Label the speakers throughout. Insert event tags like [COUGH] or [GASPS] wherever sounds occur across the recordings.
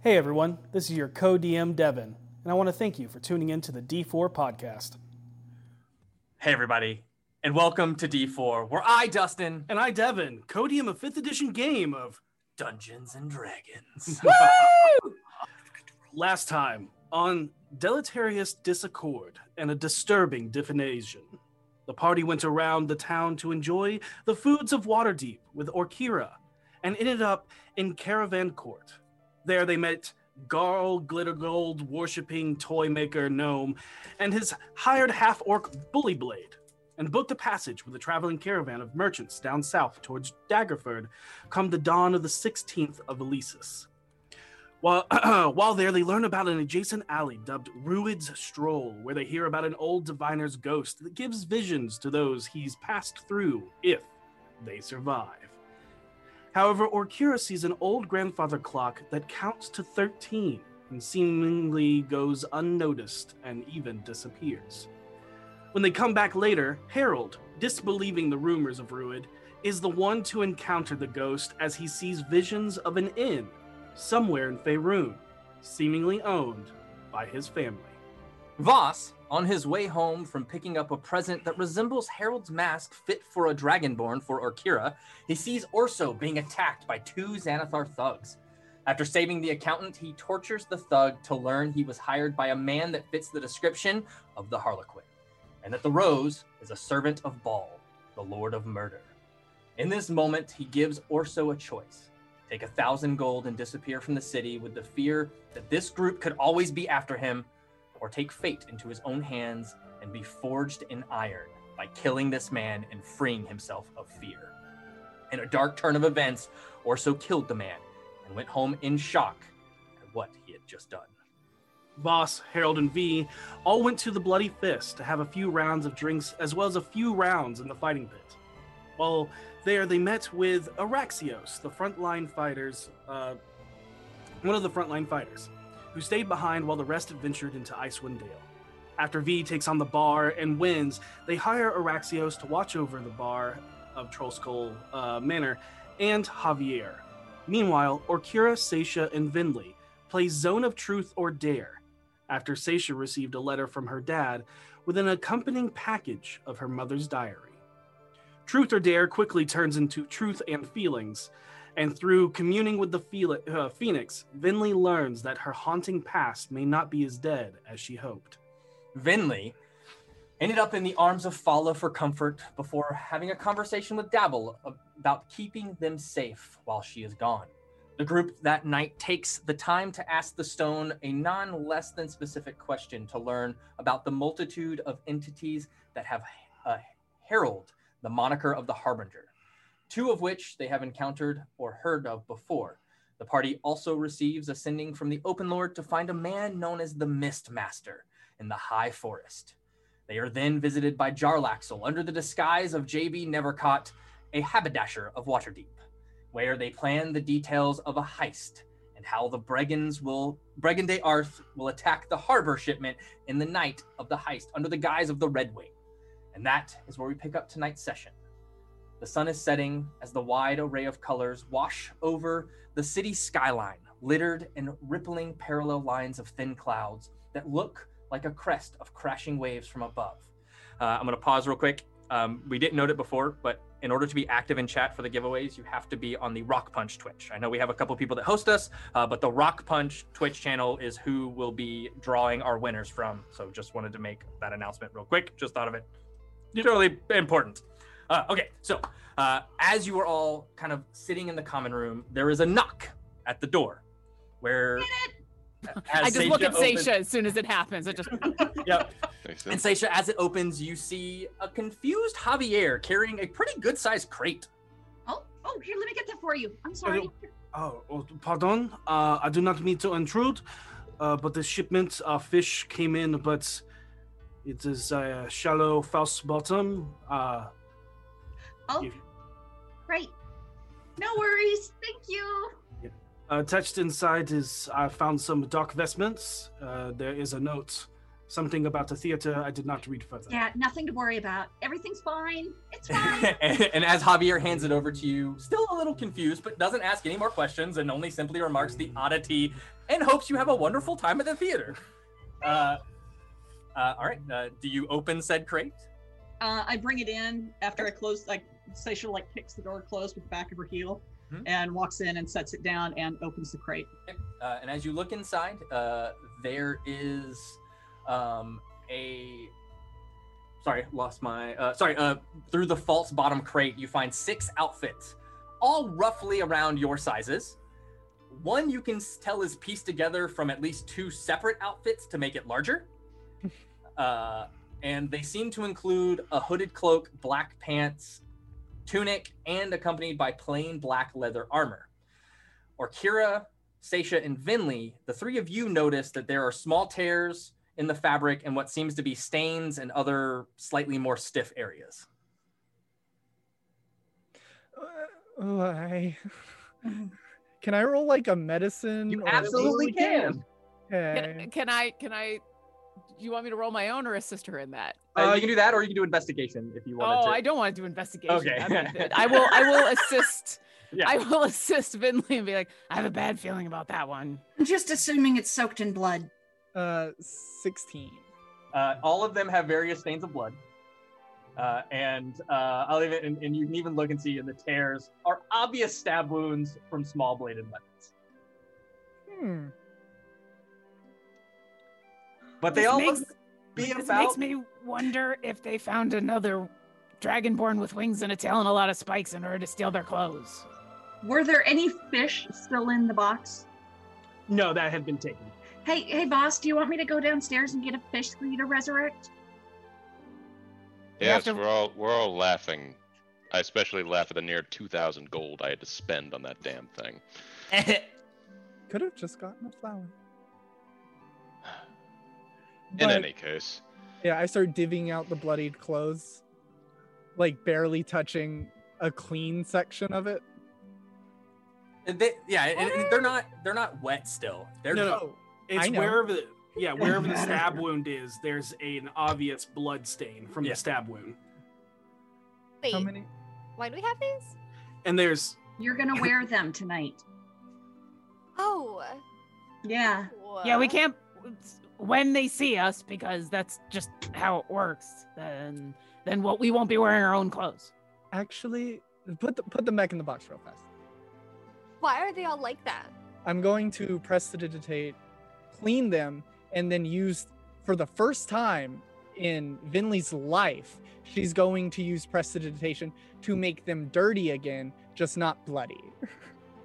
Speaker 1: Hey everyone, this is your co DM Devin, and I want to thank you for tuning in to the D4 podcast.
Speaker 2: Hey, everybody, and welcome to D4, where I, Dustin,
Speaker 1: And I, Devin, co DM a 5th edition
Speaker 2: [LAUGHS]
Speaker 1: game of
Speaker 2: Dungeons and Dragons.
Speaker 1: last time on deleterious disaccord and a disturbing definition. The party went around the town to enjoy the foods of Waterdeep with Orkira and ended up in Caravan Court. There they met Garl Glittergold, worshipping toy maker gnome, and his hired half orc Bully Blade, and booked a passage with a traveling caravan of merchants down south towards Daggerford come the dawn of the 16th of Elysis. While, [CLEARS THROAT] while there, they learn about an adjacent alley dubbed Ruid's Stroll, where they hear about an old diviner's ghost that gives visions to those he's passed through if they survive. However, Orkira sees an old grandfather clock that counts to 13 and seemingly goes unnoticed and even disappears. When they come back later, Harold, disbelieving the rumors of Ruid, is the one to encounter the ghost as he sees visions of an inn somewhere in Faerun, seemingly owned by his family.
Speaker 2: Voss, on his way home from picking up a present that resembles Harold's mask fit for a dragonborn for Orkira, he sees Orso being attacked by two Xanathar thugs. After saving the accountant, he tortures the thug to learn he was hired by a man that fits the description of the Harlequin, and that the Rose is a servant of Baal, the Lord of Murder. In this moment, he gives Orso a choice take a thousand gold and disappear from the city with the fear that this group could always be after him or take fate into his own hands and be forged in iron by killing this man and freeing himself of fear. In a dark turn of events, Orso killed the man and went home in shock at what he had just done.
Speaker 1: Voss, Harold, and V all went to the Bloody Fist to have a few rounds of drinks as well as a few rounds in the fighting pit. While there, they met with Araxios, the frontline fighters, uh, one of the frontline fighters, who stayed behind while the rest adventured into Icewind Dale. After V takes on the bar and wins, they hire Araxios to watch over the bar of Trollskull uh, Manor and Javier. Meanwhile, Orkira, Seisha, and Vinley play Zone of Truth or Dare after Seisha received a letter from her dad with an accompanying package of her mother's diary. Truth or Dare quickly turns into Truth and Feelings, and through communing with the Fel- uh, Phoenix, Vinley learns that her haunting past may not be as dead as she hoped.
Speaker 2: Vinley ended up in the arms of Fala for comfort before having a conversation with Dabble about keeping them safe while she is gone. The group that night takes the time to ask the stone a non less than specific question to learn about the multitude of entities that have uh, heralded the moniker of the Harbinger, two of which they have encountered or heard of before. The party also receives a sending from the Open Lord to find a man known as the Mist Master in the High Forest. They are then visited by Jarlaxle under the disguise of JB Nevercott, a haberdasher of Waterdeep, where they plan the details of a heist and how the Bregans will Bregande Arth will attack the harbor shipment in the night of the heist under the guise of the Red Wing. And that is where we pick up tonight's session. The sun is setting as the wide array of colors wash over the city skyline, littered in rippling parallel lines of thin clouds that look like a crest of crashing waves from above. Uh, I'm going to pause real quick. Um, we didn't note it before, but in order to be active in chat for the giveaways, you have to be on the Rock Punch Twitch. I know we have a couple people that host us, uh, but the Rock Punch Twitch channel is who we'll be drawing our winners from. So just wanted to make that announcement real quick. Just thought of it. Totally important. Uh, okay, so uh, as you are all kind of sitting in the common room, there is a knock at the door where.
Speaker 3: I just look at
Speaker 2: opens-
Speaker 3: Seisha as soon as it happens. I
Speaker 2: [LAUGHS]
Speaker 3: just
Speaker 4: Makes
Speaker 2: And
Speaker 4: sense.
Speaker 2: Seisha, as it opens, you see a confused Javier carrying a pretty good sized crate. [LAUGHS]
Speaker 5: Oh, oh, here, let me get that for you. I'm sorry.
Speaker 1: Oh, oh, pardon. Uh, I do not mean to intrude, uh, but the shipment of fish came in, but it is a shallow, false bottom. Uh,
Speaker 5: Oh,
Speaker 1: you-
Speaker 5: right. No worries. Thank you.
Speaker 1: attached inside Uh, is I found some dark vestments. Uh, there is a note Something about the theater. I did not read further.
Speaker 5: Yeah, nothing to worry about. Everything's fine. It's fine.
Speaker 2: and, and as Javier hands it over to you, still a little confused, but doesn't ask any more questions and only simply remarks the oddity and hopes you have a wonderful time at the theater. Uh, uh, all right. Uh, do you open said crate?
Speaker 4: Uh, I bring it in after I close, like, Seisha, like, kicks the door closed with the back of her heel
Speaker 6: Hmm?
Speaker 2: Mhm.
Speaker 4: and walks in and sets it down and opens the crate.
Speaker 2: Uh, and as you look inside, uh, there is um, a. Sorry, lost my. Uh, sorry, uh, through the false bottom crate, you find six outfits, all roughly around your sizes. One you can s- tell is pieced together from at least two separate outfits to make it larger. uh, and they seem to include a hooded cloak, black pants, tunic, and accompanied by plain black leather armor. Orkira, Sasha, and Vinley, the three of you notice that there are small tears in the fabric and what seems to be stains and other slightly more stiff areas.
Speaker 6: Uh, oh, I. Can I roll like a medicine?
Speaker 2: You
Speaker 6: or-
Speaker 2: absolutely can.
Speaker 6: Okay.
Speaker 3: Can, can I? Can I? You want me to roll my own or assist her in that?
Speaker 2: Uh, you can do that, or you can do investigation if you want
Speaker 3: Oh,
Speaker 2: to.
Speaker 3: I don't want to do investigation.
Speaker 2: Okay.
Speaker 3: That'd be good. I will. I will assist.
Speaker 2: [LAUGHS] Yeah.
Speaker 3: I will [LAUGHS] assist Vinley and be like, I have a bad feeling about that one.
Speaker 7: I'm just assuming it's soaked in blood.
Speaker 6: Uh, sixteen.
Speaker 2: Uh, all of them have various stains of blood. Uh, and uh, I'll leave it, and, and you can even look and see, and the tears are obvious stab wounds from small bladed weapons.
Speaker 6: Hmm.
Speaker 2: But they
Speaker 3: This
Speaker 2: all
Speaker 3: makes-
Speaker 2: look to be
Speaker 3: This
Speaker 2: about.
Speaker 3: makes me wonder if they found another dragonborn with wings and a tail and a lot of spikes in order to steal their clothes.
Speaker 5: Were there any fish still in the box?
Speaker 1: No, that had been taken.
Speaker 5: Hey, hey, boss. Do you want me to go downstairs and get a fish for you to resurrect?
Speaker 3: You
Speaker 8: Yes,
Speaker 3: have to-
Speaker 8: we're all we're all laughing. I especially laugh at the near two thousand gold I had to spend on that damn thing.
Speaker 6: Could have hmm. just gotten a flower.
Speaker 8: In
Speaker 6: But-
Speaker 8: any case,
Speaker 6: Yeah, I start divvying out the bloodied clothes, like barely touching a clean section of it.
Speaker 2: And they, yeah, and, and they're not they're not wet still. They're
Speaker 1: No, no.
Speaker 6: Oh, I
Speaker 1: It's
Speaker 6: know.
Speaker 1: wherever the
Speaker 2: [LAUGHS]
Speaker 1: yeah wherever the stab wound is. There's an obvious blood stain from
Speaker 2: Yeah.
Speaker 1: the stab wound,
Speaker 9: Wait,
Speaker 6: how many?
Speaker 9: why do we have these?
Speaker 1: and there's
Speaker 5: You're gonna wear them tonight.
Speaker 9: Oh.
Speaker 5: Yeah.
Speaker 3: Yeah, we can't. When they see us, because that's just how it works. Then, then what we won't be wearing our own clothes.
Speaker 6: Actually, put the, put them back in the box real fast.
Speaker 9: Why are they all like that?
Speaker 6: I'm going to prestidigitate, clean them, and then use for the first time in Vinley's life, she's going to use prestidigitation to make them dirty again, just not bloody.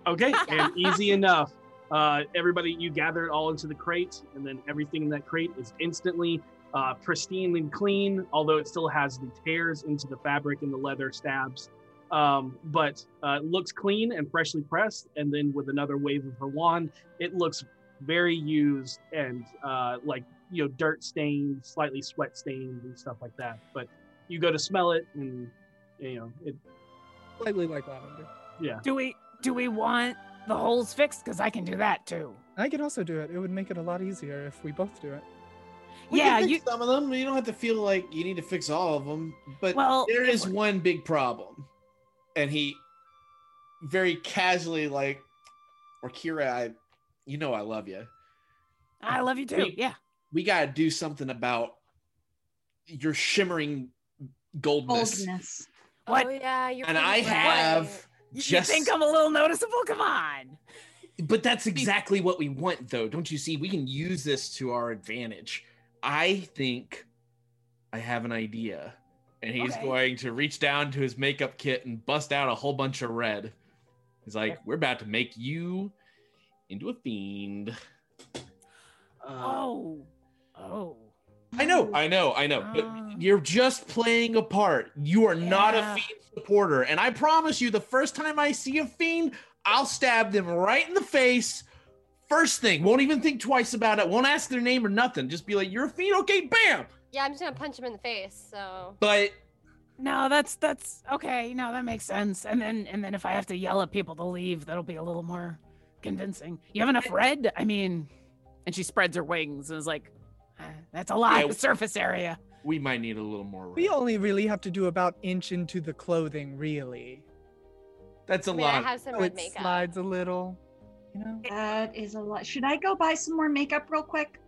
Speaker 1: Okay, and easy enough. Uh, everybody, you gather it all into the crate, and then everything in that crate is instantly uh, pristine and clean, although it still has the tears into the fabric and the leather stabs. Um, but uh, it looks clean and freshly pressed, and then with another wave of her wand, it looks very used and uh, like you know dirt stained, slightly sweat stained, and stuff like that. But you go to smell it, and you know it
Speaker 6: Slightly like lavender.
Speaker 3: Do we? Do we want the holes fixed? Because I can do that too.
Speaker 6: I can also do it. It would make it a lot easier if we both do it.
Speaker 10: We can
Speaker 3: yeah,
Speaker 10: fix
Speaker 3: you.
Speaker 10: some of them. You don't have to feel like you need to fix all of them, but
Speaker 3: Well,
Speaker 10: there
Speaker 3: if
Speaker 10: is
Speaker 3: we're-
Speaker 10: one big problem, and he very casually like, or Kira, I, you know, I love you.
Speaker 3: I love you too.
Speaker 10: we-
Speaker 3: Yeah.
Speaker 10: We got to do something about your shimmering goldness.
Speaker 5: Boldness.
Speaker 3: What?
Speaker 9: Oh, yeah, you're
Speaker 10: And
Speaker 9: pretty right.
Speaker 10: I have
Speaker 3: You-
Speaker 10: just,
Speaker 3: You think I'm a little noticeable? Come on.
Speaker 10: but that's exactly what we want, though. Don't you see? We can use this to our advantage. I think I have an idea, and he's
Speaker 3: Okay.
Speaker 10: going to reach down to his makeup kit and bust out a whole bunch of red. He's like, "We're about to make you into a fiend."
Speaker 3: Oh. Oh.
Speaker 10: Uh, I know, I know, I know.
Speaker 3: Ah.
Speaker 10: But you're just playing a part. You are not a
Speaker 3: Yeah.
Speaker 10: fiend supporter. And I promise you, the first time I see a fiend, I'll stab them right in the face. First thing, won't even think twice about it, won't ask their name or nothing. Just be like, you're a fiend? Okay, bam.
Speaker 9: Yeah, I'm just gonna punch him in the face. So
Speaker 10: But
Speaker 3: No, that's that's okay. No, that makes sense. And then and then if I have to yell at people to leave, that'll be a little
Speaker 10: Eh,
Speaker 3: more convincing. You have enough red? I mean, and she spreads her wings and is like, That's a lot
Speaker 10: Yeah.
Speaker 3: of surface area.
Speaker 10: We might need a little more.
Speaker 6: We only really have to do about inch into the clothing, really.
Speaker 10: That's a
Speaker 9: I mean, I
Speaker 10: lot.
Speaker 9: have some
Speaker 6: So
Speaker 9: red
Speaker 6: it
Speaker 9: makeup.
Speaker 6: slides a little. You know,
Speaker 5: That is a lot. Should I go buy some more makeup real quick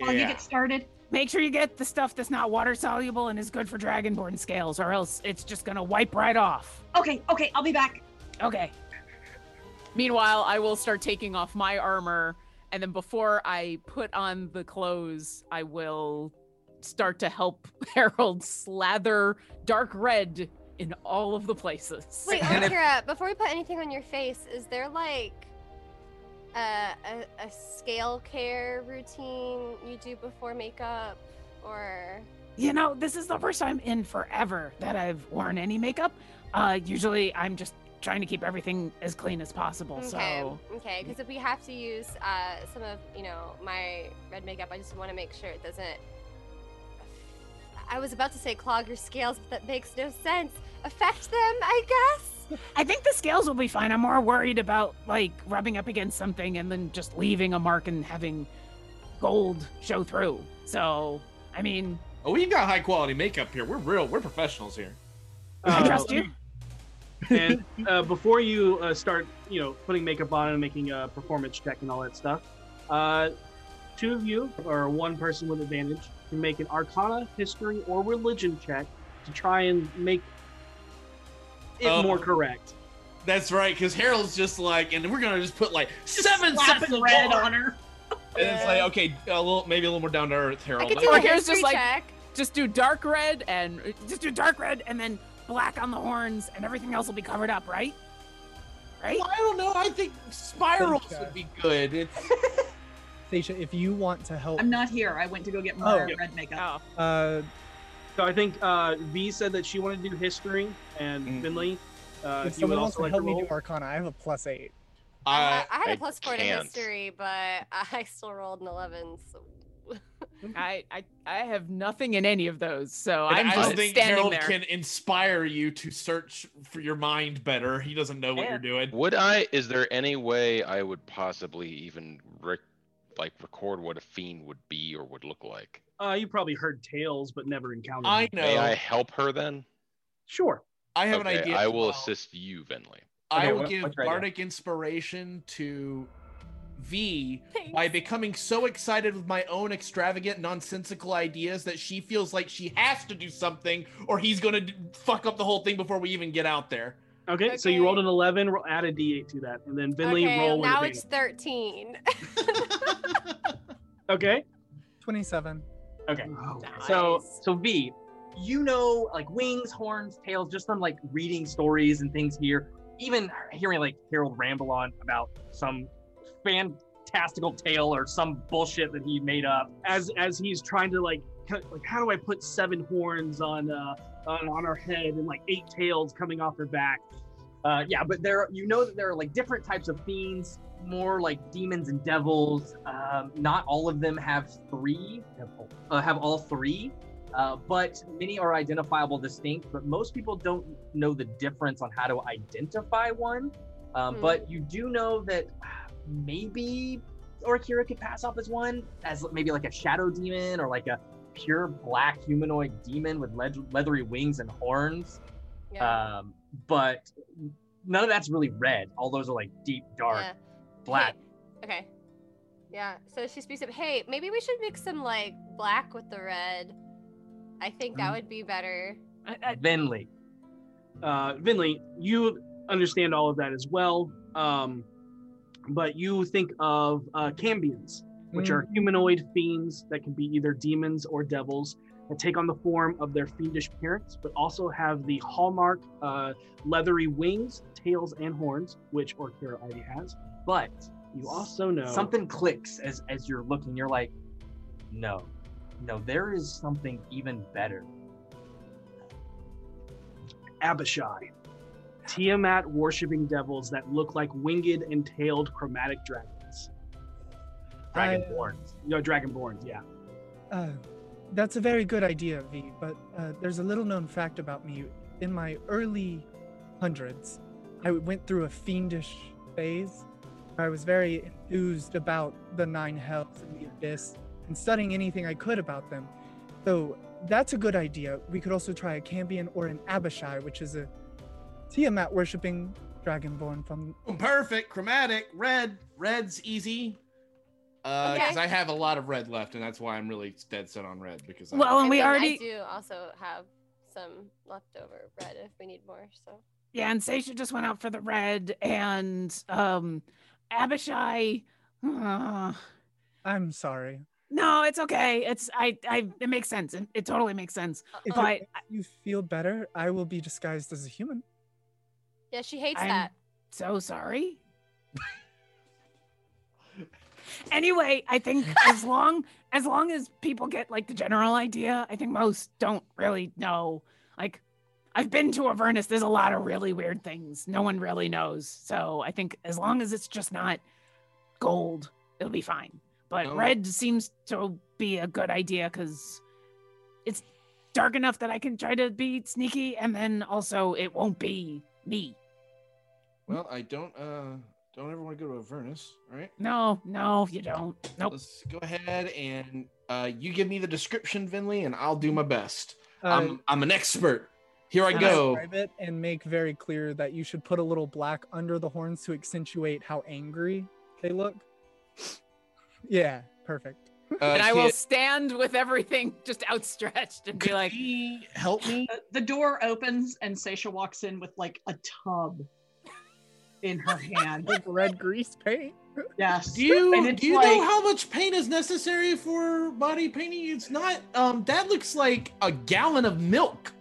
Speaker 5: while you
Speaker 10: Yeah.
Speaker 5: get started?
Speaker 3: Make sure you get the stuff that's not water soluble and is good for dragonborn scales, or else it's just gonna wipe right off.
Speaker 5: Okay, okay, I'll be back.
Speaker 3: Okay.
Speaker 11: Meanwhile, I will start taking off my armor, and then before I put on the clothes, I will start to help [LAUGHS] Harold slather dark red in all of the places.
Speaker 9: Wait,
Speaker 10: And if-
Speaker 9: Akira, before we put anything on your face, is there like a, a, a scale care routine you do before makeup or
Speaker 3: You know, this is the first time in forever that I've worn any makeup. Uh, usually I'm just trying to keep everything as clean as possible.
Speaker 9: okay
Speaker 3: So
Speaker 9: okay because if we have to use uh, some of you know my red makeup i just want to make sure it doesn't i was about to say clog your scales but that makes no sense affect them i guess
Speaker 3: I think the scales will be fine. I'm more worried about like rubbing up against something and then just leaving a mark and having gold show through. So, I mean,
Speaker 10: Oh, we've got high quality makeup here. We're real. We're professionals here.
Speaker 3: I
Speaker 1: Uh,
Speaker 3: trust you.
Speaker 1: [LAUGHS] and uh, before you uh, start, you know, putting makeup on and making a performance check and all that stuff, uh, two of you or one person with advantage can make an Arcana, History, or Religion check to try and make it
Speaker 6: Um,
Speaker 10: Oh.
Speaker 1: more correct.
Speaker 10: That's right, because Harold's just like, and we're gonna just put like seven
Speaker 4: Slapping
Speaker 10: sets of
Speaker 4: red
Speaker 10: bar.
Speaker 4: on her.
Speaker 10: And it's like, okay, a little, maybe a little more down to earth,
Speaker 9: i
Speaker 10: Harold.
Speaker 9: could do
Speaker 11: Or
Speaker 9: a
Speaker 11: here's
Speaker 9: history
Speaker 11: just like-
Speaker 9: check
Speaker 11: Just do dark red and
Speaker 3: Just do dark red and then black on the horns and everything else will be covered up, right? Right?
Speaker 10: Well, I don't know. I think spirals
Speaker 6: Think, uh,
Speaker 10: would be good.
Speaker 6: [LAUGHS]
Speaker 10: It's
Speaker 6: Stacia, if you want to help,
Speaker 4: I'm not here. I went to go get more
Speaker 6: Oh.
Speaker 4: red makeup.
Speaker 11: oh,
Speaker 6: uh,
Speaker 1: So I think uh, V said that she wanted to do History, and
Speaker 10: Mhm.
Speaker 1: Finley, uh,
Speaker 6: Mm-hmm. if
Speaker 1: you would
Speaker 6: someone
Speaker 1: also
Speaker 6: wants to
Speaker 1: like
Speaker 6: help
Speaker 1: to
Speaker 6: me
Speaker 1: roll.
Speaker 6: do Arcana, I have a plus eight.
Speaker 10: uh,
Speaker 9: I, I had a
Speaker 8: I
Speaker 9: plus four to
Speaker 8: can't.
Speaker 9: history but [LAUGHS] i still rolled an 11 so
Speaker 11: I, I I have nothing in any of those, so
Speaker 10: and
Speaker 11: I'm
Speaker 10: I
Speaker 11: just
Speaker 10: don't think
Speaker 11: standing
Speaker 10: Harold
Speaker 11: there.
Speaker 10: can inspire you to search for your mind better. He doesn't know what
Speaker 1: Yeah.
Speaker 10: you're doing.
Speaker 8: Would I? Is there any way I would possibly even rec- like record what a fiend would be or would look like?
Speaker 1: Uh, you probably heard tales, but never encountered.
Speaker 10: I
Speaker 1: them.
Speaker 10: know.
Speaker 8: May I
Speaker 10: I,
Speaker 8: help her then?
Speaker 1: Sure.
Speaker 8: okay,
Speaker 10: have an idea.
Speaker 8: I will
Speaker 10: Well,
Speaker 8: assist you, Vinley.
Speaker 10: I
Speaker 2: Okay,
Speaker 10: will
Speaker 2: what-
Speaker 10: give
Speaker 2: what's your idea?
Speaker 10: bardic inspiration to V
Speaker 9: Thanks.
Speaker 10: by becoming so excited with my own extravagant, nonsensical ideas that she feels like she has to do something, or he's gonna d- fuck up the whole thing before we even get out there.
Speaker 1: Okay, so you
Speaker 9: Okay.
Speaker 1: rolled an 11, ro- add a d8 to that, and then Vinley
Speaker 9: okay
Speaker 1: roll with
Speaker 9: now
Speaker 1: advantage.
Speaker 9: it's 13
Speaker 1: Okay.
Speaker 6: Twenty-seven.
Speaker 2: Okay.
Speaker 11: Nice.
Speaker 2: So so V, you know like wings, horns, tails, just from like reading stories and things here, even hearing like Harold ramble on about some fantastical tale or some bullshit that he made up.
Speaker 1: as as he's trying to like kind of- like how do I put seven horns on uh on, on her head and like eight tails coming off her back.
Speaker 2: Uh, yeah, but there you know that there are like different types of fiends, more like demons and devils. Um, not all of them have three, uh, have all three, uh, but many are identifiable, distinct. But most people don't know the difference on how to identify one. Um,
Speaker 9: Hmm.
Speaker 2: But you do know that ah, maybe Orkira could pass off as one, as maybe like a shadow demon or like a pure black humanoid demon with le- leathery wings and horns.
Speaker 9: [LAUGHS] yeah,
Speaker 3: Uh,
Speaker 2: Um, but none of that's really red. All those are like deep, dark,
Speaker 9: yeah.
Speaker 2: black.
Speaker 9: Hey- Okay. Yeah. So she speaks up. Hey, maybe we should mix some like black with the red. I think that would be better.
Speaker 3: Mm. I, I,
Speaker 2: Vinley.
Speaker 1: Uh Vinley, you understand all of that as well. Um but you think of uh cambions, which are
Speaker 2: Mm.
Speaker 1: humanoid fiends that can be either demons or devils that take on the form of their fiendish parents, but also have the hallmark uh leathery wings, tails, and horns, which Orkira already has.
Speaker 2: But
Speaker 1: You also know
Speaker 2: something clicks as as you're looking. You're like, no, no, there is something even better.
Speaker 1: Abishai, Tiamat worshipping devils that look like winged and tailed chromatic dragons.
Speaker 2: Dragonborns.
Speaker 1: No, dragonborns, yeah.
Speaker 6: Uh, that's a very good idea, V. But uh, there's a little-known fact about me. In my early hundreds, I went through a fiendish phase. I was very enthused about the nine hells and the abyss, and studying anything I could about them. So that's a good idea. We could also try a Cambion or an Abishai, which is a Tiamat worshipping dragonborn from.
Speaker 10: Perfect. Chromatic. Red. Red's easy. Because
Speaker 9: Okay.
Speaker 10: I have a lot of red left, and that's why I'm really dead set on red. Because I-
Speaker 3: um,
Speaker 9: I mean, I do also have some leftover bread if we need more. So
Speaker 3: Yeah, and Seisha just went out for the red, and um, Abishai. uh,
Speaker 6: I'm sorry.
Speaker 3: no, it's okay. It's I, I. It makes sense. It, it totally makes sense.
Speaker 6: If
Speaker 3: but
Speaker 6: it makes you feel better, I will be disguised as a human.
Speaker 9: yeah, she hates
Speaker 3: I'm
Speaker 9: that.
Speaker 3: So sorry. [LAUGHS] anyway, I think as long as long as people get like the general idea, I think most don't really know. Like I've been to Avernus, there's a lot of really weird things. No one really knows. So I think as long as it's just not gold, it'll be fine. But
Speaker 11: No.
Speaker 3: red seems to be a good idea because it's dark enough that I can try to be sneaky and then also it won't be me.
Speaker 10: well, I don't. uh Don't ever want to go to Avernus. All right.
Speaker 3: No, no, you don't. Nope.
Speaker 10: Let's go ahead and uh, you give me the description, Vinley, and I'll do my best.
Speaker 6: Uh,
Speaker 10: I'm I'm an expert. Here I
Speaker 6: And
Speaker 10: go.
Speaker 6: describe it and make very clear that you should put a little black under the horns to accentuate how angry they look. Yeah, perfect.
Speaker 10: Uh,
Speaker 11: and I will stand with everything [LAUGHS] just outstretched and be like,
Speaker 10: help me.
Speaker 4: Uh, The door opens and Seisha walks in with like a tub in her hand.
Speaker 6: With red grease paint?
Speaker 4: Yes.
Speaker 10: Do you
Speaker 4: And it's
Speaker 10: do you
Speaker 4: like-
Speaker 10: know how much paint is necessary for body painting? It's not. Um, that looks like a gallon of milk.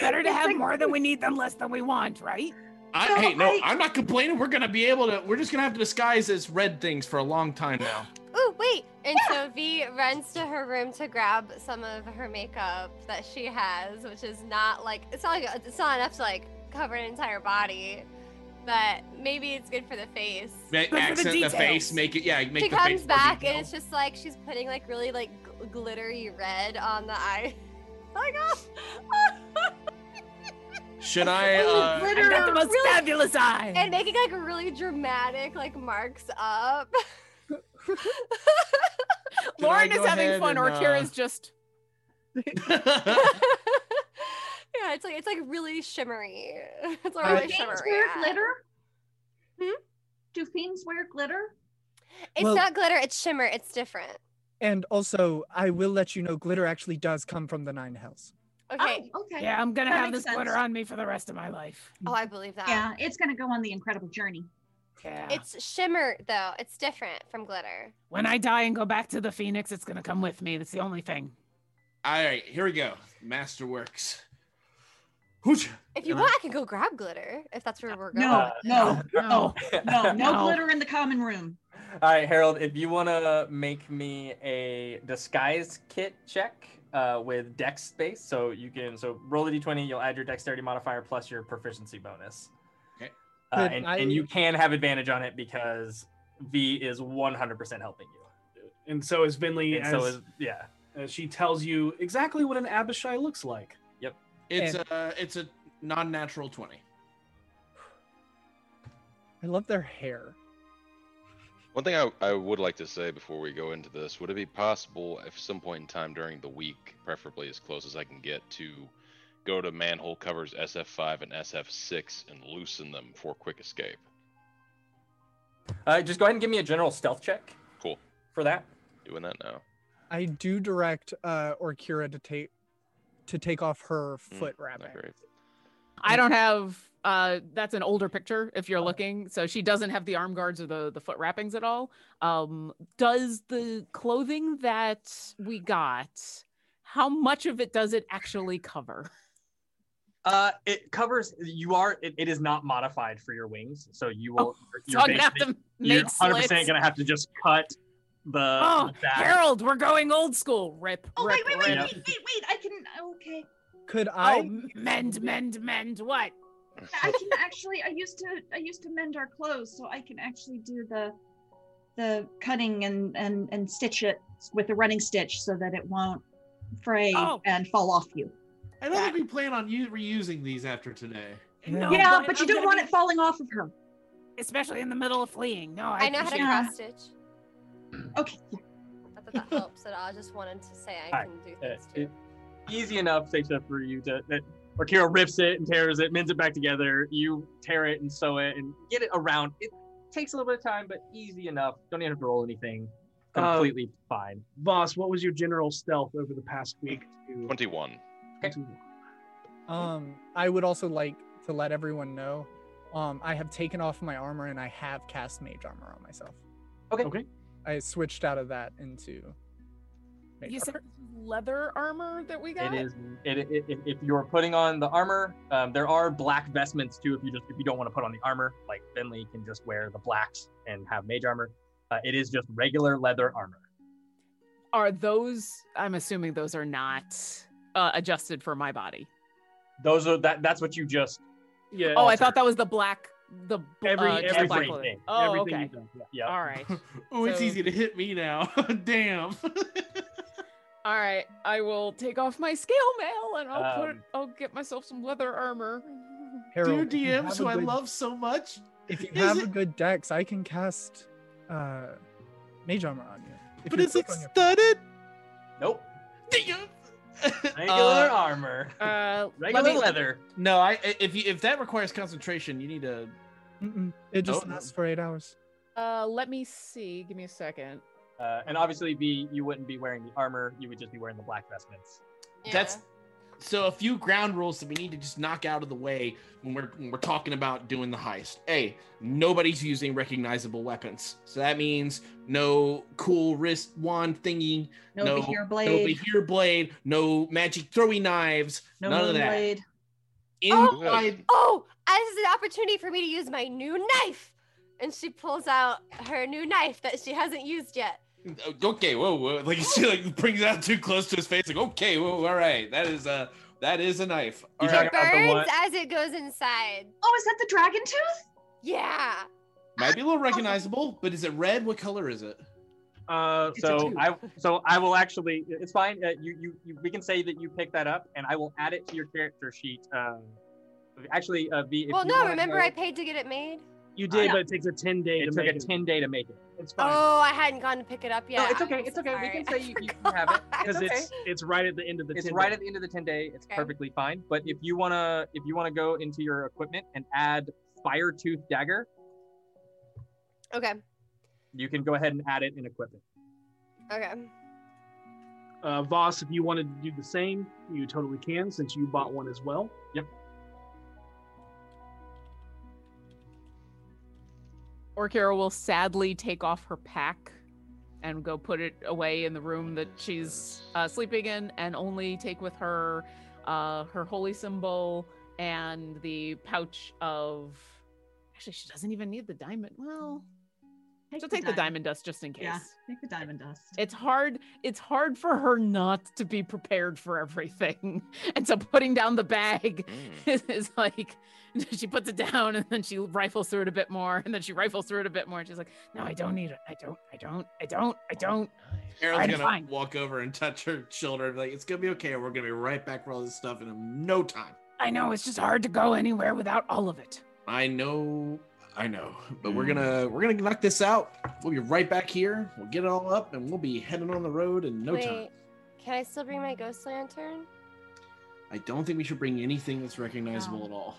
Speaker 3: Better to have more than
Speaker 9: [LAUGHS]
Speaker 3: we need than less than we want, right?
Speaker 10: I,
Speaker 3: No,
Speaker 10: hey, no,
Speaker 3: I-
Speaker 10: I'm not complaining. We're gonna be able to. We're just gonna have to disguise as red things for a long time now.
Speaker 9: Ooh, wait! And so V runs to her room to grab some of her makeup that she has, which is not like it's not like, it's not enough to like cover an entire body, but maybe it's good for the face.
Speaker 10: Ma-
Speaker 9: for the
Speaker 10: accent the,
Speaker 9: details.
Speaker 10: face, make it. Yeah, make
Speaker 9: she
Speaker 10: the
Speaker 9: comes
Speaker 10: face.
Speaker 9: back and it's just like she's putting like really like gl- glittery red on the eye. [LAUGHS] like, oh, [LAUGHS]
Speaker 10: Should I? Uh,
Speaker 9: glitter,
Speaker 3: got the most
Speaker 9: really-
Speaker 3: fabulous eye.
Speaker 9: And making like really dramatic like marks
Speaker 10: [LAUGHS]
Speaker 9: up. [LAUGHS]
Speaker 11: Lauren
Speaker 9: I
Speaker 11: is
Speaker 9: go
Speaker 11: having
Speaker 9: ahead
Speaker 11: fun, or
Speaker 9: and,
Speaker 11: Kira's
Speaker 9: uh,
Speaker 11: just.
Speaker 9: yeah, it's like it's like really shimmery. [LAUGHS] It's like
Speaker 5: Do
Speaker 9: really
Speaker 5: fiends
Speaker 9: shimmery.
Speaker 5: wear
Speaker 9: yeah. Hmm?
Speaker 5: glitter? Do fiends wear glitter?
Speaker 9: It's
Speaker 6: Well-
Speaker 9: not glitter, it's shimmer, it's different.
Speaker 6: And also, I will let you know glitter actually does come from the Nine Hells.
Speaker 9: Okay.
Speaker 5: Oh, okay.
Speaker 3: Yeah, I'm gonna
Speaker 5: That
Speaker 3: have
Speaker 5: makes
Speaker 3: this glitter
Speaker 5: sense.
Speaker 3: on me for the rest of my life.
Speaker 9: Oh, I believe that.
Speaker 5: Yeah, it's gonna go on the incredible journey.
Speaker 3: Yeah.
Speaker 9: It's shimmer though. It's different from glitter.
Speaker 3: when I die and go back to the Phoenix, it's gonna come with me. That's the only thing.
Speaker 10: all right, here we go. Masterworks. Hooch.
Speaker 9: If you
Speaker 10: And I-
Speaker 9: want, I can go grab glitter if that's where we're going.
Speaker 4: Uh, No, no,
Speaker 2: [LAUGHS]
Speaker 3: no,
Speaker 4: no, no,
Speaker 2: Uh, No.
Speaker 4: glitter in the common room.
Speaker 2: All right, Harold, if you want to make me a disguise kit check uh, with dex space, so you can, so roll a d20, you'll add your dexterity modifier plus your proficiency bonus.
Speaker 10: Okay.
Speaker 2: Uh,
Speaker 6: Could
Speaker 2: and,
Speaker 6: I-
Speaker 2: and you can have advantage on it because V is 100% helping you.
Speaker 1: And so is Vinley.
Speaker 2: And
Speaker 1: as,
Speaker 2: so is, yeah.
Speaker 1: as she tells you exactly what an Abishai looks like.
Speaker 2: Yep.
Speaker 10: It's a it's a non-natural twenty.
Speaker 6: I love their hair.
Speaker 8: One thing I, I would like to say before we go into this would it be possible, if some point in time during the week, preferably as close as I can get, to go to manhole covers SF5 and SF6 and loosen them for quick escape?
Speaker 2: Uh, just go ahead and give me a general stealth check
Speaker 8: Cool.
Speaker 2: for that.
Speaker 8: Doing that now.
Speaker 6: I do direct uh, Orkira to take to take off her
Speaker 10: Hmm.
Speaker 8: Mm,
Speaker 6: foot
Speaker 8: not
Speaker 6: wrapping.
Speaker 8: great.
Speaker 11: I don't have. Uh, that's an older picture if
Speaker 9: Oh.
Speaker 11: you're looking. So she doesn't have the arm guards or the the foot wrappings at all. Um, does the clothing that we got? How much of it does it actually cover?
Speaker 2: Uh, it covers. You are. It, it is not modified for your wings, so you will.
Speaker 11: Oh, so I'm gonna have
Speaker 2: basically-
Speaker 11: to
Speaker 2: You're
Speaker 11: make
Speaker 2: 100 percent
Speaker 11: slits.
Speaker 2: gonna have to just cut
Speaker 1: Uh,
Speaker 2: the.
Speaker 11: oh,
Speaker 2: the back.
Speaker 11: Harold, we're going old school. Rip.
Speaker 5: Oh
Speaker 11: rip,
Speaker 5: wait, wait, wait,
Speaker 11: rip.
Speaker 5: wait, wait, wait! I can. Okay,
Speaker 6: Could I?
Speaker 11: Oh, mend, mend, mend. What?
Speaker 5: I can actually. I used to. I used to mend our clothes, so I can actually do the, the cutting and and and stitch it with a running stitch so that it won't fray
Speaker 11: Oh.
Speaker 5: and fall off you.
Speaker 10: I don't think we plan on u- reusing these after today.
Speaker 11: No,
Speaker 5: yeah,
Speaker 11: but
Speaker 5: but you
Speaker 11: I'm
Speaker 5: don't
Speaker 11: gonna
Speaker 5: want
Speaker 11: be-
Speaker 5: it falling off of her.
Speaker 3: Especially in the middle of fleeing. No, Oh, I,
Speaker 9: I know how to
Speaker 3: appreciate-
Speaker 9: cross stitch.
Speaker 5: Okay.
Speaker 9: That's if that helps at all. I just wanted to say I
Speaker 2: Hi.
Speaker 9: can do
Speaker 2: Uh,
Speaker 9: things too.
Speaker 2: it- easy enough, Seisha, for you to. That, Akira rips it and tears it, mends it back together. You tear it and sew it and get it around. It takes a little bit of time, but easy enough. Don't even have to roll anything.
Speaker 1: Uh,
Speaker 2: Completely fine.
Speaker 1: Boss, what was your general stealth over the past week? To...
Speaker 8: 21.
Speaker 2: Mm-hmm.
Speaker 6: Um, I would also like to let everyone know, um, I have taken off my armor and I have cast mage armor on myself.
Speaker 2: Okay.
Speaker 1: Okay.
Speaker 6: I switched out of that into mage
Speaker 9: uh,
Speaker 11: You said
Speaker 6: armor.
Speaker 11: this was leather armor that we got.
Speaker 2: It is. It, it, if- if you're putting on the armor, um, there are black vestments too. If you just if you don't want to put on the armor, like Finley can just wear the blacks and have mage armor. Uh, it is just regular leather armor.
Speaker 11: Are those? I'm assuming those are not uh, adjusted for my body.
Speaker 2: Those are that. That's what you just.
Speaker 1: Yeah.
Speaker 11: oh, I thought that was the black. The bl-
Speaker 1: Every-
Speaker 11: uh, just
Speaker 1: everything.
Speaker 11: black clothing.
Speaker 1: Everything
Speaker 11: Oh,
Speaker 1: you've
Speaker 11: okay.
Speaker 1: done, yeah.
Speaker 2: Yeah. [LAUGHS]
Speaker 11: All
Speaker 1: [LAUGHS]
Speaker 11: right.
Speaker 10: Oh, it's
Speaker 11: So-
Speaker 10: easy to hit me now. Damn.
Speaker 11: All right, I will take off my scale mail and I'll put.
Speaker 10: Um,
Speaker 11: I'll get myself some leather armor.
Speaker 6: Harold, if you
Speaker 10: Dear
Speaker 6: have
Speaker 10: DMs,
Speaker 6: a
Speaker 10: who I
Speaker 6: good-
Speaker 10: love so much.
Speaker 6: If you
Speaker 10: Is
Speaker 6: have
Speaker 10: it-
Speaker 6: a good dex, I can cast uh, mage armor on you. If
Speaker 10: but
Speaker 6: you
Speaker 10: is it
Speaker 6: click on your-
Speaker 10: studded?
Speaker 2: Nope. Regular
Speaker 10: [LAUGHS] Regular
Speaker 2: armor.
Speaker 11: Uh, let
Speaker 2: [LAUGHS] Regular
Speaker 11: me-
Speaker 2: leather.
Speaker 10: No, I if you if that requires concentration, you need to. Oh.
Speaker 6: Mm-mm, it just
Speaker 10: No.
Speaker 6: lasts for eight hours.
Speaker 11: Uh, let me see. Give me a second.
Speaker 2: Uh, and obviously, be you wouldn't be wearing the armor. You would just be wearing the black vestments.
Speaker 10: That's so a few ground rules that we need to just knock out of the way when we're when we're talking about doing the heist. A, nobody's using recognizable weapons, so that means no cool wrist wand thingy,
Speaker 4: No Bahir blade.
Speaker 10: no Bahir blade, no magic throwing knives,
Speaker 4: No
Speaker 10: none of
Speaker 4: moon
Speaker 10: that.
Speaker 4: blade.
Speaker 10: Inside,
Speaker 9: Oh, uh, this is an opportunity for me to use my new knife. And she pulls out her new knife that she hasn't used yet.
Speaker 10: uh, okay, whoa, whoa, [LAUGHS] like she like brings it out too close to his face, like okay, whoa, all right, that is a that is a knife. All
Speaker 2: You
Speaker 10: right,
Speaker 9: It
Speaker 2: talking about the one?
Speaker 9: burns as it goes inside.
Speaker 5: Oh, is that the dragon tooth?
Speaker 9: Yeah.
Speaker 10: might be a little recognizable, but is it red? What color is it?
Speaker 2: Uh,
Speaker 4: It's a
Speaker 2: so
Speaker 4: two.
Speaker 2: I so I will actually it's fine. Uh, you, you you we can say that you picked that up, and I will add it to your character sheet. Um, actually, uh, V. if
Speaker 9: well,
Speaker 2: you
Speaker 9: no,
Speaker 2: wanna
Speaker 9: remember
Speaker 2: go-
Speaker 9: I paid to get it made?
Speaker 1: You did,
Speaker 2: Yeah.
Speaker 1: but it takes a 10 day
Speaker 2: It
Speaker 1: to
Speaker 2: took
Speaker 1: make
Speaker 2: a ten day to make it.
Speaker 1: It's fine.
Speaker 9: Oh, I hadn't gone to pick it up yet.
Speaker 2: no, it's
Speaker 9: I'm
Speaker 2: okay. It's
Speaker 9: so
Speaker 2: okay. We can
Speaker 9: sorry.
Speaker 2: say you,
Speaker 9: [LAUGHS]
Speaker 2: you you have it. It's
Speaker 1: Because
Speaker 2: okay.
Speaker 1: it's it's right at the end of the
Speaker 2: it's
Speaker 1: 10
Speaker 2: right
Speaker 1: day.
Speaker 2: at the end of the 10 day it's
Speaker 9: Okay.
Speaker 2: perfectly fine but if you want to if you want to go into your equipment and add fire tooth dagger
Speaker 9: Okay.
Speaker 2: you can go ahead and add it in equipment
Speaker 9: Okay.
Speaker 1: uh, Voss, if you wanted to do the same, you totally can since you bought one as well.
Speaker 11: Orkira will sadly take off her pack and go put it away in the room that she's uh, sleeping in, and only take with her uh, her holy symbol and the pouch of. Actually, she doesn't even need the diamond. Well,
Speaker 4: Take
Speaker 11: she'll take the diamond dust just in case.
Speaker 4: Yeah, take the diamond dust.
Speaker 11: It's hard. It's hard for her not to be prepared for everything, [LAUGHS] and so putting down the bag
Speaker 8: Mm.
Speaker 11: [LAUGHS] is like she puts it down and then she rifles through it a bit more and then she rifles through it a bit more and she's like no i don't need it i don't i don't i don't i don't
Speaker 10: Harold's
Speaker 11: Alright,
Speaker 10: gonna
Speaker 11: fine.
Speaker 10: walk over and touch her shoulder, and be like, "It's gonna be okay. We're gonna be right back for all this stuff in no time."
Speaker 3: I know it's just hard to go anywhere without all of it.
Speaker 10: I know, I know, but we're
Speaker 8: Mm.
Speaker 2: Hmm.
Speaker 10: gonna we're gonna knock this out. We'll be right back here. We'll get it all up, and we'll be heading on the road in no
Speaker 9: Wait.
Speaker 10: time.
Speaker 9: Can I still bring my ghost lantern?
Speaker 10: I don't think we should bring anything that's recognizable
Speaker 4: No.
Speaker 10: at all.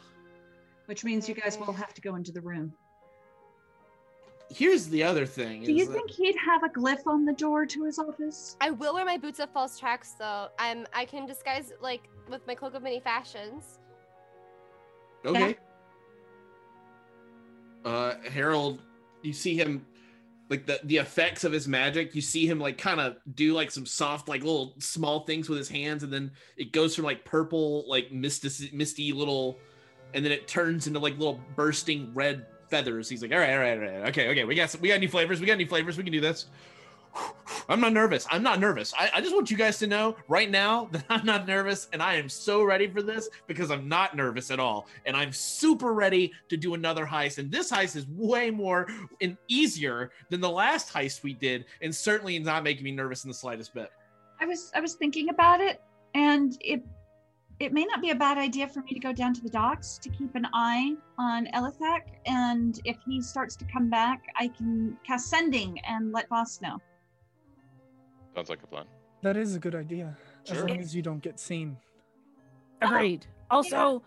Speaker 4: Which means you guys will have to go into the room.
Speaker 10: Here's the other thing:
Speaker 5: Do you
Speaker 10: is that-
Speaker 5: think he'd have a glyph on the door to his office?
Speaker 9: I will wear my boots of false tracks though. I'm I can disguise like with my cloak of many fashions.
Speaker 10: Okay. Uh, Harold, you see him like the the effects of his magic. You see him like kind of do like some soft like little small things with his hands, and then it goes from like purple like misty misty little, and then it turns into like little bursting red feathers. He's like, all right, all right, all right, okay, okay, we got some, we got new flavors, we got new flavors, we can do this. I'm not nervous. I'm not nervous. I, I just want you guys to know right now [LAUGHS] that I'm not nervous and I am so ready for this because I'm not nervous at all. And I'm super ready to do another heist. And this heist is way more and easier than the last heist we did, and certainly not making me nervous in the slightest bit.
Speaker 5: I was I was thinking about it, and it it may not be a bad idea for me to go down to the docks to keep an eye on Elithak, and if he starts to come back, I can cast sending and let Voss know.
Speaker 8: Sounds like a plan.
Speaker 6: That is a good idea. As
Speaker 8: Sure.
Speaker 6: long as you don't get seen.
Speaker 3: Agreed. Also,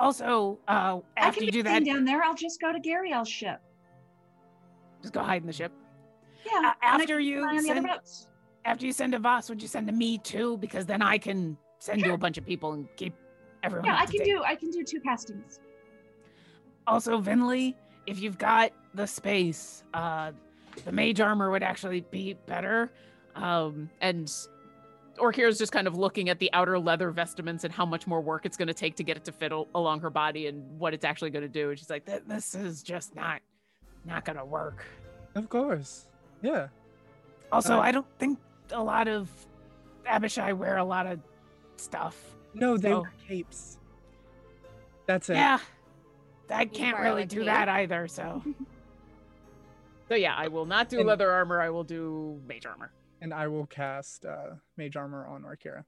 Speaker 3: also, uh,
Speaker 5: I
Speaker 3: after
Speaker 5: can
Speaker 3: you
Speaker 5: be
Speaker 3: do that,
Speaker 5: seen down there. I'll just go to Gariel's ship.
Speaker 3: just go hide in the ship.
Speaker 5: Yeah.
Speaker 3: Uh,
Speaker 5: and I
Speaker 3: after
Speaker 5: can
Speaker 3: you
Speaker 5: fly on the other
Speaker 3: send-
Speaker 5: boats.
Speaker 3: After you send to Voss, would you send to me too? Because then I can send you a bunch of people and keep everyone.
Speaker 5: Yeah,
Speaker 3: up
Speaker 5: I
Speaker 3: to
Speaker 5: can
Speaker 3: date.
Speaker 5: do. I can do two castings.
Speaker 3: Also, Vinley, if you've got the space, uh, the mage armor would actually be better.
Speaker 11: Um, and Orkira's just kind of looking at the outer leather vestments and how much more work it's going to take to get it to fit al- along her body and what it's actually going to do. And she's like, "Th-
Speaker 3: This is just not not gonna work.
Speaker 6: Of course. Yeah.
Speaker 3: Also,
Speaker 6: Uh,
Speaker 3: I don't think a lot of Abishai wear a lot of stuff.
Speaker 6: No, they
Speaker 3: Oh.
Speaker 6: were capes. That's it.
Speaker 3: Yeah, I can't
Speaker 11: wear
Speaker 3: really
Speaker 11: a
Speaker 3: do
Speaker 11: cape?
Speaker 3: that either. So
Speaker 11: [LAUGHS] So yeah, I will not do
Speaker 6: And-
Speaker 11: leather armor. I will do mage armor.
Speaker 6: And I will cast uh, Mage Armor on Orkira.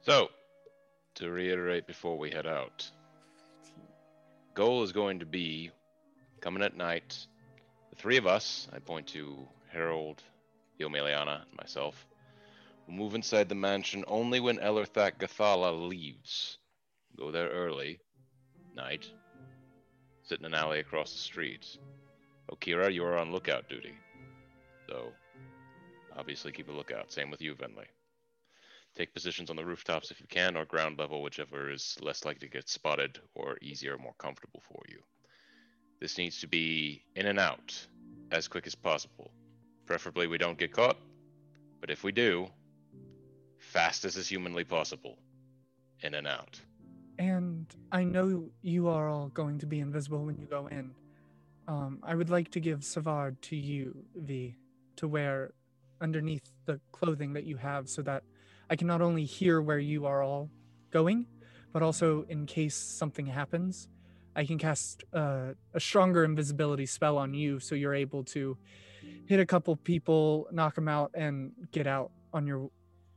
Speaker 8: So, to reiterate before we head out, goal is going to be coming at night. The three of us, I point to Harold, Yomeliana, and myself, will move inside the mansion only when Elerthak Gathala leaves. Go there early, night, sit in an alley across the street. Okira, you are on lookout duty. So, obviously keep a lookout. Same with you, Venley. Take positions on the rooftops if you can, or ground level, whichever is less likely to get spotted or easier, more comfortable for you. This needs to be in and out as quick as possible. Preferably, we don't get caught, but if we do, fast as is humanly possible. In and out.
Speaker 6: And I know you are all going to be invisible when you go in. Um, I would like to give Savard to you, V, to wear underneath the clothing that you have so that I can not only hear where you are all going, but also in case something happens, I can cast uh, a stronger invisibility spell on you so you're able to hit a couple people, knock them out, and get out on your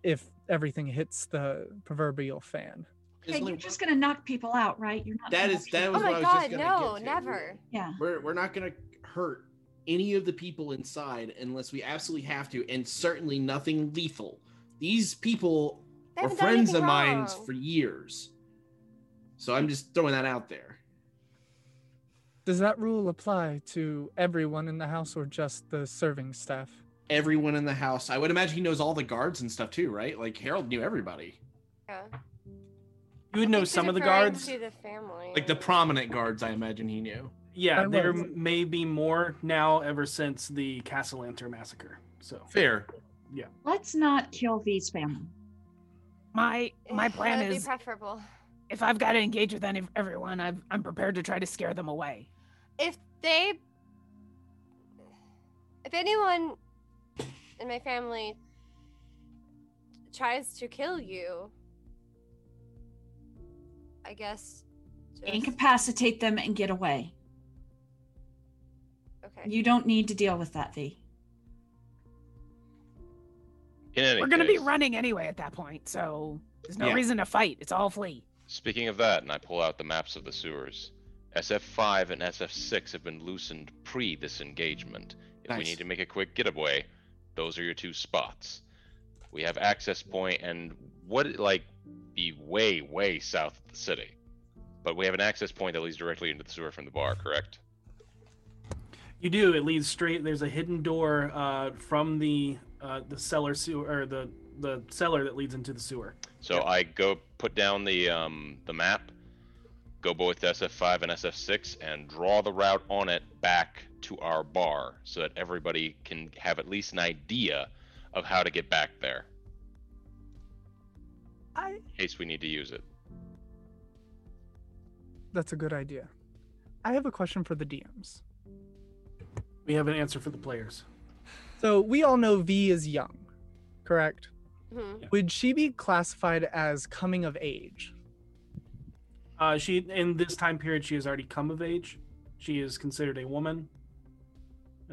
Speaker 6: if everything hits the proverbial fan.
Speaker 5: Yeah, you're just gonna knock people out, right? You're not.
Speaker 10: That
Speaker 5: gonna
Speaker 10: is- that
Speaker 5: actually-
Speaker 10: was
Speaker 9: oh my
Speaker 10: what I was
Speaker 9: god,
Speaker 10: just gonna
Speaker 9: no,
Speaker 10: get to.
Speaker 9: never.
Speaker 5: Yeah.
Speaker 10: We're we're not gonna hurt any of the people inside unless we absolutely have to, and certainly nothing lethal. These people
Speaker 9: They
Speaker 10: were
Speaker 9: haven't done
Speaker 10: friends of
Speaker 9: anything
Speaker 10: mine
Speaker 9: wrong.
Speaker 10: for years, so I'm just throwing that out there.
Speaker 6: Does that rule apply to everyone in the house or just the serving staff?
Speaker 10: Everyone in the house, I would imagine he knows all the guards and stuff too, right? Like Harold knew everybody,
Speaker 9: Yeah.
Speaker 1: You would
Speaker 9: I think
Speaker 1: know
Speaker 9: they're
Speaker 1: some of the
Speaker 9: referring
Speaker 1: guards.
Speaker 9: To the family.
Speaker 10: like the prominent guards. I imagine he knew.
Speaker 1: Yeah,
Speaker 6: I
Speaker 1: there
Speaker 6: was.
Speaker 1: may be more now ever since the Castle Enter massacre. So
Speaker 10: Fair.
Speaker 5: Let's not kill V's family.
Speaker 3: my my plan
Speaker 9: That'd
Speaker 3: is
Speaker 9: be preferable.
Speaker 3: if I've got to engage with any, everyone, I've, I'm prepared to try to scare them away.
Speaker 9: If they, if anyone in my family tries to kill you, I guess. Just,
Speaker 5: Incapacitate them and get away.
Speaker 9: okay.
Speaker 5: You don't need to deal with that, V.
Speaker 8: In any
Speaker 3: We're gonna be
Speaker 8: case,
Speaker 3: running anyway at that point, so there's no
Speaker 10: Yeah.
Speaker 3: reason to fight. It's all flee.
Speaker 8: Speaking of that, and I pull out the maps of the sewers. SF5 and SF6 have been loosened pre this engagement. If we
Speaker 10: Nice.
Speaker 8: need to make a quick getaway, those are your two spots. We have access point and what like be way way south of the city. But we have an access point that leads directly into the sewer from the bar, correct?
Speaker 1: You do. It leads straight. There's a hidden door uh, from the uh, the cellar sewer or the the cellar that leads into the sewer.
Speaker 8: So I go put down the um, the map, go both SF5 and SF6, and draw the route on it back to our bar, so that everybody can have at least an idea of how to get back there
Speaker 1: I
Speaker 8: in case we need to use it.
Speaker 6: That's a good idea. I have a question for the DMs.
Speaker 1: we have an answer for the players.
Speaker 6: So we all know V is young, correct?
Speaker 9: Mhm.
Speaker 6: Would she be classified as coming of age?
Speaker 1: Uh, she in this time period she has already come of age. She is considered a woman.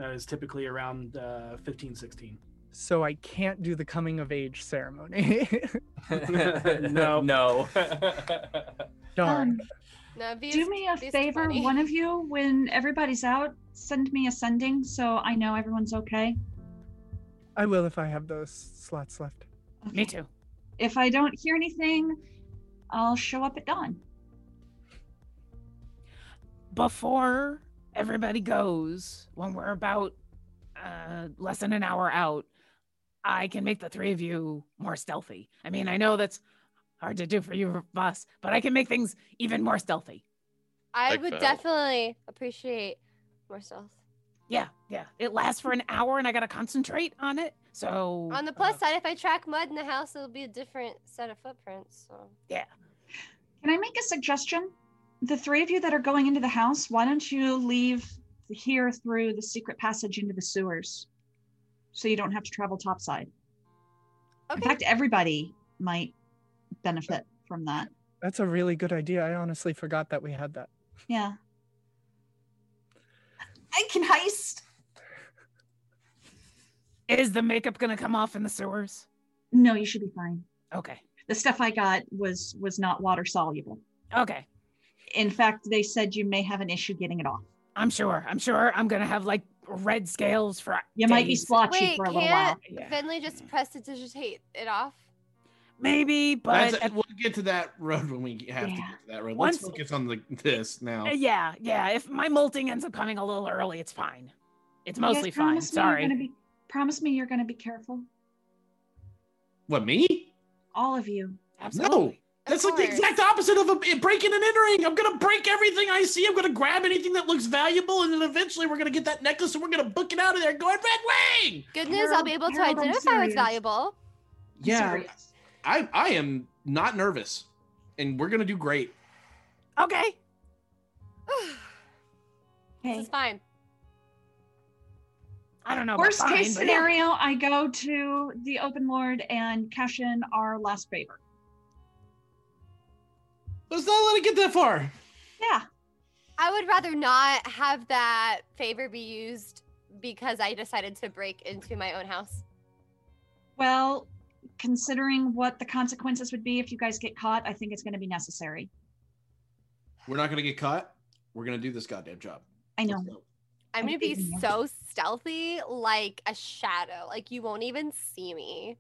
Speaker 1: Uh, is typically around uh, 15, 16.
Speaker 6: So I can't do the coming of age ceremony. [LAUGHS]
Speaker 2: [LAUGHS]
Speaker 1: No.
Speaker 2: no.
Speaker 3: Um,
Speaker 6: Darn.
Speaker 9: No, V's,
Speaker 5: Um, Do me a
Speaker 9: V's
Speaker 5: favor,
Speaker 9: funny.
Speaker 5: one of you, when everybody's out, send me a sending so I know everyone's okay.
Speaker 6: I will if I have those slots left.
Speaker 3: Me too.
Speaker 5: If I don't hear anything, I'll show up at dawn.
Speaker 3: Before everybody goes, when we're about uh, less than an hour out, I can make the three of you more stealthy. I mean, I know that's hard to do for you, boss, but I can make things even more stealthy.
Speaker 9: I
Speaker 3: Like
Speaker 9: would
Speaker 3: that.
Speaker 9: definitely appreciate more stealth.
Speaker 3: Yeah, yeah. It lasts for an hour and I got to concentrate on it. So,
Speaker 9: On the
Speaker 5: uh,
Speaker 9: plus side, if I track mud in the house, it'll be a different set of footprints. So
Speaker 3: yeah.
Speaker 5: Can I make a suggestion? The three of you that are going into the house, why don't you leave here through the secret passage into the sewers so you don't have to travel topside? In fact, everybody might benefit from that.
Speaker 6: That's a really good idea. I honestly forgot that we had that.
Speaker 5: Yeah.
Speaker 7: I can heist.
Speaker 3: Is the makeup going to come off in the sewers?
Speaker 5: No, you should be fine.
Speaker 3: Okay.
Speaker 5: The stuff I got was was not water soluble.
Speaker 3: Okay.
Speaker 5: In fact, they said you may have an issue getting it off.
Speaker 3: I'm sure. I'm sure I'm going to have like red scales for.
Speaker 5: You might be
Speaker 3: days.
Speaker 5: splotchy
Speaker 9: Wait, can't Finley just press to digitate it off?
Speaker 3: Maybe,
Speaker 10: That's-
Speaker 3: but
Speaker 10: we'll get to that road when we have to
Speaker 3: Yeah.
Speaker 10: get to that road.
Speaker 3: Once-
Speaker 10: Let's focus on the, this now.
Speaker 3: Uh, yeah, yeah. If my molting ends up coming a little early, it's fine. It's mostly
Speaker 5: Guys, promise
Speaker 3: fine.
Speaker 5: me you're gonna
Speaker 3: Sorry.
Speaker 5: be- promise me you're going to be careful.
Speaker 10: What me?
Speaker 5: All of you.
Speaker 10: No, that's like the exact opposite of a, breaking and entering. I'm gonna break everything I see. I'm gonna grab anything that looks valuable, and then eventually we're gonna get that necklace and we're gonna book it out of there. Going red wing.
Speaker 9: Good news, I'll be able to
Speaker 5: Harold, I'm
Speaker 9: identify what's
Speaker 5: serious.
Speaker 9: valuable.
Speaker 10: Yeah, I I am not nervous, and we're gonna do great.
Speaker 9: [SIGHS]
Speaker 3: Okay.
Speaker 9: This is fine.
Speaker 3: I don't know.
Speaker 5: Worst
Speaker 3: about
Speaker 5: case
Speaker 3: fine, but yeah.
Speaker 5: scenario, I go to the open lord and cash in our last favor.
Speaker 10: Let's not let it get that far.
Speaker 5: Yeah.
Speaker 9: I would rather not have that favor be used because I decided to break into my own house.
Speaker 5: Well, considering what the consequences would be if you guys get caught, I think it's going to be necessary.
Speaker 10: We're not gonna get caught. We're gonna do this goddamn job.
Speaker 5: I know.
Speaker 9: I'm gonna be
Speaker 5: believe you.
Speaker 9: so stealthy, like a shadow. Like you won't even see me.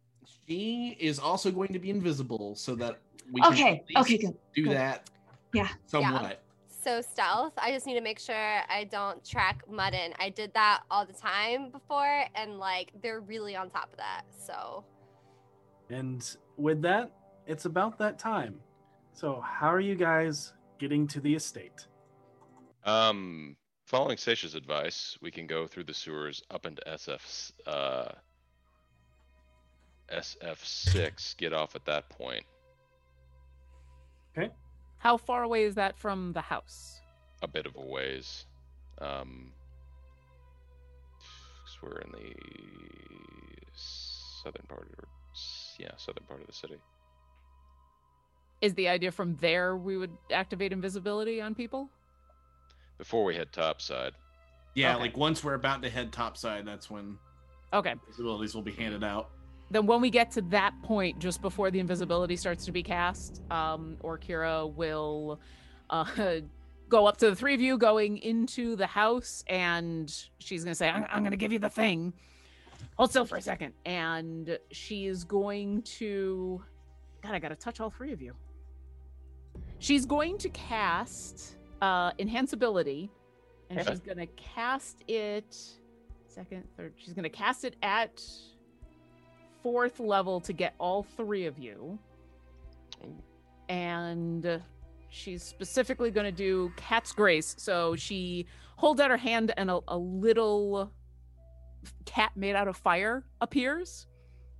Speaker 10: She is also going to be invisible, so that we
Speaker 9: Okay,
Speaker 10: Can at
Speaker 9: okay,
Speaker 10: least
Speaker 9: good,
Speaker 10: Do
Speaker 9: good.
Speaker 10: that
Speaker 5: Yeah.
Speaker 10: somewhat.
Speaker 9: So stealth. I just need to make sure I don't track mud in. I did that all the time before, and like they're really on top of that. So
Speaker 1: And with that, it's about that time. So, how are you guys getting to the estate?
Speaker 8: Um, following Sasha's advice, we can go through the sewers up into SF's uh, SF6. Get off at that point.
Speaker 11: How far away is that from the house?
Speaker 8: a bit of a ways. Um, 'cause we're in the southern part, or s- yeah, southern part of the city.
Speaker 11: Is the idea from there we would activate invisibility on people?
Speaker 8: Before we head topside,
Speaker 10: Yeah, like once we're about to head topside, that's when
Speaker 11: Okay.
Speaker 10: visibilities will be handed out.
Speaker 11: Then when we get to that point, just before the invisibility starts to be cast, um, Orkira will uh, [LAUGHS] go up to the three of you going into the house, and she's gonna say, "I'm, I'm gonna give you the thing." Hold still for a second, and she's going to. God, I gotta touch all three of you. She's going to cast uh, enhance ability, and
Speaker 3: Okay.
Speaker 11: she's gonna cast it. Second, third. She's gonna cast it at fourth level to get all three of you. And she's specifically going to do Cat's Grace. So she holds out her hand, and a, a little cat made out of fire appears.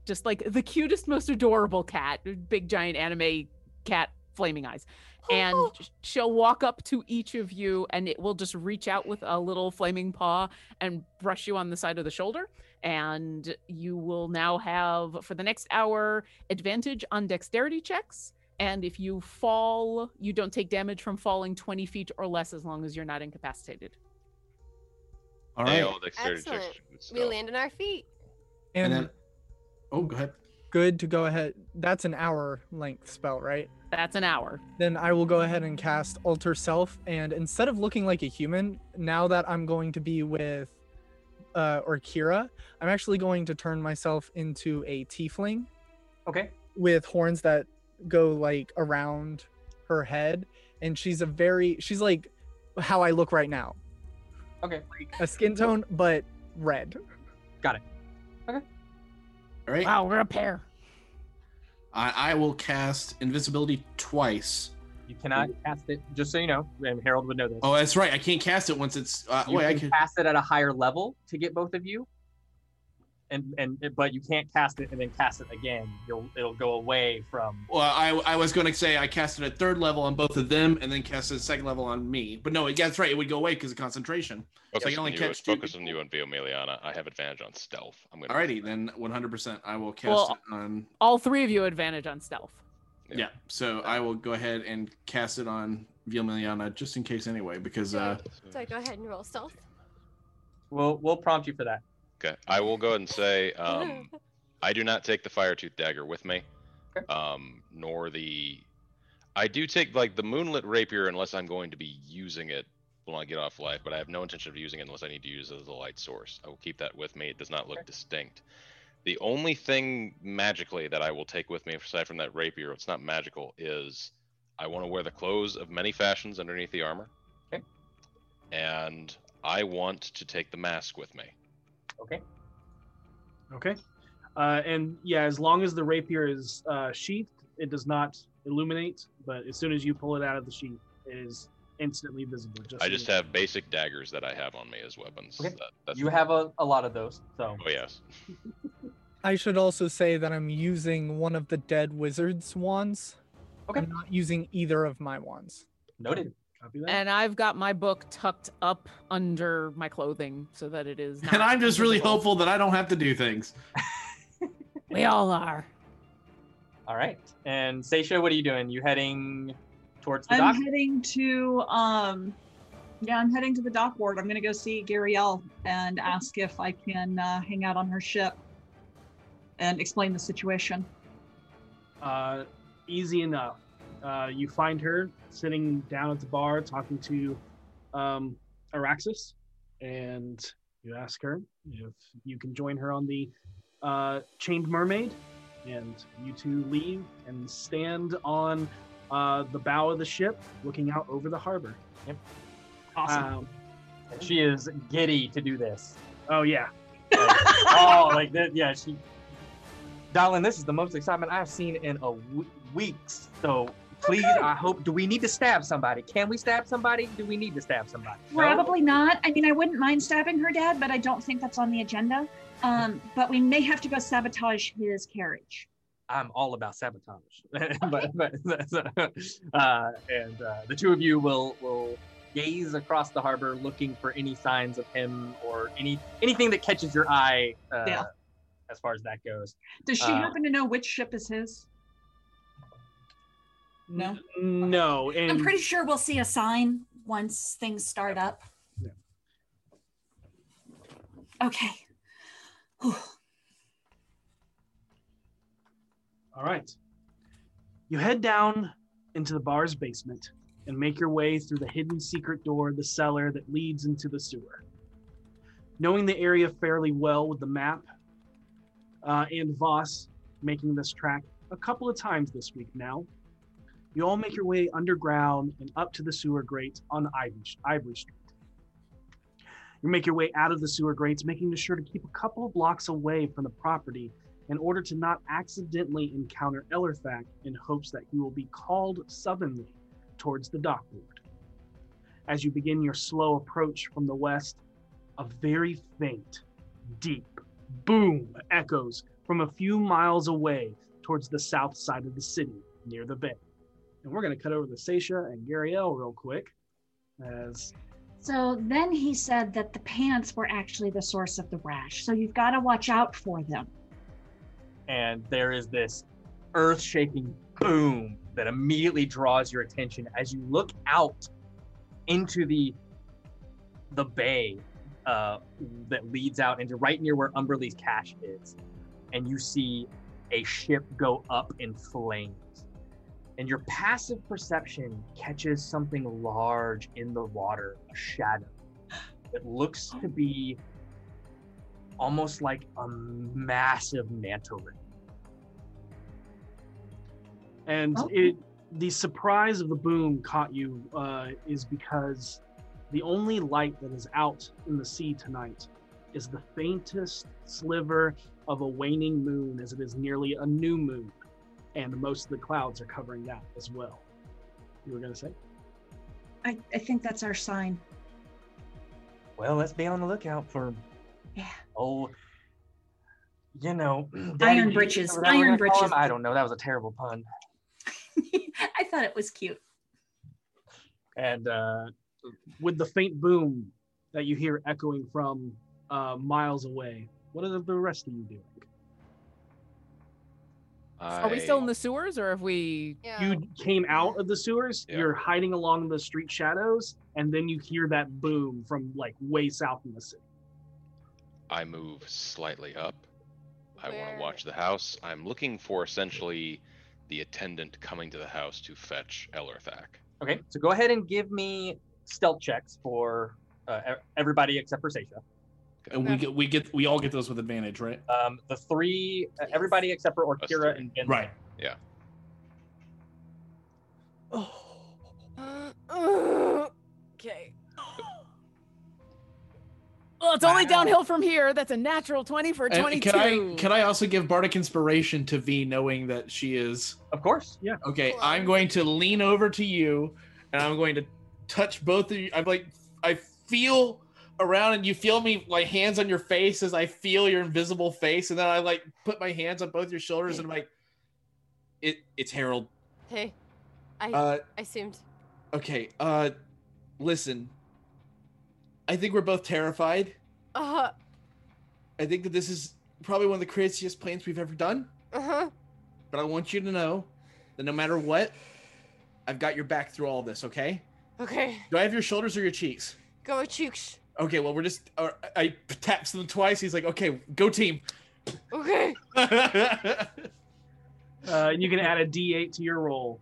Speaker 11: Just like the cutest, most adorable cat, big, giant anime cat, flaming eyes. And she'll walk up to each of you, and it will just reach out with a little flaming paw and brush you on the side of the shoulder. And you will now have, for the next hour, advantage on dexterity checks. And if you fall, you don't take damage from falling 20 feet or less as long as you're not incapacitated.
Speaker 10: All
Speaker 8: Hey,
Speaker 10: right.
Speaker 8: all
Speaker 9: [CLEARS THROAT]
Speaker 8: dexterity checks
Speaker 9: excellent.
Speaker 8: should
Speaker 9: We land on our feet.
Speaker 6: And,
Speaker 10: oh, go ahead.
Speaker 6: Good to go ahead. That's an hour length spell, right?
Speaker 11: That's an hour.
Speaker 6: Then I will go ahead and cast Alter Self. And instead of looking like a human, now that I'm going to be with uh, or Kira, I'm actually going to turn myself into a tiefling
Speaker 2: Okay.
Speaker 6: with horns that go like around her head, and she's a very she's like how I look right now,
Speaker 2: Okay.
Speaker 6: a skin tone but red.
Speaker 2: Got it.
Speaker 10: All right.
Speaker 3: Wow, we're a pair.
Speaker 10: I, I will cast invisibility twice.
Speaker 2: You cannot cast it, just so you know, and Harold would know this.
Speaker 10: Oh, that's right. I can't cast it once it's. Uh,
Speaker 2: you
Speaker 10: wait, I
Speaker 2: can
Speaker 10: can.
Speaker 2: cast it at a higher level to get both of you. And and but you can't cast it and then cast it again. You'll it'll go away from
Speaker 10: Well, I, I was going to say I cast it at third level on both of them, and then cast it at second level on me. But no, yeah, that's right. It would go away because of concentration. Oh, so
Speaker 8: Focus
Speaker 10: I can
Speaker 8: on
Speaker 10: only
Speaker 8: you.
Speaker 10: catch two.
Speaker 8: Focus on you and Viomeliana. I have advantage on stealth. I'm gonna.
Speaker 10: Alrighty, then 100%. I will cast
Speaker 11: Well-
Speaker 10: it on.
Speaker 11: All three of you advantage on stealth.
Speaker 10: Yeah. So I will go ahead and cast it on Vilmiliana just in case anyway, because uh,
Speaker 9: So go ahead and roll stealth.
Speaker 2: We'll we'll prompt you for that.
Speaker 8: Okay, I will go ahead and say um, I do not take the fire tooth dagger with me, um, nor the. I do take like the moonlit rapier unless I'm going to be using it when I get off life, but I have no intention of using it unless I need to use it as a light source. I will keep that with me. It does not look distinct. The only thing magically that I will take with me, aside from that rapier, it's not magical, is I want to wear the clothes of many fashions underneath the armor.
Speaker 2: Okay.
Speaker 8: And I want to take the mask with me.
Speaker 2: Okay.
Speaker 1: Okay. Uh, and yeah, as long as the rapier is uh, sheathed, it does not illuminate. But as soon as you pull it out of the sheath, it is instantly visible. Just
Speaker 8: I
Speaker 1: so
Speaker 8: just
Speaker 1: you-
Speaker 8: have basic daggers that I have on me as weapons.
Speaker 2: Okay.
Speaker 8: That- that's
Speaker 2: you have a, a lot of those. So
Speaker 8: Oh yes.
Speaker 6: I should also say that I'm using one of the dead wizard's wands.
Speaker 2: Okay.
Speaker 6: I'm not using either of my wands.
Speaker 2: noted.
Speaker 1: Copy that.
Speaker 11: And I've got my book tucked up under my clothing so that it is. Not
Speaker 10: [LAUGHS] and I'm just really
Speaker 11: visible.
Speaker 10: hopeful that I don't have to do things.
Speaker 3: We all are.
Speaker 2: All right. And Seisha, what are you doing? You heading towards the dock?
Speaker 4: I'm heading to um yeah, I'm heading to the dock ward. I'm gonna go see Garielle and ask if I can uh, hang out on her ship and explain the situation.
Speaker 1: uh, easy enough. Uh, you find her sitting down at the bar talking to um, Araxis, and you ask her if you can join her on the uh, Chained Mermaid. And you two leave and stand on uh, the bow of the ship, looking out over the harbor. Um,
Speaker 2: Yep.
Speaker 1: Awesome.
Speaker 2: She is giddy to do this.
Speaker 4: [LAUGHS]
Speaker 1: oh yeah.
Speaker 2: oh, like that. Yeah, she. Darling, this is the most excitement I've seen in a w- weeks. So please, I hope. Do we need to stab somebody? Can we stab somebody? Do we need to stab somebody? No?
Speaker 5: Probably not. I mean, I wouldn't mind stabbing her dad, but I don't think that's on the agenda. Um, but we may have to go sabotage his carriage.
Speaker 2: I'm all about sabotage. [LAUGHS] but, but uh, and uh, the two of you will will gaze across the harbor, looking for any signs of him or any anything that catches your eye. Uh,
Speaker 4: Yeah.
Speaker 2: As far as that goes,
Speaker 4: Does she
Speaker 2: Uh,
Speaker 4: happen to know which ship is his? No.
Speaker 1: No, and
Speaker 7: I'm pretty sure we'll see a sign once things start up.
Speaker 1: Yeah.
Speaker 7: Okay. Whew.
Speaker 1: All right. You head down into the bar's basement and make your way through the hidden secret door of the cellar that leads into the sewer. Knowing the area fairly well with the map uh, and Voss making this track a couple of times this week now, you all make your way underground and up to the sewer grate on Ivory, Ivory Street. You make your way out of the sewer grates, making sure to keep a couple of blocks away from the property in order to not accidentally encounter Ellerthak in hopes that he will be called suddenly towards the dock ward. As you begin your slow approach from the west, a very faint, deep boom echoes from a few miles away towards the south side of the city near the bay. And we're going to cut over to Sasha and Gariel real quick as
Speaker 5: So then he said that the pants were actually the source of the rash. So you've got to watch out for them.
Speaker 2: and there is this earth-shaking boom that immediately draws your attention as you look out into the the bay uh, that leads out into right near where Umberly's cache is, and you see a ship go up in flames. And your passive perception catches something large in the water, a shadow. It looks to be almost like a massive manta ray.
Speaker 1: And it, the surprise of the boom caught you uh, is because the only light that is out in the sea tonight is the faintest sliver of a waning moon as it is nearly a new moon. And most of the clouds are covering that as well. You were going to say?
Speaker 5: I, I think that's our sign.
Speaker 2: Well, let's be on the lookout for.
Speaker 5: Yeah.
Speaker 2: Oh, you know. [CLEARS THROAT]
Speaker 7: Iron
Speaker 2: Dave,
Speaker 7: britches,
Speaker 2: whatever
Speaker 7: iron
Speaker 2: we're gonna call him.
Speaker 7: britches.
Speaker 2: I don't know. That was a terrible pun.
Speaker 7: [LAUGHS] I thought it was cute.
Speaker 1: and uh, with the faint boom that you hear echoing from uh, miles away, what are the rest of you doing?
Speaker 11: Are we still in
Speaker 8: I-
Speaker 11: the sewers or have we?
Speaker 9: Yeah.
Speaker 1: You came out of the sewers.
Speaker 8: Yeah.
Speaker 1: You're hiding along the street shadows, and then you hear that boom from like way south in the city.
Speaker 8: I move slightly up. I want
Speaker 9: Where-
Speaker 8: to watch the house. I'm looking for essentially the attendant coming to the house to fetch Ellerthak.
Speaker 2: Okay, so go ahead and give me stealth checks for uh, e- everybody except for Seisha.
Speaker 10: And we get we get we all get those with advantage, right?
Speaker 2: Um, the three, uh, everybody except for
Speaker 8: Us
Speaker 2: Orkira
Speaker 8: three.
Speaker 2: and Vin.
Speaker 10: Right.
Speaker 11: okay. Well, it's only downhill from here. That's a natural 20 for a
Speaker 10: And
Speaker 11: 22.
Speaker 10: can I can I also give Bardic inspiration to V knowing that she is
Speaker 2: Of course.
Speaker 10: Okay,
Speaker 9: Cool.
Speaker 10: I'm going to lean over to you and I'm going to touch both of you. I'm like I feel around and you feel me like hands on your face as I feel your invisible face and then I like put my hands on both your shoulders and I'm like it it's Harold.
Speaker 9: Hey, I
Speaker 10: Uh
Speaker 9: I assumed.
Speaker 10: okay, uh listen. I think we're both terrified.
Speaker 9: Uh
Speaker 10: I think that this is probably one of the craziest plans we've ever done.
Speaker 9: huh.
Speaker 10: but I want you to know that no matter what, I've got your back through all this, okay?
Speaker 9: Okay,
Speaker 10: Do I have your shoulders or your cheeks?
Speaker 9: go chooks.
Speaker 10: Okay, well, we're just. Uh, I taps them twice. He's like, okay,
Speaker 1: [LAUGHS]
Speaker 10: go team.
Speaker 9: Okay.
Speaker 1: Uh, and you can add a D8 to your roll.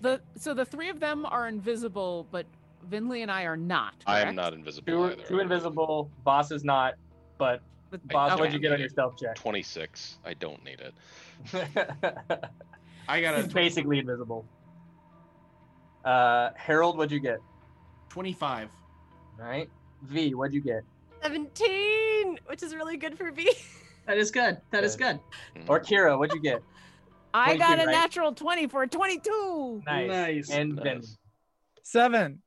Speaker 11: The, so the three of them are invisible, but Vinley and I are not.
Speaker 8: I am
Speaker 11: correct?
Speaker 8: not invisible
Speaker 2: Two,
Speaker 8: either.
Speaker 2: two invisible. Boss is not, but
Speaker 11: But-
Speaker 8: I
Speaker 2: Boss,
Speaker 8: don't
Speaker 2: what'd you
Speaker 8: need
Speaker 2: get on your
Speaker 8: it.
Speaker 2: stealth check?
Speaker 8: 26. I don't need it.
Speaker 2: [LAUGHS]
Speaker 10: I got
Speaker 2: He's
Speaker 10: a
Speaker 2: basically invisible. Uh, Harold, what'd you get?
Speaker 10: twenty-five.
Speaker 2: All right. V, what'd you get?
Speaker 9: Seventeen, which is really good for [LAUGHS] V.
Speaker 4: That is good. That is
Speaker 2: Good.
Speaker 4: good.
Speaker 8: Mm.
Speaker 2: Or Kira, what'd you get?
Speaker 11: I
Speaker 2: 22,
Speaker 11: got a
Speaker 2: right?
Speaker 11: natural 20 for a 22.
Speaker 2: Nice.
Speaker 1: Nice.
Speaker 2: And then
Speaker 8: Nice.
Speaker 6: Seven.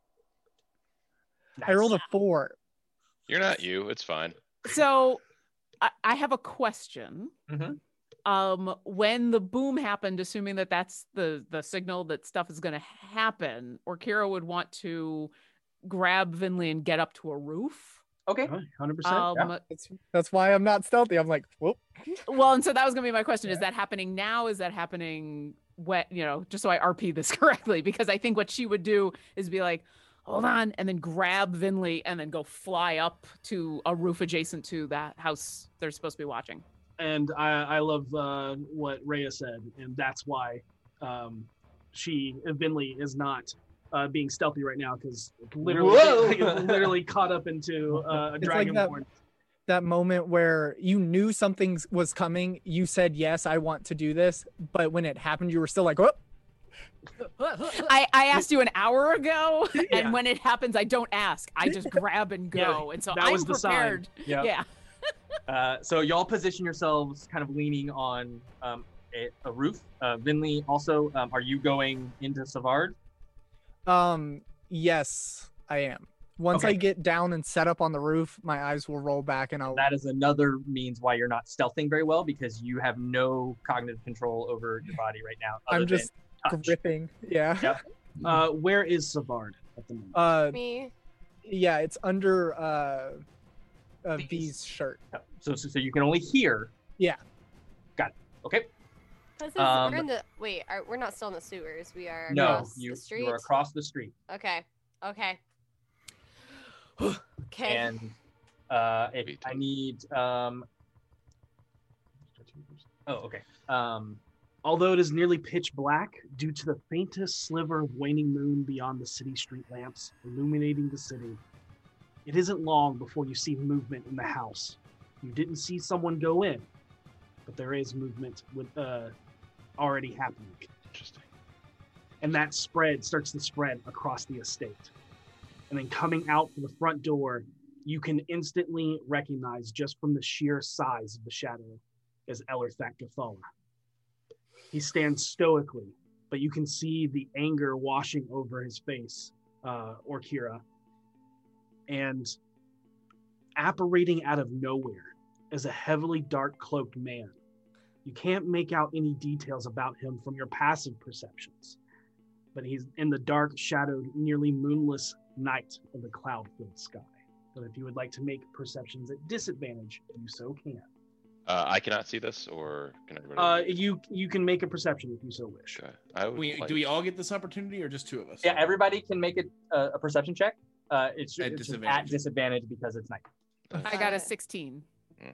Speaker 6: I rolled a four.
Speaker 8: You're not you. It's fine.
Speaker 11: So I, I have a question.
Speaker 2: Mhm.
Speaker 11: Um, when the boom happened, assuming that that's the the signal that stuff is going to happen, or Kira would want to grab Vinley and get up to a roof.
Speaker 2: Okay.
Speaker 1: Alright, 100%.
Speaker 11: Um,
Speaker 6: That's that's why I'm not stealthy. I'm like, whoop.
Speaker 11: Well, and so that was going to be my question: Is that happening now? Is that happening? Wet, you know, just so I RP this [LAUGHS] correctly, because I think what she would do is be like, "Hold on," and then grab Vinley and then go fly up to a roof adjacent to that house they're supposed to be watching.
Speaker 1: and I, I love uh, what Rhea said, and that's why um, she Vinley is not uh, being stealthy right now because literally, [LAUGHS]
Speaker 2: Whoa!
Speaker 1: it's literally caught up into uh, a
Speaker 6: It's like
Speaker 1: dragonborn.
Speaker 6: that- That moment where you knew something was coming, you said yes, I want to do this, but when it happened, you were still like, whoop.
Speaker 11: I, I asked you an hour
Speaker 1: [LAUGHS]
Speaker 11: ago,
Speaker 1: Yeah.
Speaker 11: and when it happens, I don't ask. I just grab and
Speaker 1: Yeah,
Speaker 11: go, and so
Speaker 1: that
Speaker 11: I'm
Speaker 1: was the sign.
Speaker 11: prepared.
Speaker 2: Yeah.
Speaker 11: Yeah,
Speaker 2: Uh, so y'all position yourselves kind of leaning on um, a, a roof. Uh, Vinley, also, um, are you going into Savard?
Speaker 6: Um, yes, I am. Once
Speaker 2: Okay.
Speaker 6: I get down and set up on the roof, my eyes will roll back and I'll
Speaker 2: That is another means why you're not stealthing very well because you have no cognitive control over your body right now. Other
Speaker 6: I'm just
Speaker 2: than touch.
Speaker 6: gripping. Yeah.
Speaker 2: Yeah.
Speaker 1: Uh, where is Savard at the moment?
Speaker 6: Uh
Speaker 9: Me.
Speaker 6: yeah, it's under uh, uh
Speaker 2: These.
Speaker 6: V's shirt.
Speaker 2: So, so, so you can only hear.
Speaker 6: Yeah.
Speaker 2: Got it. Okay.
Speaker 9: This is,
Speaker 2: Um,
Speaker 9: we're in the wait. Are, we're not still in the sewers. We are
Speaker 2: No,
Speaker 9: across
Speaker 2: you,
Speaker 9: the street.
Speaker 2: you are across the street.
Speaker 9: Okay. Okay. okay.
Speaker 2: And uh, if
Speaker 8: Me
Speaker 2: I
Speaker 8: too.
Speaker 2: need. Um, oh, okay. Um,
Speaker 1: Although it is nearly pitch black, due to the faintest sliver of waning moon beyond the city street lamps illuminating the city, it isn't long before you see movement in the house. You didn't see someone go in, but there is movement with uh, already happening,
Speaker 8: Interesting.
Speaker 1: and that spread starts to spread across the estate. And then coming out from the front door, you can instantly recognize just from the sheer size of the shadow as Elerthak Gathala. He stands stoically, but you can see the anger washing over his face, uh, Orkira. And apparating out of nowhere is a heavily dark cloaked man. You can't make out any details about him from your passive perceptions, but he's in the dark, shadowed, nearly moonless night of the cloud filled sky. But if you would like to make perceptions at disadvantage, you so can.
Speaker 8: Uh, I cannot see this, or can everybody?
Speaker 1: Uh, you you can make a perception if you so wish.
Speaker 8: okay. I would
Speaker 10: We,
Speaker 8: like-
Speaker 10: do we all get this opportunity or just two of us?
Speaker 2: Yeah, everybody can make it uh, a perception check. Uh, it's
Speaker 10: At
Speaker 2: it's just at
Speaker 10: disadvantage.
Speaker 2: disadvantage because it's night.
Speaker 11: I got a 16.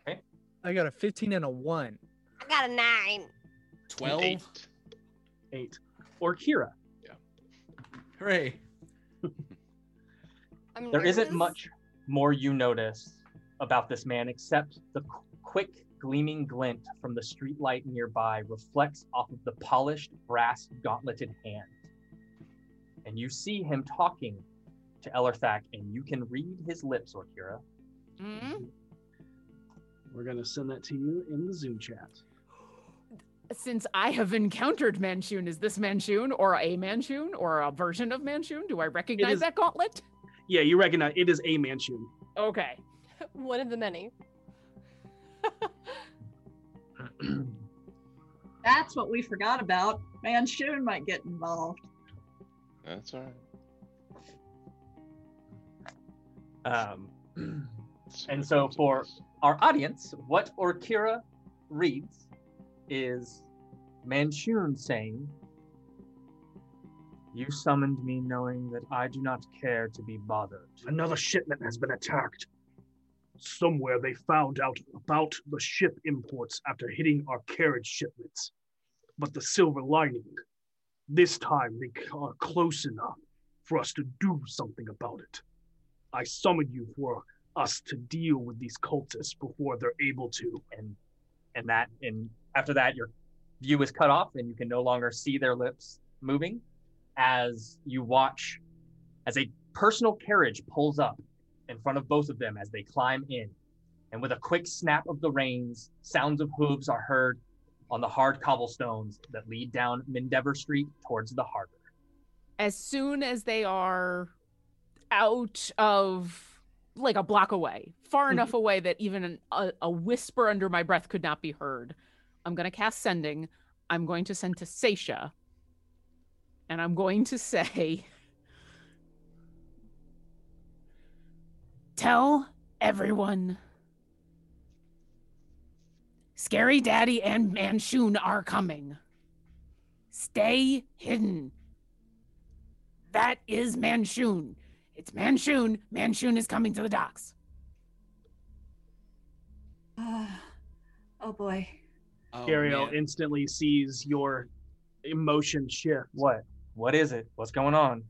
Speaker 10: Mm.
Speaker 6: I got a 15 and a 1.
Speaker 9: I got a nine.
Speaker 10: Twelve.
Speaker 8: Eight.
Speaker 1: Eight. Or Kira.
Speaker 10: Hooray!
Speaker 9: I'm
Speaker 2: There isn't
Speaker 9: nervous.
Speaker 2: much more you notice about this man except the qu- quick gleaming glint from the streetlight nearby reflects off of the polished brass gauntleted hand. And you see him talking to Elerthak, and you can read his lips, Orkira.
Speaker 11: Mm?
Speaker 1: We're gonna send that to you in the Zoom chat.
Speaker 11: Since I have encountered Manchun, is this Manchun or a Manchun or a version of Manchun? Do I recognize
Speaker 1: is-
Speaker 11: that gauntlet?
Speaker 1: Yeah, you recognize it is a Manchun.
Speaker 11: Okay.
Speaker 9: One of the many.
Speaker 4: That's what we forgot about. Man, Shun might get involved.
Speaker 8: That's all right.
Speaker 2: Um,
Speaker 8: Let's see
Speaker 2: And
Speaker 8: what
Speaker 2: so
Speaker 8: comes of
Speaker 2: for-
Speaker 8: this.
Speaker 2: our audience, what Orkira reads is Manchun saying, You summoned me knowing that I do not care to be bothered.
Speaker 1: Another shipment has been attacked. Somewhere they found out about the ship imports after hitting our carriage shipments. But the silver lining, this time they c- are close enough for us to do something about it. I summon you for us to deal with these cultists before they're able to.
Speaker 2: And and that and after that your view is cut off and you can no longer see their lips moving as you watch as a personal carriage pulls up in front of both of them as they climb in. And with a quick snap of the reins, sounds of hooves are heard on the hard cobblestones that lead down Mendeavor Street towards the harbor.
Speaker 11: As soon as they are out of like a block away, far enough away that even an, a, a whisper under my breath could not be heard, I'm going to cast sending. I'm going to send to Seisha. And I'm going to [LAUGHS] say,
Speaker 3: Tell everyone.
Speaker 11: Scary Daddy and Manchun are coming.
Speaker 3: Stay hidden.
Speaker 11: That is Manchun. It's Manchun. Manchun is coming to the docks.
Speaker 7: Ah, [SIGHS] oh boy.
Speaker 10: Oh,
Speaker 1: Ariel
Speaker 10: man.
Speaker 1: instantly sees your emotion shift.
Speaker 2: What? What is it? What's going on?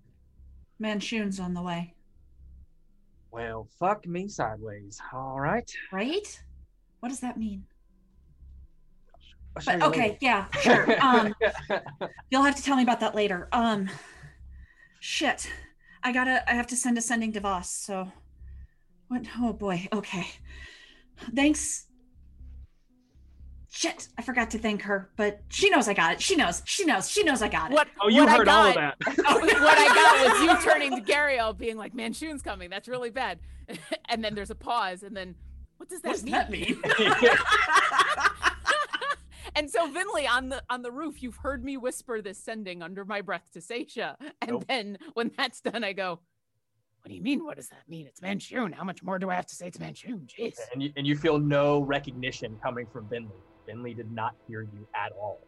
Speaker 7: Manchun's on the way,
Speaker 2: Well, fuck me sideways. All right.
Speaker 7: right? What does that mean? [LAUGHS]
Speaker 2: I'll show
Speaker 7: But
Speaker 2: you
Speaker 7: okay,
Speaker 2: later.
Speaker 7: yeah, sure.
Speaker 2: [LAUGHS]
Speaker 7: Um, you'll have to tell me about that later. Um, shit, I gotta. I have to send a sending to Voss. So, what? Oh boy. Okay. Thanks. Shit, I forgot to thank her, but she knows I got it. She knows. She knows. She knows I got it.
Speaker 11: What?
Speaker 1: Oh, you
Speaker 11: what
Speaker 1: heard
Speaker 11: I got,
Speaker 1: all of
Speaker 11: [LAUGHS]
Speaker 1: that.
Speaker 11: what I got was you turning to Gariel, being like, "Manchun's coming. That's really bad." [LAUGHS] and then there's a pause, and then what does that
Speaker 7: What does
Speaker 11: mean?
Speaker 7: that mean?
Speaker 11: [LAUGHS] and so Vinley on the on the roof, you've heard me whisper this sending under my breath to Seisha, and
Speaker 2: Nope.
Speaker 11: then when that's done, I go, "What do you mean? What does that mean? It's Manchun. How much more do I have to say? It's Manchun. Jeez."
Speaker 2: and you, and you feel no recognition coming from Binley. Binley did not hear you at all,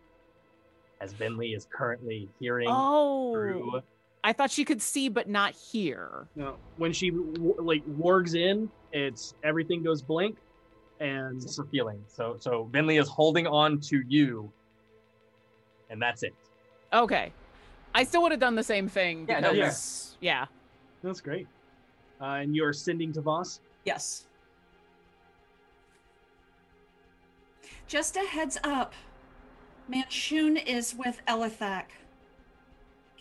Speaker 2: as Binley is currently hearing
Speaker 11: Oh,
Speaker 2: through.
Speaker 11: I thought she could see but not hear.
Speaker 1: No, when she w- like wargs in, it's everything goes blank, and
Speaker 2: It's just a feeling. So, so Binley is holding on to you, and that's it.
Speaker 11: Okay, I still would have done the same thing.
Speaker 2: Yeah, no, fair.
Speaker 11: because- yeah.
Speaker 1: that's great. Uh, and you're sending to Voss.
Speaker 4: Yes.
Speaker 7: Just a heads up. Manshun is with Elithak.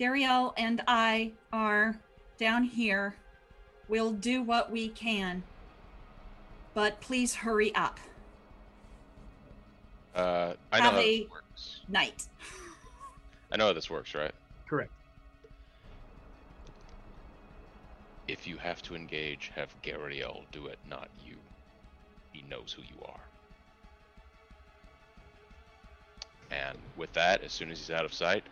Speaker 7: Gariel and I are down here. We'll do what we can. But please hurry up.
Speaker 8: Uh, I know how
Speaker 7: Probably-
Speaker 8: this works.
Speaker 7: Night.
Speaker 8: I know how this works, right?
Speaker 1: Correct.
Speaker 8: If you have to engage, have Gariel do it, not you. He knows who you are. And with that, as soon as he's out of sight,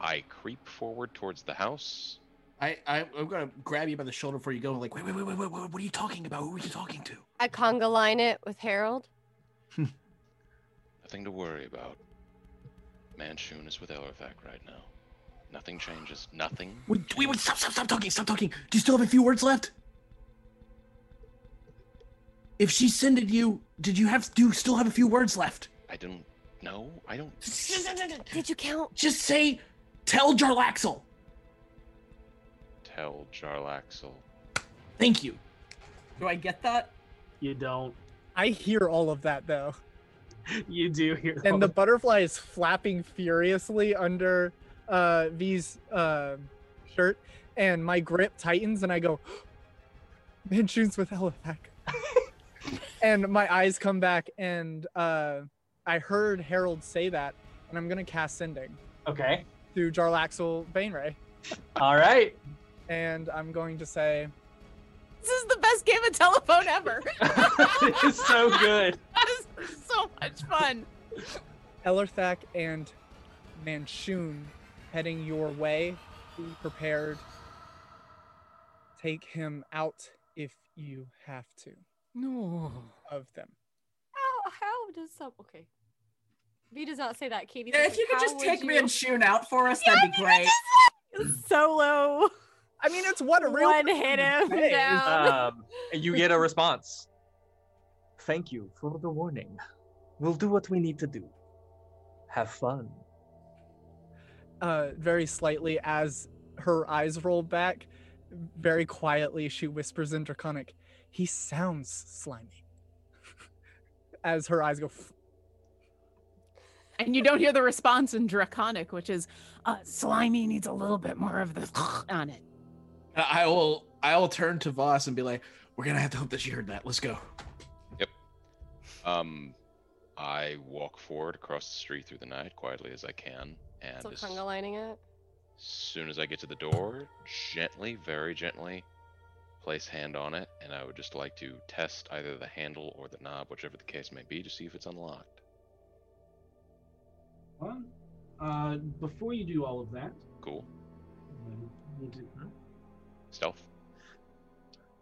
Speaker 8: I creep forward towards the house.
Speaker 10: I, I I'm gonna grab you by the shoulder before you go. Like, wait, wait, wait, wait, wait, wait, what are you talking about? Who are you talking to?
Speaker 9: I conga line it with Harold.
Speaker 8: Nothing to worry about. Manshun is with Elrivac right now. Nothing changes. Nothing.
Speaker 10: Wait, wait, wait, stop, stop, stop talking, stop talking. Do you still have a few words left? If she sended you, did you have? Do you still have a few words left?
Speaker 8: I don't know. I don't.
Speaker 9: Did you count?
Speaker 10: Just say, tell Jarlaxle.
Speaker 8: Tell Jarlaxle.
Speaker 10: Thank you.
Speaker 4: Do I get that?
Speaker 1: You don't.
Speaker 6: I hear all of that though.
Speaker 1: [LAUGHS] You do hear.
Speaker 6: and the butterfly is flapping furiously under uh V's uh, shirt, and my grip tightens, and I go, [GASPS] Manchun's with Elifac. and my eyes come back, and uh, I heard Harold say that, and I'm gonna cast Sending
Speaker 2: Okay.
Speaker 6: through Jarlaxle Bainray,
Speaker 2: All right.
Speaker 6: and I'm going to say,
Speaker 11: This is the best game of telephone ever. [LAUGHS]
Speaker 1: it's so good.
Speaker 11: this is so much fun.
Speaker 6: Elerthak and Manchun heading your way. Be prepared. Take him out if you have to.
Speaker 11: No.
Speaker 6: Of them.
Speaker 9: How how does some okay? V does not say that. Katie.
Speaker 5: Yeah,
Speaker 9: says,
Speaker 5: if you could
Speaker 9: "How
Speaker 5: just
Speaker 9: would
Speaker 5: take
Speaker 9: you...
Speaker 5: Manchun out for us,
Speaker 9: Yeah,
Speaker 5: that'd be
Speaker 9: if you
Speaker 5: great.
Speaker 9: could just, like, solo
Speaker 6: I mean, it's what a real
Speaker 9: one
Speaker 6: person
Speaker 9: hit
Speaker 6: would
Speaker 9: him
Speaker 6: say.
Speaker 9: down.
Speaker 2: Um, you get a response. Thank you for the warning. We'll do what we need to do. Have fun.
Speaker 6: Uh, very slightly as her eyes roll back, very quietly she whispers in Draconic, "He sounds slimy." [LAUGHS] as her eyes go,
Speaker 11: And you don't hear the response in Draconic, which is uh, slimy needs a little bit more of the on it.
Speaker 10: I I will. I will turn to Voss and be like, "We're gonna have to hope that she heard that. Let's go."
Speaker 8: Um, I walk forward across the street through the night quietly as I can, and
Speaker 9: Still
Speaker 8: as
Speaker 9: conga lining it.
Speaker 8: soon as I get to the door, gently, very gently, place hand on it, and I would just like to test either the handle or the knob, whichever the case may be, to see if it's unlocked.
Speaker 1: Well, Uh, before you do all of that,
Speaker 8: Cool.
Speaker 1: I need to-
Speaker 8: Stealth.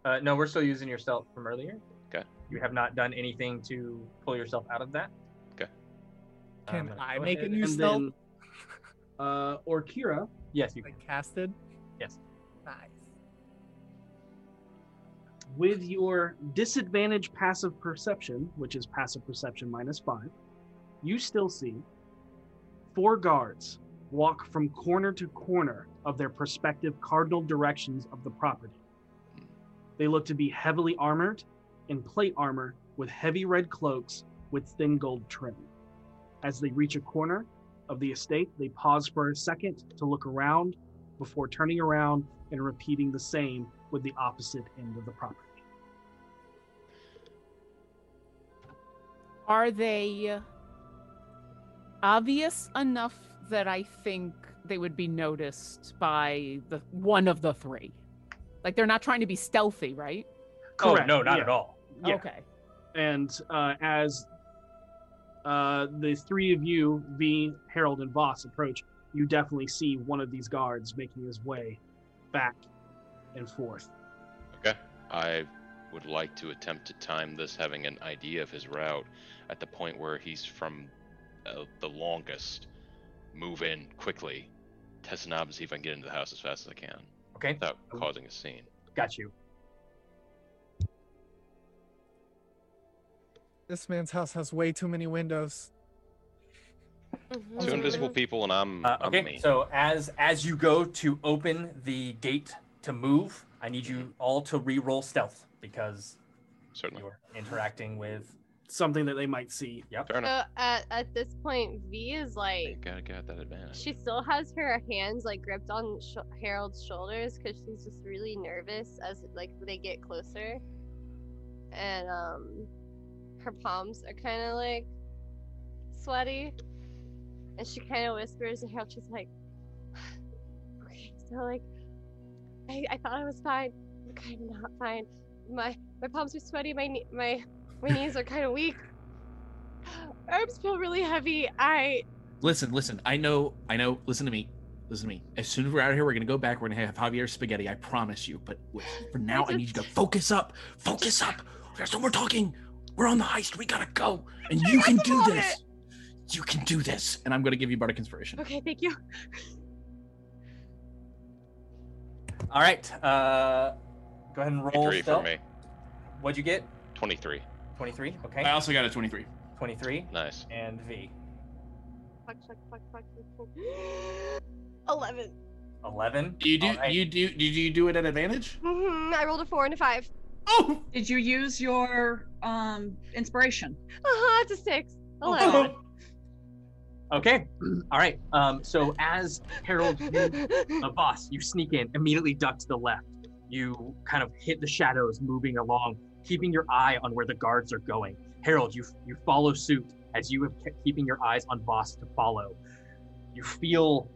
Speaker 2: Uh, no, we're still using your stealth from earlier.
Speaker 8: Okay.
Speaker 2: You have not done anything to pull yourself out of that.
Speaker 8: Okay.
Speaker 6: "Can
Speaker 2: Um,
Speaker 6: I
Speaker 2: go
Speaker 6: make a
Speaker 2: ahead
Speaker 6: new
Speaker 1: and
Speaker 6: stealth?"
Speaker 1: then, uh, or Kira,
Speaker 2: Yes, you
Speaker 6: I
Speaker 2: can.
Speaker 6: casted.
Speaker 2: Yes.
Speaker 6: Nice.
Speaker 1: with your disadvantage passive perception, which is passive perception minus five, you still see four guards walk from corner to corner of their prospective cardinal directions of the property. They look to be heavily armored in plate armor with heavy red cloaks with thin gold trim. As they reach a corner of the estate, they pause for a second to look around before turning around and repeating the same with the opposite end of the property.
Speaker 11: [LAUGHS] Are they obvious enough that I think they would be noticed by the one of the three? Like they're not trying to be stealthy, right?
Speaker 2: Oh no, not at all.
Speaker 1: Yeah.
Speaker 11: Okay.
Speaker 1: And uh, as uh, the three of you, V, Harold, and Voss, approach, you definitely see one of these guards making his way back and forth.
Speaker 8: Okay. I would like to attempt to time this, having an idea of his route at the point where he's from uh, the longest. Move in quickly, test the knob, and see if I can get into the house as fast as I can
Speaker 2: Okay,
Speaker 8: without causing a scene.
Speaker 2: got you.
Speaker 6: This man's house has way too many windows.
Speaker 8: Two invisible people, and I'm,
Speaker 2: Uh,
Speaker 8: Hmm, I'm
Speaker 2: okay,
Speaker 8: me.
Speaker 2: so as as you go to open the gate to move, I need you all to re-roll stealth because
Speaker 8: Mm-hmm. Certainly.
Speaker 2: you're interacting with
Speaker 1: something that they might see.
Speaker 2: Yep.
Speaker 8: Fair enough.
Speaker 9: So at, at this point, V is
Speaker 8: You
Speaker 9: like,
Speaker 8: gotta get that advantage.
Speaker 9: she still has her hands like gripped on sh- Harold's shoulders because she's just really nervous as like they get closer, and um, her palms are kind of like sweaty, and she kind of whispers to Harold, she's like, [SIGHS] okay, so like, I, I thought I was fine, I'm kind of not fine. My my palms are sweaty. My kne- my my knees are kind of weak. [GASPS] Arms feel really heavy. I
Speaker 10: Listen, listen. I know, I know. Listen to me. Listen to me. As soon as we're out of here, we're gonna go back. We're gonna have Javier spaghetti. I promise you. But w- for now, I need you to focus up. Focus up. That's what we're talking. We're on the heist. We gotta go. And you can do this. You can do this. And I'm gonna give you bardic inspiration.
Speaker 9: okay. Thank you.
Speaker 2: All right. Uh, go ahead and roll.
Speaker 8: Twenty-three for
Speaker 2: stealth.
Speaker 8: me.
Speaker 2: What'd you get?
Speaker 8: Twenty-three.
Speaker 2: 23.
Speaker 10: I
Speaker 2: Okay.
Speaker 10: also got a 23.
Speaker 2: 23
Speaker 8: Nice.
Speaker 2: and V.
Speaker 9: Fuck, fuck, fuck, fuck, fuck, fuck. [GASPS] Eleven.
Speaker 2: 11.
Speaker 10: Do you do?
Speaker 2: All right.
Speaker 10: You do? Did you do it at advantage?
Speaker 9: Mm-hmm. I rolled a four and a five.
Speaker 10: Oh.
Speaker 4: Did you use your um inspiration?
Speaker 9: Uh huh. It's a six.
Speaker 5: Oh,
Speaker 9: Eleven.
Speaker 2: Okay. All right. Um, so as Harold, you, uh, boss, you sneak in, immediately duck to the left. You kind of hit the shadows moving along, keeping your eye on where the guards are going. Harold, you you follow suit as you have kept keeping your eyes on boss to follow. You feel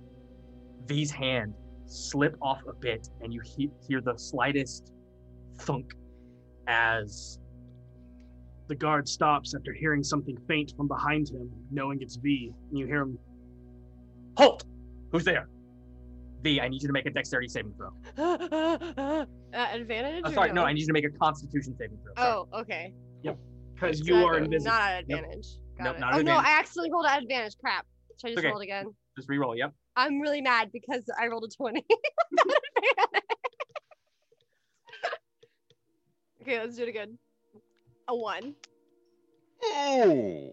Speaker 2: V's hand slip off a bit, and you he- hear the slightest thunk
Speaker 1: As the guard stops after hearing something faint from behind him, knowing it's V, and you hear him
Speaker 2: Halt! Who's there? V, I need you to make a dexterity saving throw.
Speaker 9: uh, advantage.
Speaker 2: Oh,
Speaker 9: or
Speaker 2: sorry, no, I need you to make a constitution saving throw. Sorry.
Speaker 9: Oh, okay.
Speaker 1: because
Speaker 9: So
Speaker 1: you
Speaker 9: I-
Speaker 1: are invisible.
Speaker 9: Not at advantage. Got
Speaker 2: Nope,
Speaker 9: it.
Speaker 2: not
Speaker 9: oh
Speaker 2: at
Speaker 9: no,
Speaker 2: advantage.
Speaker 9: I accidentally rolled at advantage. Crap. Should I just
Speaker 2: Okay.
Speaker 9: roll it again?
Speaker 2: Just reroll, yep.
Speaker 9: I'm really mad because I rolled a twenty. [LAUGHS] okay, let's do it again. A one.
Speaker 8: Oh.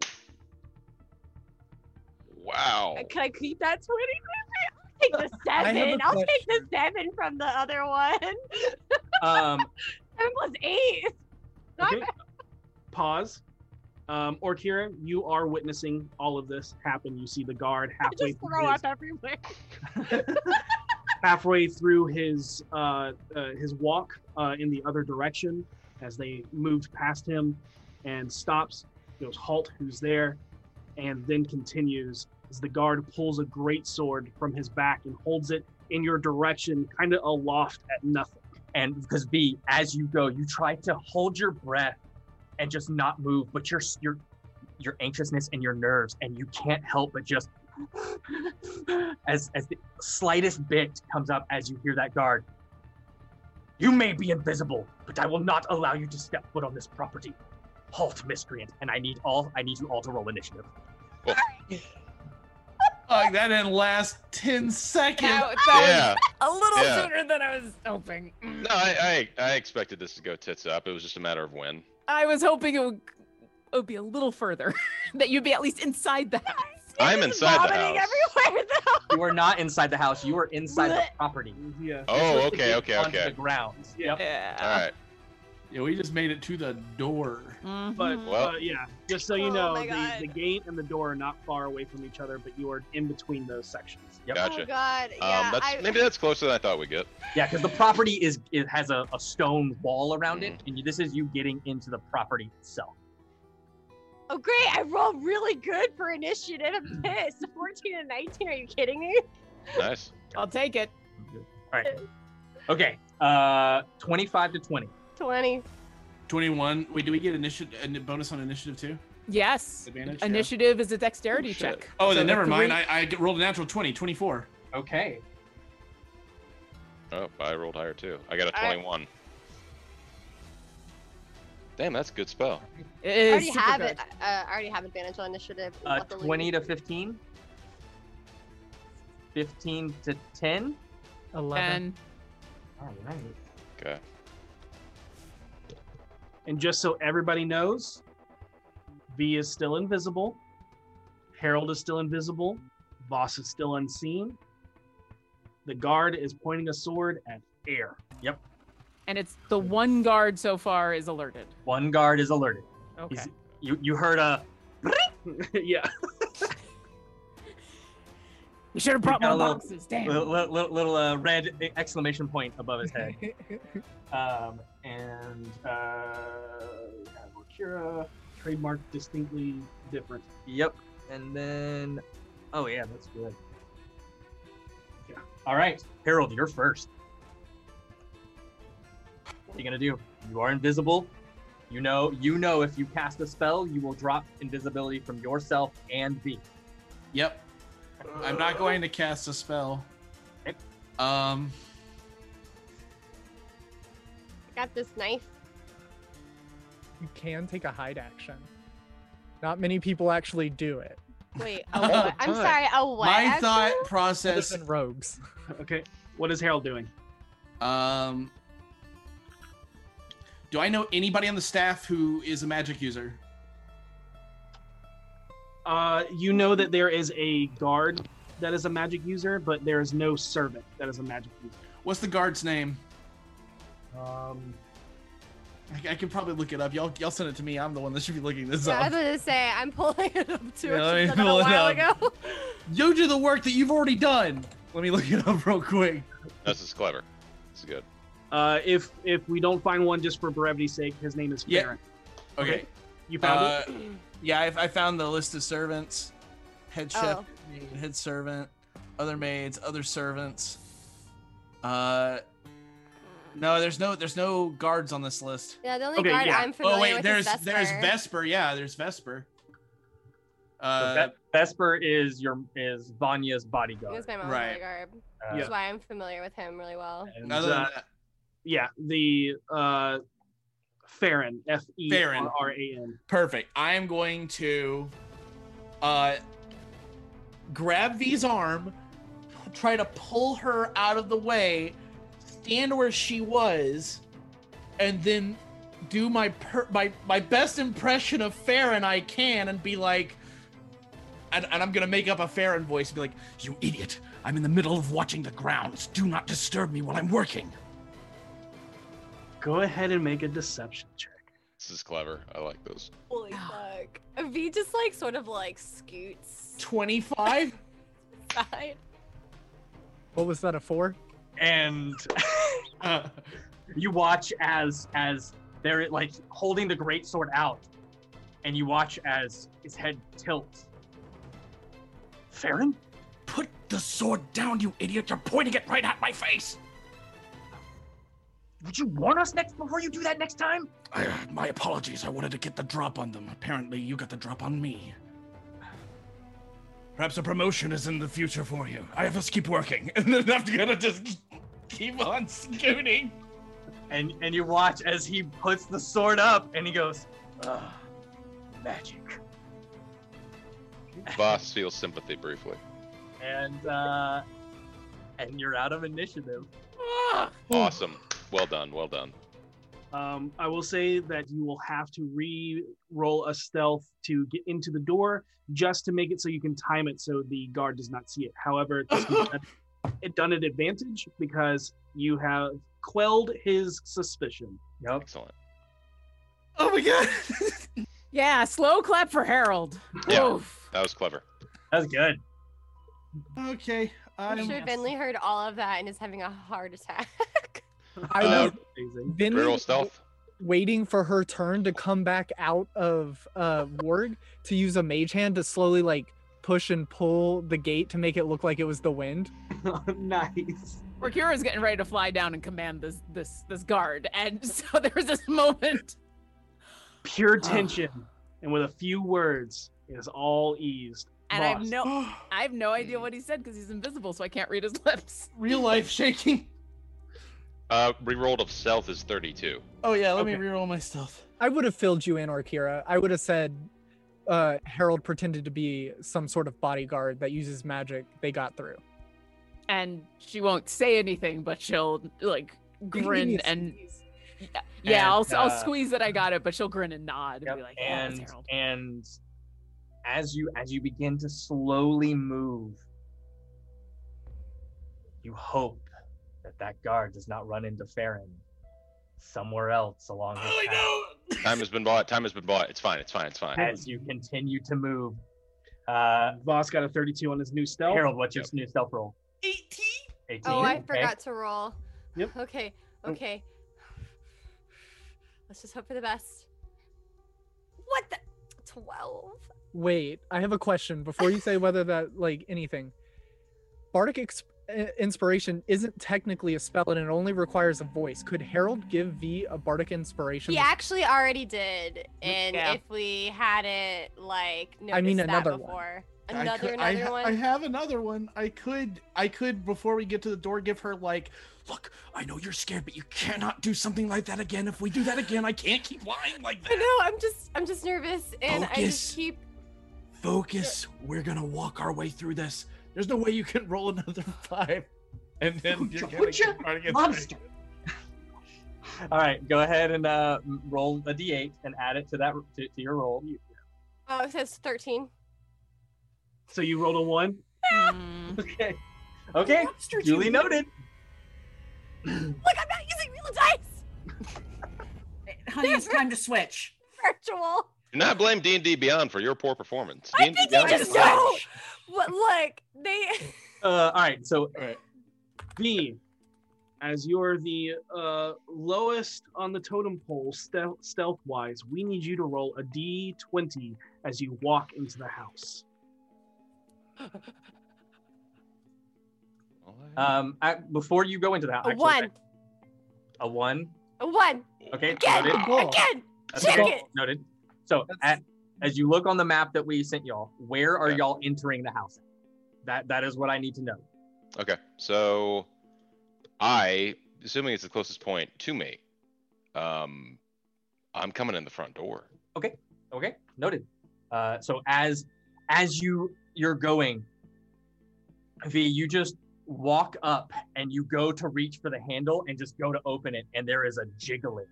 Speaker 8: Wow.
Speaker 9: Uh, Can I keep that 20? I'll take the
Speaker 6: have a
Speaker 9: seven. I'll take the seven from the other one. [LAUGHS]
Speaker 2: Um,
Speaker 9: Seven plus eight. Not
Speaker 1: Okay. Pause. Um, Orkira, you are witnessing all of this happen. You see the guard
Speaker 9: I
Speaker 1: halfway
Speaker 9: just throw
Speaker 1: through his,
Speaker 9: up everywhere.
Speaker 1: halfway through his uh, uh, his walk uh, in the other direction as they move past him, and stops. Goes halt. Who's there? And then continues as the guard pulls a great sword from his back and holds it in your direction, kind of aloft at nothing.
Speaker 2: and because V, as you go, you try to hold your breath and just not move, but your your your anxiousness and your nerves, and you can't help but just [LAUGHS] as as the slightest bit comes up as you hear that guard. You may be invisible, but I will not allow you to step foot on this property. Halt, miscreant, and I need all I need you all to roll initiative.
Speaker 10: Oh, that didn't last 10 seconds.
Speaker 11: That,
Speaker 8: Yeah.
Speaker 11: that was a little
Speaker 8: Yeah.
Speaker 11: sooner than I was hoping. Mm.
Speaker 8: No, I, I I expected this to go tits up. It was just a matter of when.
Speaker 11: Oh, I was hoping it would, it would be a little further, [LAUGHS] that you'd be at least inside the house.
Speaker 8: I'm
Speaker 9: Just
Speaker 8: inside the
Speaker 9: vomiting
Speaker 8: house.
Speaker 9: everywhere though.
Speaker 2: You are not inside the house; you are inside the property.
Speaker 1: Yeah.
Speaker 8: Oh,
Speaker 2: Just
Speaker 8: okay,
Speaker 2: to
Speaker 8: okay,
Speaker 2: get onto
Speaker 8: okay.
Speaker 2: The grounds. Yep.
Speaker 8: All
Speaker 11: Yeah.
Speaker 8: right.
Speaker 10: Yeah, we just made it to the door.
Speaker 11: Mhm.
Speaker 1: But
Speaker 8: Well-
Speaker 1: uh, yeah, just so you
Speaker 9: Mm-hmm. Oh
Speaker 1: know,
Speaker 9: my
Speaker 1: the,
Speaker 9: God.
Speaker 1: the gate and the door are not far away from each other, but you are in between those sections.
Speaker 2: Yep.
Speaker 8: Gotcha.
Speaker 9: Oh god. Yeah.
Speaker 8: um, that's
Speaker 9: I,
Speaker 8: maybe that's closer than I thought we'd get.
Speaker 2: Yeah, because the property is it has a, a stone wall around it,
Speaker 8: Mm.
Speaker 2: and you, this is you getting into the property itself.
Speaker 9: Oh great, I rolled really good for initiative. I'm pissed. 14 and 19, are you kidding me?
Speaker 8: Nice.
Speaker 11: I'll take it.
Speaker 2: Okay, uh, twenty-five to twenty.
Speaker 9: 20.
Speaker 10: 21. Wait, do we get initiative bonus on initiative too?
Speaker 11: Yes.
Speaker 10: Advantage?
Speaker 11: Initiative is a dexterity
Speaker 8: Shit.
Speaker 11: check.
Speaker 10: Oh,
Speaker 11: So
Speaker 10: then
Speaker 11: the
Speaker 10: never mind.
Speaker 11: three-
Speaker 10: I, I rolled a natural 20, 24.
Speaker 2: Okay,
Speaker 8: Oh, I rolled higher too. I got a
Speaker 9: All right.
Speaker 8: 21. Damn, that's a good spell.
Speaker 11: It
Speaker 9: I
Speaker 11: is
Speaker 9: already
Speaker 11: super
Speaker 9: have
Speaker 11: good.
Speaker 9: it. Uh, I already have advantage on initiative.
Speaker 2: uh,
Speaker 9: luckily.
Speaker 2: twenty to fifteen. Fifteen to ten.
Speaker 6: 11.
Speaker 11: And
Speaker 2: All right.
Speaker 8: Okay.
Speaker 1: And just so everybody knows, V is still invisible, Harold is still invisible, Boss is still unseen. The guard is pointing a sword at air.
Speaker 11: and it's the one guard so far is alerted.
Speaker 2: One guard is alerted.
Speaker 11: Okay.
Speaker 2: He's
Speaker 1: You you heard a yeah
Speaker 3: You should have brought
Speaker 2: got
Speaker 3: more
Speaker 2: a little-
Speaker 3: boxes. Damn.
Speaker 2: little little, little, little uh, red exclamation point above
Speaker 3: [LAUGHS]
Speaker 2: his head. um, and uh, we have Akira
Speaker 1: trademark distinctly different.
Speaker 2: Yep. And then, oh yeah, that's good. Yeah. All right, Harold, you're first. What are you gonna do? You are invisible. You know, you know, if you cast a spell, you will drop invisibility from yourself and B.
Speaker 10: Yep. I'm not going to cast a spell.
Speaker 2: Okay.
Speaker 10: Um,
Speaker 9: I got this knife.
Speaker 6: You can take a hide action. Not many people actually do it.
Speaker 9: Wait, a
Speaker 6: Oh,
Speaker 9: what? I'm sorry, a what?
Speaker 10: my
Speaker 9: [LAUGHS]
Speaker 10: thought
Speaker 9: action?
Speaker 6: Other
Speaker 10: process.
Speaker 6: than rogues.
Speaker 1: Okay, what is Harold doing?
Speaker 10: Um, do I know anybody on the staff who is a magic user?
Speaker 1: Uh, you know that there is a guard that is a magic user, but there is no servant that is a magic user.
Speaker 10: What's the guard's name?
Speaker 1: Um,
Speaker 10: I, I can probably look it up. Y'all, y'all send it to me. I'm the one that should be looking this
Speaker 9: Yeah, I was
Speaker 10: up.
Speaker 9: gonna say I'm pulling [LAUGHS] it up too.
Speaker 10: Yeah,
Speaker 9: I
Speaker 10: let me
Speaker 9: should have done that
Speaker 10: pull
Speaker 9: a
Speaker 10: it
Speaker 9: while
Speaker 10: up. [LAUGHS]
Speaker 9: ago.
Speaker 10: You do the work that you've already done. Let me look it up real quick.
Speaker 8: This is clever. This is good.
Speaker 1: uh, if if we don't find one, just for brevity's sake, his name is
Speaker 10: Yeah.
Speaker 1: Farron.
Speaker 10: Okay.
Speaker 1: You found
Speaker 10: Uh,
Speaker 1: it.
Speaker 10: yeah, I, I found the list of servants, head chef,
Speaker 9: Oh.
Speaker 10: maid, head servant, other maids, other servants. Uh, no, there's no there's no guards on this list.
Speaker 9: Yeah, the only
Speaker 1: Okay,
Speaker 9: guard
Speaker 1: yeah.
Speaker 9: I'm familiar
Speaker 10: Oh wait,
Speaker 9: with
Speaker 10: there's
Speaker 9: is Vesper.
Speaker 10: there's Vesper. Yeah, there's Vesper.
Speaker 2: So
Speaker 10: Uh,
Speaker 2: Ve- Vesper is your is Vanya's
Speaker 9: He
Speaker 2: bodyguard.
Speaker 9: was my mom's
Speaker 10: Right.
Speaker 9: bodyguard.
Speaker 2: Uh,
Speaker 9: That's why I'm familiar with him really well.
Speaker 2: and,
Speaker 10: other than
Speaker 1: uh,
Speaker 10: that,
Speaker 1: Yeah, the uh, Farron, F E R R A N.
Speaker 10: perfect. I am going to uh grab V's arm, try to pull her out of the way, stand where she was, and then do my per- my my best impression of Farron I can and be like and, and I'm gonna make up a Farron voice and be like, You idiot! I'm in the middle of watching the grounds. Do not disturb me while I'm working.
Speaker 1: Go ahead and make a deception check.
Speaker 8: This is clever. I like those.
Speaker 11: [SIGHS]
Speaker 9: Holy fuck. V just like sort of like scoots [LAUGHS]
Speaker 10: 25?
Speaker 9: aside.
Speaker 6: What was that, a four?
Speaker 2: and [LAUGHS] you watch as as they're like holding the great sword out, and you watch as his head tilts.
Speaker 1: Farron?
Speaker 10: Put the sword down, you idiot! You're pointing it right at my face!
Speaker 2: Would you warn us next before you do that next time?
Speaker 10: I, uh, my apologies. I wanted to get the drop on them. Apparently, you got the drop on me. Perhaps a promotion is in the future for you. I have to keep working, [LAUGHS] and [LAUGHS] then I'm gonna just keep on scooting.
Speaker 2: And and you watch as he puts the sword up, and he goes, Ugh, magic.
Speaker 8: Voss feels sympathy briefly.
Speaker 2: And uh, and you're out of initiative.
Speaker 8: Awesome. Well done. Well done.
Speaker 1: Um, I will say that you will have to re-roll a stealth to get into the door, just to make it so you can time it so the guard does not see it.
Speaker 2: [LAUGHS]
Speaker 1: However, it's done- it done at advantage because you have quelled his suspicion.
Speaker 2: Yep.
Speaker 8: Excellent.
Speaker 10: Oh my god!
Speaker 11: Yeah, slow clap for Harold.
Speaker 8: Yeah.
Speaker 11: Oof.
Speaker 8: That was clever.
Speaker 2: That's good.
Speaker 10: okay,
Speaker 9: I'm
Speaker 10: I'm.
Speaker 9: sure Vinley heard all of that and is having a heart attack.
Speaker 6: I
Speaker 8: Uh,
Speaker 6: was
Speaker 1: Amazing.
Speaker 6: Vinley
Speaker 8: Roll
Speaker 6: was
Speaker 8: stealth.
Speaker 6: waiting for her turn to come back out of uh, ward to use a mage hand to slowly like push and pull the gate to make it look like it was the wind.
Speaker 1: nice.
Speaker 11: Rakira's getting ready to fly down and command this this this guard, and [LAUGHS] so there's this moment.
Speaker 1: Pure tension, and with a few words, it is all eased.
Speaker 11: And I've
Speaker 10: [GASPS]
Speaker 1: Boss,
Speaker 11: no I have no idea what he said because he's invisible, so I can't read his [LAUGHS] lips.
Speaker 10: Real life shaking.
Speaker 8: Uh, rerolled of stealth is 32.
Speaker 10: Oh yeah, let
Speaker 1: Okay.
Speaker 10: me reroll my stealth.
Speaker 6: I would have filled you in, Orkira. I would have said uh, Harold pretended to be some sort of bodyguard that uses magic. They got through.
Speaker 11: And she won't say anything, but she'll like grin and yeah,
Speaker 2: And,
Speaker 11: I'll
Speaker 2: uh,
Speaker 11: I'll squeeze that I got it, but she'll grin and nod and
Speaker 2: Yep,
Speaker 11: be like, "Yeah, it's
Speaker 2: and
Speaker 11: Harold."
Speaker 2: and as you as you begin to slowly move, you hope that that guard does not run into Farron somewhere else along his path.
Speaker 10: no!
Speaker 8: Time has been bought. Time has been bought. It's fine. It's fine. It's fine.
Speaker 2: As you continue to move, uh,
Speaker 1: Voss got a 32 on his new stealth.
Speaker 2: Harold, what's your new stealth roll?
Speaker 10: 18.
Speaker 2: 18.
Speaker 9: Oh, I
Speaker 2: okay.
Speaker 9: forgot to roll.
Speaker 1: Yep.
Speaker 9: [SIGHS] Okay, okay. [SIGHS] Let's just hope for the best. What the? 12.
Speaker 6: Wait, I have a question before you say whether that like anything. Bardic ex- i- inspiration isn't technically a spell and it only requires a voice. Could Harold give V a bardic inspiration?
Speaker 9: He actually already did. And
Speaker 11: Yeah.
Speaker 9: if we hadn't, like, noticed
Speaker 6: I mean another
Speaker 9: that
Speaker 6: one.
Speaker 9: before.
Speaker 12: I
Speaker 9: Another,
Speaker 12: could- I,
Speaker 9: another
Speaker 12: ha-
Speaker 9: one.
Speaker 12: I have another one. I could, I could before we get to the door, give her like, look, I know you're scared, but you cannot do something like that again. If we do that again, I can't keep lying like
Speaker 9: I
Speaker 12: that.
Speaker 9: know, I'm just, I'm just nervous. And I
Speaker 12: Focus.
Speaker 9: just keep.
Speaker 12: Focus. We're gonna walk our way through this. There's no way you can roll another [LAUGHS] five. And then you're gonna
Speaker 4: Georgia
Speaker 12: keep running it
Speaker 4: Lobster.
Speaker 2: All right, go ahead and uh, m- roll a d8 and add it to that to, to your roll.
Speaker 9: Oh, it says 13.
Speaker 1: So you rolled a one.
Speaker 11: Mm.
Speaker 2: Okay. Okay. Duly noted.
Speaker 9: Look, I'm not using real dice.
Speaker 4: [LAUGHS]
Speaker 7: Honey, it's time to switch.
Speaker 9: [LAUGHS] Virtual.
Speaker 8: Do not blame D and D Beyond for your poor performance.
Speaker 9: I
Speaker 8: D&D
Speaker 9: think
Speaker 8: Beyond
Speaker 9: you
Speaker 8: is
Speaker 9: just
Speaker 8: fine.
Speaker 9: know. What? Look, they.
Speaker 1: Uh, all right. So
Speaker 12: All right.
Speaker 1: V, as you're the uh, lowest on the totem pole stealth stealth wise, we need you to roll a d20 as you walk into the house.
Speaker 2: Um, at, before you go into that,
Speaker 9: A
Speaker 2: actually,
Speaker 9: [LAUGHS] one.
Speaker 2: a one.
Speaker 9: A one.
Speaker 2: Okay. it's
Speaker 9: Again.
Speaker 2: Noted.
Speaker 9: Again.
Speaker 2: That's
Speaker 9: Check
Speaker 2: okay.
Speaker 9: it.
Speaker 2: Noted. So at, as you look on the map that we sent y'all, where are
Speaker 8: Okay.
Speaker 2: y'all entering the house? That that is what I need to know.
Speaker 8: Okay, so I, assuming it's the closest point to me, um, I'm coming in the front door.
Speaker 2: Okay, noted. Uh, so as as you you're going, V, you just walk up and you go to reach for the handle and just go to open it, and there is a jiggling.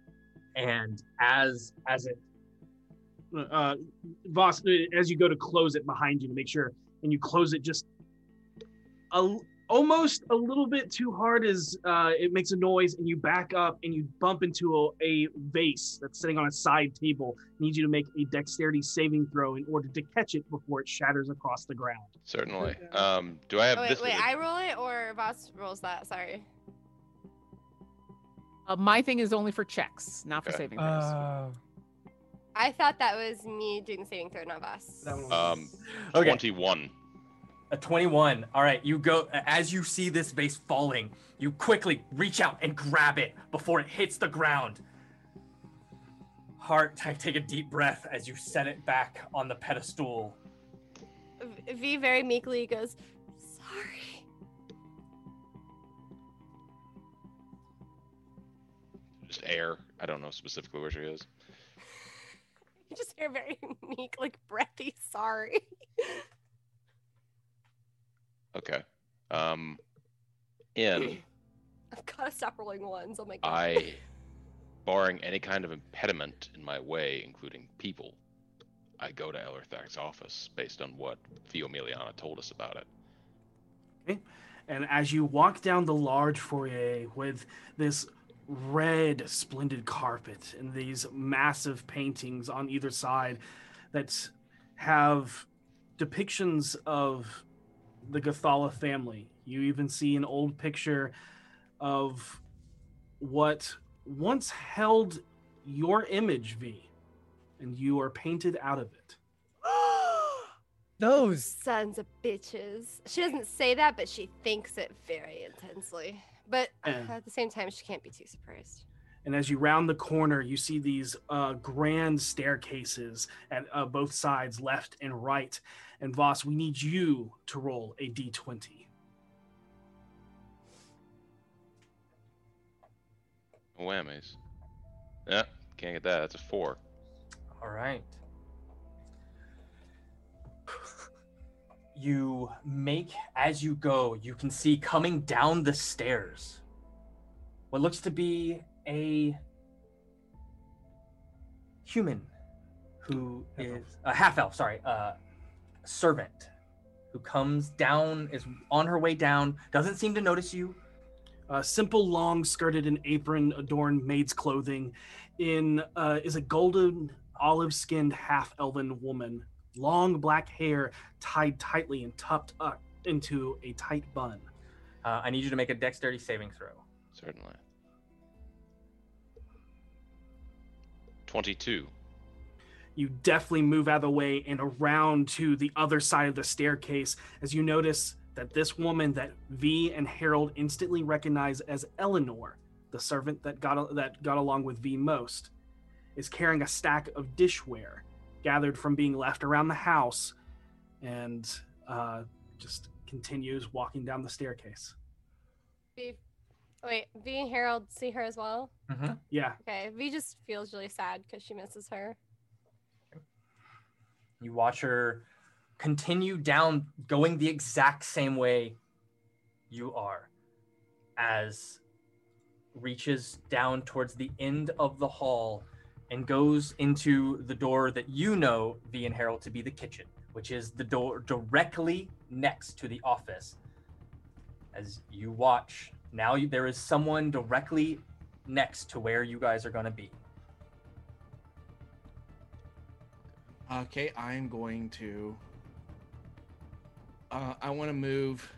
Speaker 2: And as as it
Speaker 1: Uh, Voss, uh, as you go to close it behind you to make sure, and you close it just a, almost a little bit too hard as uh, it makes a noise, and you back up and you bump into a, a vase that's sitting on a side table. Need you to make a dexterity saving throw in order to catch it before it shatters across the ground.
Speaker 8: Certainly. Um, do I have
Speaker 9: Oh, wait,
Speaker 8: this?
Speaker 9: wait,
Speaker 8: with
Speaker 9: I roll it or Voss rolls that? Sorry.
Speaker 11: Uh, my thing is only for checks, not for
Speaker 8: Okay.
Speaker 11: saving throws.
Speaker 6: Uh,
Speaker 9: I thought that was me doing the saving throw, not Voss.
Speaker 1: That one
Speaker 8: a- um,
Speaker 2: okay.
Speaker 8: twenty-one.
Speaker 2: A 21. All right, you go as you see this vase falling, you quickly reach out and grab it before it hits the ground. Heart, t- take a deep breath as you set it back on the pedestal.
Speaker 9: V- V very meekly goes, Sorry. [LAUGHS]
Speaker 8: Just air. I don't know specifically where she is.
Speaker 9: You just hear very [LAUGHS] meek, like breathy, sorry. [LAUGHS]
Speaker 8: Okay. Um, in
Speaker 9: I've got to stop rolling ones. Oh my god.
Speaker 8: I, barring any kind of impediment in my way, including people, I go to Ellerthak's office based on what Fiomiliana told us about it.
Speaker 1: And as you walk down the large foyer with this red, splendid carpet and these massive paintings on either side that have depictions of the Gathala family, you even see an old picture of what once held your image, V, and you are painted out of it.
Speaker 6: those.
Speaker 9: Sons of bitches. She doesn't say that, but she thinks it very intensely. But uh,
Speaker 1: Yeah.
Speaker 9: at the same time, she can't be too surprised.
Speaker 1: And as you round the corner, you see these uh, grand staircases at uh, both sides, left and right. And Voss, we need you to roll a d20.
Speaker 8: Oh, Whammies. Yeah, can't get that. That's a four.
Speaker 2: All right. You make as you go, you can see coming down the stairs what looks to be a human who is a half elf, sorry, uh, servant who comes down, is on her way down, doesn't seem to notice you,
Speaker 1: uh, simple, long skirted and apron adorned maid's clothing, in uh, is a golden, olive skinned, half elven woman, long black hair tied tightly and tucked up into a tight bun.
Speaker 2: Uh, I need you to make a dexterity saving throw.
Speaker 8: Certainly. 22.
Speaker 1: you deftly move out of the way and around to the other side of the staircase as you notice that this woman that V and Harold instantly recognize as Eleanor, the servant that got that got along with V most, is carrying a stack of dishware gathered from being left around the house, and uh, just continues walking down the staircase.
Speaker 9: V, wait, V and Harold see her as well.
Speaker 2: Mm-hmm.
Speaker 1: Yeah,
Speaker 9: Okay, V just feels really sad because she misses her.
Speaker 2: You watch her continue down, going the exact same way you are, as reaches down towards the end of the hall and goes into the door that you know, V and Harold, to be the kitchen, which is the door directly next to the office. As you watch, now you, there is someone directly next to where you guys are going to be.
Speaker 12: Okay, I'm going to. Uh, I want to move.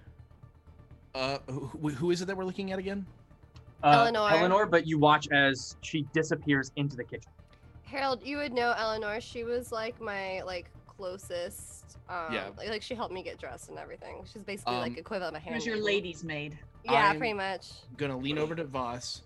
Speaker 12: Uh, who, who is it that we're looking at again?
Speaker 9: Eleanor.
Speaker 2: Uh, Eleanor, but you watch as she disappears into the kitchen.
Speaker 9: Harold, you would know Eleanor. She was like my like closest. Um,
Speaker 12: Yeah.
Speaker 9: Like, like she helped me get dressed and everything. She's basically
Speaker 12: Um,
Speaker 9: like equivalent of a hand.
Speaker 4: Who's your lady's maid?
Speaker 9: Yeah,
Speaker 12: I'm-
Speaker 9: pretty much.
Speaker 12: Gonna lean over to Voss.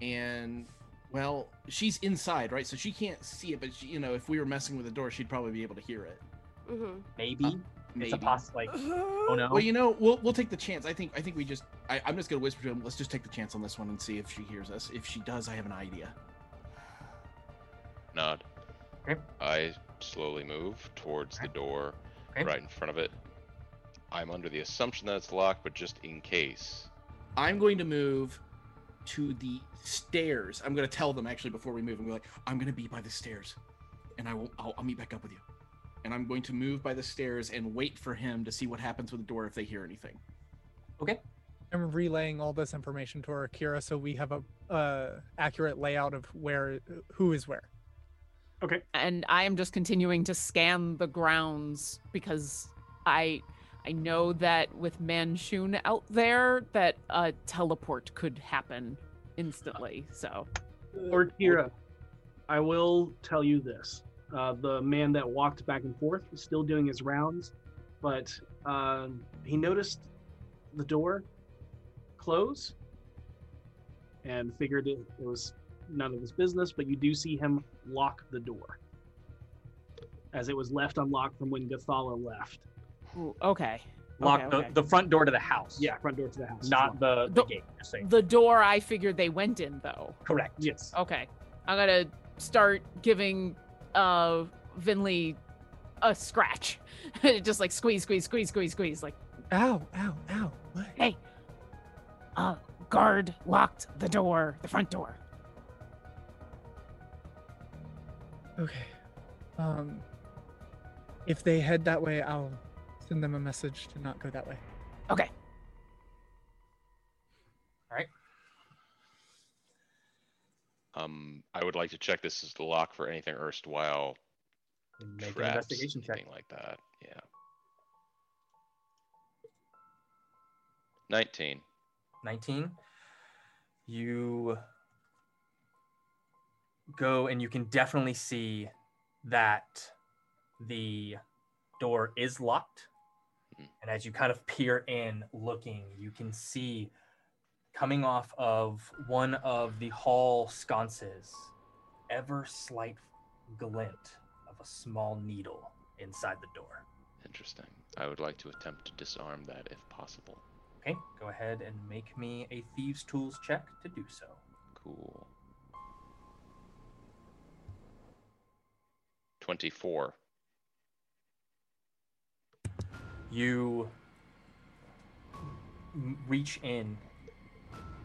Speaker 12: And well, she's inside, right? So she can't see it, but she, you know, if we were messing with the door, she'd probably be able to hear it. Uh,
Speaker 9: Mm-hmm.
Speaker 2: Maybe
Speaker 12: Maybe.
Speaker 2: it's a poss like oh no.
Speaker 12: Well, you know, we'll we'll take the chance. I think I think we just I, I'm just gonna whisper to him. Let's just take the chance on this one and see if she hears us. If she does, I have an idea.
Speaker 8: Nod.
Speaker 2: Okay.
Speaker 8: I slowly move towards the door
Speaker 2: Okay.
Speaker 8: right in front of it. I'm under the assumption that it's locked, but just in case.
Speaker 12: I'm going to move to the stairs. I'm gonna tell them actually before we move. I'm gonna be like, I'm gonna be by the stairs, and I will. I'll, I'll meet back up with you. And I'm going to move by the stairs and wait for him to see what happens with the door if they hear anything.
Speaker 6: I'm relaying all this information to our Akira so we have a uh, accurate layout of where who is where.
Speaker 11: and I am just continuing to scan the grounds because I I know that with Manchun out there that a teleport could happen instantly. So
Speaker 2: Uh,
Speaker 1: or Kira, I will tell you this: uh, the man that walked back and forth was still doing his rounds, but um, he noticed the door close and figured it, it was none of his business. But you do see him lock the door as it was left unlocked from when Gathala left.
Speaker 11: ooh, okay.
Speaker 2: Lock
Speaker 11: okay,
Speaker 2: the,
Speaker 11: okay.
Speaker 2: the front door to the house.
Speaker 1: Yeah, front door to the house. is locked.
Speaker 2: Not the, the
Speaker 11: The-
Speaker 2: gate. Just saying.
Speaker 11: the door I figured they went in though.
Speaker 2: Correct.
Speaker 1: yes.
Speaker 11: Okay. I'm gonna start giving uh Vinley a scratch. [LAUGHS] Just like squeeze, squeeze, squeeze, squeeze, squeeze. Like,
Speaker 6: Ow! Ow! Ow! What?
Speaker 3: Hey. Uh, guard locked the door, the front door.
Speaker 6: Okay. Um, if they head that way, I'll send them a message to not go that way.
Speaker 8: Um, I would like to check this is the lock for anything erstwhile
Speaker 2: Make an
Speaker 8: traps,
Speaker 2: investigation check.
Speaker 8: anything like that. Yeah. Nineteen.
Speaker 2: 19 you go and you can definitely see that the door is locked
Speaker 8: Mhm.
Speaker 2: and as you kind of peer in looking you can see coming off of one of the hall sconces ever slight glint of a small needle inside the door
Speaker 8: Interesting. I would like to attempt to disarm that if possible.
Speaker 2: okay go ahead and make me a thieves tools check to do so
Speaker 8: Cool. Twenty-four.
Speaker 2: you m- reach in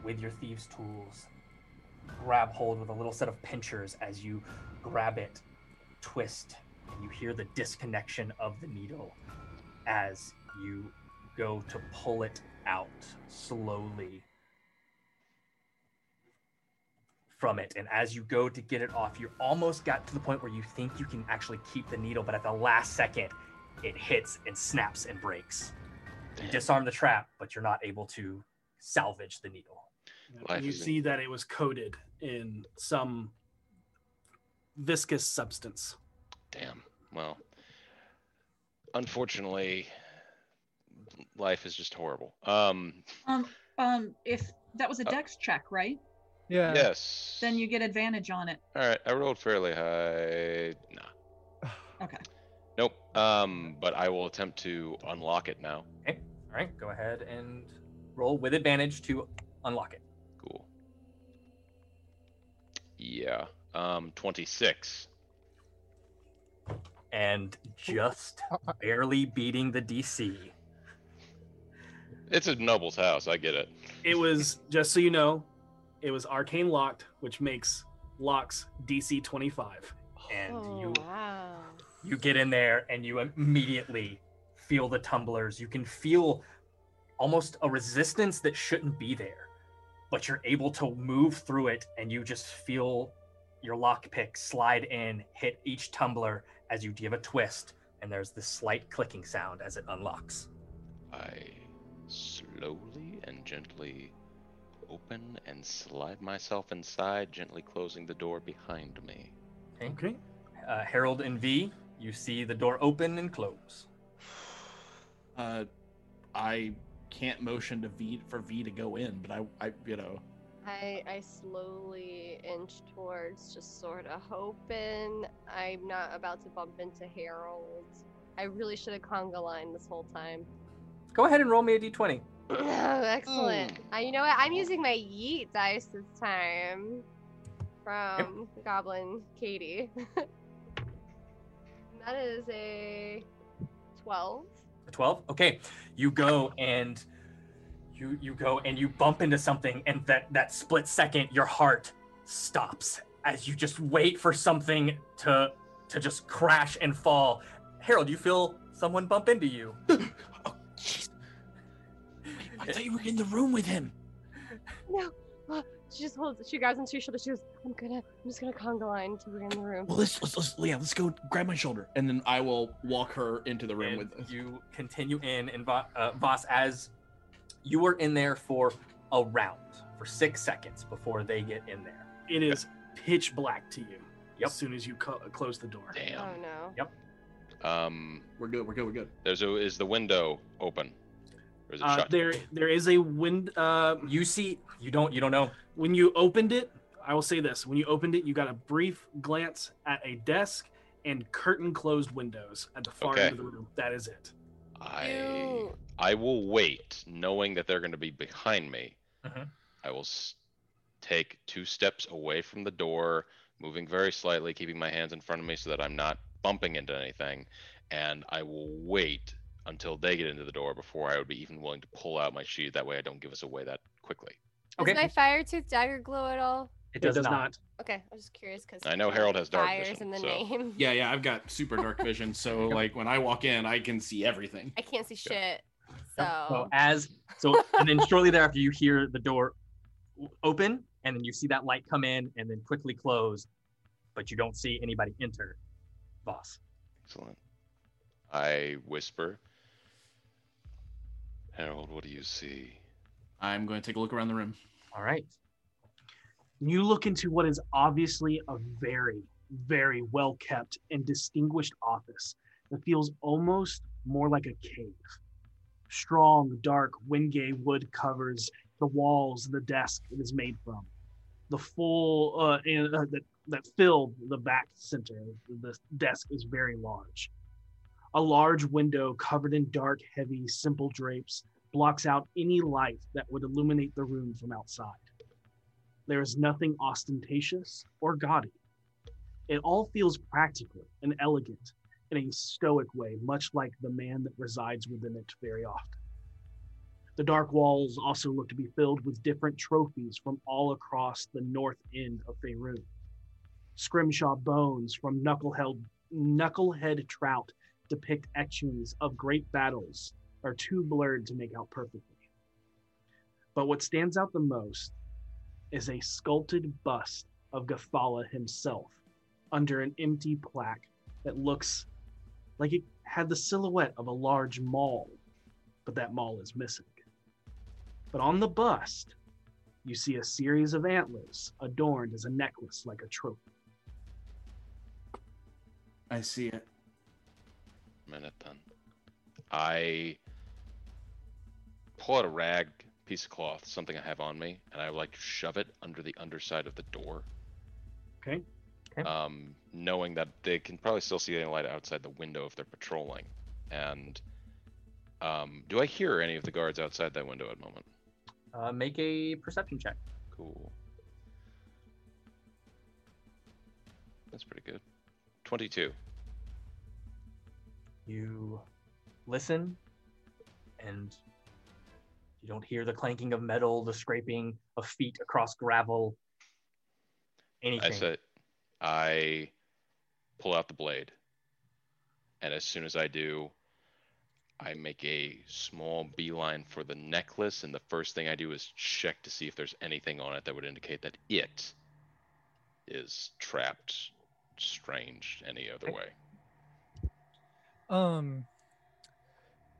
Speaker 2: with your thieves' tools, grab hold with a little set of pinchers as you grab it, twist, and you hear the disconnection of the needle as you go to pull it out slowly from it. And as you go to get it off, you almost got to the point where you think you can actually keep the needle, but at the last second, it hits and snaps and breaks. You disarm the trap, but you're not able to salvage the needle.
Speaker 8: Life
Speaker 1: you
Speaker 8: is in-
Speaker 1: see that it was coated in some viscous substance.
Speaker 8: Damn. Well, unfortunately, life is just horrible. Um,
Speaker 4: Um, um, if that was a dex check, right?
Speaker 6: Yeah.
Speaker 8: yes.
Speaker 4: Then you get advantage on it.
Speaker 8: All right, I rolled fairly high. Nah.
Speaker 2: [SIGHS]
Speaker 4: Okay.
Speaker 8: Nope. Um, but I will attempt to unlock it now.
Speaker 2: All right, go ahead and roll with advantage to unlock it.
Speaker 8: Cool. Yeah. Um, 26.
Speaker 2: And just barely beating the DC.
Speaker 8: It's a noble's house. I get it.
Speaker 1: It was just so you know, it was arcane locked, which makes locks DC 25.
Speaker 2: And
Speaker 9: Oh,
Speaker 2: you
Speaker 9: wow.
Speaker 2: You get in there and you immediately feel the tumblers. You can feel almost a resistance that shouldn't be there, but you're able to move through it and you just feel your lockpick slide in, hit each tumbler as you give a twist, and there's this slight clicking sound as it unlocks.
Speaker 8: I slowly and gently open and slide myself inside, gently closing the door behind me.
Speaker 1: Okay.
Speaker 2: Uh, Harold and V, you see the door open and close.
Speaker 12: Uh, I can't motion to V for V to go in, but I, I you know,
Speaker 9: I, I slowly inch towards, just sort of hoping I'm not about to bump into Harold. I really should have conga line this whole time.
Speaker 2: Go ahead and roll me a d20.
Speaker 9: Oh, excellent. Uh, you know what? I'm using my yeet dice this time from Goblin Katie. [LAUGHS] that is a 12.
Speaker 2: A 12 okay you go and you you go and you bump into something and that that split second your heart stops as you just wait for something to to just crash and fall harold you feel someone bump into
Speaker 12: [LAUGHS]
Speaker 2: you
Speaker 12: Oh, I thought you were in the room with him.
Speaker 9: No. Oh, she just holds, she grabs onto your shoulder. She goes, I'm gonna, I'm just gonna conga line till we're in the room.
Speaker 12: Well, let's let's, let's yeah, let's go grab my shoulder, and then I will walk her into the room
Speaker 2: and
Speaker 12: with.
Speaker 2: you continue in and Vo- uh, Voss as you were in there for a round for six seconds before they get in there
Speaker 1: It is pitch black to you
Speaker 2: Yep.
Speaker 1: as soon as you co- close the door.
Speaker 9: Oh
Speaker 8: Damn.
Speaker 9: no.
Speaker 8: Um,
Speaker 12: We're good. We're good. We're good.
Speaker 8: there's a, is the window open? Or is it
Speaker 1: Uh,
Speaker 8: shut?
Speaker 1: there, there is a wind. Uh,
Speaker 2: you see you don't you don't know
Speaker 1: when you opened it, I will say this: when you opened it, you got a brief glance at a desk and curtain closed windows at the far
Speaker 8: Okay.
Speaker 1: end of the room. That is it.
Speaker 8: I
Speaker 9: Ew.
Speaker 8: I will wait, knowing that they're going to be behind me.
Speaker 2: Mhm.
Speaker 8: I will s- take two steps away from the door, moving very slightly, keeping my hands in front of me so that I'm not bumping into anything, and I will wait until they get into the door before I would be even willing to pull out my sheet. That way, I don't give us away that quickly.
Speaker 2: Okay.
Speaker 9: Does my fire tooth dagger glow at all?
Speaker 2: it does, not.
Speaker 9: Okay, I'm just curious because
Speaker 8: I know Harold has dark
Speaker 9: fires
Speaker 8: vision,
Speaker 9: in the
Speaker 8: so-
Speaker 9: name.
Speaker 12: [LAUGHS] Yeah, yeah. I've got super dark vision, so like when I walk in, I can see everything.
Speaker 9: I can't see shit. So,
Speaker 2: Yep, So as so, and then shortly thereafter, you hear the door w- open, and then you see that light come in, and then quickly close, but you don't see anybody enter. Boss,
Speaker 8: Excellent. I whisper, Harold, what do you see?
Speaker 12: I'm going to take a look around the room.
Speaker 2: all right.
Speaker 1: You look into what is obviously a very, very well kept and distinguished office that feels almost more like a cave. Strong, dark Wingay wood covers the walls, the desk it is made from, the full uh, and, uh, that that filled the back center. The desk is very large. A large window covered in dark, heavy, simple drapes blocks out any light that would illuminate the room from outside. There is nothing ostentatious or gaudy. It all feels practical and elegant in a stoic way, much like the man that resides within it very often. The dark walls also look to be filled with different trophies from all across the north end of Faerun. Scrimshaw bones from knucklehead, knucklehead trout depict actions of great battles, are too blurred to make out perfectly. But what stands out the most is a sculpted bust of Gafala himself under an empty plaque that looks like it had the silhouette of a large mall, but that mall is missing. But on the bust, you see a series of antlers adorned as a necklace like a trophy.
Speaker 12: I see it.
Speaker 8: Minute then. I pull out a rag, piece of cloth, something I have on me, and I would like to shove it under the underside of the door.
Speaker 1: Okay.
Speaker 2: Okay.
Speaker 8: Um, knowing that they can probably still see any light outside the window if they're patrolling. And um, do I hear any of the guards outside that window at the moment?
Speaker 2: Uh, make a perception check.
Speaker 8: Cool. That's pretty good. 22.
Speaker 2: You listen, and you don't hear the clanking of metal, the scraping of feet across gravel, anything.
Speaker 8: I said, I pull out the blade, and as soon as I do, I make a small beeline for the necklace, and the first thing I do is check to see if there's anything on it that would indicate that it is trapped, strange, any other way.
Speaker 6: Um,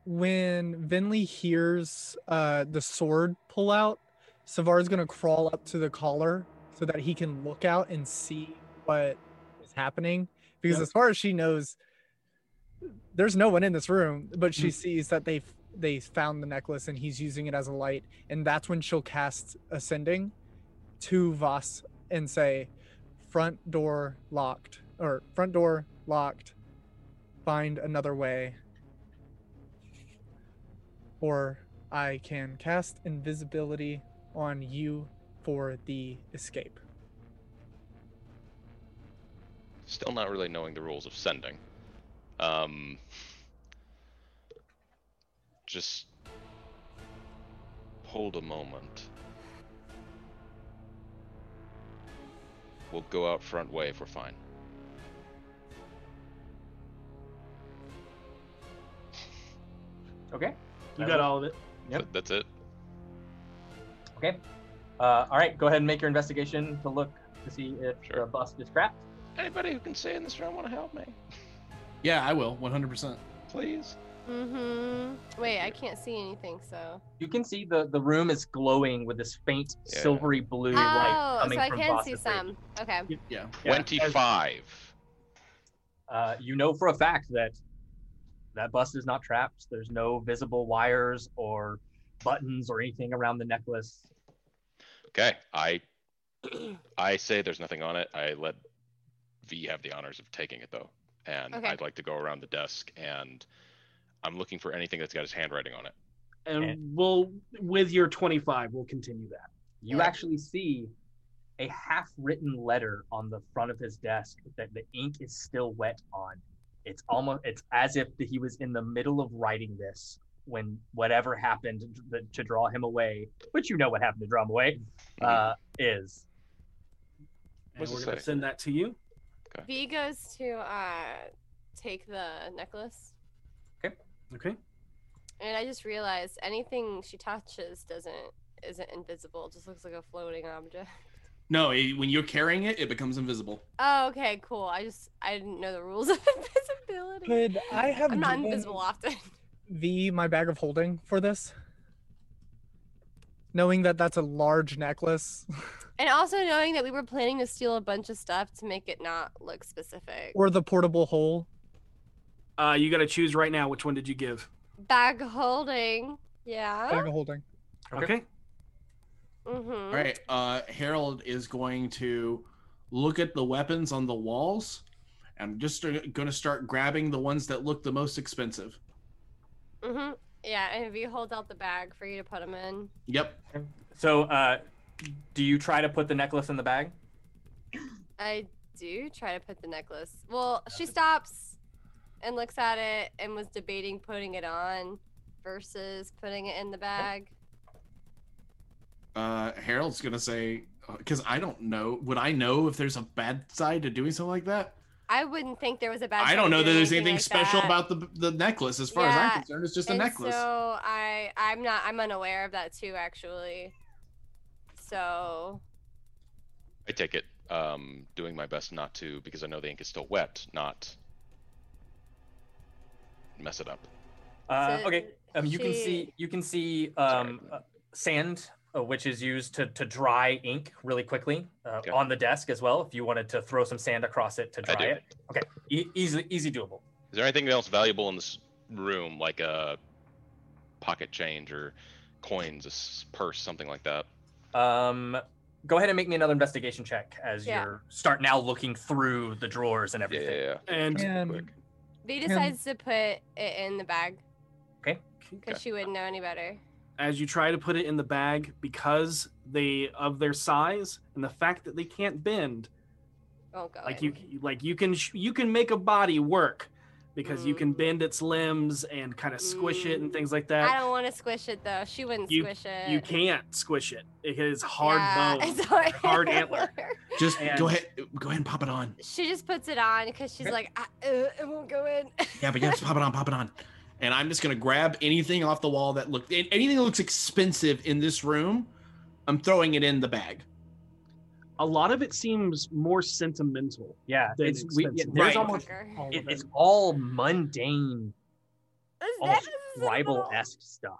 Speaker 6: when Vinley hears uh, the sword pull out, Savar's gonna crawl up to the collar so that he can look out and see what is happening. Because as far as she knows, there's no one in this room, but she sees that they they found the necklace and he's using it as a light, and that's when she'll cast ascending to Voss and say, "Front door locked," or "Front door locked." Find another way or I can cast invisibility on you for the escape.
Speaker 8: Still not really knowing the rules of sending. Um, just hold a moment. We'll go out front way if we're fine.
Speaker 2: Okay.
Speaker 1: You got all of it.
Speaker 2: Yep.
Speaker 8: Th- That's it.
Speaker 2: Okay. Uh, all right. Go ahead and make your investigation to look to see if the bust is trapped.
Speaker 8: Anybody who can stay in this room want to help me?
Speaker 12: Yeah, I will. 100%.
Speaker 8: Please.
Speaker 9: Mm-hmm. Wait, I can't see anything, so.
Speaker 2: You can see the the room is glowing with this faint
Speaker 8: Yeah.
Speaker 2: silvery blue light
Speaker 9: Oh,
Speaker 2: coming
Speaker 9: so I
Speaker 2: from
Speaker 9: can
Speaker 2: Voss's
Speaker 9: see
Speaker 2: face.
Speaker 9: some. Okay.
Speaker 12: Yeah.
Speaker 2: Yeah.
Speaker 8: 25.
Speaker 2: Uh, you know for a fact that that bust is not trapped. There's no visible wires or buttons or anything around the necklace.
Speaker 8: Okay, I I say there's nothing on it. I let V have the honors of taking it though, and
Speaker 9: Okay.
Speaker 8: I'd like to go around the desk and I'm looking for anything that's got his handwriting on it.
Speaker 1: And we'll, with your 25, we'll continue that.
Speaker 2: You
Speaker 9: Yeah.
Speaker 2: actually see a half-written letter on the front of his desk that the ink is still wet on. It's almost it's as if he was in the middle of writing this when whatever happened to, to draw him away, which you know what happened to draw him away, uh,
Speaker 1: And
Speaker 2: is.
Speaker 8: Mm-hmm. What's
Speaker 1: we're
Speaker 8: it
Speaker 1: going to
Speaker 8: say?
Speaker 1: send that to you.
Speaker 9: V goes to uh, take the necklace,
Speaker 1: Okay.
Speaker 9: and I just realized anything she touches doesn't isn't invisible. It just looks like a floating object.
Speaker 12: No, it, when you're carrying it, it becomes invisible.
Speaker 9: Oh, okay, cool. I just I didn't know the rules of invisibility.
Speaker 6: Could [LAUGHS] I have
Speaker 9: I'm not
Speaker 6: given
Speaker 9: invisible often. [LAUGHS]
Speaker 6: V my bag of holding for this? Knowing that that's a large necklace,
Speaker 9: And also knowing that we were planning to steal a bunch of stuff to make it not look specific.
Speaker 6: or the portable hole.
Speaker 1: Uh, you got to choose right now. Which one did you give?
Speaker 9: Bag holding. Yeah.
Speaker 6: Bag of holding.
Speaker 1: Okay.
Speaker 2: Okay.
Speaker 9: Mm-hmm.
Speaker 12: All right. Uh, Harold is going to look at the weapons on the walls. I'm just going to start grabbing the ones that look the most expensive.
Speaker 9: Mm-hmm. Yeah, and V holds out the bag for you to put them in.
Speaker 12: Yep.
Speaker 2: So, uh, do you try to put the necklace in the bag?
Speaker 9: I do try to put the necklace. Well, she stops and looks at it and was debating putting it on versus putting it in the bag.
Speaker 12: Uh,
Speaker 10: uh,
Speaker 12: Harold's going to say, because I don't know, would I know if there's a bad side to doing something like that?
Speaker 9: I wouldn't think there was a bad.
Speaker 10: I don't
Speaker 9: time
Speaker 10: know
Speaker 9: to
Speaker 10: that
Speaker 9: do
Speaker 10: there's anything
Speaker 9: like
Speaker 10: special
Speaker 9: that.
Speaker 10: about the the necklace. As far as
Speaker 9: Yeah,
Speaker 10: I'm concerned, it's just a
Speaker 9: and
Speaker 10: necklace.
Speaker 9: So I I'm not I'm unaware of that too actually. So
Speaker 8: I take it. Um, doing my best not to, because I know the ink is still wet, not mess it up.
Speaker 2: Uh,
Speaker 9: So
Speaker 2: okay. Um, you can
Speaker 9: she-
Speaker 2: see you can see um, uh, sand, uh, which is used to, to dry ink really quickly, uh,
Speaker 8: Okay.
Speaker 2: on the desk as well. If you wanted to throw some sand across it to
Speaker 8: I
Speaker 2: dry
Speaker 8: do.
Speaker 2: it, okay, e- easily easy doable.
Speaker 8: Is there anything else valuable in this room, like a pocket change or coins, a s- purse, something like that?
Speaker 2: Um, go ahead and make me another investigation check as
Speaker 9: Yeah.
Speaker 2: you're start now looking through the drawers and
Speaker 8: Yeah,
Speaker 2: everything.
Speaker 8: yeah, yeah.
Speaker 1: And
Speaker 6: And
Speaker 9: V decides to put it in the bag
Speaker 2: Okay.
Speaker 9: because she wouldn't know any better.
Speaker 1: as you try to put it in the bag, because they of their size and the fact that they can't bend,
Speaker 9: Won't go.
Speaker 1: like
Speaker 9: in.
Speaker 1: you like you can sh- you can make a body work because you can
Speaker 9: Mm.
Speaker 1: bend its limbs and kind of squish it and
Speaker 9: Mm.
Speaker 1: things like
Speaker 9: I
Speaker 1: that.
Speaker 9: don't want to squish it though. She wouldn't
Speaker 1: You-
Speaker 9: squish it.
Speaker 1: You can't squish it. It is hard
Speaker 9: Yeah, [LAUGHS]
Speaker 1: bone.
Speaker 9: it's hard,
Speaker 1: hard antler.
Speaker 10: Just
Speaker 1: And-
Speaker 10: go ahead, go ahead and pop it on.
Speaker 9: She just puts it on because she's
Speaker 10: Okay.
Speaker 9: like, I, uh, it won't go in.
Speaker 10: Yeah, but yeah, just pop it on, pop it on. And I'm just gonna grab anything off the wall that look an- anything that looks expensive in this room. I'm throwing it in the bag.
Speaker 1: A lot of it seems more sentimental.
Speaker 2: Yeah,
Speaker 1: Then
Speaker 2: it's we, yeah,
Speaker 1: expensive.
Speaker 2: there's
Speaker 10: Right.
Speaker 2: almost
Speaker 9: Fucker.
Speaker 2: all it- it's all mundane,
Speaker 9: This
Speaker 2: almost
Speaker 9: necklace is in the
Speaker 2: tribal
Speaker 9: middle.
Speaker 2: esque stuff.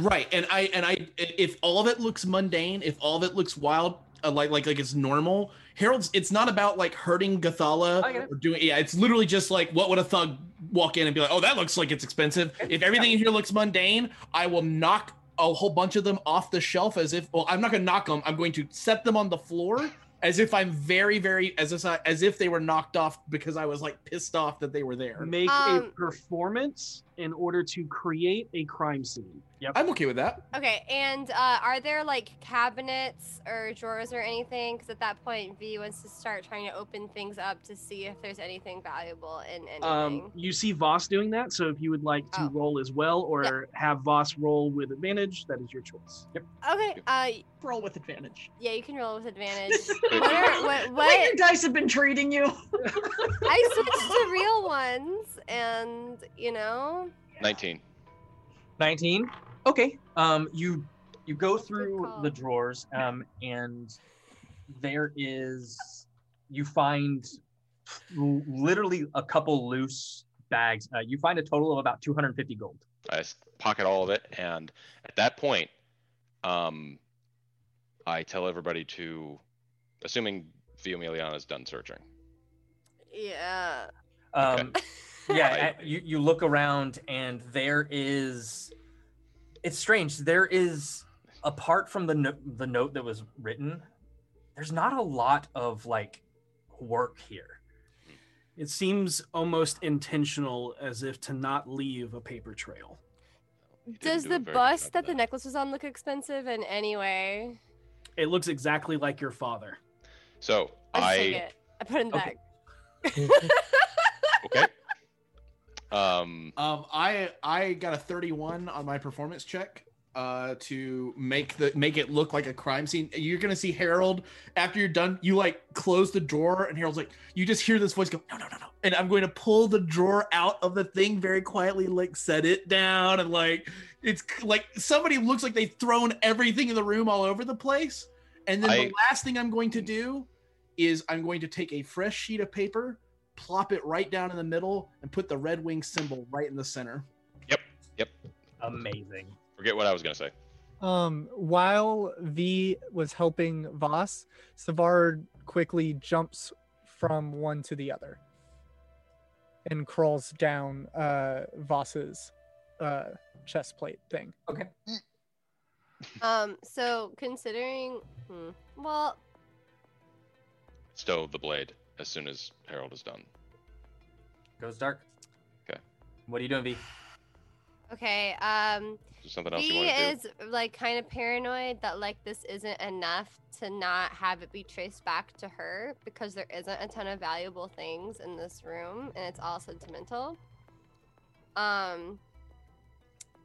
Speaker 10: Right. And I and I if all of it looks mundane, if all of it looks wild, uh, like like like it's normal. Harold's it's not about like hurting
Speaker 2: I get
Speaker 10: Gathala
Speaker 2: it.
Speaker 10: or doing yeah. It's literally just like what would a thug walk in and be like, oh that looks like it's expensive. If everything in here looks mundane, I will knock a whole bunch of them off the shelf as if well I'm not gonna knock them. I'm going to set them on the floor as if I'm very very as if I, as if they were knocked off because I was like pissed off that they were there.
Speaker 1: Make a
Speaker 9: Um,
Speaker 1: performance in order to create a crime scene.
Speaker 10: I'm okay with that.
Speaker 9: [LAUGHS] Okay, and uh, are there like cabinets or drawers or anything? Because at that point, V wants to start trying to open things up to see if there's anything valuable in anything.
Speaker 4: Um,
Speaker 1: Um, You see Voss doing that, so if you would like to
Speaker 9: Oh.
Speaker 1: roll as well or have Voss roll with advantage, that is your choice.
Speaker 9: okay, uh,
Speaker 4: Roll with advantage.
Speaker 9: yeah, you can roll with
Speaker 4: [LAUGHS]
Speaker 9: advantage. what are, what,
Speaker 5: The way your
Speaker 9: what?
Speaker 5: dice have been treating you.
Speaker 9: I switched to real ones, and you know,
Speaker 8: 19.
Speaker 2: 19 okay um you you go through
Speaker 9: call.
Speaker 2: the drawers um and there is you find l- literally a couple loose bags uh, you find a total of about 250 gold
Speaker 8: I s- pocket all of it, and at that point, um, I tell everybody to, assuming Viomeliana is done searching.
Speaker 9: yeah.
Speaker 2: um [LAUGHS] yeah
Speaker 8: I-
Speaker 2: uh, you, you look around and there is it's strange there is apart from the no- the note that was written there's not a lot of like work here
Speaker 1: It seems almost intentional as if to not leave a paper trail.
Speaker 8: You didn't
Speaker 9: Does
Speaker 8: do a
Speaker 9: the
Speaker 8: very good
Speaker 9: bust
Speaker 8: job
Speaker 9: that
Speaker 8: of
Speaker 9: the necklace was on look expensive in any way?
Speaker 1: It looks exactly like your father.
Speaker 8: So
Speaker 9: I, just take
Speaker 8: I
Speaker 9: it. I put it in the
Speaker 2: Okay.
Speaker 9: bag.
Speaker 8: okay. Um,
Speaker 10: Um, I I got a 31 on my performance check uh to make the make it look like a crime scene. You're gonna see Harold after you're done. You like close the drawer, and Harold's like, you just hear this voice go, no, no, no, no. And I'm going to pull the drawer out of the thing very quietly, like set it down, and like it's c- like somebody looks like they've thrown everything in the room all over the place. And then
Speaker 8: I-
Speaker 10: the last thing I'm going to do is I'm going to take a fresh sheet of paper plop it right down in the middle and put the red wing symbol right in the center
Speaker 2: amazing
Speaker 8: forget what I was gonna say.
Speaker 6: Um, while V was helping Voss, Savard quickly jumps from one to the other and crawls down uh, Voss's uh, chest plate thing.
Speaker 9: Um, so considering, hmm, well,
Speaker 8: Stow the blade as soon as Harold is done.
Speaker 2: goes dark
Speaker 8: Okay.
Speaker 2: what are you doing v
Speaker 9: okay. Um,
Speaker 8: Is there something else you
Speaker 9: B
Speaker 8: want to do?
Speaker 9: is like kind of paranoid that like this isn't enough to not have it be traced back to her because there isn't a ton of valuable things in this room and it's all sentimental. Um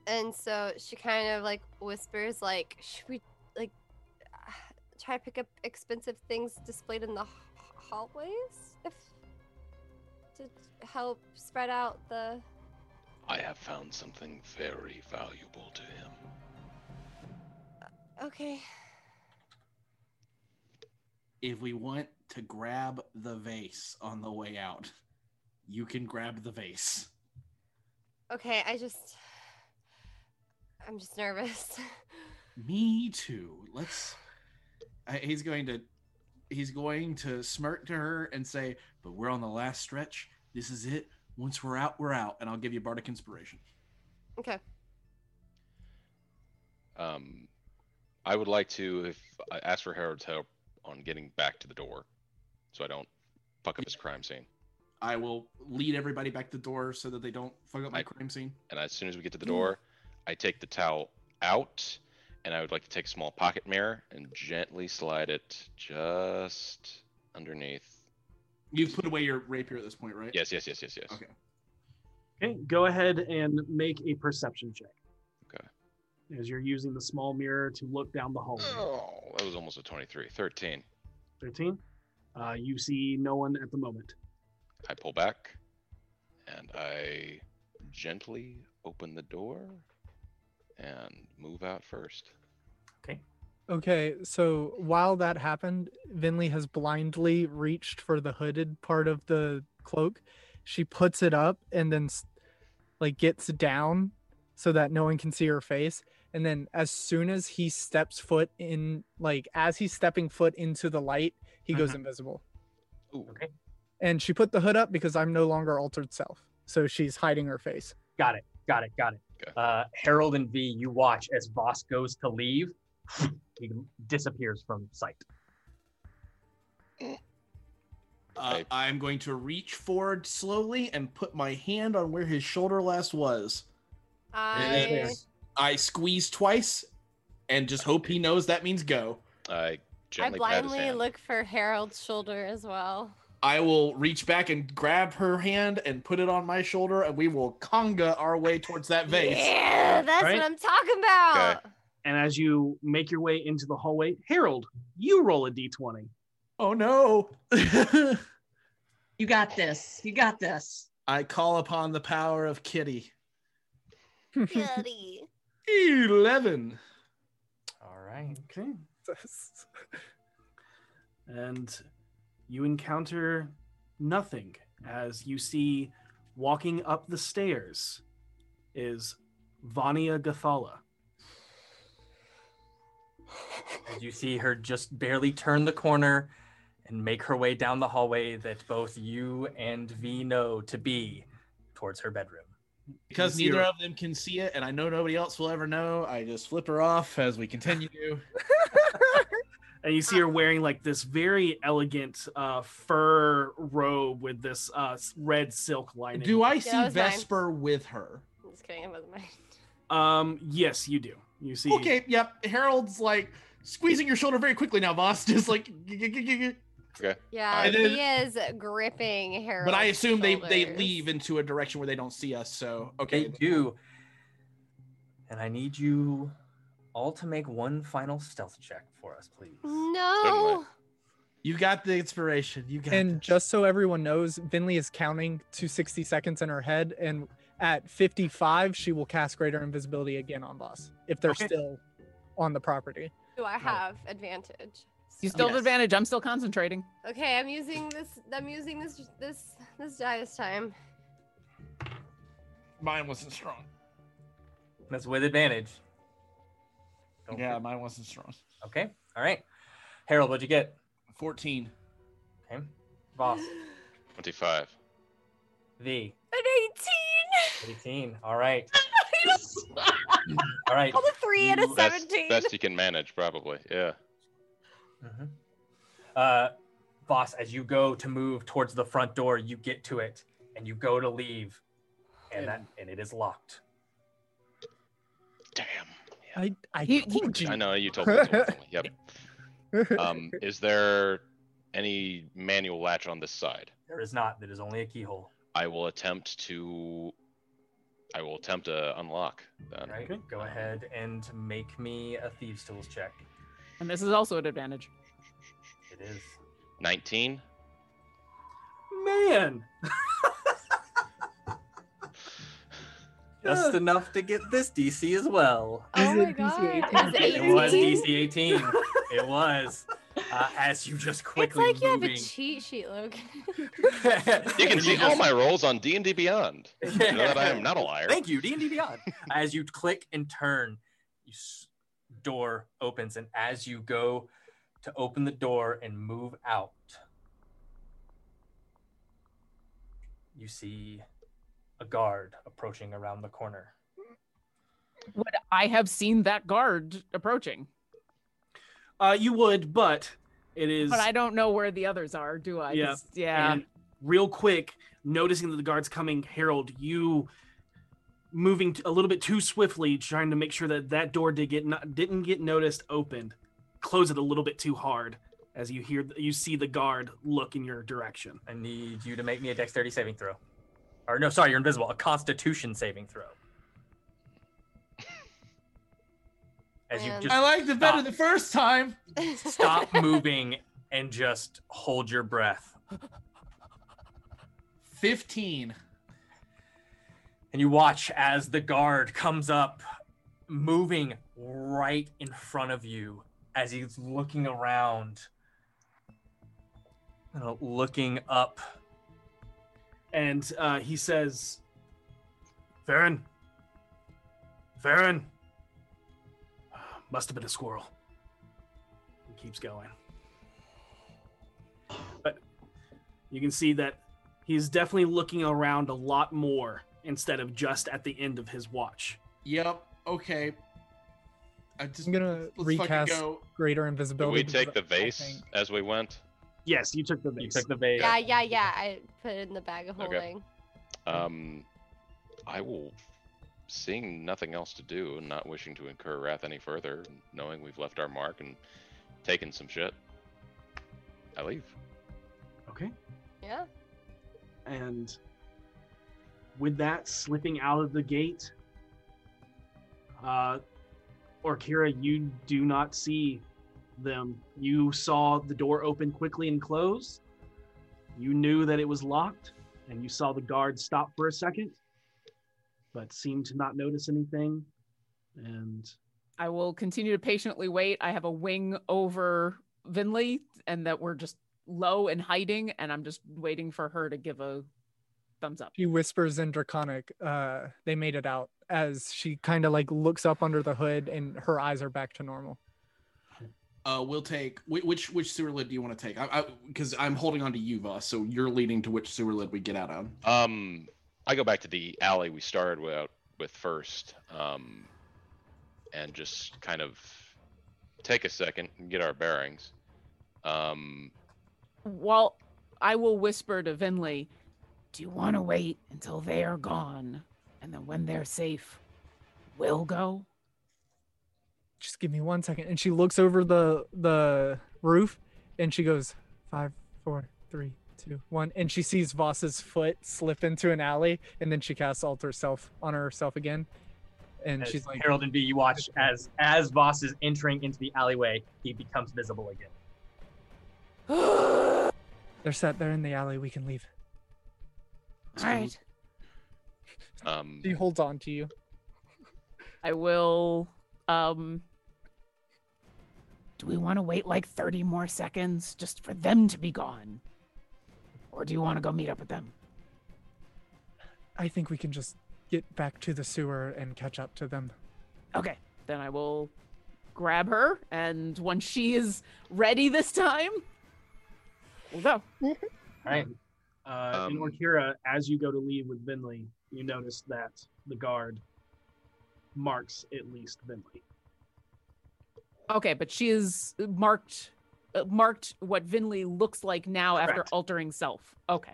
Speaker 9: and so she kind of like whispers like should we like [SIGHS] try to pick up expensive things displayed in the h- hallways if to help spread out the.
Speaker 8: I have found something very valuable to him.
Speaker 9: Okay.
Speaker 10: If we want to grab the vase on the way out, you can grab the vase.
Speaker 9: Okay, I just. I'm just nervous. [LAUGHS]
Speaker 10: Me too. Let's. I, he's going to. He's going to smirk to her and say, "But we're on the last stretch. This is it. Once we're out, we're out." And I'll give you bardic inspiration.
Speaker 9: Okay.
Speaker 8: Um, I would like to if I ask for Harold's help on getting back to the door, so I don't fuck up his crime scene.
Speaker 10: I will lead everybody back to the door so that they don't fuck up my
Speaker 8: I-
Speaker 10: crime scene.
Speaker 8: And as soon as we get to the
Speaker 10: Hmm.
Speaker 8: door, I take the towel out, and I would like to take a small pocket mirror and gently slide it just underneath.
Speaker 10: You've put away your rapier at this point, right?
Speaker 8: Yes, yes, yes, yes, yes.
Speaker 10: Okay.
Speaker 1: Okay, go ahead and make a perception check.
Speaker 8: Okay.
Speaker 1: As you're using the small mirror to look down the hallway.
Speaker 8: Oh, that was almost a 23. 13.
Speaker 1: 13. Uh, you see no one at the moment.
Speaker 8: I pull back, and I gently open the door and move out first.
Speaker 6: Okay, so while that happened, Vinley has blindly reached for the hooded part of the cloak. She puts it up and then s- like gets down so that no one can see her face. And then as soon as he steps foot in like as he's stepping foot into the light, he goes
Speaker 2: Mm-hmm.
Speaker 6: invisible.
Speaker 8: Ooh.
Speaker 2: Okay.
Speaker 6: And she put the hood up because I'm no longer altered self. So she's hiding her face.
Speaker 2: Got it. Got it. Got it.
Speaker 8: Okay.
Speaker 2: Uh, Harold and V, you watch as Voss goes to leave. He disappears from sight.
Speaker 10: Uh, I'm going to reach forward slowly and put my hand on where his shoulder last was.
Speaker 9: I.
Speaker 10: I squeeze twice and just hope he knows that means go.
Speaker 8: I
Speaker 9: I
Speaker 8: gently pat his
Speaker 9: blindly
Speaker 8: hand.
Speaker 9: look for Harold's shoulder as well.
Speaker 10: I will reach back and grab her hand and put it on my shoulder, and we will conga our way towards that vase.
Speaker 9: Yeah, that's
Speaker 1: Right?
Speaker 9: what I'm talking about.
Speaker 1: Uh, And as you make your way into the hallway, Harold, you roll a d20.
Speaker 10: Oh no!
Speaker 5: You got this. You got this.
Speaker 10: I call upon the power of Kitty.
Speaker 9: Goody.
Speaker 10: 11.
Speaker 2: All right.
Speaker 1: Okay. [LAUGHS] and you encounter nothing as you see walking up the stairs is Vania Gathala.
Speaker 2: As you see her just barely turn the corner and make her way down the hallway that both you and V know to be towards her bedroom.
Speaker 10: Because
Speaker 1: You see
Speaker 10: neither
Speaker 1: her-
Speaker 10: of them can see it, and I know nobody else will ever know, I just flip her off as we continue.
Speaker 1: [LAUGHS]
Speaker 9: Oh
Speaker 1: And you see her wearing like this very elegant uh, fur robe with this uh, s- red silk lining.
Speaker 10: Do I
Speaker 9: that
Speaker 10: see
Speaker 9: was mine.
Speaker 10: Vesper with her?
Speaker 9: I'm just kidding. It wasn't mine.
Speaker 1: Um, yes, you do. You see.
Speaker 10: Okay, yep. Harold's like squeezing your shoulder very quickly now, boss. [LAUGHS] Just like,
Speaker 9: Yeah,
Speaker 10: And then-
Speaker 9: he is gripping Harold.
Speaker 10: but I assume they they leave into a direction where they don't see us. So okay,
Speaker 2: They do. And I need you all to make one final stealth check for us, please.
Speaker 9: No.
Speaker 10: you got the inspiration. You got
Speaker 6: And
Speaker 10: this.
Speaker 6: just so everyone knows, Vinley is counting to 60 seconds in her head, and at 55, she will cast Greater Invisibility again on Boss if they're
Speaker 1: Okay.
Speaker 6: still on the property.
Speaker 9: Do I have advantage?
Speaker 11: You still
Speaker 10: Yes.
Speaker 11: have advantage. I'm still concentrating.
Speaker 9: Okay, I'm using this. I'm using this this this die this time.
Speaker 10: mine wasn't strong.
Speaker 2: That's with advantage. Don't
Speaker 10: Yeah,
Speaker 2: forget-
Speaker 10: mine wasn't strong.
Speaker 2: Okay. All right. Harold, what'd you get?
Speaker 10: Fourteen.
Speaker 2: Okay. Boss,
Speaker 8: 25.
Speaker 2: V,
Speaker 9: An
Speaker 8: [LAUGHS]
Speaker 2: 18. All right. [LAUGHS] All right.
Speaker 9: 18. All the three and a
Speaker 2: You-
Speaker 8: Best,
Speaker 9: 17.
Speaker 8: best you can manage, probably. Yeah.
Speaker 2: Mhm. Uh, boss, as you go to move towards the front door, you get to it and you go to leave, and that and it is locked.
Speaker 8: Damn.
Speaker 6: I, I
Speaker 11: He- he-
Speaker 6: told you.
Speaker 8: I know you told me. this originally.
Speaker 6: [LAUGHS]
Speaker 8: Yep. Um, is there any manual latch on this side?
Speaker 2: There is not. There is only a keyhole.
Speaker 8: I will attempt to. I will attempt to unlock. Then.
Speaker 2: All right. Go ahead and make me a thieves' tools check.
Speaker 11: And this is also an advantage.
Speaker 2: It is.
Speaker 8: 19.
Speaker 1: Man,
Speaker 2: Just enough to get this DC as well. [LAUGHS]
Speaker 9: Oh my
Speaker 6: it DC-18?
Speaker 9: god. Is
Speaker 2: It was
Speaker 9: eighteen?
Speaker 2: DC 18. It was. Uh, as you
Speaker 9: It's
Speaker 2: just quickly
Speaker 9: like you have a
Speaker 2: moving.
Speaker 9: cheat sheet, Logan. [LAUGHS]
Speaker 8: You
Speaker 2: [LAUGHS]
Speaker 8: can see all my [LAUGHS] roles on D and D
Speaker 1: [LAUGHS]
Speaker 8: Beyond. You know that I am not a liar.
Speaker 2: Thank you, D and D Beyond. as you click and turn, you s- door opens, and as you go to open the door and move out, you see a guard approaching around the corner.
Speaker 11: Would I have seen that guard approaching?
Speaker 1: Uh, you would, but it is.
Speaker 11: But I don't know where the others are, do I? 'Cause- Yeah.
Speaker 1: And real quick, noticing that the guard's coming, Harold, you moving t- a little bit too swiftly, trying to make sure that that door did get not, didn't get noticed, opened, close it a little bit too hard as you hear you see the guard look in your direction.
Speaker 2: I need you to make me a dexterity saving throw. Or no, sorry, you're invisible. A constitution saving throw. As you
Speaker 9: Man.
Speaker 2: just
Speaker 12: I liked it better the first time.
Speaker 9: [LAUGHS]
Speaker 2: stop moving and just hold your breath.
Speaker 12: 15.
Speaker 2: And you watch as the guard comes up, moving right in front of you as he's looking around, you know, looking up.
Speaker 1: And uh, he says, "Farron, Farron, [SIGHS] must have been a squirrel." He keeps going, but you can see that he's definitely looking around a lot more instead of just at the end of his watch.
Speaker 12: Yep. Okay. I just
Speaker 6: I'm gonna
Speaker 12: let's fucking
Speaker 6: recast
Speaker 12: go.
Speaker 6: greater
Speaker 8: Did
Speaker 6: invisibility.
Speaker 8: we
Speaker 6: because
Speaker 8: take
Speaker 6: I-
Speaker 8: the
Speaker 6: I
Speaker 8: vase
Speaker 6: think-
Speaker 8: as we went?
Speaker 1: Yes, you took the
Speaker 2: You
Speaker 1: vase.
Speaker 2: took the bait.
Speaker 9: yeah, yeah, yeah. I put it in the bag of
Speaker 8: Okay.
Speaker 9: holding.
Speaker 8: Um, I will, seeing nothing else to do and not wishing to incur wrath any further, knowing we've left our mark and taken some shit, I leave.
Speaker 1: Okay.
Speaker 9: Yeah.
Speaker 1: and with that slipping out of the gate uh orkira you do not see them you saw the door open quickly and close you knew that it was locked and you saw the guard stop for a second but seemed to not notice anything and
Speaker 11: I will continue to patiently wait. I have a wing over Vinley and that we're just low and hiding, and I'm just waiting for her to give a thumbs up.
Speaker 6: She whispers in Draconic, uh, they made it out as she kind of like looks up under the hood and her eyes are back to normal.
Speaker 10: Uh, we'll take whi- which which sewer lid do you want to take? I because I'm holding on to you, Voss, so you're leading to which sewer lid we get out on.
Speaker 8: Um, I go back to the alley we started with, with first, um, and just kind of take a second and get our bearings. Um,
Speaker 11: Well, I will whisper to Vinley, Do you want to wait until they are gone? And then when they're safe, we'll go?
Speaker 6: Just give me one second. And she looks over the the roof and she goes, five, four, three, two, one. And she sees Voss's foot slip into an alley and then she casts alter self on herself again. And
Speaker 2: As
Speaker 6: she's like,
Speaker 2: Harold and B, you watch as as Voss is entering into the alleyway, he becomes visible again.
Speaker 6: they're set, they're in the alley, we can leave.
Speaker 3: All right.
Speaker 8: um,
Speaker 6: She holds on to you.
Speaker 11: I will. Um,
Speaker 3: Do we want to wait like 30 more seconds just for them to be gone? Or do you want to go meet up with them?
Speaker 6: I think we can just get back to the sewer and catch up to them.
Speaker 3: Okay.
Speaker 11: then I will grab her, and when she is ready this time, we'll go.
Speaker 2: All right.
Speaker 1: Uh,
Speaker 8: Um,
Speaker 1: and Orkira, as you go to leave with Vinley, you notice that the guard marks at least Vinley.
Speaker 11: Okay, but she is marked uh, marked what Vinley looks like now after
Speaker 1: Correct.
Speaker 11: altering self. Okay.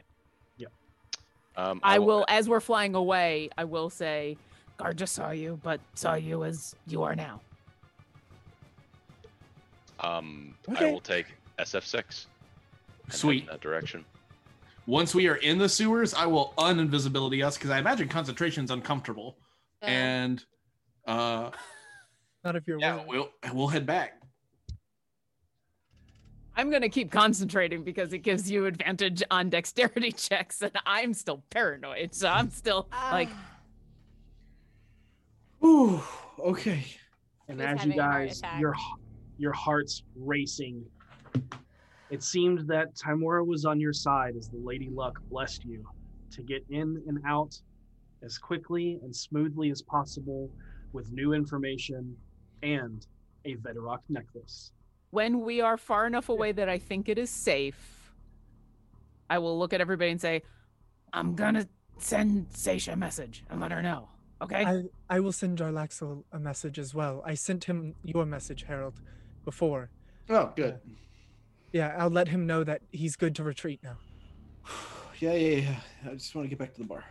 Speaker 8: um,
Speaker 11: I will as we're flying away, I will say
Speaker 3: Guard just saw you, but saw you as you are now.
Speaker 8: Um, I
Speaker 6: Okay.
Speaker 8: will take SF6. and head
Speaker 10: Sweet.
Speaker 8: in that direction.
Speaker 10: Once we are in the sewers, I will uninvisibility us because I imagine concentration's uncomfortable.
Speaker 9: Yeah.
Speaker 10: And uh,
Speaker 6: Not if you're
Speaker 10: yeah,
Speaker 6: willing.
Speaker 10: we'll we'll head back.
Speaker 11: I'm going to keep concentrating because it gives you advantage on [LAUGHS] dexterity checks and I'm still paranoid. So I'm still like
Speaker 9: Ah.
Speaker 12: okay.
Speaker 1: and
Speaker 9: He's
Speaker 1: as you
Speaker 9: having a heart
Speaker 1: guys
Speaker 9: attack.
Speaker 1: your your hearts racing it seemed that Timora was on your side as the lady luck blessed you to get in and out as quickly and smoothly as possible with new information and a Vedorok necklace.
Speaker 11: When we are far enough away that I think it is safe, I will look at everybody and say,
Speaker 3: I'm gonna send Seisha a message and let her know. Okay?
Speaker 6: I, I will send Jarlaxle a message as well. I sent him your message, Harold, before.
Speaker 12: Oh, good.
Speaker 6: Yeah, I'll let him know that he's good to retreat now.
Speaker 12: Yeah, yeah, yeah. I just want to get back to the bar.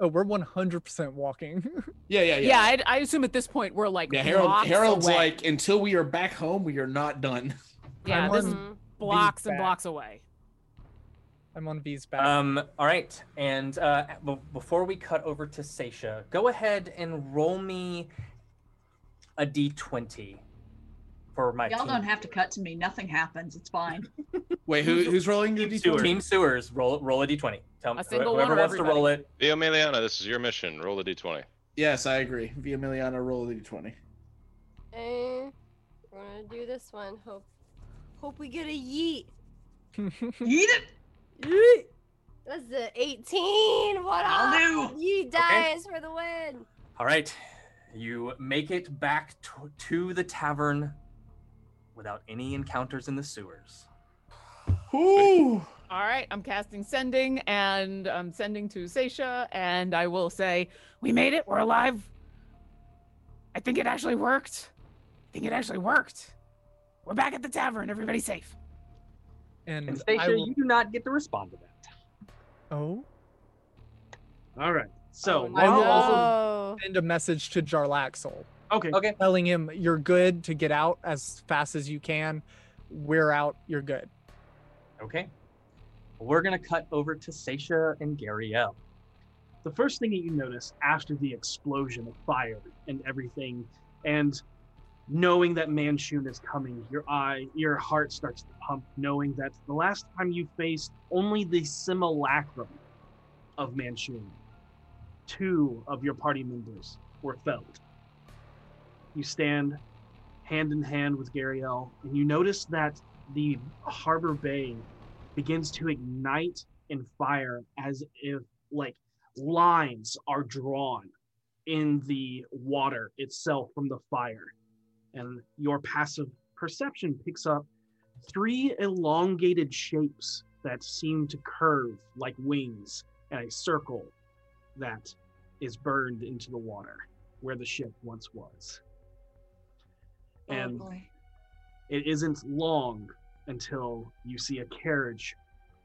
Speaker 6: Oh, we're 100% walking. [LAUGHS]
Speaker 12: Yeah, yeah, yeah.
Speaker 11: yeah, I, I assume at this point we're like,
Speaker 12: Yeah, Harold,
Speaker 11: blocks
Speaker 12: Harold's
Speaker 11: away.
Speaker 12: like, until we are back home, we are not done.
Speaker 11: [LAUGHS] yeah,
Speaker 6: I'm
Speaker 11: this is
Speaker 6: on-
Speaker 9: Mhm.
Speaker 11: blocks and
Speaker 6: back.
Speaker 11: blocks away.
Speaker 6: I'm on V's back.
Speaker 2: Um, all right, and uh, b- before we cut over to Seisha, go ahead and roll me a d20 for my
Speaker 4: Y'all
Speaker 2: team.
Speaker 4: don't have to cut to me. Nothing happens. It's fine.
Speaker 12: Wait, who, who's rolling the
Speaker 1: Keep
Speaker 12: d20?
Speaker 1: doing
Speaker 2: Team Sewers, roll roll a d20. Tell me
Speaker 11: A single
Speaker 2: whoever
Speaker 11: one or
Speaker 2: wants to roll it.
Speaker 8: Theo Meliana, this is your mission. Roll the d20.
Speaker 12: Yes, I agree. Via Miliana, roll the d20.
Speaker 9: Eh, we're gonna do this one. Hope, hope we get a yeet.
Speaker 6: [LAUGHS]
Speaker 4: Eat it.
Speaker 9: That's the 18. What
Speaker 4: I'll
Speaker 9: up? Yeet dies for the win.
Speaker 2: All right, you make it back to, to the tavern without any encounters in the sewers.
Speaker 12: Ooh.
Speaker 11: All right, I'm casting sending and I'm sending to Seisha, and I will say,
Speaker 3: We made it. We're alive. I think it actually worked. I think it actually worked. We're back at the tavern. Everybody's safe.
Speaker 6: and
Speaker 2: And
Speaker 6: I
Speaker 2: Stacia,
Speaker 6: will-
Speaker 2: you do not get to respond to that.
Speaker 6: oh,
Speaker 1: All right. So,
Speaker 11: Oh,
Speaker 1: I will also
Speaker 9: Oh.
Speaker 6: send a message to Jarlaxle
Speaker 1: okay.
Speaker 2: Okay.
Speaker 6: telling him you're good to get out as fast as you can. We're out. You're good.
Speaker 2: Okay. We're gonna cut over to Seisha and Gariel.
Speaker 1: The first thing that you notice after the explosion of fire and everything, and knowing that Manchun is coming, your eye, your heart starts to pump, knowing that the last time you faced only the simulacrum of Manchun, two of your party members were felled. You stand hand in hand with Gariel, and you notice that the harbor bay begins to ignite in fire as if, like, lines are drawn in the water itself from the fire. And your passive perception picks up three elongated shapes that seem to curve like wings and a circle that is burned into the water where the ship once was.
Speaker 5: Oh,
Speaker 1: And
Speaker 4: Oh,
Speaker 1: it isn't long until you see a carriage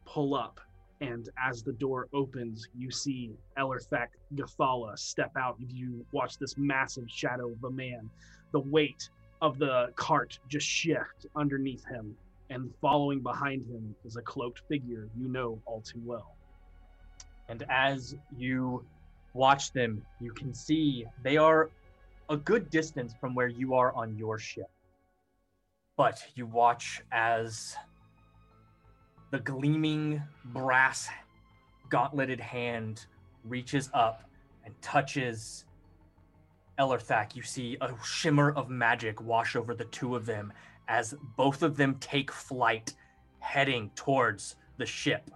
Speaker 1: pull up and as the door opens, you see Elerthak Gathala step out. You watch this massive shadow of a man. The weight of the cart just shift underneath him, and following behind him is a cloaked figure you know all too well.
Speaker 2: And as you watch them, you can see they are a good distance from where you are on your ship. But you watch as the gleaming brass gauntleted hand reaches up and touches Elerthak. You see a shimmer of magic wash over the two of them as both of them take flight, heading towards the ship.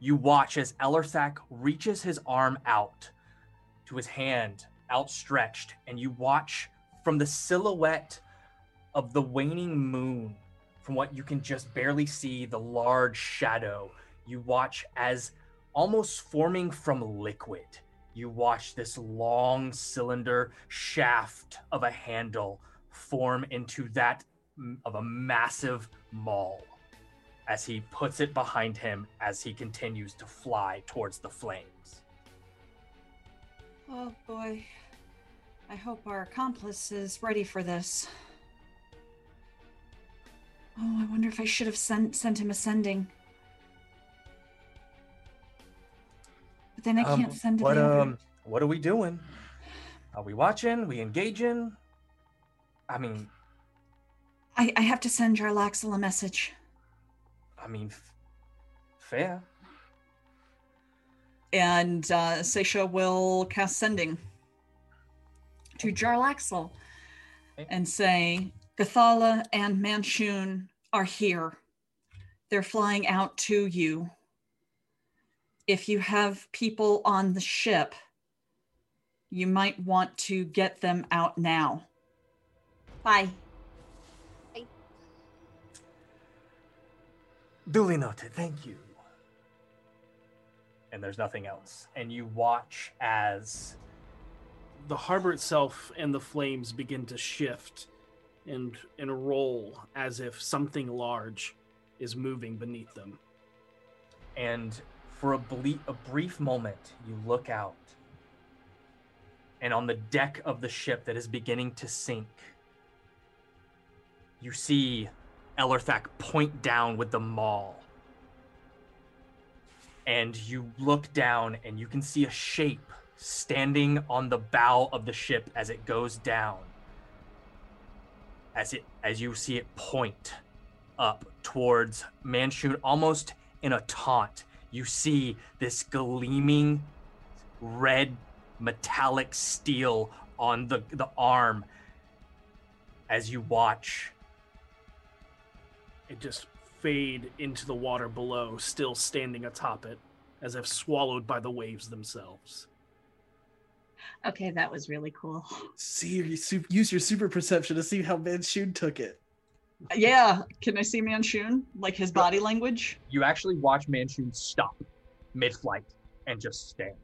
Speaker 2: You watch as Elerthak reaches his arm out to his hand outstretched, and you watch from the silhouette of the waning moon, from what you can just barely see, the large shadow. You watch as almost forming from liquid. You watch this long cylinder shaft of a handle form into that m- of a massive maul as he puts it behind him as he continues to fly towards the flames.
Speaker 7: Oh boy. I hope our accomplice is ready for this. Oh, I wonder if I should have sent sent him a sending. But then I
Speaker 2: Um,
Speaker 7: can't send to
Speaker 2: what
Speaker 7: the other-
Speaker 2: um what are we doing? Are we watching? We engaging? I mean,
Speaker 7: I, I have to send Jarlaxle a message.
Speaker 2: I mean, f- fair.
Speaker 4: And uh, Seisha will cast sending.
Speaker 5: to Jarlaxle and say, Gathala and Manchun are here. They're flying out to you. If you have people on the ship, you might want to get them out now.
Speaker 13: Bye.
Speaker 2: Duly noted. Thank you. And there's nothing else. And you watch as
Speaker 1: the harbor itself and the flames begin to shift and and roll as if something large is moving beneath them.
Speaker 2: and for a, ble- a brief moment, you look out, and on the deck of the ship that is beginning to sink, you see Elerthak point down with the maul. And you look down, and you can see a shape standing on the bow of the ship as it goes down. As it, as you see it point up towards Manchun, almost in a taunt, you see this gleaming red metallic steel on the, the arm as you watch.
Speaker 1: It just fade into the water below, still standing atop it, as if swallowed by the waves themselves.
Speaker 14: Okay, that was really cool.
Speaker 10: See your su- use your super perception to see how Manchun took it.
Speaker 15: Yeah. [LAUGHS] Can I see Manchun? Like his body language?
Speaker 2: You actually watch Manchun stop mid flight and just stand.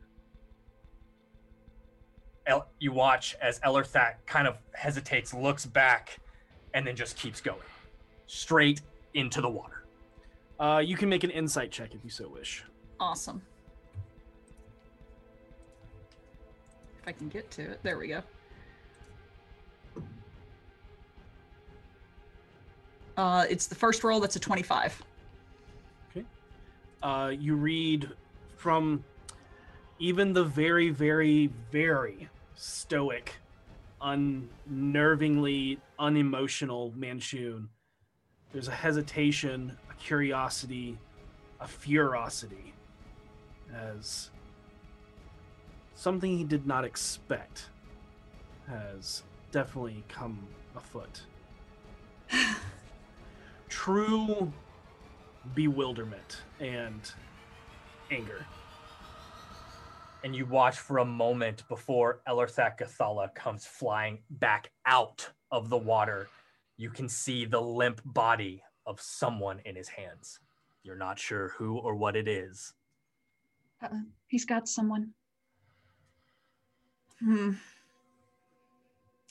Speaker 2: El- you watch as Elerthak kind of hesitates, looks back, and then just keeps going straight into the water.
Speaker 1: Uh, you can make an insight check if you so wish.
Speaker 14: Awesome.
Speaker 15: If I can get to it. There we go. Uh, it's the first roll that's a 25.
Speaker 1: uh, you read from even the very, very, very stoic, unnervingly unemotional Manchun. There's a hesitation, a curiosity, a furosity as something he did not expect has definitely come afoot. True bewilderment and anger.
Speaker 2: and you watch for a moment before Elerthak Gathala comes flying back out of the water. You can see the limp body of someone in his hands. You're not sure who or what it is.
Speaker 14: Uh-uh. He's got someone. Hmm.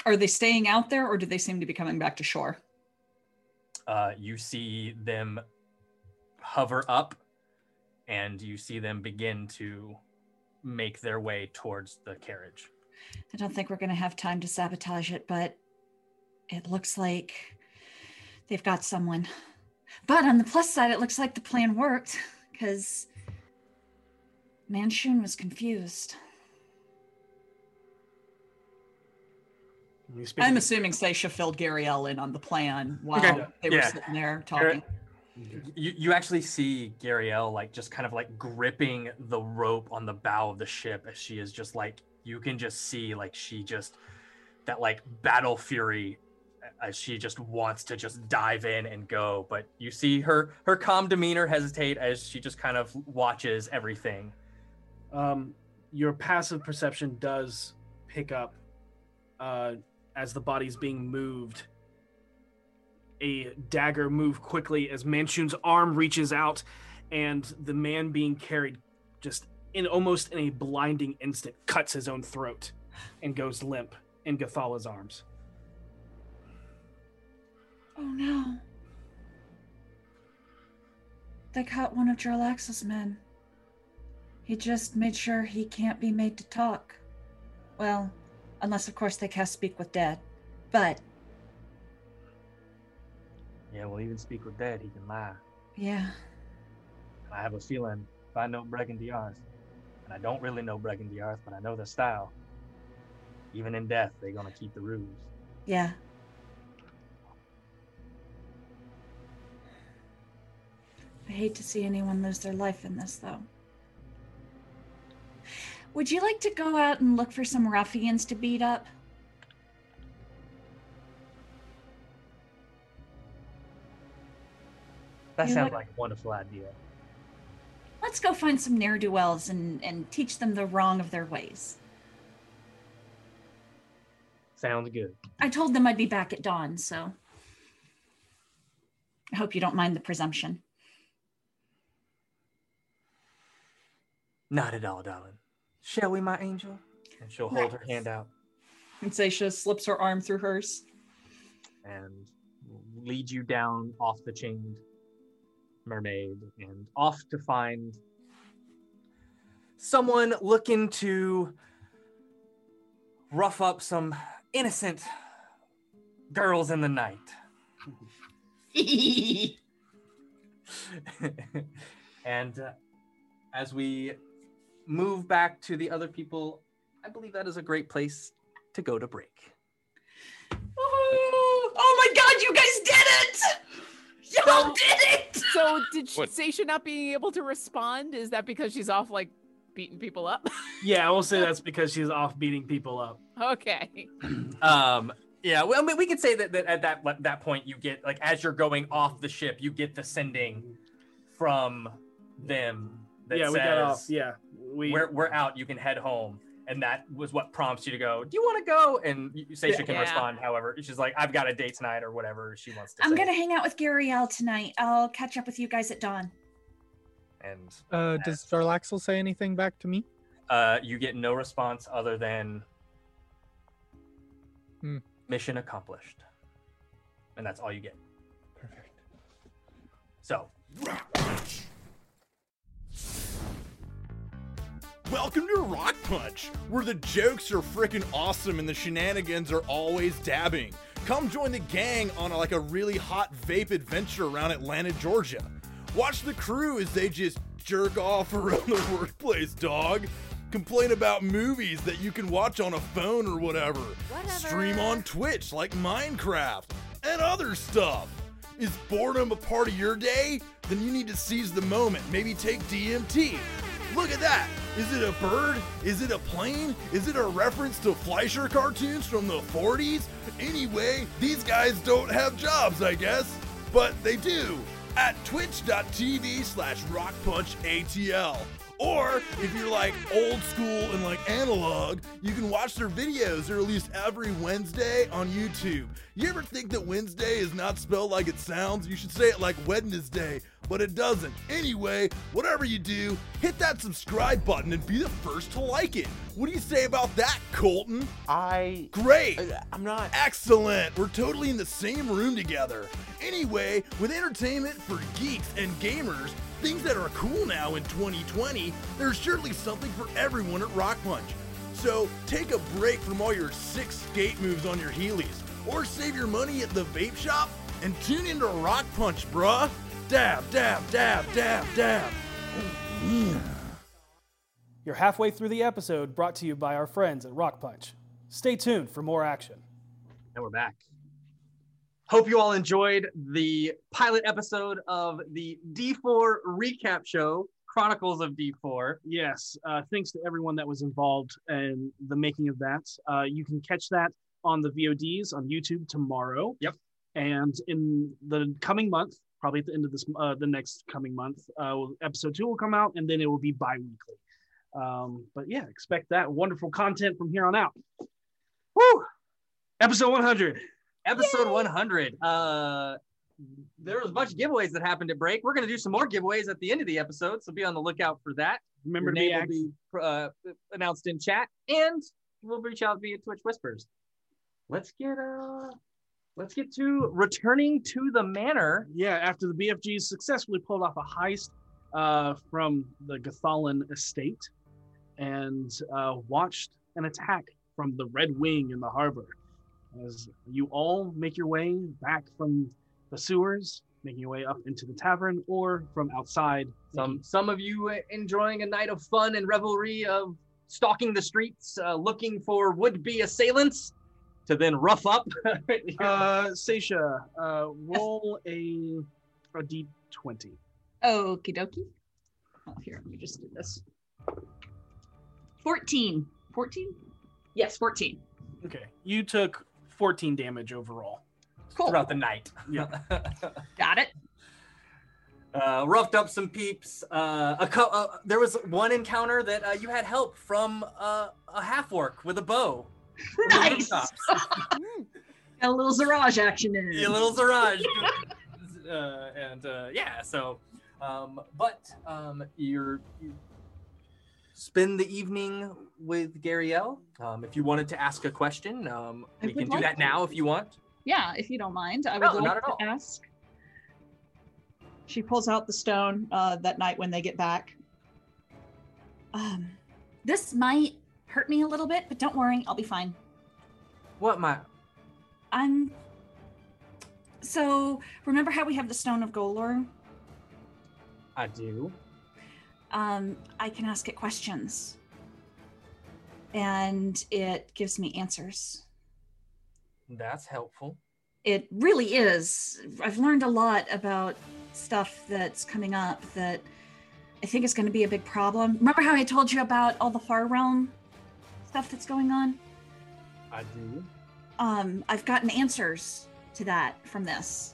Speaker 15: Are they staying out there or do they seem to be coming back to shore?
Speaker 2: Uh, you see them hover up and you see them begin to make their way towards the carriage.
Speaker 5: I don't think we're going to have time to sabotage it, but it looks like they've got someone. But on the plus side, it looks like the plan worked because Manchun was confused.
Speaker 1: When you speak-
Speaker 15: I'm assuming Seisha filled Gariel in on the plan while
Speaker 2: Okay.
Speaker 15: they were
Speaker 2: Yeah.
Speaker 15: sitting there talking.
Speaker 2: you, you actually see Gariel like just kind of like gripping the rope on the bow of the ship as she is just like you can just see like she just that like battle fury as she just wants to just dive in and go but you see her her calm demeanor hesitate as she just kind of watches everything
Speaker 1: Um, your passive perception does pick up uh, as the body's being moved. A dagger move quickly as Manchun's arm reaches out, and the man being carried just in almost in a blinding instant cuts his own throat and goes limp in Gathala's arms.
Speaker 5: Oh no. They caught one of Jarlax's men. He just made sure he can't be made to talk. Well, unless, of course, they cast Speak with Dead. But
Speaker 2: yeah well even speak with dead he can lie
Speaker 5: yeah,
Speaker 2: i have a feeling if i know bregan diarth and i don't really know bregan diarth but i know their style even in death they're gonna keep the rules
Speaker 5: yeah. I hate to see anyone lose their life in this, though. Would you like to go out and look for some ruffians to beat up?
Speaker 2: That
Speaker 7: You
Speaker 2: sounds
Speaker 7: look-
Speaker 2: like a wonderful idea.
Speaker 7: Let's go find some ne'er do wells and, and teach them the wrong of their ways.
Speaker 2: Sounds good.
Speaker 7: I told them I'd be back at dawn, so I hope you don't mind the presumption.
Speaker 2: Not at all, darling. Shall we, my angel? And she'll hold her hand out
Speaker 4: And Seisha slips her arm through hers.
Speaker 2: and lead you down off the chained mermaid and off to find someone looking to rough up some innocent girls in the night. and uh, as we move back to the other people, I believe that is a great place to go to break.
Speaker 7: Oh my god, you guys did it! Y'all did it!
Speaker 11: So did she,
Speaker 8: What?
Speaker 11: Seisha not being able to respond? Is that because she's off like beating people up? [LAUGHS]
Speaker 1: Yeah, I will say that's because she's off beating people up.
Speaker 11: okay.
Speaker 2: Um, yeah, well, I mean, we could say that, that at that that point you get like as you're going off the ship, you get the sending from them that
Speaker 1: yeah,
Speaker 2: says
Speaker 1: we got off. Yeah, we.
Speaker 2: we're we're out. You can head home, and that was what prompts you to go. Do you want to go? And you you say she can
Speaker 11: Yeah.
Speaker 2: respond. However, she's like, I've got a date tonight or whatever she wants to.
Speaker 7: I'm
Speaker 2: say.
Speaker 7: gonna hang out with Gariel tonight. I'll catch up with you guys at dawn.
Speaker 2: and
Speaker 6: Uh, does Darlaxel say anything back to me?
Speaker 2: uh, you get no response other than
Speaker 6: Hmm.
Speaker 2: mission accomplished, and that's all you get.
Speaker 6: Perfect.
Speaker 2: So
Speaker 16: Welcome to Rock Punch, where the jokes are freaking awesome and the shenanigans are always dabbing. Come join the gang on like a really hot vape adventure around Atlanta, Georgia. Watch the crew as they just jerk off [LAUGHS] around the workplace, dog. Complain about movies that you can watch on a phone or whatever. Stream on Twitch like Minecraft and other stuff. Is boredom a part of your day? Then you need to seize the moment. Maybe take DMT. Look at that! Is it a bird? Is it a plane? Is it a reference to Fleischer cartoons from the 40s? Anyway, these guys don't have jobs, I guess. But they do at twitch.tv slash rockpunchatl. Or if you're like old school and like analog, you can watch their videos or at least every Wednesday on YouTube. You ever think that Wednesday is not spelled like it sounds? You should say it like Wednesday but it doesn't. Anyway, whatever you do, hit that subscribe button and be the first to like it. What do you say about that, Colton?
Speaker 12: I
Speaker 16: Great!
Speaker 12: I'm not
Speaker 16: Excellent! We're totally in the same room together. Anyway, with entertainment for geeks and gamers, things that are cool now in 2020, there's surely something for everyone at Rock Punch. So take a break from all your six skate moves on your Heelys, or save your money at the vape shop and tune into Rock Punch, bruh! Dab, dab, dab, dab, dab.
Speaker 1: You're halfway through the episode brought to you by our friends at Rock Punch. Stay tuned for more action.
Speaker 2: And we're back. Hope you all enjoyed the pilot episode of the D4 recap show, Chronicles of D4.
Speaker 1: Yes, uh, thanks to everyone that was involved in the making of that. Uh, you can catch that on the VODs on YouTube tomorrow.
Speaker 2: Yep.
Speaker 1: And in the coming month, probably at the end of this, uh, the next coming month, uh, episode two will come out, and then it will be bi-weekly. Um, but yeah, expect that wonderful content from here on out. Woo! Episode 100.
Speaker 2: Episode 100. Uh, there was a bunch of giveaways that happened at break. We're going to do some more giveaways at the end of the episode, so be on the lookout for that.
Speaker 1: Remember
Speaker 2: Your
Speaker 1: to be
Speaker 2: name
Speaker 1: active.
Speaker 2: will be uh, announced in chat, and we'll reach out via Twitch whispers. Let's get uh, let's get to returning to the manor.
Speaker 1: yeah, after the BFGs successfully pulled off a heist uh, from the Gathalan estate and uh, watched an attack from the Red Wing in the harbor. As you all make your way back from the sewers, making your way up into the tavern, or from outside.
Speaker 2: Some some of you uh, enjoying a night of fun and revelry of stalking the streets, uh, looking for would-be assailants to then rough up. [LAUGHS]
Speaker 1: [LAUGHS] Uh, Seisha, uh, roll a, a d20.
Speaker 4: Okie dokie. Oh, here, let me just do this. 14. 14? Yes, 14.
Speaker 1: Okay. You took 14 damage overall.
Speaker 4: [LAUGHS]
Speaker 2: Throughout the night.
Speaker 1: Yeah.
Speaker 4: Got it.
Speaker 2: uh, roughed up some peeps. Uh, a co- uh, there was one encounter that uh, you had help from uh, a half orc with a [LAUGHS] bow.
Speaker 17: nice. Got a little Zaraj action in.
Speaker 2: Yeah, little Zaraj. [LAUGHS] uh, and uh, yeah, so, um, but um, you're, you spend the evening with Gariel. Um, if you wanted to ask a question, um,
Speaker 17: I
Speaker 2: we can
Speaker 17: would
Speaker 2: do
Speaker 17: like
Speaker 2: that
Speaker 17: to.
Speaker 2: now if you want.
Speaker 17: Yeah, if you don't mind, I would
Speaker 2: No,
Speaker 17: like
Speaker 2: not at
Speaker 17: to
Speaker 2: all.
Speaker 17: ask. She pulls out the stone uh, that night when they get back.
Speaker 5: Um, this might hurt me a little bit, but don't worry, I'll be fine.
Speaker 2: What my
Speaker 5: I'm. So remember how we have the stone of Golor?
Speaker 2: I do.
Speaker 5: Um, I can ask it questions, and it gives me answers.
Speaker 2: That's helpful.
Speaker 5: It really is. I've learned a lot about stuff that's coming up that I think is going to be a big problem. Remember how I told you about all the Far Realm stuff that's going on?
Speaker 2: I
Speaker 1: [LAUGHS]
Speaker 2: do.
Speaker 5: um, I've gotten answers to that from this.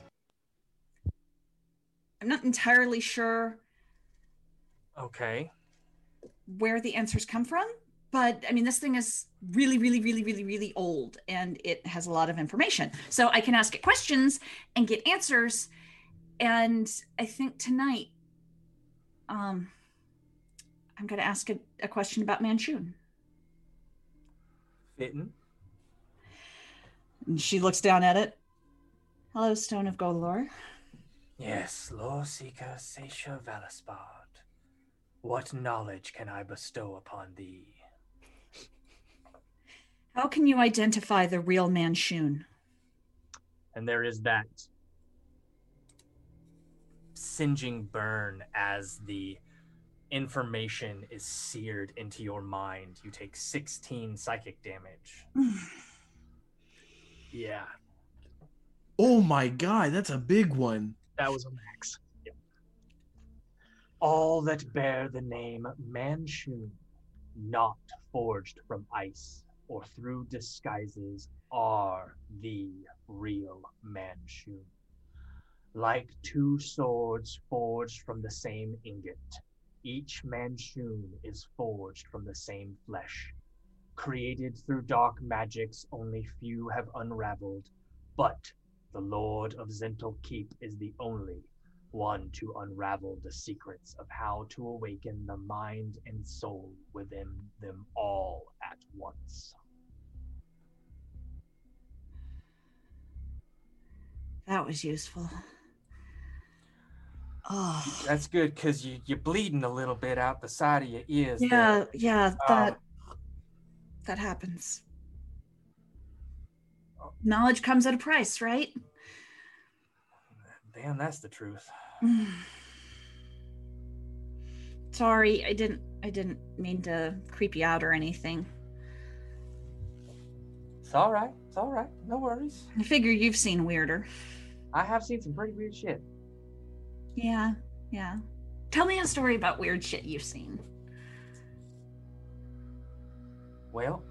Speaker 5: I'm not entirely sure
Speaker 2: Okay.
Speaker 5: where the answers come from, but I mean, this thing is really, really, really, really, really old and it has a lot of information. So I can ask it questions and get answers. And I think tonight, um, I'm going to ask a, a question about Manchun.
Speaker 2: Fitting.
Speaker 5: And she looks down at it. Hello, Stone of Golor.
Speaker 2: Yes, Law Seeker Seisha Valispard. What knowledge can I bestow upon thee?
Speaker 5: How can you identify the real Manchun?
Speaker 2: And there is that singeing burn as the information is seared into your mind. You take 16 psychic damage. Yeah,
Speaker 10: Oh my god, that's a big one.
Speaker 2: that was a max. All that bear the name Manchun, not forged from ice or through disguises, are the real Manchun. Like two swords forged from the same ingot, each Manchun is forged from the same flesh. Created through dark magics, only few have unraveled, but the Lord of Zental Keep is the only one to unravel the secrets of how to awaken the mind and soul within them all at once.
Speaker 5: That was useful. Oh,
Speaker 2: [SIGHS] That's good because you, you're bleeding a little bit out the side of your ears. there.
Speaker 5: yeah, yeah, that
Speaker 2: Um,
Speaker 5: that happens. Knowledge comes at a price, right? [SIGHS]
Speaker 2: Damn, that's the truth.
Speaker 5: Sorry, I didn't I didn't mean to creep you out or anything.
Speaker 2: It's all right. It's all right. No worries.
Speaker 5: I figure you've seen weirder.
Speaker 2: I have seen some pretty weird shit.
Speaker 5: Yeah, yeah. Tell me a story about weird shit you've seen.
Speaker 2: Well,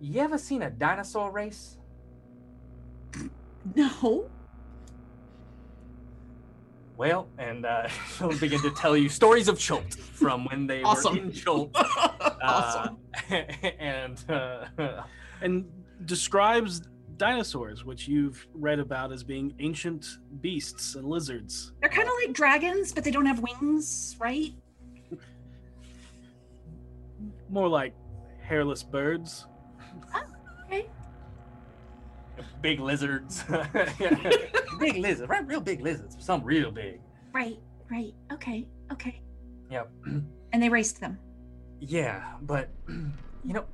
Speaker 2: you ever seen a dinosaur race?
Speaker 5: No.
Speaker 2: Well, and uh, [LAUGHS] she'll begin to tell you stories of Chult from when they
Speaker 10: Awesome.
Speaker 2: were in Uh, Chult. awesome. and uh,
Speaker 1: and describes dinosaurs, which you've read about as being ancient beasts and lizards.
Speaker 5: They're kind of like dragons, but they don't have wings, right?
Speaker 1: More like hairless birds.
Speaker 5: Ah, Okay.
Speaker 2: big lizards. [LAUGHS] big lizards, right? Real big lizards. Some real big.
Speaker 5: Right, right. Okay, okay.
Speaker 2: Yep.
Speaker 5: And they raced them.
Speaker 2: Yeah, but [CLEARS THROAT] you know,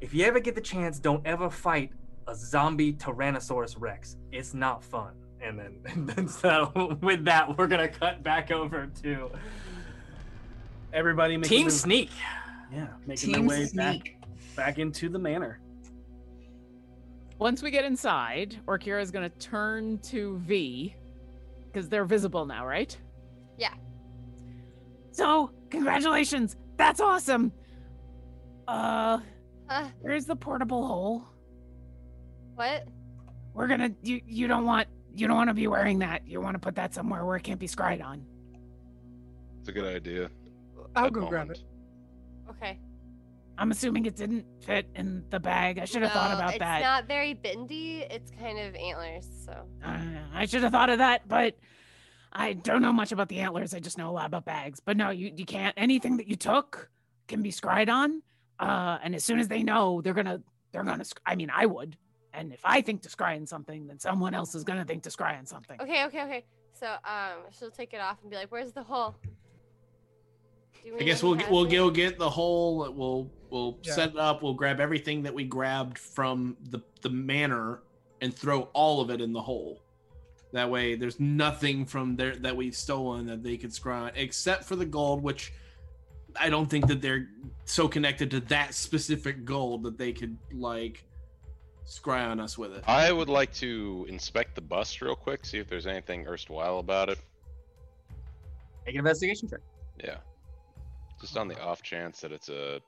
Speaker 2: if you ever get the chance, don't ever fight a zombie Tyrannosaurus Rex. It's not fun. And then, [LAUGHS] and then so [LAUGHS] with that, we're gonna cut back over to
Speaker 1: Everybody making
Speaker 2: Team
Speaker 1: their-
Speaker 2: Sneak.
Speaker 1: Yeah, making their
Speaker 5: Team
Speaker 1: way back
Speaker 5: Sneak.
Speaker 1: back into the manor.
Speaker 11: Once we get inside, Orkira is going to turn to V because they're visible now, right?
Speaker 9: Yeah.
Speaker 3: So, congratulations. That's awesome. Uh,
Speaker 9: Uh,
Speaker 3: where's the portable hole?
Speaker 9: what?
Speaker 3: We're gonna. You you don't want you don't want to be wearing that. You want to put that somewhere where it can't be scryed on.
Speaker 8: It's a good idea.
Speaker 6: I'll
Speaker 8: That
Speaker 6: go grab
Speaker 8: moment.
Speaker 6: it.
Speaker 9: Okay.
Speaker 3: I'm assuming it didn't fit in the bag. I should have thought
Speaker 9: No,
Speaker 3: about
Speaker 9: it's
Speaker 3: that.
Speaker 9: not very bendy. It's kind of antlers, so.
Speaker 3: Uh, I should have thought of that, but I don't know much about the antlers. I just know a lot about bags. But no, you, you can't. Anything that you took can be scried on. Uh, and as soon as they know, they're gonna they're gonna. sc- I mean, I would. And if I think to scry on something, then someone else is gonna think to scry on something.
Speaker 9: Okay, okay, okay. So um, she'll take it off and be like, "Where's the hole?" Do
Speaker 10: I guess
Speaker 9: know
Speaker 10: we'll
Speaker 9: who has
Speaker 10: we'll
Speaker 9: it?
Speaker 10: go get the whole. We'll we'll
Speaker 6: Yeah.
Speaker 10: set it up. We'll grab everything that we grabbed from the the manor and throw all of it in the hole. That way, there's nothing from there that we've stolen that they could scry except for the gold, which I don't think that they're so connected to that specific gold that they could like scry on us with it.
Speaker 8: I would like to inspect the bust real quick, see if there's anything erstwhile about it.
Speaker 2: Make an investigation check.
Speaker 8: Yeah. Just on the off chance that it's a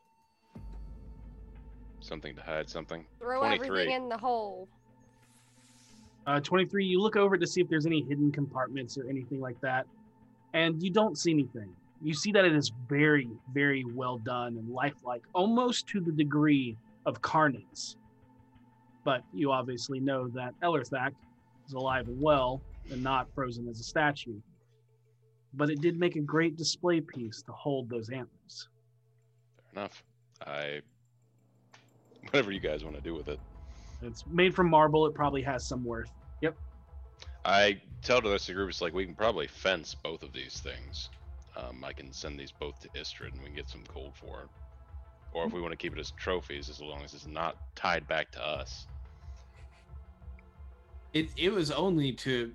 Speaker 8: something to hide something.
Speaker 9: Throw
Speaker 8: 23.
Speaker 9: everything in the hole.
Speaker 1: Uh, 23, you look over to see if there's any hidden compartments or anything like that, and you don't see anything. You see that it is very, very well done and lifelike, almost to the degree of Carnage. But you obviously know that Ellerthak is alive and well and not frozen as a statue. But it did make a great display piece to hold those antlers.
Speaker 8: Fair enough. I whatever you guys want to do with it.
Speaker 1: It's made from marble, it probably has some worth.
Speaker 8: I tell the rest of the group, it's like we can probably fence both of these things. Um, I can send these both to Istrid, and we can get some gold for it. Or if we want to keep it as trophies, as long as it's not tied back to us.
Speaker 10: It it was only to,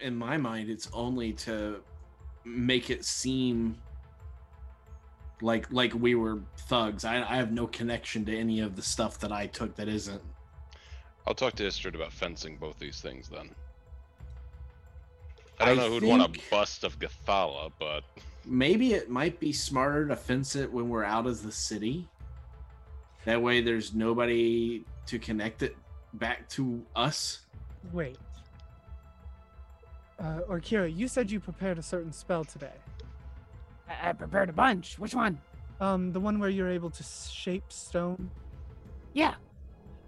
Speaker 10: in my mind, it's only to make it seem like like we were thugs. I I have no connection to any of the stuff that I took that isn't.
Speaker 8: I'll talk to Istrid about fencing both these things then. I don't
Speaker 10: I
Speaker 8: know who'd want a
Speaker 10: think-
Speaker 8: bust of Gathala, but
Speaker 10: Maybe it might be smarter to fence it when we're out of the city. That way, there's nobody to connect it back to us.
Speaker 6: Wait. Uh, Orkira, you said you prepared a certain spell today.
Speaker 3: I, I prepared a bunch. Which one?
Speaker 6: Um, the one where you're able to shape stone.
Speaker 3: Yeah.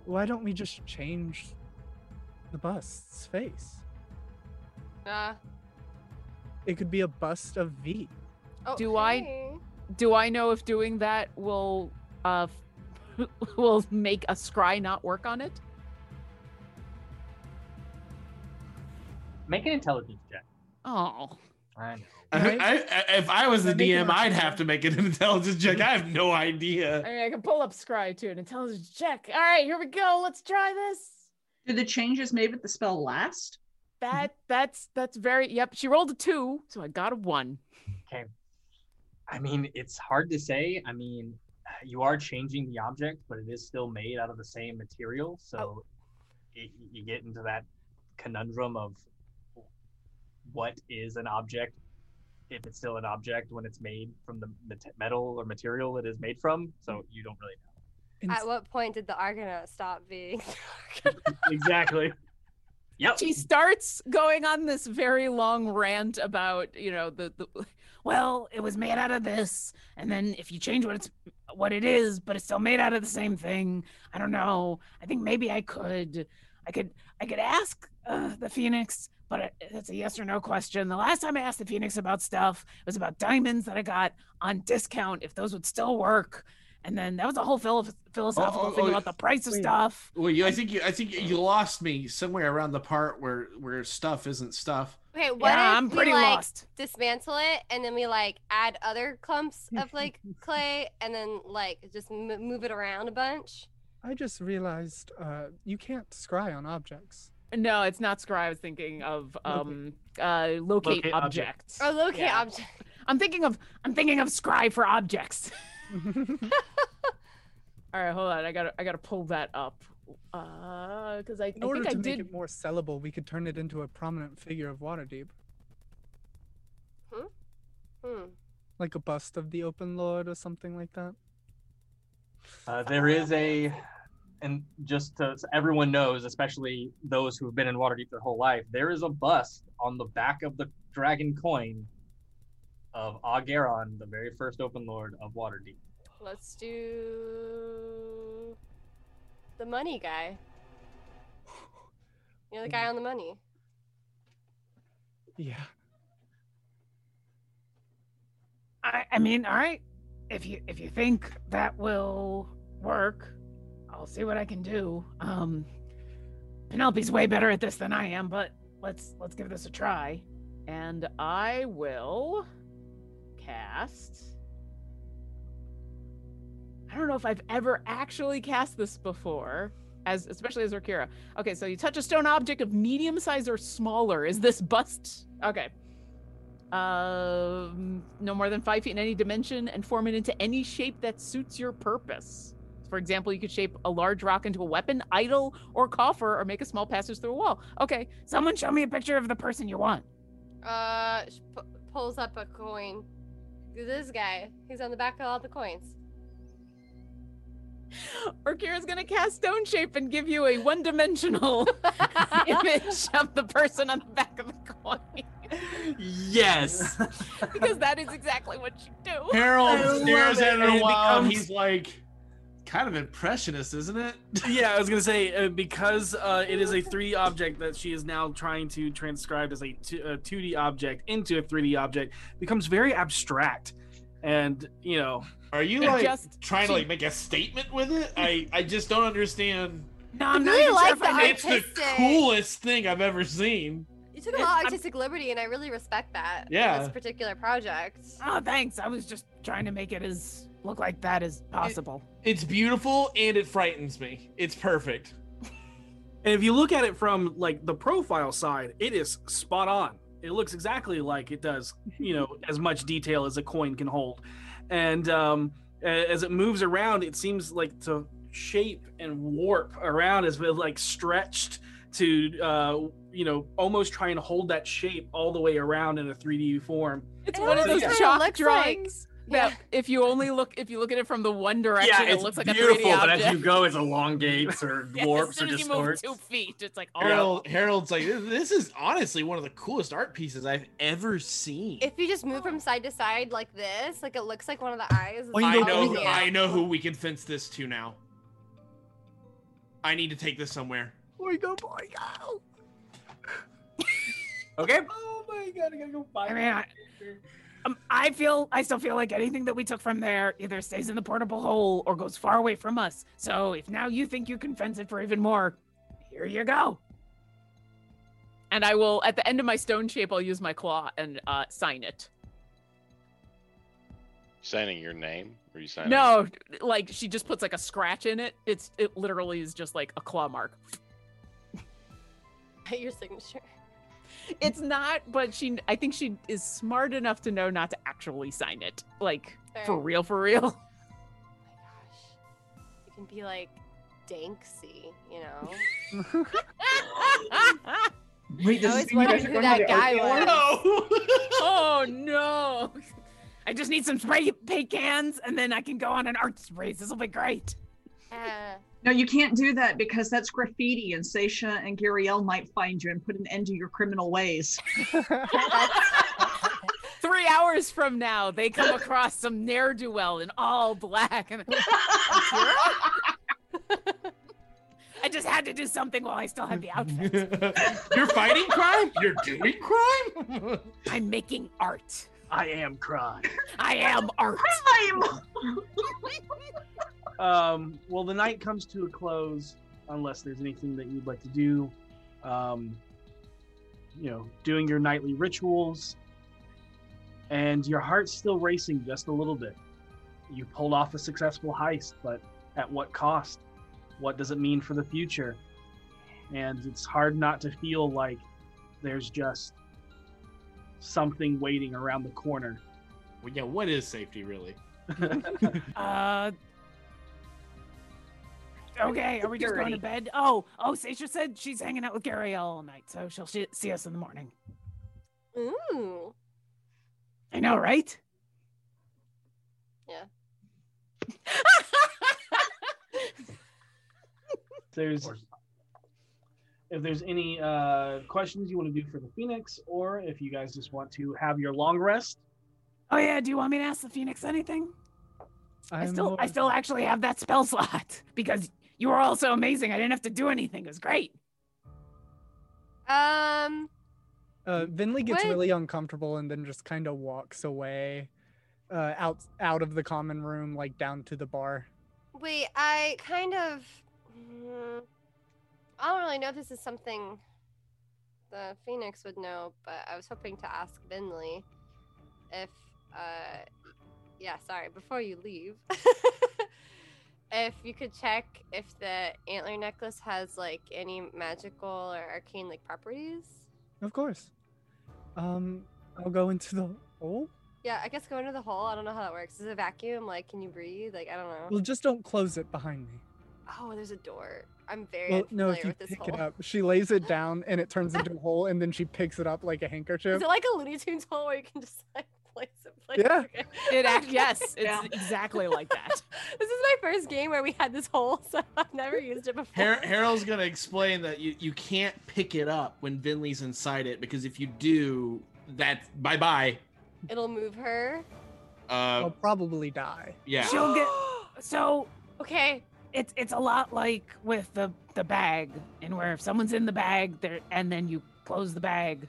Speaker 6: Why don't we just change the bust's face?
Speaker 9: Nah.
Speaker 6: It could be a bust of V.
Speaker 9: Oh,
Speaker 11: Do I-
Speaker 9: hey.
Speaker 11: Do I know if doing that will uh [LAUGHS] f- will make a scry not work on it?
Speaker 2: Make an intelligence check.
Speaker 11: Oh.
Speaker 2: I know.
Speaker 6: Right?
Speaker 10: I, I, if I was the
Speaker 6: Make it
Speaker 10: DM,
Speaker 6: on
Speaker 10: I'd
Speaker 6: fire.
Speaker 10: have to make an [LAUGHS] intelligence check. I have no
Speaker 11: I
Speaker 10: idea.
Speaker 11: mean I can pull up scry to an intelligence check. All right, here we go. Let's try this.
Speaker 4: Do the changes made with the spell last?
Speaker 11: That that's that's very yep. She rolled a two, so I got a one.
Speaker 2: I mean, it's hard to say. I mean, you are changing the object, but it is still made out of the same material, so it, you get into that conundrum of what is an object if it's still an object when it's made from the mate- metal or material it is made from. So you don't really know.
Speaker 9: At what point did the Argonaut stop being?
Speaker 1: Exactly.
Speaker 2: Yep.
Speaker 11: She starts going on this very long rant about you know the, the
Speaker 3: Well, it was made out of this, and then if you change what it's what it is, but it's still made out of the same thing. I don't know. I think maybe I could, I could, I could ask uh, the Phoenix, but it- it's a yes or no question. The last time I asked the Phoenix about stuff, it was about diamonds that I got on discount. If those would still work, and then that was a whole philo- philosophical
Speaker 10: oh,
Speaker 3: thing
Speaker 10: oh,
Speaker 11: about
Speaker 3: about the price of stuff.
Speaker 10: Well, you, I think you, I think you lost me somewhere around the part where where stuff isn't stuff.
Speaker 9: Okay, what
Speaker 11: yeah,
Speaker 9: if
Speaker 11: I'm
Speaker 9: we,
Speaker 11: pretty
Speaker 9: like,
Speaker 11: lost.
Speaker 9: dismantle it and then we like add other [LAUGHS] clumps of like clay and then like just m- move it around a bunch?
Speaker 6: I just realized uh, you can't scry on objects.
Speaker 11: No, it's not scry. I was thinking of um uh locate,
Speaker 1: Locate
Speaker 11: objects.
Speaker 4: Oh,
Speaker 9: Or Oh, locate
Speaker 11: Yeah.
Speaker 9: object.
Speaker 3: I'm thinking of, I'm thinking of scry for objects.
Speaker 11: All right, hold on. I got to I got to pull that up. Uh cuz I, I
Speaker 6: In order
Speaker 11: think I
Speaker 6: to make
Speaker 11: did
Speaker 6: it more sellable, we could turn it into a prominent figure of Waterdeep,
Speaker 9: Hmm.
Speaker 6: like a bust of the Open Lord or something like that.
Speaker 2: Uh, there is a and just to, so everyone knows, especially those who have been in Waterdeep their whole life, there is a bust on the back of the dragon coin of Agaron, the very first Open Lord of Waterdeep.
Speaker 9: Let's do the money guy. You know the guy on the money.
Speaker 6: Yeah.
Speaker 3: I, I mean, all right. If you if you think that will work, I'll see what I can do. Um, Penelope's way better at this than I am, but let's let's give this a try.
Speaker 11: And I will cast. I don't know if I've ever actually cast this before, as especially as Rakira. Okay, so you touch a stone object of medium size or smaller. Is this bust? Okay. Um, no more than five feet in any dimension, and form it into any shape that suits your purpose. For example, you could shape a large rock into a weapon, idol, or coffer, or make a small passage through a wall. Okay,
Speaker 3: Someone show me a picture of the person you want.
Speaker 9: Uh, she pu- pulls up a coin. This guy, he's on the back of all the coins.
Speaker 11: Orkira's gonna cast stone shape and give you a one-dimensional [LAUGHS] image of the person on the back of the coin.
Speaker 2: Yes.
Speaker 11: because that is exactly what you do.
Speaker 10: Harold stares at her a while and
Speaker 1: becomes-
Speaker 10: he's like, kind of impressionist, isn't it?
Speaker 1: yeah, I was gonna say uh, because uh, it is a 3D object that she is now trying to transcribe as a two- a 2D object into a 3D object becomes very abstract, and you know.
Speaker 10: Are you
Speaker 1: It
Speaker 10: like
Speaker 1: just-
Speaker 10: trying to
Speaker 1: she-
Speaker 10: like make a statement with it? I I just don't understand.
Speaker 3: No,
Speaker 9: I'm not really even sure like if I the know.
Speaker 10: It's the
Speaker 9: artistic-
Speaker 10: coolest thing I've ever seen.
Speaker 9: You took a lot of artistic liberty, and I really respect that. for
Speaker 10: Yeah.
Speaker 9: This particular project.
Speaker 3: Oh, thanks. I was just trying to make it as look like that as possible.
Speaker 10: It's beautiful and it frightens me.
Speaker 12: It's perfect.
Speaker 1: [LAUGHS] And if you look at it from like the profile side, it is spot on. It looks exactly like it does, you know, as much detail as a coin can hold. And um, a- as it moves around, it seems like to shape and warp around as if like stretched to, uh, you know, almost trying to hold that shape all the way around in a 3D form.
Speaker 11: It's
Speaker 9: It
Speaker 11: one of
Speaker 9: almost
Speaker 11: those
Speaker 9: kinda
Speaker 11: chalk
Speaker 9: looks
Speaker 11: drawings
Speaker 9: Yeah.
Speaker 11: that if you only look if you look at it from the one direction, it looks like a 3D
Speaker 2: but
Speaker 11: object.
Speaker 2: as you go, it elongates or
Speaker 11: Yeah,
Speaker 2: warps
Speaker 11: as soon
Speaker 2: or
Speaker 11: as you move
Speaker 2: distorts.
Speaker 11: two feet, it's like oh,
Speaker 10: Harold Harold's like this is honestly one of the coolest art pieces I've ever seen.
Speaker 9: If you just move from side to side like this, like it looks like one of the eyes. is
Speaker 10: I
Speaker 9: following
Speaker 10: know who,
Speaker 9: you.
Speaker 10: I know who we can fence this to now. I need to take this somewhere.
Speaker 12: Boy, go, boy, go.
Speaker 2: Okay.
Speaker 12: Oh my god, I gotta go buy
Speaker 3: I mean, I, um, I feel I still feel like anything that we took from there either stays in the portable hole or goes far away from us. So if now you think you can fence it for even more, here you go.
Speaker 11: and I will at the end of my stone shape, I'll use my claw and uh, sign it.
Speaker 8: Signing your name? Or you signing?
Speaker 11: No, like she just puts like a scratch in it. It's it literally is just like a claw mark.
Speaker 9: [LAUGHS] Your signature.
Speaker 11: It's not, but she I think she is smart enough to know not to actually sign it. Like for
Speaker 9: Fair.
Speaker 11: real, for real.
Speaker 9: Oh my gosh. You can be like Danksy, you know?
Speaker 4: Wait,
Speaker 9: I always wondered who that guy was. [LAUGHS]
Speaker 11: oh no.
Speaker 3: I just need some spray paint cans and then I can go on an art sprays. This will be great.
Speaker 9: Yeah.
Speaker 4: No, you can't do that because that's graffiti, and Sasha and Gariel might find you and put an end to your criminal ways.
Speaker 11: Three hours from now, they come across some ne'er do well in all black. And
Speaker 3: I just had to do something while I still had the outfit.
Speaker 10: [LAUGHS] You're fighting crime? You're doing crime?
Speaker 3: [LAUGHS] I'm making art.
Speaker 1: I am crime.
Speaker 3: [LAUGHS] I
Speaker 1: [LAUGHS]
Speaker 3: am art.
Speaker 1: Um, well, the night comes to a close unless there's anything that you'd like to do. Um, you know, doing your nightly rituals, and your heart's still racing just a little bit. You pulled off a successful heist, but at what cost? What does it mean for the future? And it's hard not to feel like there's just something waiting around the corner.
Speaker 10: well, yeah, what is safety really?
Speaker 3: Uh. Okay, are we just going
Speaker 4: Security.
Speaker 3: to bed? Oh, oh, Sasha said she's hanging out with Gary all night, so she'll sh- see us in the morning.
Speaker 9: Ooh.
Speaker 3: I know, right?
Speaker 1: there's if there's any uh, questions you want to do for the Phoenix, or if you guys just want to have your long rest.
Speaker 3: Oh yeah, do you want me to ask the Phoenix anything? i
Speaker 6: I'm
Speaker 3: still I
Speaker 6: more-
Speaker 3: still actually have that spell slot [LAUGHS] because you were all so amazing. I didn't have to do anything. It was great.
Speaker 9: Um,
Speaker 6: Uh, Vinley gets
Speaker 9: What?
Speaker 6: really uncomfortable and then just kind of walks away, uh, out out of the common room, like down to the bar.
Speaker 9: wait, I kind of. mm, I don't really know if this is something the Phoenix would know, but I was hoping to ask Vinley if. Uh, yeah, sorry, before you leave. [LAUGHS] If you could check if the antler necklace has like any magical or arcane like properties.
Speaker 6: Of course. Um, I'll go into the hole.
Speaker 9: Yeah, I guess go into the hole. I don't know how that works. Is it a vacuum? Like, can you breathe? Like, I don't know.
Speaker 6: Well, just don't close it behind me.
Speaker 9: Oh, there's a door. I'm very
Speaker 6: Well, no,
Speaker 9: unfamiliar
Speaker 6: if you
Speaker 9: with this
Speaker 6: pick
Speaker 9: hole.
Speaker 6: it up, she lays it down and it
Speaker 9: [LAUGHS]
Speaker 6: turns into a hole, and then she picks it up like a handkerchief.
Speaker 9: Is it like a Looney Tunes hole where you can just [LAUGHS] like place it? Place
Speaker 6: Yeah.
Speaker 9: Okay. [LAUGHS]
Speaker 11: It act
Speaker 9: Okay.
Speaker 11: yes, it's exactly like that.
Speaker 9: [LAUGHS] This is my first game where we had this hole, [LAUGHS] so I've never used it before.
Speaker 12: Har- Harold's gonna explain that you, you can't pick it up when Vinley's inside it because if you do, that bye bye.
Speaker 9: It'll move her.
Speaker 12: Uh,
Speaker 6: I'll probably die.
Speaker 12: yeah.
Speaker 3: She'll [LAUGHS]
Speaker 6: [GASPS]
Speaker 3: get so
Speaker 9: Okay.
Speaker 3: it's it's a lot like with the the bag and where if someone's in the bag there and then you close the bag,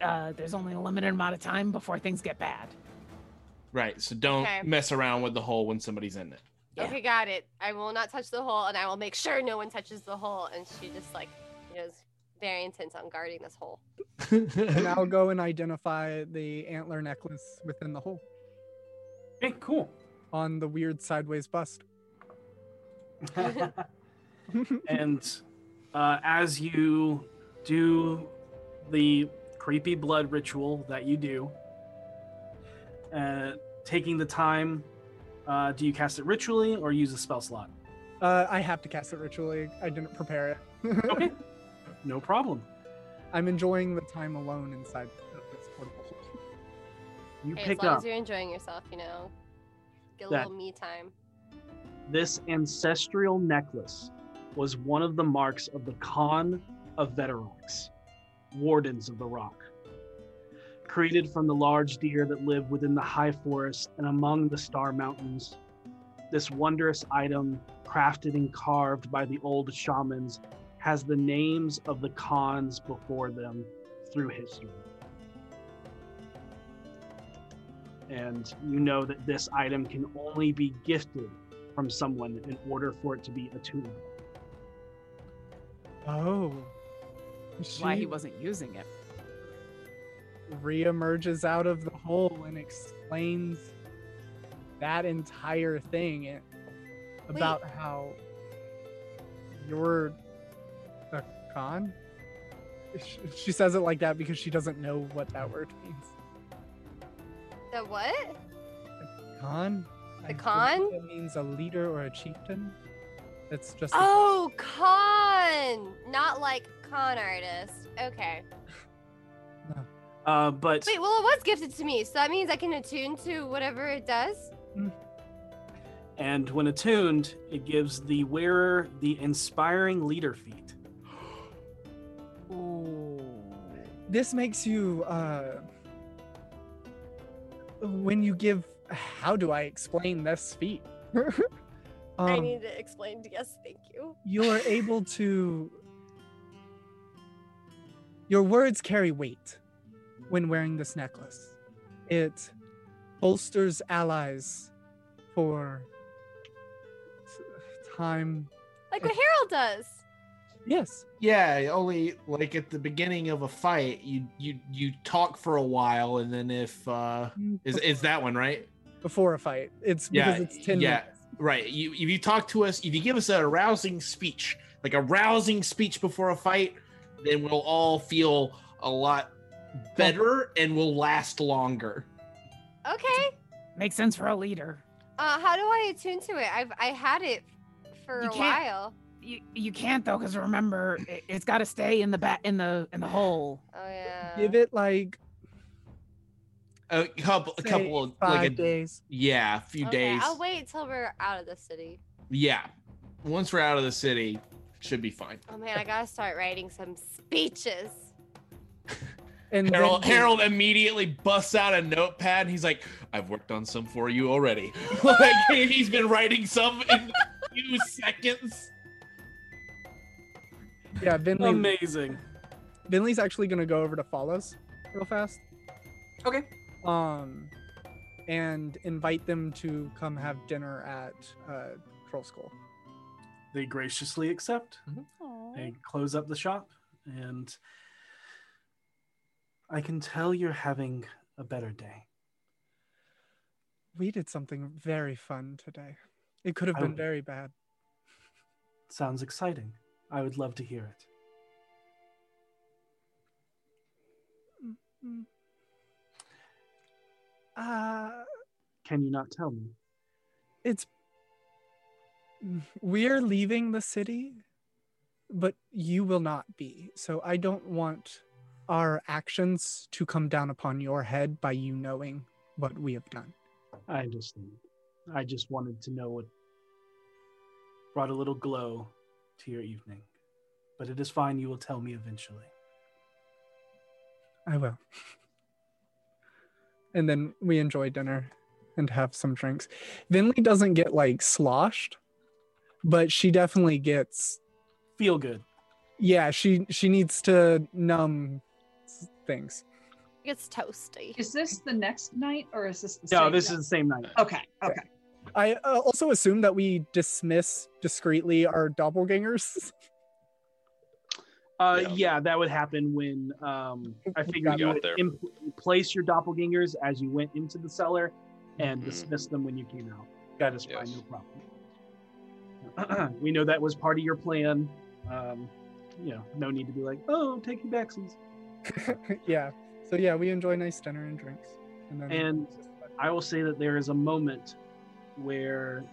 Speaker 3: uh, there's only a limited amount of time before things get bad.
Speaker 12: Right. So don't
Speaker 9: Okay.
Speaker 12: mess around with the hole when somebody's in it.
Speaker 3: Yeah.
Speaker 9: Okay, got it. I will not touch the hole, and I will make sure no one touches the hole. And she just like, you know, is very intent on guarding this hole.
Speaker 6: And I'll go and identify the antler necklace within the hole
Speaker 1: Hey, cool.
Speaker 6: on the weird
Speaker 1: [LAUGHS]
Speaker 6: sideways bust.
Speaker 1: and uh, as you do the creepy blood ritual that you do, uh, taking the time, uh, do you cast it ritually or use a spell slot?
Speaker 6: Uh, I have to cast it ritually. I didn't prepare it. [LAUGHS]
Speaker 1: Okay, no problem.
Speaker 6: I'm enjoying the time alone inside of this portable hole.
Speaker 1: You
Speaker 9: Hey, as
Speaker 1: pick
Speaker 9: long
Speaker 1: up
Speaker 9: as you're enjoying yourself, you know, get a
Speaker 1: That-
Speaker 9: little me time.
Speaker 1: this ancestral necklace was one of the marks of the Khan of Veterax, wardens of the rock. Created from the large deer that live within the high forest and among the star mountains, this wondrous item, crafted and carved by the old shamans, has the names of the Khans before them through history. And you know that this item can only be gifted from someone in order for it to be attuned.
Speaker 6: Oh.
Speaker 11: Why he
Speaker 6: She-
Speaker 11: wasn't using it.
Speaker 6: reemerges out of the hole and explains that entire thing and- about how you're a con. Sh- She says it like that because she doesn't know what that word means.
Speaker 9: The what?
Speaker 6: Con. I believe
Speaker 9: con?
Speaker 6: That means a leader or a chieftain. It's just. a-
Speaker 9: Oh, con! Not like con artist. Okay.
Speaker 1: Uh, but
Speaker 9: Wait, well, it was gifted to me, so that means I can attune to whatever it does.
Speaker 1: and when attuned, it gives the wearer the inspiring leader feat.
Speaker 6: this makes you uh when you give how do i explain this feat
Speaker 9: [LAUGHS] I
Speaker 6: Um,
Speaker 9: need it explained. Yes, thank you.
Speaker 6: you're able to your words carry weight when wearing this necklace it bolsters allies for t- time
Speaker 9: Like what Harold does.
Speaker 6: yes
Speaker 12: Yeah, only like at the beginning of a fight, you you you talk for a while, and then if uh is is that one right?
Speaker 6: before a fight Mm. it's because
Speaker 12: Yeah,
Speaker 6: it's 10
Speaker 12: yeah.
Speaker 6: minutes
Speaker 12: Right. You if you talk to us, if you give us a rousing speech, like a rousing speech before a fight, then we'll all feel a lot better and will last longer.
Speaker 9: Okay.
Speaker 3: Makes sense for a leader.
Speaker 9: Uh, how do I attune to it? I've I had it for
Speaker 3: You
Speaker 9: a
Speaker 3: can't-
Speaker 9: while.
Speaker 3: You, you can't though, because remember, it, it's got to stay in the bat in the in the hole.
Speaker 9: Oh yeah.
Speaker 6: give it like
Speaker 12: A couple, a
Speaker 6: say,
Speaker 12: couple, of,
Speaker 6: five
Speaker 12: like a,
Speaker 6: days
Speaker 12: yeah, a few
Speaker 9: okay,
Speaker 12: days.
Speaker 9: I'll wait till we're out of the city.
Speaker 12: Yeah. Once we're out of the city,
Speaker 10: Should be fine.
Speaker 9: Oh man, I gotta start writing some speeches.
Speaker 6: And
Speaker 10: Harold,
Speaker 6: then-
Speaker 10: Harold immediately busts out a notepad. He's like, "I've worked on some for you already." [LAUGHS] like he's been writing some in a few seconds.
Speaker 6: yeah, Vinley.
Speaker 1: Amazing.
Speaker 6: Vinley's actually gonna go over to follows real fast.
Speaker 2: Okay.
Speaker 6: Um, and invite them to come have dinner at uh, Troll School.
Speaker 1: They graciously accept.
Speaker 6: Mm-hmm.
Speaker 1: They close up the shop, and I can tell you're having a better day.
Speaker 6: We did something very fun today. It could have
Speaker 1: I
Speaker 6: been
Speaker 1: would-
Speaker 6: very bad.
Speaker 1: Sounds exciting. I would love to hear it.
Speaker 6: Hmm. Uh,
Speaker 1: Can you not tell me?
Speaker 6: it's we're leaving the city, but you will not be. So I don't want our actions to come down upon your head by you knowing what we have done.
Speaker 1: I understand. I just wanted to know what brought a little glow to your evening. But it is fine, you will tell me eventually.
Speaker 6: I will. [LAUGHS] And then we enjoy dinner and have some drinks. Vinley doesn't get like sloshed, but she definitely gets
Speaker 1: Feel good.
Speaker 6: yeah, she she needs to numb s- things.
Speaker 9: It's toasty.
Speaker 4: Is this the next night or is this the
Speaker 1: No,
Speaker 4: same
Speaker 1: this
Speaker 4: night?
Speaker 1: is the same night.
Speaker 4: Okay, okay.
Speaker 6: I uh, also assume that we dismiss discreetly our doppelgangers. [LAUGHS]
Speaker 1: Uh,
Speaker 8: Yeah.
Speaker 1: yeah. that would happen when um, I figured
Speaker 8: got
Speaker 1: you
Speaker 8: out
Speaker 1: would
Speaker 8: there.
Speaker 1: im- place your doppelgangers as you went into the cellar and dismiss them when you came out. That is fine,
Speaker 8: Mm-hmm. Yes.
Speaker 1: no problem. [CLEARS THROAT] we know that was part of your plan. Um, you know, no need to be like, oh, taking backsies.
Speaker 6: yeah. So yeah, we enjoy nice dinner and drinks. And then
Speaker 1: And I will say that there is a moment where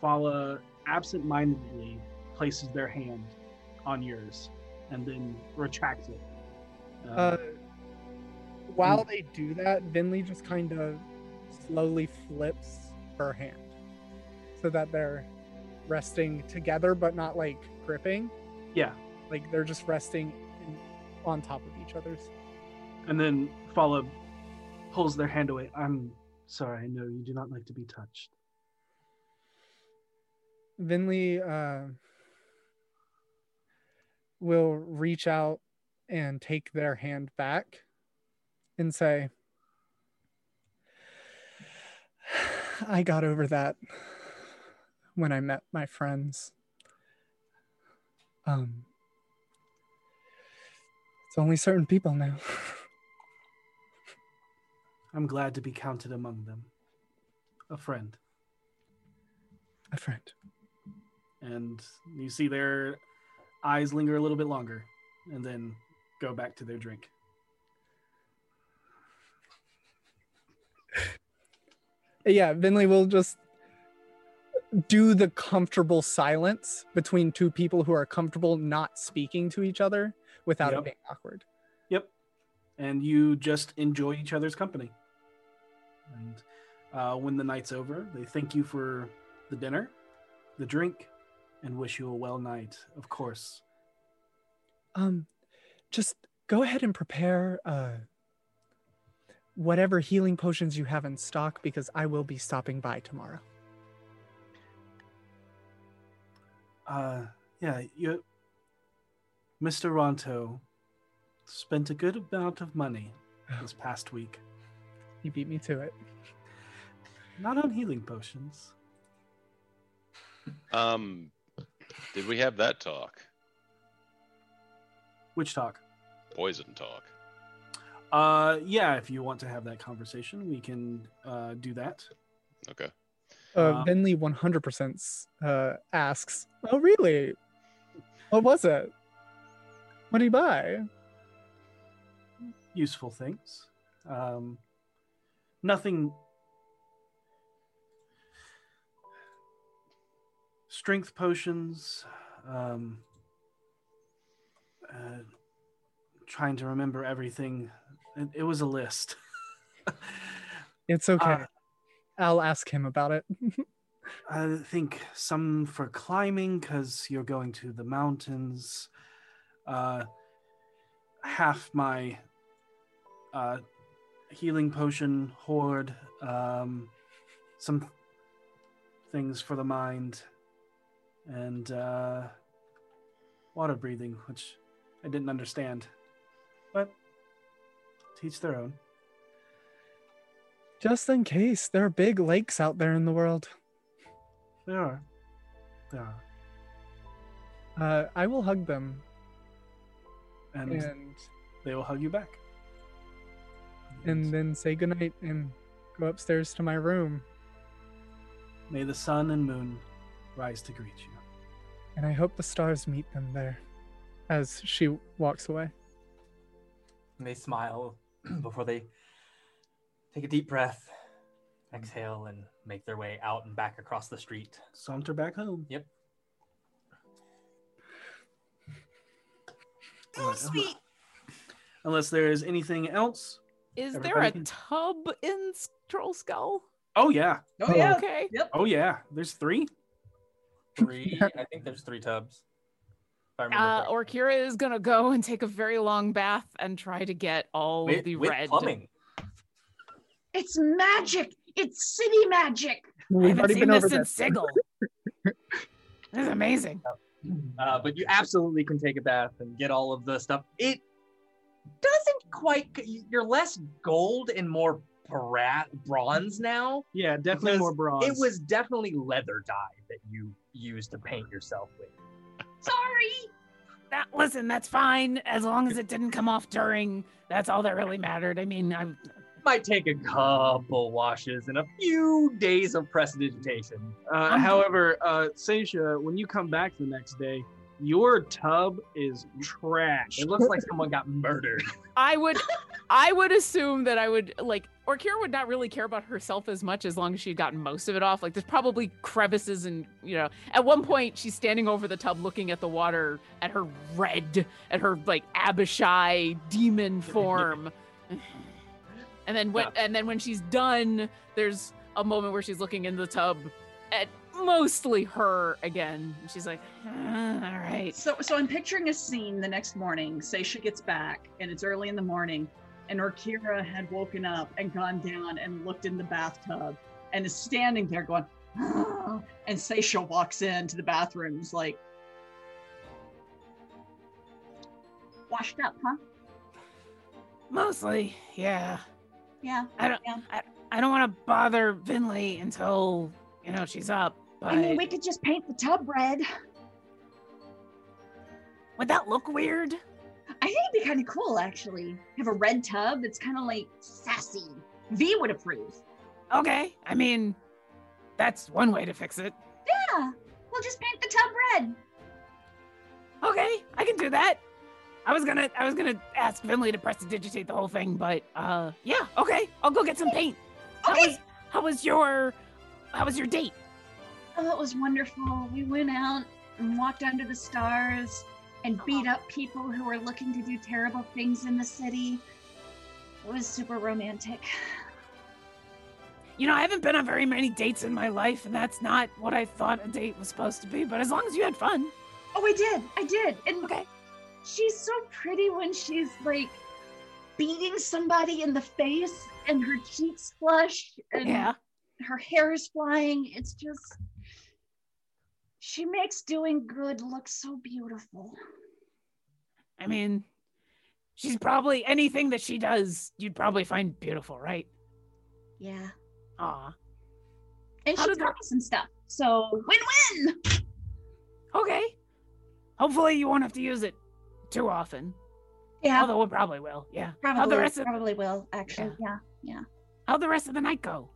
Speaker 1: Fala absentmindedly places their hand on yours and then retracts it. Um,
Speaker 6: uh, while
Speaker 1: mm.
Speaker 6: they do that, Vinley just kind of slowly flips her hand so that they're resting together, but not like gripping.
Speaker 1: yeah.
Speaker 6: Like they're just resting in, on top of each other's.
Speaker 1: And then Fala pulls their hand away. I'm sorry, I know you do not like to be touched.
Speaker 6: Vinley uh, will reach out and take their hand back and say, I got over that when I met my friends. Um, it's only certain people now. [LAUGHS]
Speaker 1: I'm glad to be counted among them. A friend.
Speaker 6: A friend.
Speaker 1: And you see their eyes linger a little bit longer and then go back to their drink.
Speaker 6: Yeah, Vinley will just do the comfortable silence between two people who are comfortable not speaking to each other without
Speaker 1: Yep.
Speaker 6: it being awkward.
Speaker 1: Yep. And you just enjoy each other's company. And uh, when the night's over, they thank you for the dinner, the drink, and wish you a well night, of course.
Speaker 6: Um, just go ahead and prepare uh, whatever healing potions you have in stock because I will be stopping by tomorrow.
Speaker 1: Uh, yeah, you, Mr. Ronto spent a good amount of
Speaker 6: [LAUGHS]
Speaker 1: money this past week,
Speaker 6: You beat me to it.
Speaker 1: not on healing potions.
Speaker 8: Um, did we have that talk?
Speaker 1: Witch talk.
Speaker 8: Poison talk.
Speaker 1: Uh, yeah, if you want to have that conversation, we can uh, do that.
Speaker 8: Okay.
Speaker 6: Uh,
Speaker 1: Um,
Speaker 6: Vinley 100% uh, asks, "Oh really? What was it? What did you buy?"
Speaker 1: useful things. Um, nothing. Strength potions. Um, uh, trying to remember everything. It, it was a list. [LAUGHS]
Speaker 6: It's okay.
Speaker 1: Uh,
Speaker 6: I'll ask him about it. [LAUGHS]
Speaker 1: I think some for climbing because you're going to the mountains. Uh, half my uh, healing potion hoard. Um, some things for the mind, and uh, water breathing, which I didn't understand, but teach their own.
Speaker 6: Just in case, there are big lakes out there in the world.
Speaker 1: There are. There are.
Speaker 6: Uh, I will hug them
Speaker 1: And
Speaker 6: and
Speaker 1: they will hug you back.
Speaker 6: and then say goodnight and go upstairs to my room.
Speaker 1: May the sun and moon rise to greet you.
Speaker 6: And I hope the stars meet them there as she walks away.
Speaker 2: And [LAUGHS] they smile [CLEARS THROAT] before they take a deep breath, exhale, and make their way out and back across the street.
Speaker 1: Saunter back home.
Speaker 2: Yep.
Speaker 1: Oh, sweet. Unless there is anything else.
Speaker 11: Is there
Speaker 1: Everybody
Speaker 11: a
Speaker 1: can-
Speaker 11: tub in S- Troll Skull?
Speaker 1: Oh, yeah.
Speaker 4: Oh, yeah.
Speaker 11: Okay.
Speaker 4: Yep.
Speaker 1: Oh, yeah. There's three.
Speaker 2: Three, I think there's three tubs. If I
Speaker 11: [LAUGHS]
Speaker 2: remember
Speaker 11: Uh,
Speaker 2: correctly.
Speaker 11: Orkira is gonna go and take a very long bath and try to get all
Speaker 2: With-
Speaker 11: the
Speaker 2: with
Speaker 11: red.
Speaker 2: plumbing.
Speaker 5: It's magic. It's city magic.
Speaker 11: I haven't seen this since Sigil. this is amazing.
Speaker 2: Uh, but you absolutely can take a bath and get all of the stuff. It doesn't quite. You're less gold and more bra- bronze now.
Speaker 1: Yeah, definitely
Speaker 2: because
Speaker 1: more bronze.
Speaker 2: It was definitely leather dye that you used to paint yourself with.
Speaker 5: Sorry.
Speaker 3: That listen, that's fine as long as it didn't come off during. That's all that really mattered. I mean, I'm
Speaker 2: Might take a couple washes and a [LAUGHS] few days of prestidigitation.
Speaker 1: Uh, however, uh, Seisha, when you come back the next day, your tub is trash.
Speaker 2: It looks like someone got
Speaker 1: [LAUGHS]
Speaker 2: murdered.
Speaker 11: I would, I would assume that I would like. Orkira would not really care about herself as much as long as she'd gotten most of it off. Like there's probably crevices and you know. At one point, she's standing over the tub, looking at the water, at her red, at her like Abishai demon form. and then when and then when she's done, there's a moment where she's looking in the tub at mostly her again. And She's like, "Ah, all right.
Speaker 4: So, so I'm picturing a scene the next morning. Seisha gets back, and it's early in the morning, and Orkira had woken up and gone down and looked in the bathtub, and is standing there going, "Ah," and Seisha walks into the bathroom, and is like,
Speaker 5: Washed up, huh?
Speaker 3: mostly, yeah.
Speaker 5: Yeah.
Speaker 3: I don't,
Speaker 5: Yeah.
Speaker 3: I, I don't want to bother Vinley until you know she's up. But
Speaker 5: I mean, we could just paint the tub red.
Speaker 3: would that look weird?
Speaker 5: I think it'd be kind of cool, actually. Have a red tub. It's kind of like sassy. V would approve.
Speaker 3: Okay, I mean, that's one way to fix it.
Speaker 5: Yeah. We'll just paint the tub red.
Speaker 3: Okay, I can do that. I was gonna, I was gonna ask Vinley to prestidigitate the whole thing, but uh, yeah, okay, I'll go get some paint. How was, how was your, how was your date?
Speaker 5: Oh, it was wonderful. We went out and walked under the stars and beat up people who were looking to do terrible things in the city. It was super romantic. [LAUGHS]
Speaker 3: You know, I haven't been on very many dates in my life, and that's not what I thought a date was supposed to be. But as long as you had fun,
Speaker 5: Oh, I did. I did. And
Speaker 3: Okay.
Speaker 5: she's so pretty when she's like beating somebody in the face and her cheeks flush and
Speaker 3: yeah.
Speaker 5: her hair is flying. It's just, she makes doing good look so beautiful.
Speaker 3: I mean, she's probably anything that she does, you'd probably find beautiful, right?
Speaker 5: Yeah.
Speaker 3: Aw.
Speaker 5: And
Speaker 3: How
Speaker 5: she
Speaker 3: did
Speaker 5: taught me some stuff. So win win.
Speaker 3: Okay. Hopefully, you won't have to use it too often.
Speaker 5: Yeah.
Speaker 3: Although we probably will. Yeah.
Speaker 5: Probably,
Speaker 3: How the rest of
Speaker 5: probably will actually. Yeah. yeah,
Speaker 3: how the rest of the night go?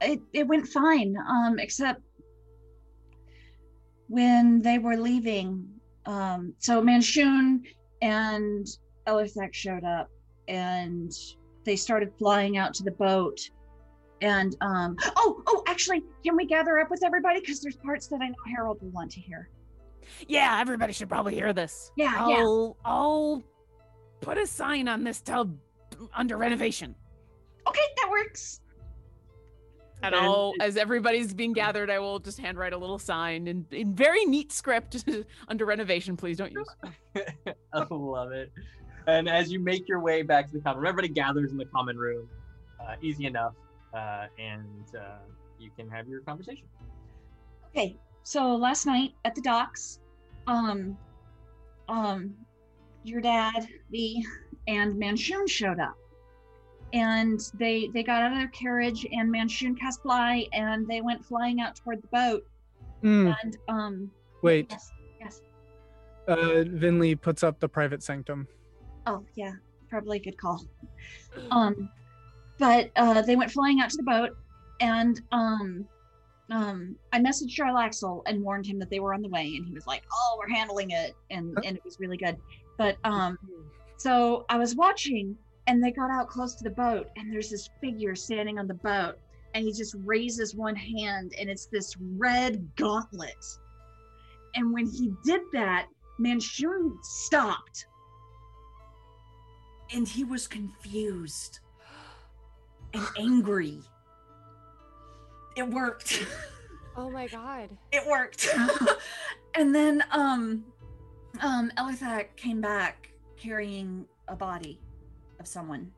Speaker 5: It it went fine. Um, except when they were leaving, um, so Manshun and Elithek showed up, and they started flying out to the boat. And um, oh, oh, actually, can we gather up with everybody? Because there's parts that I know Harold will want to hear.
Speaker 3: Yeah, everybody should probably hear this.
Speaker 5: Yeah, yeah.
Speaker 3: I'll I'll put a sign on this tub under renovation.
Speaker 5: Okay, that works.
Speaker 11: And I'll, as everybody's being gathered, I will just handwrite a little sign in, in very neat script [LAUGHS] under renovation. Please don't use.
Speaker 2: I love it. And as you make your way back to the common, everybody gathers in the common room. Uh, easy enough, uh, and uh, you can have your conversation.
Speaker 18: Okay, so last night at the docks, um, um, your dad, the and Manshun showed up, and they they got out of their carriage, and Manshun cast fly, and they went flying out toward the boat,
Speaker 6: Mm,
Speaker 18: and um,
Speaker 6: wait.
Speaker 18: yes, yes,
Speaker 6: Uh, Vinley puts up the private sanctum.
Speaker 18: oh yeah, probably a good call. Um, but uh, they went flying out to the boat, and um, um, I messaged Jarl Axel and warned him that they were on the way, and he was like, "Oh, we're handling it," and and it was really good. But um, so I was watching, and they got out close to the boat, and there's this figure standing on the boat, and he just raises one hand, and it's this red gauntlet. And when he did that, Manchun stopped,
Speaker 5: And he was confused and angry. It worked.
Speaker 9: Oh my god. Uh-huh.
Speaker 5: It
Speaker 9: [LAUGHS]
Speaker 5: worked. and then um um Elithac came back carrying a body of someone.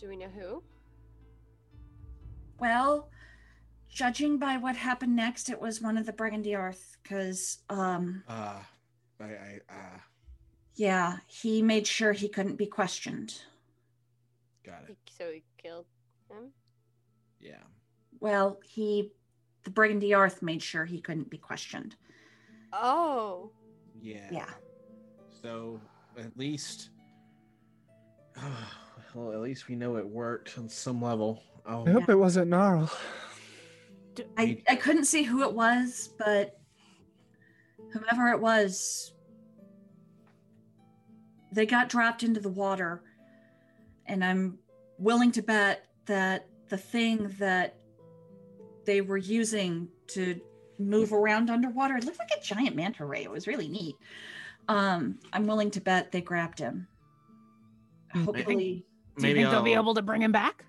Speaker 9: Do we know who?
Speaker 5: Well, judging by what happened next, it was one of the Brigandiarth, because um
Speaker 10: Uh, I, I, uh,
Speaker 5: yeah, he made sure he couldn't be questioned.
Speaker 10: got it.
Speaker 9: He, so he killed him?
Speaker 10: Yeah.
Speaker 5: Well, he the Brigandiarth made sure he couldn't be questioned.
Speaker 9: Oh.
Speaker 10: Yeah.
Speaker 5: Yeah.
Speaker 10: So at least, [SIGHS] well, at least we know it worked on some level. Oh,
Speaker 6: I hope it wasn't Gnarl.
Speaker 5: I, I couldn't see who it was, but whomever it was, they got dropped into the water. And I'm willing to bet that the thing that they were using to move around underwater, it looked like a giant manta ray. It was really neat. Um, I'm willing to bet they grabbed him. Hopefully,
Speaker 3: Do you
Speaker 10: Maybe
Speaker 3: think they'll be
Speaker 10: I'll-
Speaker 3: able to bring him back?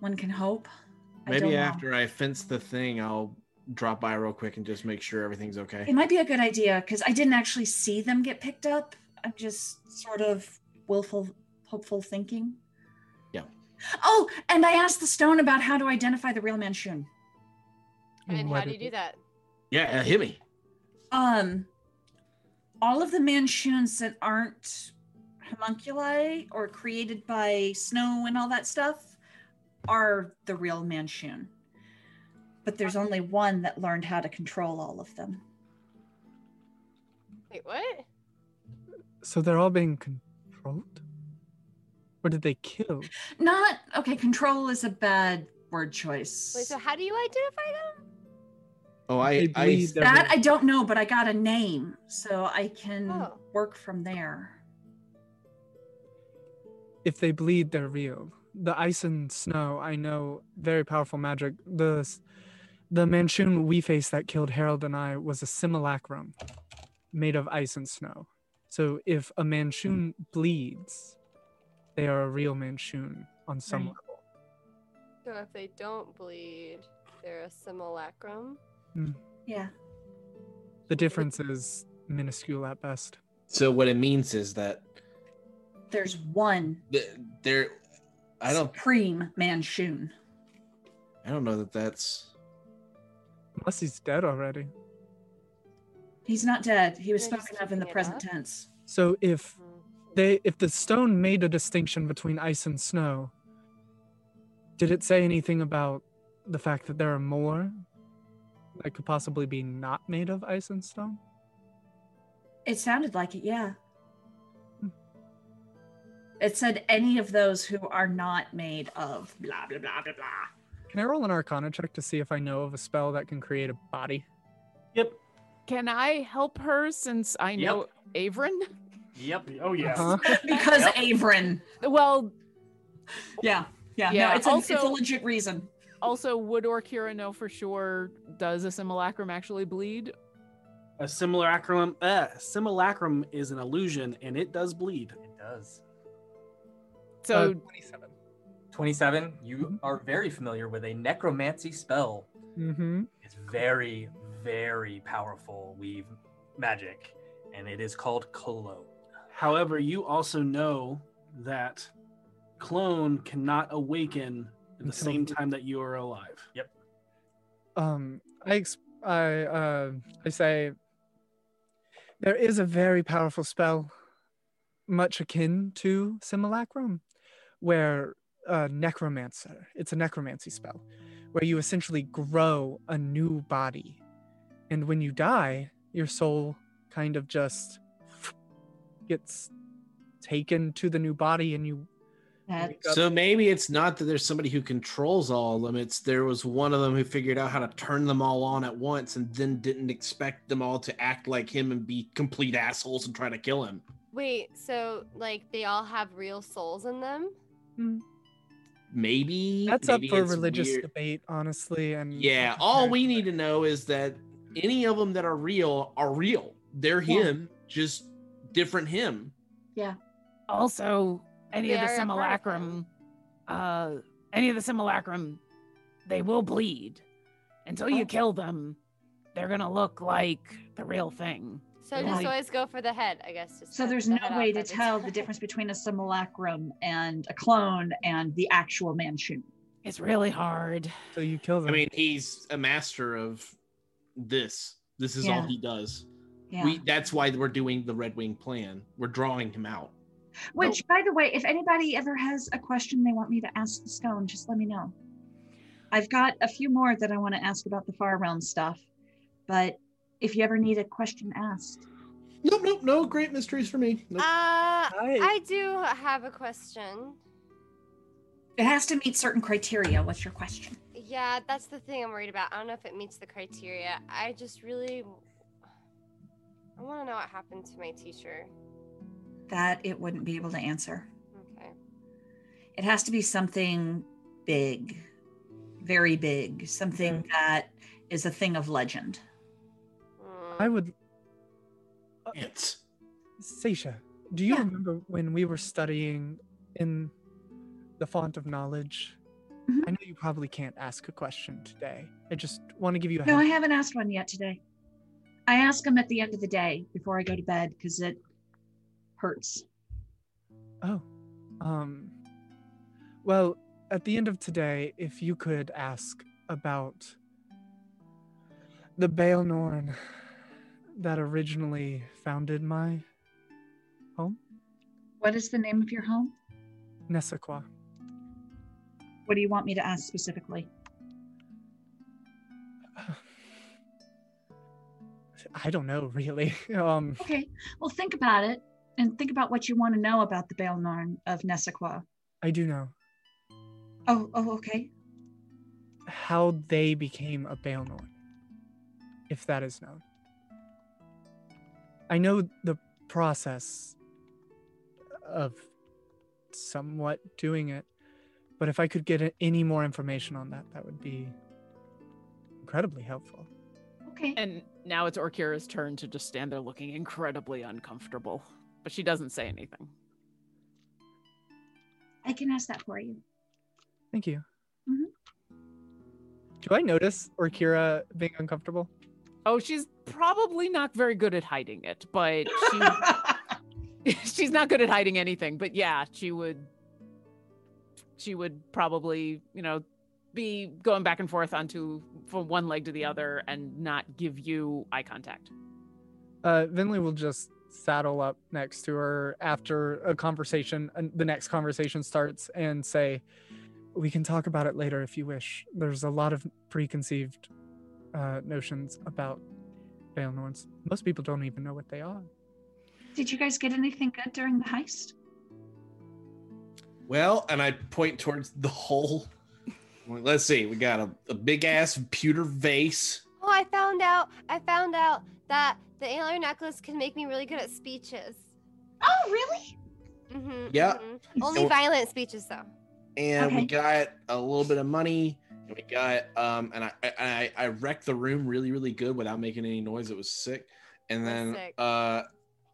Speaker 5: one can hope. I don't
Speaker 10: Maybe
Speaker 5: know.
Speaker 10: after I fence the thing, I'll drop by real quick and just make sure everything's okay.
Speaker 5: It might be a good idea because I didn't actually see them get picked up. I'm just sort of willful, hopeful thinking.
Speaker 10: Yeah.
Speaker 5: Oh, and I asked the stone about how to identify the real Manchun.
Speaker 9: And how do you do that?
Speaker 10: Yeah, uh, hit me.
Speaker 5: Um, all of the Manchuns that aren't homunculi or created by snow and all that stuff are the real Manchun. But there's only one that learned how to control all of them.
Speaker 9: Wait, what?
Speaker 6: So they're all being controlled? Or did they kill?
Speaker 5: Not okay. Control is a bad word choice.
Speaker 9: Wait, so how do you identify them?
Speaker 10: Oh, I, I,
Speaker 6: bleed their
Speaker 5: That I don't know, but I got a name, so I can
Speaker 9: Oh.
Speaker 5: work from there.
Speaker 6: if they bleed, they're real. The ice and snow, I know, very powerful magic. The s- the Manchun we faced that killed Harold and I was a simulacrum made of ice and snow. So if a Manchun bleeds, they are a real Manchun on some
Speaker 5: Right.
Speaker 6: level.
Speaker 9: So if they don't bleed, they're a simulacrum.
Speaker 5: Yeah.
Speaker 6: The difference is minuscule at best.
Speaker 10: so what it means is that
Speaker 5: There's one
Speaker 10: th- there, I don't,
Speaker 5: supreme Manchun.
Speaker 10: I don't know that that's.
Speaker 6: Unless he's dead already.
Speaker 5: He's not dead. He was
Speaker 9: They're just
Speaker 5: spoken of in the
Speaker 9: making it
Speaker 5: present
Speaker 9: up?
Speaker 5: tense.
Speaker 6: So if
Speaker 9: Hmm.
Speaker 6: they if the stone made a distinction between ice and snow did it say anything about the fact that there are more that could possibly be not made of ice and stone
Speaker 5: It sounded like it, yeah. It said any of those who are not made of blah blah blah blah blah.
Speaker 6: can i roll an arcana check to see if i know of a spell that can create a body
Speaker 1: Yep.
Speaker 11: Can I help her since I know Averin?
Speaker 2: Yep.
Speaker 1: Oh yeah.
Speaker 6: Huh?
Speaker 11: [LAUGHS]
Speaker 5: Because Averin.
Speaker 9: Oh.
Speaker 11: Well,
Speaker 5: Yeah. Yeah.
Speaker 11: Yeah,
Speaker 5: No, it's a, it's a
Speaker 11: also-
Speaker 5: legit reason.
Speaker 11: also, would Orkira know for sure? Does a simulacrum actually bleed?
Speaker 1: A simulacrum. Uh, simulacrum is an illusion, and it does bleed.
Speaker 2: It does.
Speaker 11: So
Speaker 6: Uh, 27
Speaker 2: 27, you are very familiar with a necromancy spell.
Speaker 6: Mm-hmm.
Speaker 2: It's very, very powerful weave magic, and it is called Cologne.
Speaker 1: Uh, However, you also know that clone cannot awaken at the
Speaker 6: Until-
Speaker 1: same time that you are alive.
Speaker 2: Yep.
Speaker 6: um i ex- i uh i say there is a very powerful spell much akin to simulacrum where a necromancer it's a necromancy spell where you essentially grow a new body and when you die your soul kind of just gets taken to the new body and you wake up
Speaker 10: So maybe it's not that there's somebody who controls all of them. It's there was one of them who figured out how to turn them all on at once and then didn't expect them all to act like him and be complete assholes and try to kill him.
Speaker 9: Wait, so like they all have real souls in them?
Speaker 10: Maybe
Speaker 6: That's up
Speaker 10: maybe
Speaker 6: for
Speaker 10: it's
Speaker 6: religious
Speaker 10: weird.
Speaker 6: debate, honestly. And [LAUGHS]
Speaker 10: Yeah, all we need to know is that any of them that are real are real. They're
Speaker 5: Yeah.
Speaker 10: him, just different him.
Speaker 5: Yeah.
Speaker 3: Also, any
Speaker 9: They
Speaker 3: of
Speaker 9: are
Speaker 3: the
Speaker 9: a part of
Speaker 3: simulacrum, uh, any of the simulacrum, they will bleed. Until you kill them, they're gonna look like the real thing.
Speaker 9: So
Speaker 5: Yeah.
Speaker 9: just always go for the head, I guess. Just
Speaker 5: So
Speaker 9: cut
Speaker 5: there's
Speaker 9: the
Speaker 5: no
Speaker 9: head
Speaker 5: way [LAUGHS]
Speaker 9: off
Speaker 5: to
Speaker 9: every
Speaker 5: tell
Speaker 9: time.
Speaker 5: the difference between a simulacrum and a clone and the actual Manchun.
Speaker 3: It's really hard.
Speaker 6: So you kill them.
Speaker 10: I mean, he's a master of this. This is all
Speaker 5: Yeah.
Speaker 10: he does.
Speaker 5: Yeah.
Speaker 10: We that's why we're doing the Red Wing plan. We're drawing him out.
Speaker 5: Which, by the way, if anybody ever has a question they want me to ask the stone, just let me know. I've got a few more that I want to ask about the far realm stuff, but if you ever need a question asked,
Speaker 10: Nope, nope, no great mysteries for me. Nope.
Speaker 9: Uh,
Speaker 6: I-
Speaker 9: I do have a question.
Speaker 19: It has to meet certain criteria. What's your question?
Speaker 9: Yeah, that's the thing I'm worried about. I don't know if it meets the criteria. I just really, I want to know what happened to my teacher.
Speaker 19: That it wouldn't be able to answer.
Speaker 9: Okay.
Speaker 19: It has to be something big, very big, something
Speaker 6: Mm.
Speaker 19: that is a thing of legend.
Speaker 5: Uh,
Speaker 9: Mm.
Speaker 6: I would,
Speaker 10: Ants.
Speaker 6: Seisha, do you
Speaker 19: Yeah.
Speaker 6: remember when we were studying in the font of knowledge?
Speaker 5: Mhm.
Speaker 6: I know you probably can't ask a question today. I just want to give you a
Speaker 5: no, I
Speaker 6: heads-
Speaker 5: haven't asked one yet today. I ask them at the end of the day before I go to bed because it hurts.
Speaker 6: Oh, um, well, at the end of today, if you could ask about the Baelnorn that originally founded my
Speaker 5: What is the name of your home?
Speaker 6: Nessequa.
Speaker 5: What do you want me to ask specifically?
Speaker 6: [LAUGHS] I don't know really. [LAUGHS] Um,
Speaker 5: Okay, well, think about it and think about what you want to know about the Baelnorn of Nessequa.
Speaker 6: I do know
Speaker 5: Oh, oh, okay.
Speaker 6: how they became a Baelnorn, if that is known. I know the process of somewhat doing it, but if I could get a- any more information on that, that would be incredibly helpful.
Speaker 5: Okay.
Speaker 11: And now it's Orkira's turn to just stand there looking incredibly uncomfortable. But she doesn't say anything.
Speaker 5: I can ask that for you.
Speaker 6: Thank you.
Speaker 5: Mhm.
Speaker 6: Do I notice Orkira being uncomfortable?
Speaker 11: Oh, she's probably not very good at hiding it, but
Speaker 10: [LAUGHS]
Speaker 11: she, [LAUGHS] she's not good at hiding anything. But yeah, she would she would probably, you know, be going back and forth onto from one leg to the other and not give you eye contact.
Speaker 6: Uh, Vinley will just saddle up next to her after a conversation, and the next conversation starts, and say, "We can talk about it later if you wish. There's a lot of preconceived uh, notions about Baelnorns. Most people don't even know what they are.
Speaker 5: Did you guys get anything good during the heist?
Speaker 10: Well, and I point towards the hole. [LAUGHS] Well, Let's see, we got a, a big ass pewter vase.
Speaker 9: Oh, I found out. I found out that the antler necklace can make me really good at speeches.
Speaker 5: Oh, really?
Speaker 9: hmm
Speaker 10: Yeah.
Speaker 9: Only
Speaker 10: So-
Speaker 9: violent speeches, though.
Speaker 10: and we
Speaker 5: Okay.
Speaker 10: got a little bit of money and we got um and I, I i wrecked the room really really good without making any noise it was sick and
Speaker 9: That's
Speaker 10: then
Speaker 9: sick.
Speaker 10: uh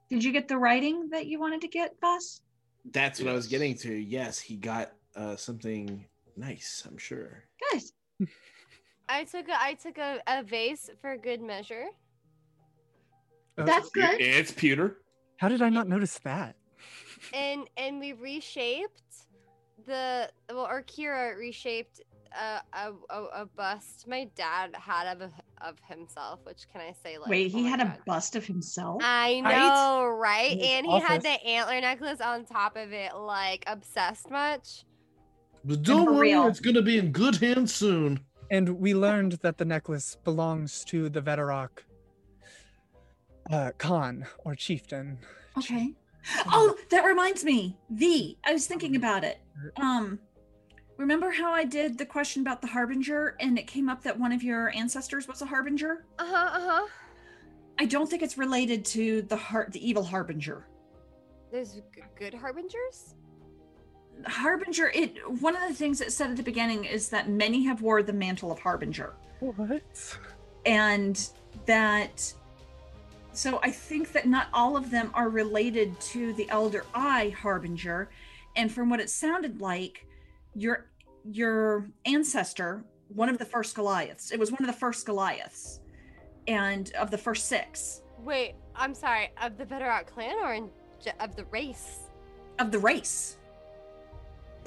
Speaker 5: Did you get the writing that you wanted to get, Boss?
Speaker 10: that's what i was
Speaker 20: Yes.
Speaker 10: getting to yes he got
Speaker 21: uh, something nice, I'm sure.
Speaker 22: Good.
Speaker 9: I took a, I took a, a vase for good measure.
Speaker 22: That's good.
Speaker 10: It's pewter.
Speaker 6: Uh, How did I not notice that?
Speaker 9: and and we reshaped the well or kira reshaped a, a, a, a bust my dad had of, of himself which can i say like
Speaker 22: Wait,
Speaker 9: oh
Speaker 22: he
Speaker 9: my
Speaker 22: had
Speaker 9: God.
Speaker 22: a bust of himself.
Speaker 9: I
Speaker 22: Right?
Speaker 9: know, right? And he had
Speaker 22: office.
Speaker 9: the antler necklace on top of it, like obsessed much.
Speaker 23: But
Speaker 9: don't worry, real. it's
Speaker 23: gonna be in good hands soon.
Speaker 6: And we learned that the necklace belongs to the Vedarok uh, Khan or chieftain.
Speaker 5: Okay. Oh, that reminds me. The I was thinking about it. Um, remember how I did the question about the harbinger, and it came up that one of your ancestors was a harbinger.
Speaker 9: Uh huh. Uh huh.
Speaker 5: I don't think it's related to the har- the evil harbinger.
Speaker 9: There's g- good harbingers.
Speaker 5: Harbinger. It one of the things it said at the beginning is that many have wore the mantle of harbinger.
Speaker 6: What?
Speaker 5: and that so I think that not all of them are related to the Elder Eye Harbinger, and from what it sounded like, your your ancestor, one of the first Goliaths, it was one of the first Goliaths, and of the first six
Speaker 9: Wait, I'm sorry. Of the Veterock clan or in, ge- of the race?
Speaker 5: of the race.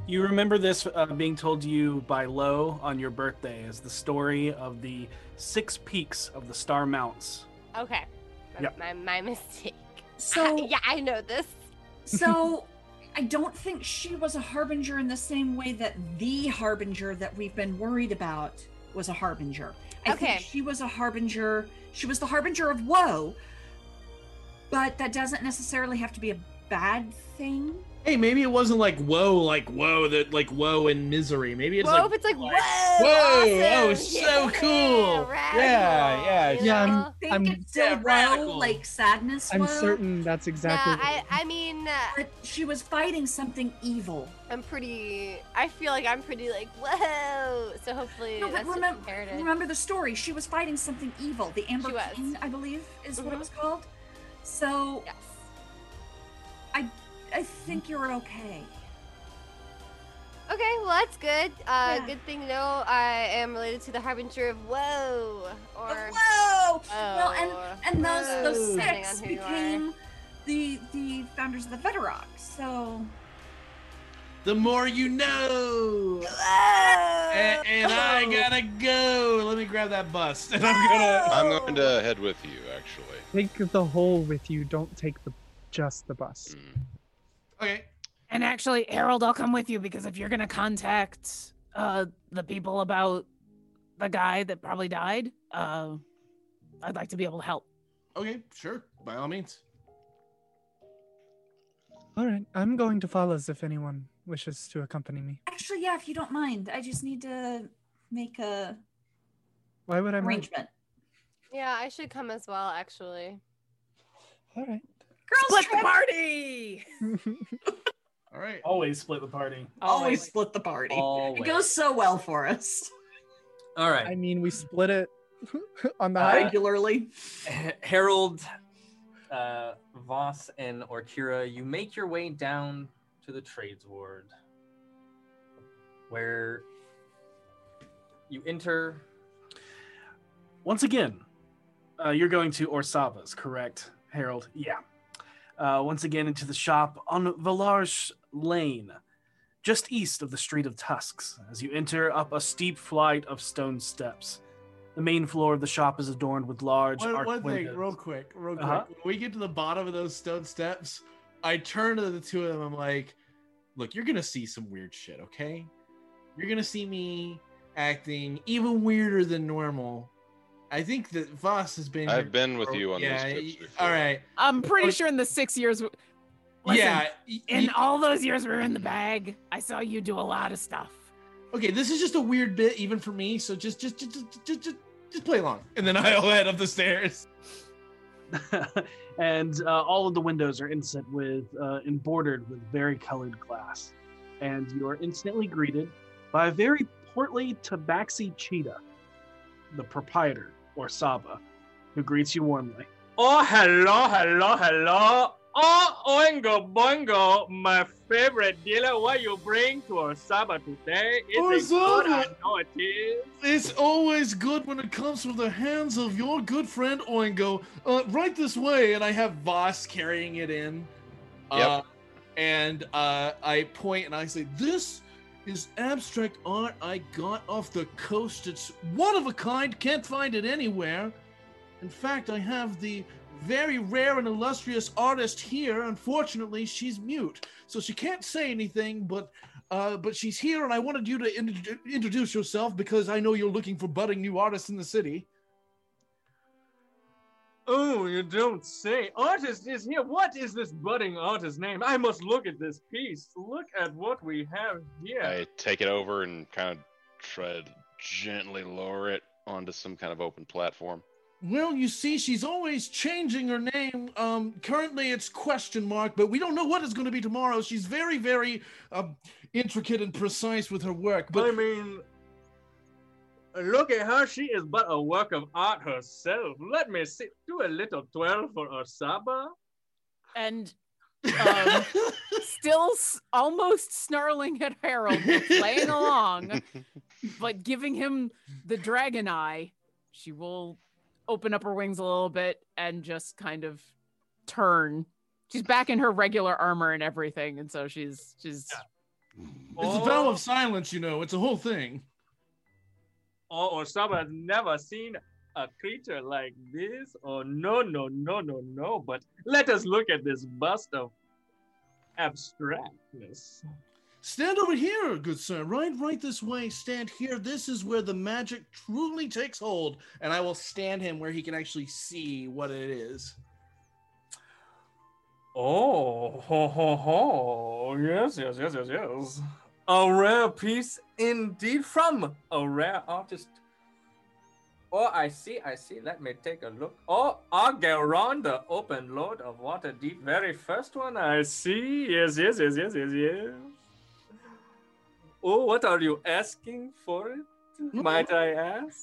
Speaker 1: You remember this uh, being told to you by Lo on your birthday as the story of the six peaks of the Star Mounts.
Speaker 9: Okay. My,
Speaker 1: Yep.
Speaker 9: my, my [LAUGHS] mistake.
Speaker 5: So
Speaker 9: yeah, I know this.
Speaker 5: So I don't think she was a harbinger in the same way that the harbinger that we've been worried about was a harbinger. I
Speaker 9: Okay.
Speaker 5: think she was a harbinger. She was the harbinger of woe, but that doesn't necessarily have to be a bad thing.
Speaker 10: Hey, maybe it wasn't like whoa, like whoa, that like whoa and misery. Maybe it's
Speaker 9: whoa,
Speaker 10: like
Speaker 9: if it's like whoa,
Speaker 10: whoa,
Speaker 9: awesome,
Speaker 10: oh, so cool.
Speaker 9: radical, you
Speaker 6: yeah, I'm-
Speaker 9: know?
Speaker 5: I think it's still woe, like sadness.
Speaker 6: I'm
Speaker 5: woe,
Speaker 6: certain that's exactly.
Speaker 9: Nah, I, I mean, uh,
Speaker 5: but she was fighting something evil.
Speaker 9: I'm pretty. I feel like I'm pretty like [LAUGHS] whoa. So hopefully
Speaker 5: No, but
Speaker 9: that's
Speaker 5: remember,
Speaker 9: compared
Speaker 5: remember the story. She was fighting something evil. The Amber
Speaker 9: She was.
Speaker 5: King, I believe, is what it
Speaker 9: Mhm.
Speaker 5: was called. So
Speaker 9: Yes.
Speaker 5: I, I think you're okay.
Speaker 9: Okay, well that's good. Uh,
Speaker 5: Yeah.
Speaker 9: Good thing to know I am related to the harbinger of whoa. Or
Speaker 5: Whoa! well,
Speaker 9: Whoa.
Speaker 5: and and those those
Speaker 9: Oh. Whoa. Depending
Speaker 5: six
Speaker 9: on who you are.
Speaker 5: became the the founders of the Veterock. So
Speaker 10: The more you know.
Speaker 9: Whoa!
Speaker 10: And, and I gotta go. Let me grab that bust. [LAUGHS] And I'm gonna.
Speaker 8: I'm going to head with you, actually.
Speaker 6: Take the whole with you. Don't take the just the bus.
Speaker 2: Mm.
Speaker 10: Okay.
Speaker 3: And actually, Harold, I'll come with you because if you're gonna contact uh the people about the guy that probably died, uh, I'd like to be able to help.
Speaker 10: Okay, sure. By all means.
Speaker 6: All right, I'm going to Falas if anyone wishes to accompany me.
Speaker 5: actually, yeah, if you don't mind, I just need to make a
Speaker 6: Why would I? mind?
Speaker 5: arrangement.
Speaker 9: Yeah, I should come as well, actually.
Speaker 6: All right.
Speaker 5: Girls
Speaker 3: Split
Speaker 5: trip.
Speaker 3: the party.
Speaker 10: All right.
Speaker 1: Always split the party.
Speaker 5: Always split the party.
Speaker 2: Always.
Speaker 5: It goes so well for us
Speaker 2: All right.
Speaker 6: I mean, we split it [LAUGHS] on the
Speaker 2: Uh,
Speaker 6: high.
Speaker 5: regularly.
Speaker 2: [LAUGHS] Harold, uh, Voss, and Orkira, you make your way down to the trades ward, where you enter.
Speaker 1: Once again, uh, you're going to Orsava's, correct, Harold? Yeah. Uh, once again into the shop on Velarge Lane, just east of the Street of Tusks, as you enter up a steep flight of stone steps. The main floor of the shop is adorned with large
Speaker 10: One,
Speaker 1: arched
Speaker 10: one thing,
Speaker 1: windows.
Speaker 10: real quick, real quick.
Speaker 1: Uh-huh.
Speaker 10: When we get to the bottom of those stone steps, I turn to the two of them. I'm like, "Look, you're gonna see some weird shit, okay? You're gonna see me acting even weirder than normal. I think that Voss has been.
Speaker 8: I've been with you on these
Speaker 10: yeah,
Speaker 8: trips
Speaker 10: y-
Speaker 8: before.
Speaker 10: All right.
Speaker 11: I'm pretty sure in the six years. w- Listen,
Speaker 10: yeah. y-
Speaker 3: In
Speaker 10: y-
Speaker 3: all those years we were in the bag, I saw you do a lot of stuff.
Speaker 10: okay, this is just a weird bit, even for me. So just, just, just, just, just, just, just play along. And then I'll head up the stairs.
Speaker 1: [LAUGHS] and uh, all of the windows are inset with uh, and bordered with very colored glass. And you are instantly greeted by a very portly tabaxi cheetah, the proprietor, or Saba, who greets you warmly.
Speaker 2: Oh, hello, hello, hello. Oh, Oingo Boingo, my favorite dealer, what you bring to our Saba today? It's
Speaker 10: Oh,
Speaker 2: a good, I
Speaker 10: Saba.
Speaker 2: know it is.
Speaker 10: It's always good when it comes from the hands of your good friend Oingo. Uh, right this way, and I have Voss carrying it in. Uh, and uh, I point and I say, "This is abstract art I got off the coast. It's one of a kind. Can't find it anywhere. In fact, I have the." Very rare and illustrious artist here. Unfortunately, she's mute, so she can't say anything. But, uh, but she's here, and I wanted you to in- introduce yourself because I know you're looking for budding new artists in the city.
Speaker 2: Oh, you don't say. Artist is here. What is this budding artist's name? I must look at this piece. Look at what we have here.
Speaker 8: I take it over and kind of try to gently lower it onto some kind of open platform.
Speaker 10: Well, you see, she's always changing her name. Um, currently, it's question mark, but we don't know what it's going to be tomorrow. She's very, very uh, intricate and precise with her work. But
Speaker 2: I mean, Look at her. She is but a work of art herself. Let me see. Do a little twirl for our Saba.
Speaker 11: and
Speaker 24: [LAUGHS]
Speaker 11: um, still s- almost snarling at Harold,
Speaker 24: [LAUGHS]
Speaker 11: playing along, but giving him the dragon eye. She will open up her wings a little bit and just kind of turn. She's back in her regular armor and everything, and so she's she's
Speaker 10: it's a vow of silence, you know. It's a whole thing.
Speaker 2: Oh, Osama has never seen a creature like this. Oh, no, no, no, no, no. But let us look at this bust of abstractness.
Speaker 10: Stand over here, good sir. Right, right this way. Stand here. This is where the magic truly takes hold. And I will stand him where he can actually see what it is.
Speaker 2: Oh, ho, ho, ho. Oh, Yes, yes, yes, yes, yes. A rare piece indeed from a rare artist. Oh, I see, I see. Let me take a look. Oh, Agaronda, open lord of water deep. Very first one I see. Yes, yes, yes, yes, yes, yes. Oh, what are you asking for it? Might I ask?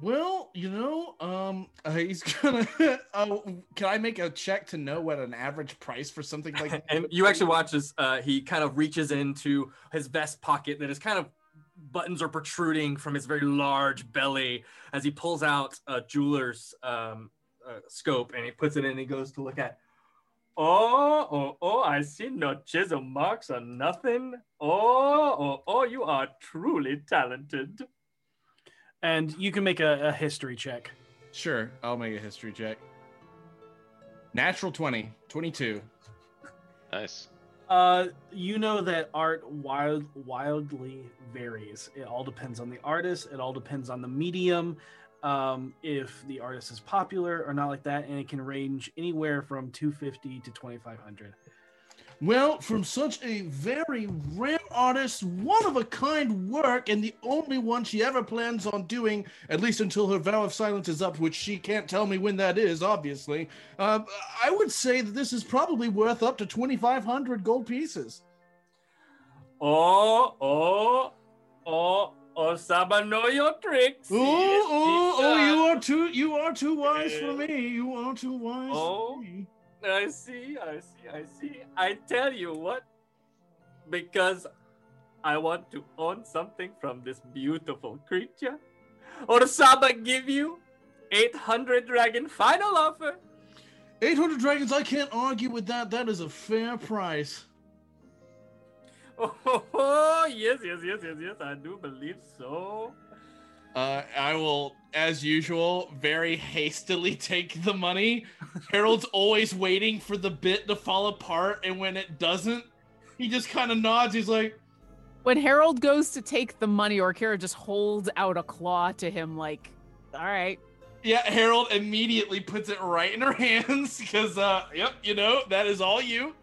Speaker 10: Well, you know, um, [LAUGHS] uh, he's gonna. uh, can I make a check to know what an average price for something like?
Speaker 2: [LAUGHS]
Speaker 25: [LAUGHS] and you actually watch as uh, he kind of reaches into his vest pocket that is kind of buttons are protruding from his very large belly as he pulls out a jeweler's um, uh, scope and he puts it in and he goes to look at
Speaker 2: Oh, oh, oh, I see no chisel marks or nothing. Oh, oh, oh, you are truly talented.
Speaker 1: And you can make a, a history check.
Speaker 24: Sure, I'll make a history check. Natural 20, 22.
Speaker 8: Nice.
Speaker 1: Uh, you know that art wild, wildly varies. It all depends on the artist. It all depends on the medium. Um, if the artist is popular or not like that, and it can range anywhere from 250 to 2500.
Speaker 10: Well, from such a very rare artist, one of a kind work, and the only one she ever plans on doing, at least until her vow of silence is up, which she can't tell me when that is, obviously. Um, I would say that this is probably worth up to 2,500 gold pieces.
Speaker 2: Oh, oh, oh, oh, Saba, know your tricks.
Speaker 10: Ooh, ooh,
Speaker 2: Yes, yes,
Speaker 10: oh,
Speaker 2: sir.
Speaker 10: you are too, you are too wise for me. You are too wise.
Speaker 2: Oh, I see, I see, I see. I tell you what, because I want to own something from this beautiful creature. Orsaba give you 800 dragon final offer.
Speaker 10: 800 dragons, I can't argue with that. That is a fair price.
Speaker 26: [LAUGHS]
Speaker 2: Oh, yes, yes, yes, yes, yes, I do believe so.
Speaker 24: Uh, I will, as usual, very hastily [LAUGHS] take the money. Harold's always waiting for the bit to fall apart, and when it doesn't, he just kind of nods. He's like,
Speaker 11: when Harold goes to take the money, or Kira just holds out a claw to him, like, all right.
Speaker 24: Yeah, Harold immediately puts it right in her [LAUGHS] hands because, uh, yep, you know, that is all you.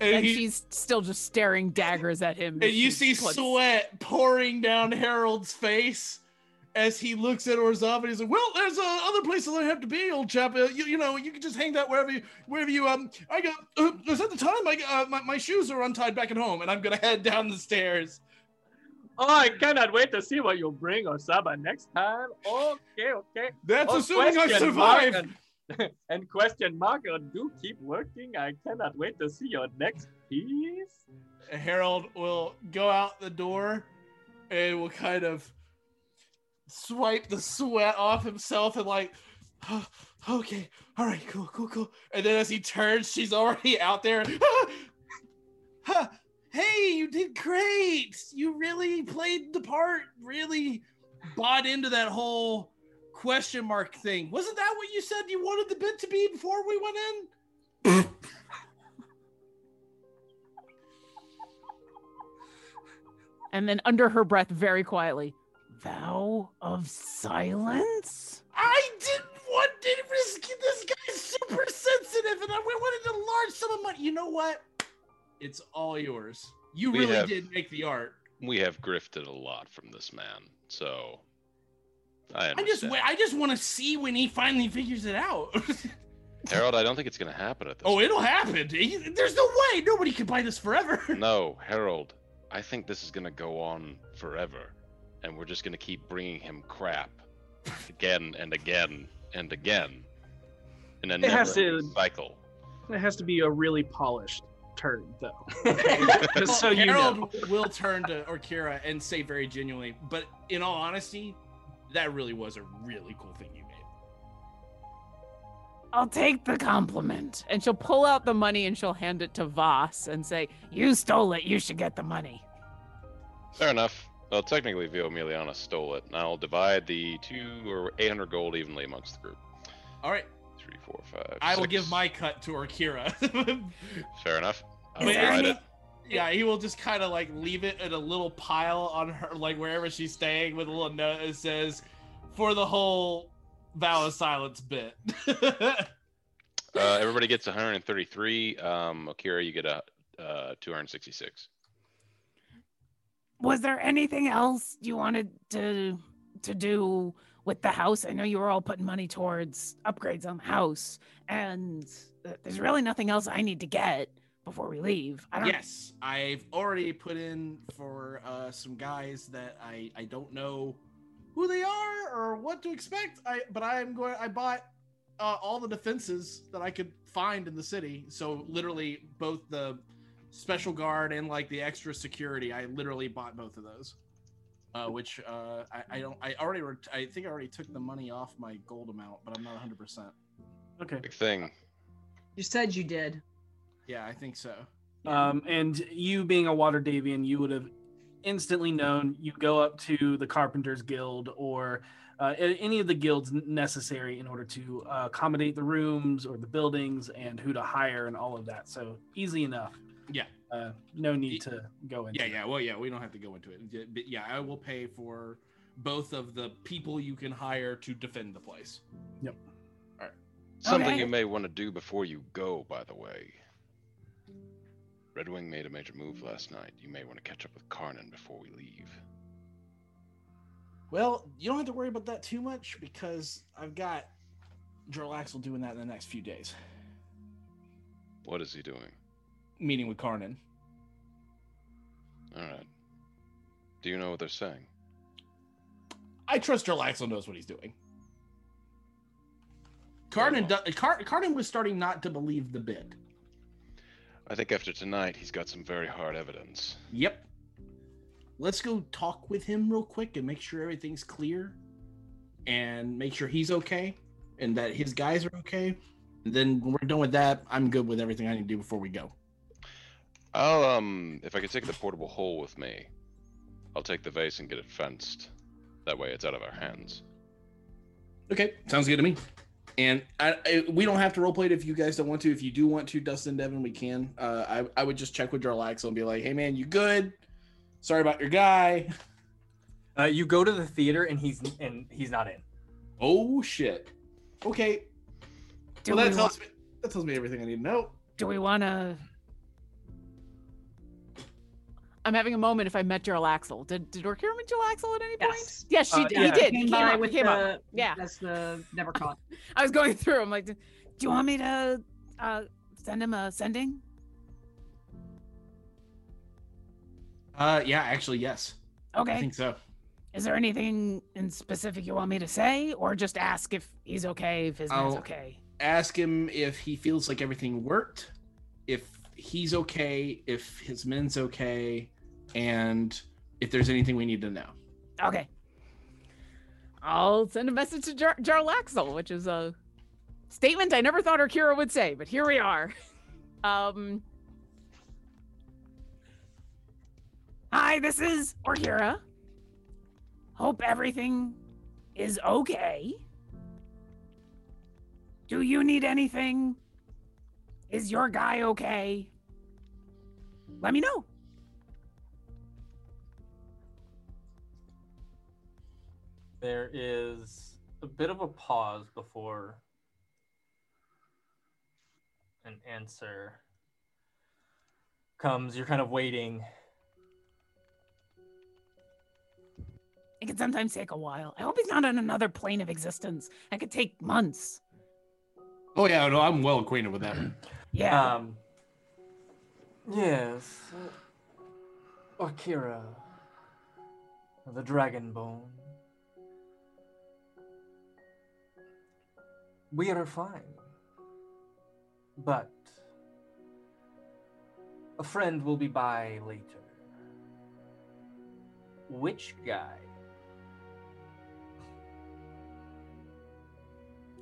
Speaker 11: And,
Speaker 24: And, he-
Speaker 11: she's still just staring daggers at him.
Speaker 24: and you see
Speaker 11: She's like,
Speaker 24: sweat pouring down Harold's face as he looks at Orzov and he's like, "Well, there's uh, other places I have to be, old chap. Uh, you, you know, you can just hang that wherever you, wherever you um. I got. Uh, is that the time? I uh, my, my shoes are untied back at home, and I'm gonna head down the stairs.
Speaker 2: Oh, I cannot wait to see what you bring, Osaba, next time. Okay, okay.
Speaker 24: That's
Speaker 2: Oh,
Speaker 24: assuming I
Speaker 2: question mark
Speaker 24: survive.
Speaker 2: and-
Speaker 26: [LAUGHS] and question mark on do keep working. I cannot wait to see your next piece.
Speaker 10: Harold will go out the door and will kind of swipe the sweat off himself and like "Oh, okay all right cool cool cool and then as he turns she's already out there [LAUGHS] Huh, hey you did great you really played the part really bought into that whole question mark thing wasn't that what you said you wanted the bit to be before we went in
Speaker 11: And then under her breath, very quietly, Vow of Silence?
Speaker 10: I didn't want to risk it. This guy's super sensitive, and I wanted a large sum of money. You know what? It's all yours. You
Speaker 8: We
Speaker 10: really
Speaker 8: have-
Speaker 10: did make the art.
Speaker 8: We have grifted a lot from this man, so I
Speaker 10: I just,
Speaker 8: understand.
Speaker 10: wa- I just want to see when he finally figures it out. [LAUGHS]
Speaker 8: Harold, I don't think it's gonna happen at this.
Speaker 10: oh, it'll happen. He- There's no way nobody can buy this forever. [LAUGHS]
Speaker 8: No, Harold, I think this is gonna go on forever, and we're just gonna keep bringing him
Speaker 10: [LAUGHS]
Speaker 8: crap again and again and again in a
Speaker 1: It has
Speaker 8: never-ending
Speaker 1: to-
Speaker 8: cycle.
Speaker 1: It has to be a really polished turd,
Speaker 10: [LAUGHS]
Speaker 1: though. Just so you
Speaker 10: Harold
Speaker 1: know.
Speaker 10: [LAUGHS] will turn to Orkira and say very genuinely, but in all honesty, that really was a really cool thing you made.
Speaker 11: I'll take the compliment. And she'll pull out the money and she'll hand it to Voss and say, You stole it. You should get the money.
Speaker 8: Fair enough. Well, technically, Vio Emiliana stole it, and I'll divide the two or 800 gold evenly amongst the group.
Speaker 10: All right.
Speaker 8: Three, four, five.
Speaker 10: I will
Speaker 8: six.
Speaker 10: give my cut to Orkira.
Speaker 8: Fair enough. I'll
Speaker 10: Is there
Speaker 8: divide
Speaker 10: any-
Speaker 8: it.
Speaker 10: [LAUGHS] yeah, he will just kind of like leave it in a little pile on her, like wherever she's staying, with a little note that says, "For the whole vow of silence bit."
Speaker 8: Uh, everybody gets 133. Um, Akira, you get a uh, 266.
Speaker 3: Was there anything else you wanted to to do with the house? I know you were all putting money towards upgrades on the house, and th- there's really nothing else I need to get before we leave. I don't.
Speaker 10: yes, I've already put in for uh, some guys that I I don't know who they are or what to expect. I but I am going. I bought uh, all the defenses that I could find in the city. So literally both the special guard and like the extra security. I literally bought both of those. Uh, which uh, I, I don't. I already. Ret- I think I already took the money off my gold amount, but I'm not 100. percent
Speaker 1: Okay.
Speaker 8: Big thing.
Speaker 27: You said you did.
Speaker 10: Yeah, I think so.
Speaker 1: Um, and you being a Water Davian, you would have instantly known you go up to the Carpenters Guild or uh, a- any of the guilds n- necessary in order to uh, accommodate the rooms or the buildings and who to hire and all of that. So easy enough.
Speaker 10: Yeah.
Speaker 1: Uh, no need to go into
Speaker 10: Yeah, yeah. Well, yeah, we don't have to go into it. Yeah, But yeah, I will pay for both of the people you can hire to defend the place.
Speaker 1: Yep.
Speaker 10: All right.
Speaker 8: Something
Speaker 10: Okay.
Speaker 8: you may want to do before you go, by the way. Red Wing made a major move last night. You may want to catch up with Karnan before we leave.
Speaker 10: Well, you don't have to worry about that too much because I've got Drillaxel doing that in the next few days.
Speaker 8: What is he doing?
Speaker 10: Meeting with Karnan.
Speaker 8: All right. Do you know what they're saying?
Speaker 10: I trust Drillaxel knows what he's doing. Karnan, do- Kar- Karnan was starting not to believe the bid.
Speaker 8: I think after tonight, he's got some very hard evidence.
Speaker 10: Yep. Let's go talk with him real quick and make sure everything's clear and make sure he's okay and that his guys are okay. And then when we're done with that, I'm good with everything I need to do before we go.
Speaker 8: I'll um, if I could take the portable hole with me, I'll take the vase and get it fenced. That way, it's out of our hands.
Speaker 10: Okay, sounds good to me. And I, I, we don't have to roleplay it if you guys don't want to. If you do want to, Dustin Devin, we can. Uh, I, I would just check with Jarlaxle and be like, "Hey man, you good? Sorry about your guy." [LAUGHS]
Speaker 2: Uh, you go to the theater and he's and he's not in.
Speaker 10: Oh shit. Okay.
Speaker 3: Do
Speaker 10: well, that
Speaker 3: we
Speaker 10: tells me that tells me everything I need to know.
Speaker 11: Do we want to? I'm having a moment. If I met Gerald Axel, did did Orkira meet Gerald Axel at any point? Yes, she
Speaker 27: Uh,
Speaker 11: did.
Speaker 27: yeah.
Speaker 11: He did.
Speaker 27: Came
Speaker 11: He came
Speaker 27: by
Speaker 11: up.
Speaker 27: with
Speaker 11: he came
Speaker 27: the-
Speaker 11: up. Yeah.
Speaker 27: That's the never caught.
Speaker 11: [LAUGHS] I was going through. I'm like, do you want me to uh, send him a sending?
Speaker 10: Uh, yeah, actually, yes.
Speaker 3: Okay.
Speaker 10: I think so.
Speaker 3: Is there anything in specific you want me to say, or just ask if he's okay, if his man's
Speaker 27: Oh,
Speaker 10: I'll-
Speaker 3: okay?
Speaker 10: ask him if he feels like everything worked, if he's okay, if his men's okay, and if there's anything we need to know.
Speaker 3: Okay. I'll send a message to Jar- Jarlaxle, which is a statement I never thought Akira would say, but here we are. [LAUGHS] Um, hi, this is Orkira. Hope everything is okay. Do you need anything? Is your guy okay? Let me know.
Speaker 2: There is a bit of a pause before an answer comes. You're kind of waiting.
Speaker 3: It can sometimes take a while. I hope he's not on another plane of existence. That could take months.
Speaker 10: Oh yeah, no, I'm well acquainted with that.
Speaker 3: [CLEARS THROAT] Yeah.
Speaker 2: Um, yes. Akira, the Dragonbone. We are fine. But a friend will be by later. Which guy?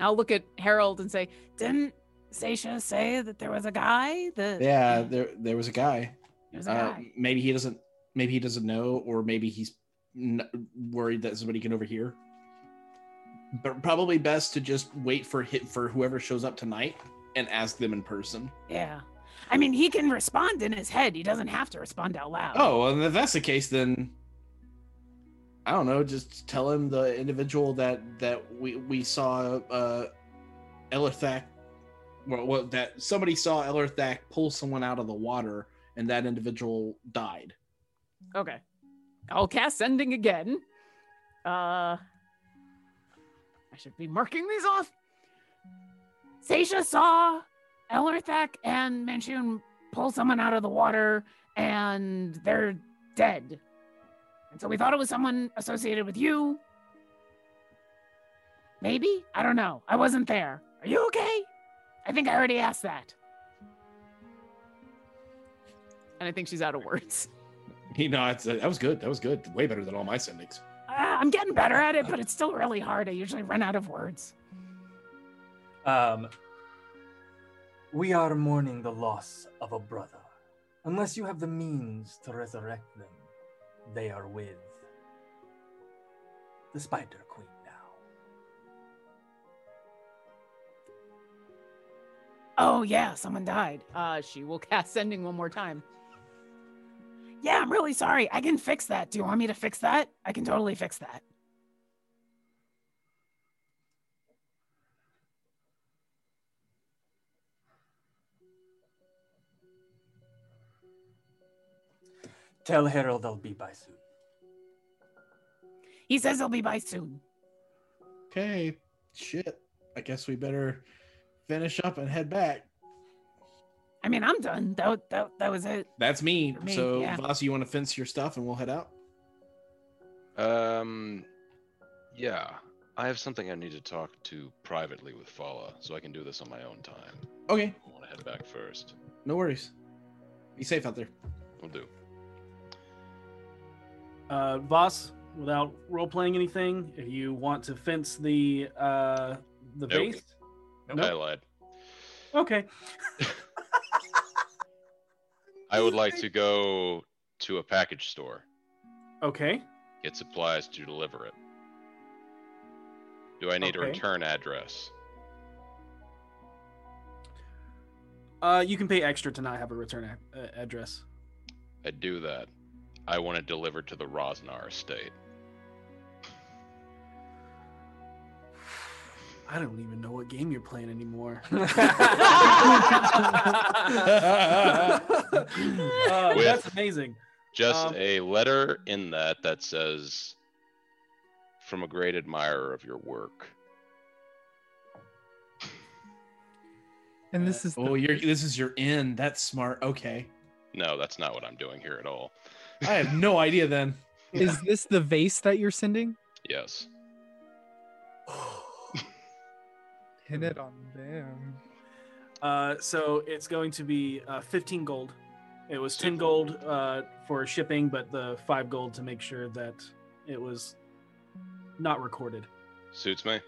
Speaker 3: I'll look at Harold and say, Didn't Seisha say that there was a guy that.
Speaker 28: Yeah, there there was a guy. Uh,
Speaker 3: There's a guy.
Speaker 28: Maybe he doesn't. Maybe he doesn't know, or maybe he's n- worried that somebody can overhear.
Speaker 10: But probably best to just wait for hit for whoever shows up tonight and ask them in person.
Speaker 3: Yeah. I mean, he can respond in his head. He doesn't have to respond out loud.
Speaker 10: Oh, well, if that's the case, then I don't know. Just tell him the individual that that we we saw uh, Elithac. Well, well, that somebody saw Elithac pull someone out of the water, and that individual died. [LAUGHS]
Speaker 3: Okay. I'll cast sending again. Uh I should be marking these off. Seisha saw Elerthak and Manchun pull someone out of the water and they're dead. And so we thought it was someone associated with you. Maybe? I don't know. I wasn't there. Are you okay? I think I already asked that. And I think she's out of words. [LAUGHS]
Speaker 28: He nods.
Speaker 10: uh,
Speaker 28: That was good. That was good. Way better than all my sendings.
Speaker 3: Ah, I'm getting better at it, but it's still really hard. I usually run out of words.
Speaker 2: Um, we are mourning the loss of a brother. Unless you have the means to resurrect them, they are with the Spider Queen now.
Speaker 3: Oh yeah, someone died. Uh, she will cast sending one more time. Yeah, I'm really sorry. I can fix that. Do you want me to fix that? I can totally fix that.
Speaker 2: Tell Harold I'll be by soon.
Speaker 3: He says he'll be by soon.
Speaker 28: Okay, shit. I guess we better finish up and head back.
Speaker 3: I mean, I'm done. That wa- that, that was it.
Speaker 10: That's me.
Speaker 3: For me,
Speaker 10: so,
Speaker 3: yeah.
Speaker 10: Voss, you want to fence your stuff, and we'll head out.
Speaker 8: Um, yeah, I have something I need to talk to privately with Fala, so I can do this on my own time.
Speaker 10: Okay,
Speaker 8: I want to head back first.
Speaker 10: no worries. Be safe out there.
Speaker 8: We'll do.
Speaker 1: Uh, Voss, without role playing anything, if you want to fence the uh, the
Speaker 8: Nope.
Speaker 1: vase,
Speaker 8: I lied.
Speaker 1: okay.
Speaker 8: I would like to go to a package store,
Speaker 1: Okay.
Speaker 8: get supplies to deliver it. Do I need a
Speaker 1: Okay.
Speaker 8: return address?
Speaker 1: Uh, you can pay extra to not have a return a- uh, address.
Speaker 8: I do that. I want it delivered to the Rosnar estate.
Speaker 1: [LAUGHS] I don't even know what game you're playing anymore. [LAUGHS] Uh,
Speaker 8: With-
Speaker 1: Oh, that's amazing.
Speaker 8: Just
Speaker 1: Um,
Speaker 8: a letter in that that says, "From a great admirer of your work."
Speaker 6: And this is
Speaker 10: Oh, you're this is your end. That's smart. Okay,
Speaker 8: No, that's not what I'm doing here at all.
Speaker 10: I have no idea. Then
Speaker 6: [LAUGHS] is this the vase that you're sending?
Speaker 8: Yes.
Speaker 6: Pin it on them.
Speaker 1: Uh, so it's going to be uh, 15 gold. It was 10 gold uh, for shipping, but the 5 gold to make sure that it was not recorded.
Speaker 8: Suits me.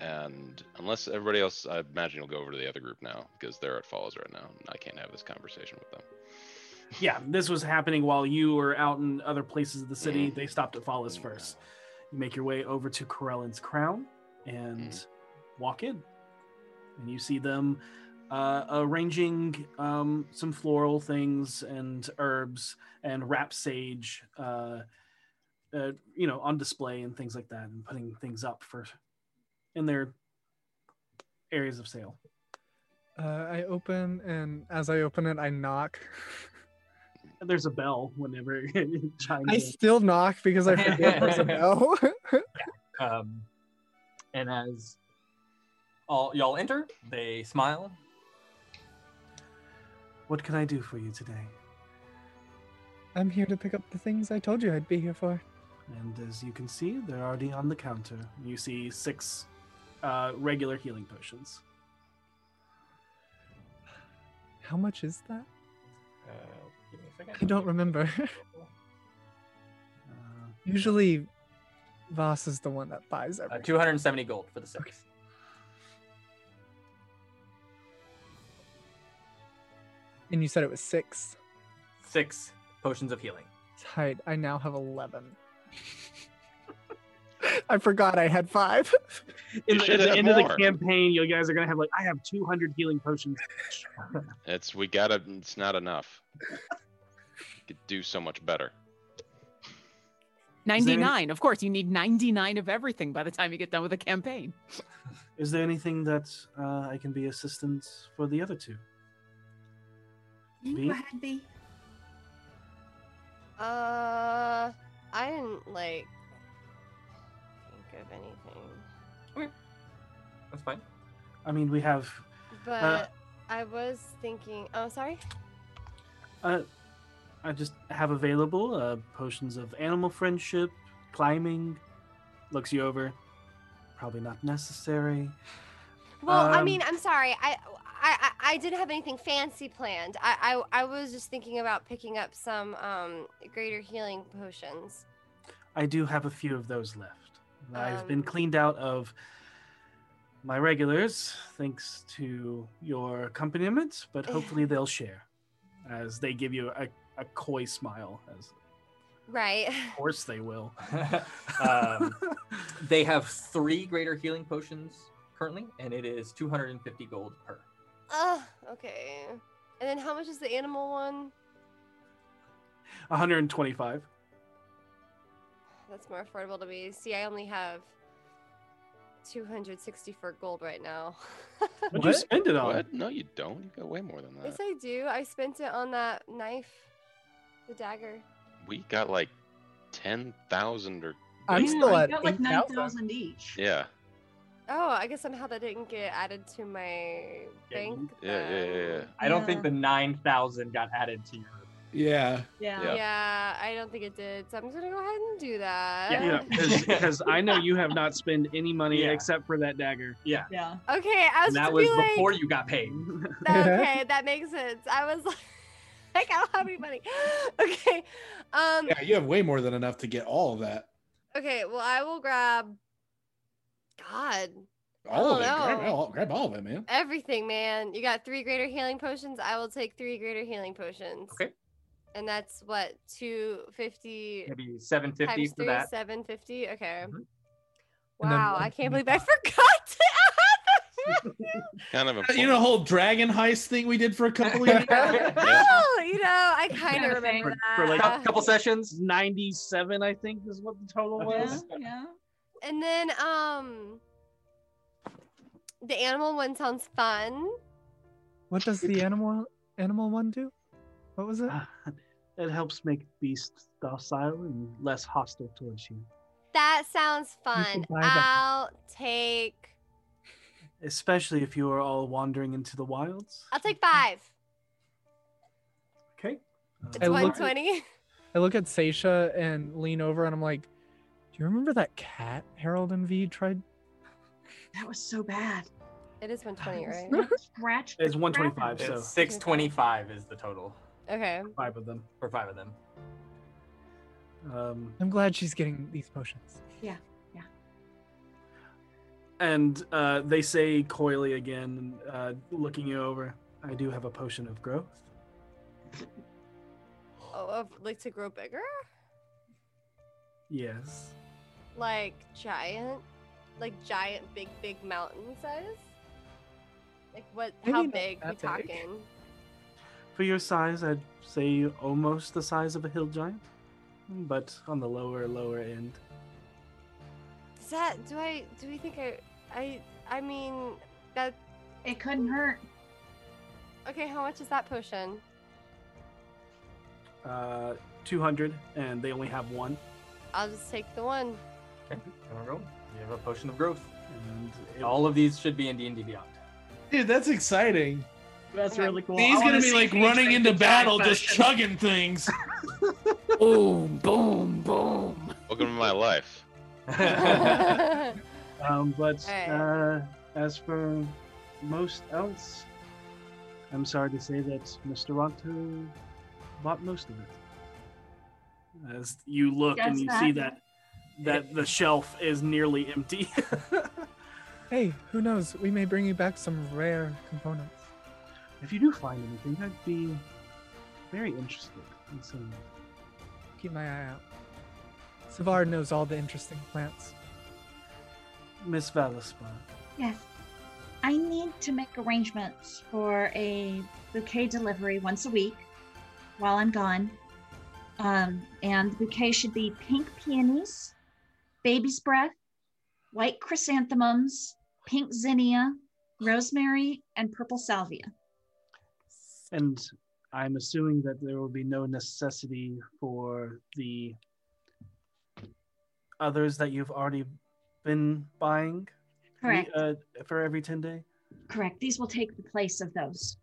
Speaker 8: And unless everybody else, I imagine you'll go over to the other group now because they're at Falls right now. And I can't have this conversation with them.
Speaker 1: Yeah, this was happening while you were out in other places of the
Speaker 6: Mm.
Speaker 1: city. They stopped at Fallas first. You make your way over to Corellin's Crown and
Speaker 6: Mm.
Speaker 1: walk in. And you see them uh, arranging um, some floral things and herbs and wrap sage, uh, uh, you know, on display and things like that, and putting things up for in their areas of
Speaker 6: [LAUGHS]
Speaker 1: sale.
Speaker 6: Uh, I open, and as I open it, I knock.
Speaker 1: There's a bell whenever [LAUGHS] it chimes.
Speaker 6: I
Speaker 1: in.
Speaker 6: still knock because I forget there's a bell. [LAUGHS]
Speaker 1: Uh,
Speaker 2: Um, and as all y'all enter, they smile.
Speaker 1: What can I do for you today?
Speaker 6: I'm here to pick up the things I told you I'd be here for.
Speaker 1: And as you can see, they're already on the counter. You see six uh, regular healing potions.
Speaker 6: How much is that?
Speaker 2: Uh, give me a second.
Speaker 6: I don't remember. [LAUGHS]
Speaker 1: Uh,
Speaker 6: Usually, Voss is the one that buys
Speaker 2: Uh,
Speaker 6: everything.
Speaker 2: 270 gold for the six.
Speaker 6: and you said it was six.
Speaker 2: Six potions of healing.
Speaker 6: Tight. I now have 11. [LAUGHS] I forgot I had five.
Speaker 1: In
Speaker 8: You
Speaker 1: the,
Speaker 8: should
Speaker 1: at the
Speaker 8: have
Speaker 1: end of the
Speaker 8: more.
Speaker 1: campaign, you guys are gonna have like, I have 200 healing potions.
Speaker 8: It's we gotta. It's not enough. Could do so much better.
Speaker 11: 99. Of course, you need 99 of everything by the time you get done with the campaign.
Speaker 1: Is there anything that uh, I can be assistance for the other two?
Speaker 7: Go
Speaker 1: Bee?
Speaker 7: ahead, B.
Speaker 9: Uh, I didn't like think of anything,
Speaker 2: That's fine.
Speaker 1: I mean, we have.
Speaker 9: but
Speaker 1: Uh,
Speaker 9: I was thinking. Oh, sorry.
Speaker 1: Uh, I just have available uh, potions of animal friendship, climbing. Looks you over. Probably not necessary.
Speaker 9: Well, I
Speaker 1: Um,
Speaker 9: mean, I'm sorry. I, I, I, I didn't have anything fancy planned. I, I, I was just thinking about picking up some um greater healing potions.
Speaker 1: I do have a few of those left. I've been
Speaker 9: Um,
Speaker 1: cleaned out of my regulars thanks to your accompaniment, but
Speaker 2: Eh.
Speaker 1: hopefully they'll share as they give you a, a coy smile. As
Speaker 9: Right. [LAUGHS]
Speaker 1: of course they will. [LAUGHS]
Speaker 6: [LAUGHS]
Speaker 2: um, they have three greater healing potions currently, and it is 250 gold per.
Speaker 9: Ugh. Okay. And then how much is the animal one?
Speaker 1: 125.
Speaker 9: That's more affordable to me. See, I only have 264 gold right now. [LAUGHS]
Speaker 1: What'd you spend it on?
Speaker 8: What? No, you don't. You got way more than that.
Speaker 9: Yes, I do. I spent it on that knife, the dagger.
Speaker 8: We got like ten thousand or.
Speaker 6: I'm
Speaker 8: Yeah.
Speaker 6: still at
Speaker 4: got like 9,000 each.
Speaker 8: Yeah.
Speaker 9: Oh, I guess somehow that didn't get added to my bank.
Speaker 8: Yeah, yeah, yeah, yeah.
Speaker 2: I don't think the 9,000 got added to your.
Speaker 29: Yeah.
Speaker 9: Yeah.
Speaker 8: Yeah.
Speaker 9: yeah. I don't think it did. So I'm just gonna go ahead and do that.
Speaker 1: Yeah,
Speaker 2: [LAUGHS]
Speaker 1: because I know you have not spent any money
Speaker 2: Yeah.
Speaker 1: except for that dagger.
Speaker 2: Yeah.
Speaker 4: Yeah.
Speaker 9: Okay, I was
Speaker 2: And that
Speaker 9: just
Speaker 2: was
Speaker 9: be like,
Speaker 2: before you got paid.
Speaker 9: that- okay, that makes sense. I was [LAUGHS] like, like, I don't have any money. [LAUGHS] Okay, um,
Speaker 29: Yeah, you have way more than enough to get all of that.
Speaker 9: okay. Well, I will grab. God,
Speaker 29: All of it.
Speaker 9: Oh,
Speaker 29: Grab
Speaker 9: no.
Speaker 29: all, grab all of it, man.
Speaker 9: everything, man. You got three greater healing potions. I will take three greater healing potions.
Speaker 2: Okay.
Speaker 9: And that's what two fifty
Speaker 2: Maybe 750
Speaker 9: times
Speaker 2: for
Speaker 9: three,
Speaker 2: that.
Speaker 9: seven fifty. Okay.
Speaker 6: And then
Speaker 9: Wow,
Speaker 6: one
Speaker 9: I can't believe I forgot to add that.
Speaker 8: Kind of a.
Speaker 29: Uh, You know the whole dragon heist thing we did for a couple
Speaker 6: [LAUGHS]
Speaker 29: of years?
Speaker 9: oh, you know, I kind
Speaker 4: Yeah,
Speaker 9: of remember
Speaker 1: for,
Speaker 9: that.
Speaker 1: for like
Speaker 2: Cou- couple sessions.
Speaker 1: 97, I think, is what the total was.
Speaker 4: Yeah.
Speaker 9: And then um the animal one sounds fun.
Speaker 6: What does the animal animal one do? What was it?
Speaker 1: [LAUGHS] It helps make beasts docile and less hostile towards you,
Speaker 9: That sounds
Speaker 6: should
Speaker 9: fun.
Speaker 6: buy that.
Speaker 9: I'll take
Speaker 1: especially if you are all wandering into the wilds.
Speaker 9: I'll take five.
Speaker 1: Okay.
Speaker 9: It's
Speaker 6: I looked-
Speaker 9: one twenty.
Speaker 6: I look at Seisha and lean over and I'm like, Do you remember that cat Harold and V tried?
Speaker 4: That was so bad.
Speaker 9: It is 120, right?
Speaker 4: Scratch.
Speaker 1: It's 125, so.
Speaker 2: It's 625 is the total.
Speaker 9: Okay.
Speaker 1: Five of them.
Speaker 2: For five of them.
Speaker 1: Um,
Speaker 6: I'm glad she's getting these potions.
Speaker 5: Yeah.
Speaker 1: and uh, they say coyly again, uh, looking you over, I do have a potion of growth.
Speaker 9: Oh, of, like to grow bigger?
Speaker 1: Yes.
Speaker 9: Like giant? Like giant, big, big mountain size? Like what?
Speaker 1: Maybe
Speaker 9: how
Speaker 1: not
Speaker 9: big we
Speaker 1: that big.
Speaker 9: talking?
Speaker 1: For your size, I'd say almost the size of a hill giant, but on the lower, lower end.
Speaker 9: Does that? Do I? Do we think I? I. I mean, that.
Speaker 5: It couldn't hurt.
Speaker 9: Okay, how much is that potion?
Speaker 1: Uh, 200, and they only have one.
Speaker 9: I'll just take the one.
Speaker 2: Okay, there we go. You have a potion of growth.
Speaker 1: And
Speaker 2: all of these should be in D&D Beyond.
Speaker 29: Dude, that's exciting.
Speaker 4: That's really cool.
Speaker 29: He's
Speaker 4: I
Speaker 29: gonna
Speaker 4: wanna
Speaker 29: be
Speaker 4: see
Speaker 29: like
Speaker 4: if he can
Speaker 29: running
Speaker 4: drink
Speaker 29: into
Speaker 4: the
Speaker 29: battle,
Speaker 4: giant
Speaker 29: just
Speaker 4: potion.
Speaker 29: chugging
Speaker 6: [LAUGHS]
Speaker 29: things.
Speaker 11: boom, boom, boom.
Speaker 8: Welcome to my
Speaker 1: [LAUGHS]
Speaker 8: life.
Speaker 1: Um, but
Speaker 9: Alright.
Speaker 1: uh, as for most else, I'm sorry to say that Mr. Ronto bought most of it. As you look and
Speaker 6: Guess
Speaker 1: you see
Speaker 6: that.
Speaker 1: that that the shelf is nearly [LAUGHS] empty.
Speaker 6: Hey, who knows? We may bring you back some rare components.
Speaker 1: if you do find anything, I'd be very interested in seeing it.
Speaker 6: Keep my eye out. Savard knows all the interesting plants.
Speaker 1: Miss Valispa.
Speaker 5: Yes. I need to make arrangements for a bouquet delivery once a week while I'm gone. Um, and the bouquet should be pink peonies, baby's breath, white chrysanthemums, pink zinnia, rosemary, and purple salvia.
Speaker 1: And I'm assuming that there will be no necessity for the others that you've already been buying. we-
Speaker 5: Correct.
Speaker 1: Uh, for every 10 day.
Speaker 5: Correct. These will take the place of those.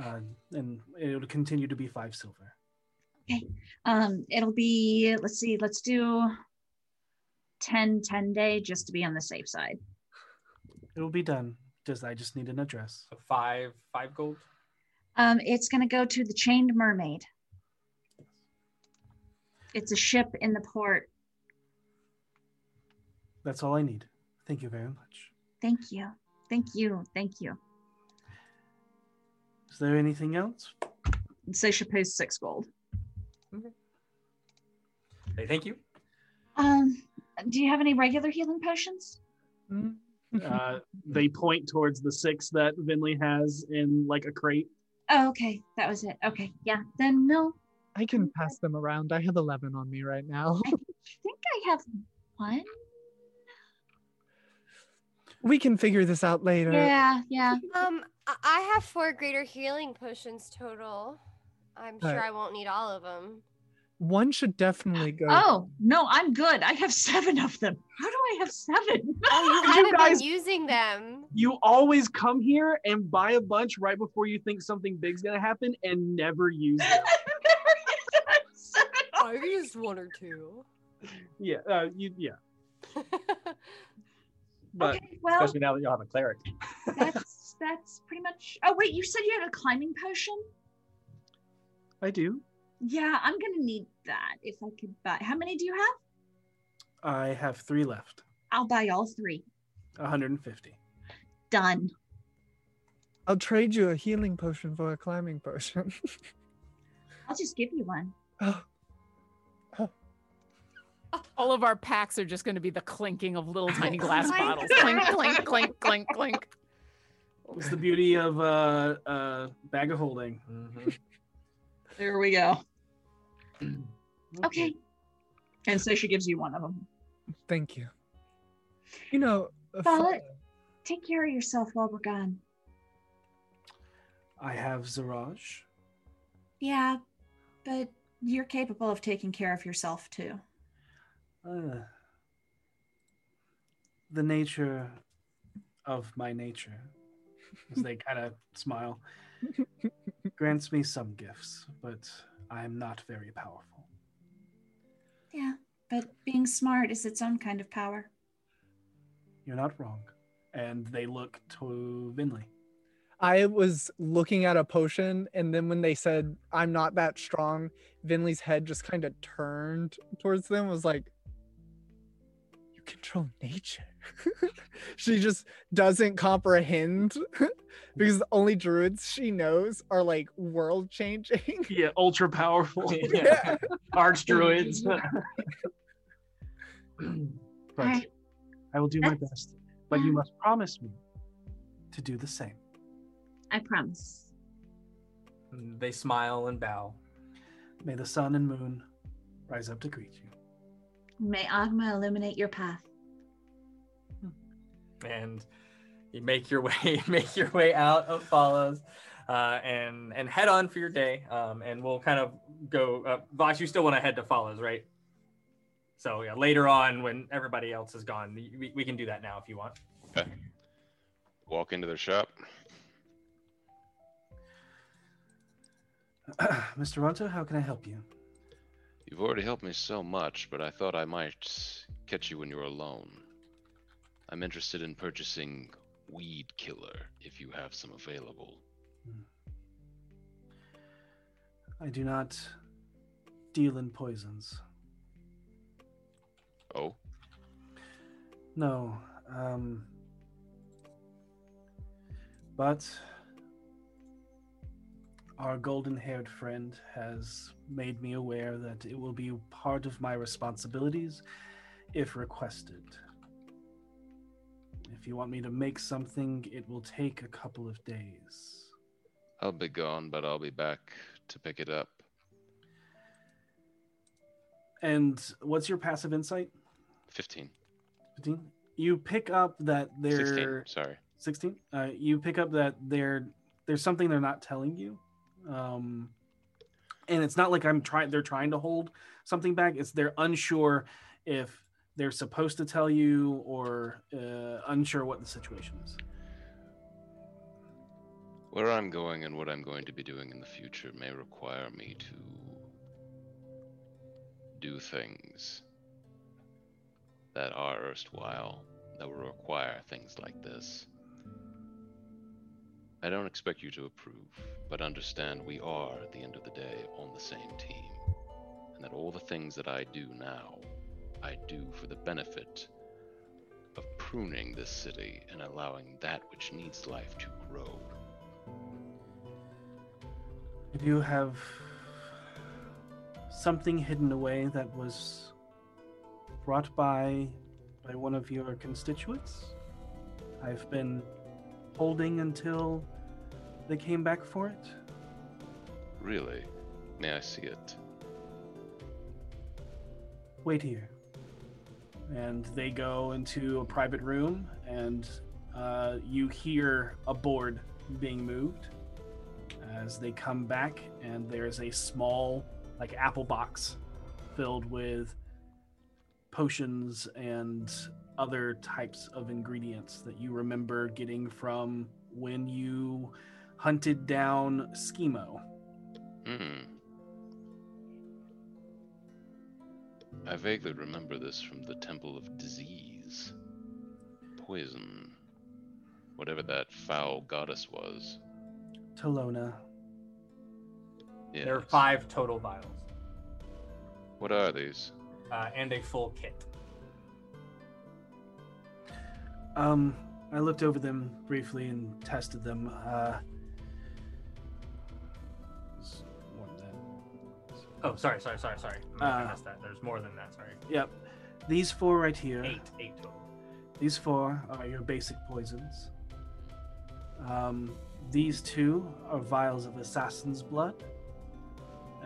Speaker 1: Uh, and it'll continue to be five silver.
Speaker 5: Um, it'll be, let's see, let's do 10 10 day just to be on the safe side.
Speaker 1: It'll be done. Just I just need an address.
Speaker 2: Five, five gold.
Speaker 5: Um, it's going to go to the Chained Mermaid. It's a ship in the port.
Speaker 1: That's all I need. Thank you very much.
Speaker 5: Thank you. Thank you. Thank you.
Speaker 1: Is there anything else?
Speaker 5: And Seisha pays six gold.
Speaker 2: Hey, thank you.
Speaker 5: Um, do you have any regular healing potions?
Speaker 1: [LAUGHS] uh, they point towards the six that Vinley has in like a crate.
Speaker 5: Oh, okay. That was it. Okay. Yeah. Then no.
Speaker 6: I can pass them around. I have 11 on me right now.
Speaker 5: I think I have one.
Speaker 6: [LAUGHS] we can figure this out later.
Speaker 5: yeah.
Speaker 9: Um, I- I have four greater healing potions total. I'm sure
Speaker 6: Alright.
Speaker 9: I won't need all of them.
Speaker 6: One should definitely go.
Speaker 5: Oh, no, I'm good. I have [LAUGHS] seven of them. How do I have seven?
Speaker 9: Oh, you haven't been using them.
Speaker 1: You always come here and buy a bunch right before you think something big's gonna happen and never use it.
Speaker 9: I used one or two.
Speaker 1: yeah, uh, you, yeah. [LAUGHS] but
Speaker 5: well-
Speaker 2: especially now that you'll have a cleric.
Speaker 5: that's that's pretty much. Oh wait, you said you had a climbing potion.
Speaker 1: I do.
Speaker 5: Yeah, I'm gonna need that if I could buy. How many do you have?
Speaker 1: I have three left.
Speaker 5: I'll buy all three.
Speaker 1: 150.
Speaker 5: Done.
Speaker 6: I'll trade you a healing potion for a climbing potion. [LAUGHS]
Speaker 5: I'll just give you one.
Speaker 11: All of our packs are just going to be the clinking of little tiny glass
Speaker 3: Clink,
Speaker 11: bottles.
Speaker 3: clink,
Speaker 11: Clink, clink, clink, clink, clink.
Speaker 1: It's the beauty of uh, uh, bag of holding.
Speaker 4: There we go.
Speaker 6: Mm.
Speaker 5: Okay.
Speaker 4: And Seisha gives you one of them.
Speaker 6: Thank you. You know, uh,
Speaker 5: Follow. Take care of yourself while we're gone.
Speaker 1: I have Zaraj.
Speaker 7: Yeah, but you're capable of taking care of yourself too.
Speaker 1: Uh, the nature of my nature, as they kind of smile, grants me some gifts, but I am not very powerful.
Speaker 7: Yeah, but being smart is its own kind of power.
Speaker 1: You're not wrong. And they look to Vinley.
Speaker 6: I was looking at a potion, and then when they said, I'm not that strong, Vinley's head just kind of turned towards them, was like, You control nature. [LAUGHS] she just doesn't comprehend [LAUGHS] because the only druids she knows are like world changing. [LAUGHS]
Speaker 1: Yeah, ultra powerful. [LAUGHS]
Speaker 6: Yeah.
Speaker 1: Archdruids.
Speaker 5: All right.
Speaker 1: I will do my best, but you must promise me to do the same.
Speaker 5: I promise.
Speaker 2: They smile and bow.
Speaker 1: May the sun and moon rise up to greet you.
Speaker 5: May Agma illuminate your path.
Speaker 2: and you make your [LAUGHS] way make your way out of follows uh, and and head on for your day um, and we'll kind of go uh, Vox you still want to head to follows right so yeah later on when everybody else is gone we, we can do that now if you want
Speaker 29: Okay. Walk into their shop.
Speaker 1: [CLEARS THROAT] Mr. Ronto, how can I help you?
Speaker 29: You've already helped me so much, but I thought I might catch you when you're alone. I'm interested in purchasing Weed Killer if you have some available.
Speaker 1: I do not deal in poisons.
Speaker 29: Oh,
Speaker 1: No. Um, but our golden haired friend has made me aware that it will be part of my responsibilities if requested. If you want me to make something, it will take a couple of days.
Speaker 29: I'll be gone, but I'll be back to pick it up.
Speaker 1: And what's your passive insight?
Speaker 29: 15.
Speaker 1: 15? You pick up that they're
Speaker 29: 16. Sorry.
Speaker 1: 16 uh, you pick up that they're there's something they're not telling you um and it's not like i'm trying they're trying to hold something back it's they're unsure if they're supposed to tell you or uh, unsure what the situation is
Speaker 29: Where I'm going and what I'm going to be doing in the future may require me to do things that are erstwhile, that will require things like this. I don't expect you to approve, but understand we are, at the end of the day, on the same team. And that all the things that I do now, I do for the benefit of pruning this city and allowing that which needs life to grow.
Speaker 1: I do have something hidden away that was brought by by one of your constituents. I've been holding until they came back for it.
Speaker 29: Really? May I see it?
Speaker 1: Wait here. And they go into a private room, and uh, you hear a board being moved. As they come back, and there's a small, like, apple box filled with potions and other types of ingredients that you remember getting from when you hunted down Schemo.
Speaker 29: Hmm. I vaguely remember this from the Temple of Disease. Poison. Whatever that foul goddess was.
Speaker 1: Tolona.
Speaker 29: Yeah.
Speaker 2: there are five total vials
Speaker 29: What are these?
Speaker 2: uh, and a full kit
Speaker 1: Um, I looked over them briefly and tested them. Uh,
Speaker 2: oh sorry sorry sorry sorry I missed that there's more than that sorry
Speaker 1: Uh, Yep. These four right here.
Speaker 2: eight eight total
Speaker 1: These four are your basic poisons. Um, these two are vials of assassin's blood.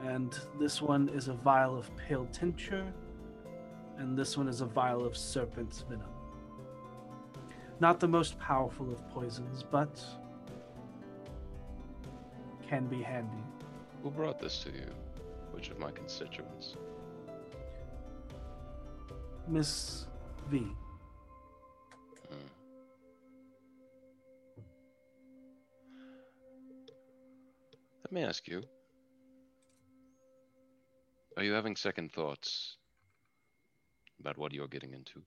Speaker 1: And this one is a vial of pale tincture. And this one is a vial of serpent's venom. Not the most powerful of poisons, but can be handy.
Speaker 29: Who brought this to you? Which of my constituents?
Speaker 1: Miss V.
Speaker 8: Mm.
Speaker 29: Let me ask you. Are you having second thoughts about what you're getting into?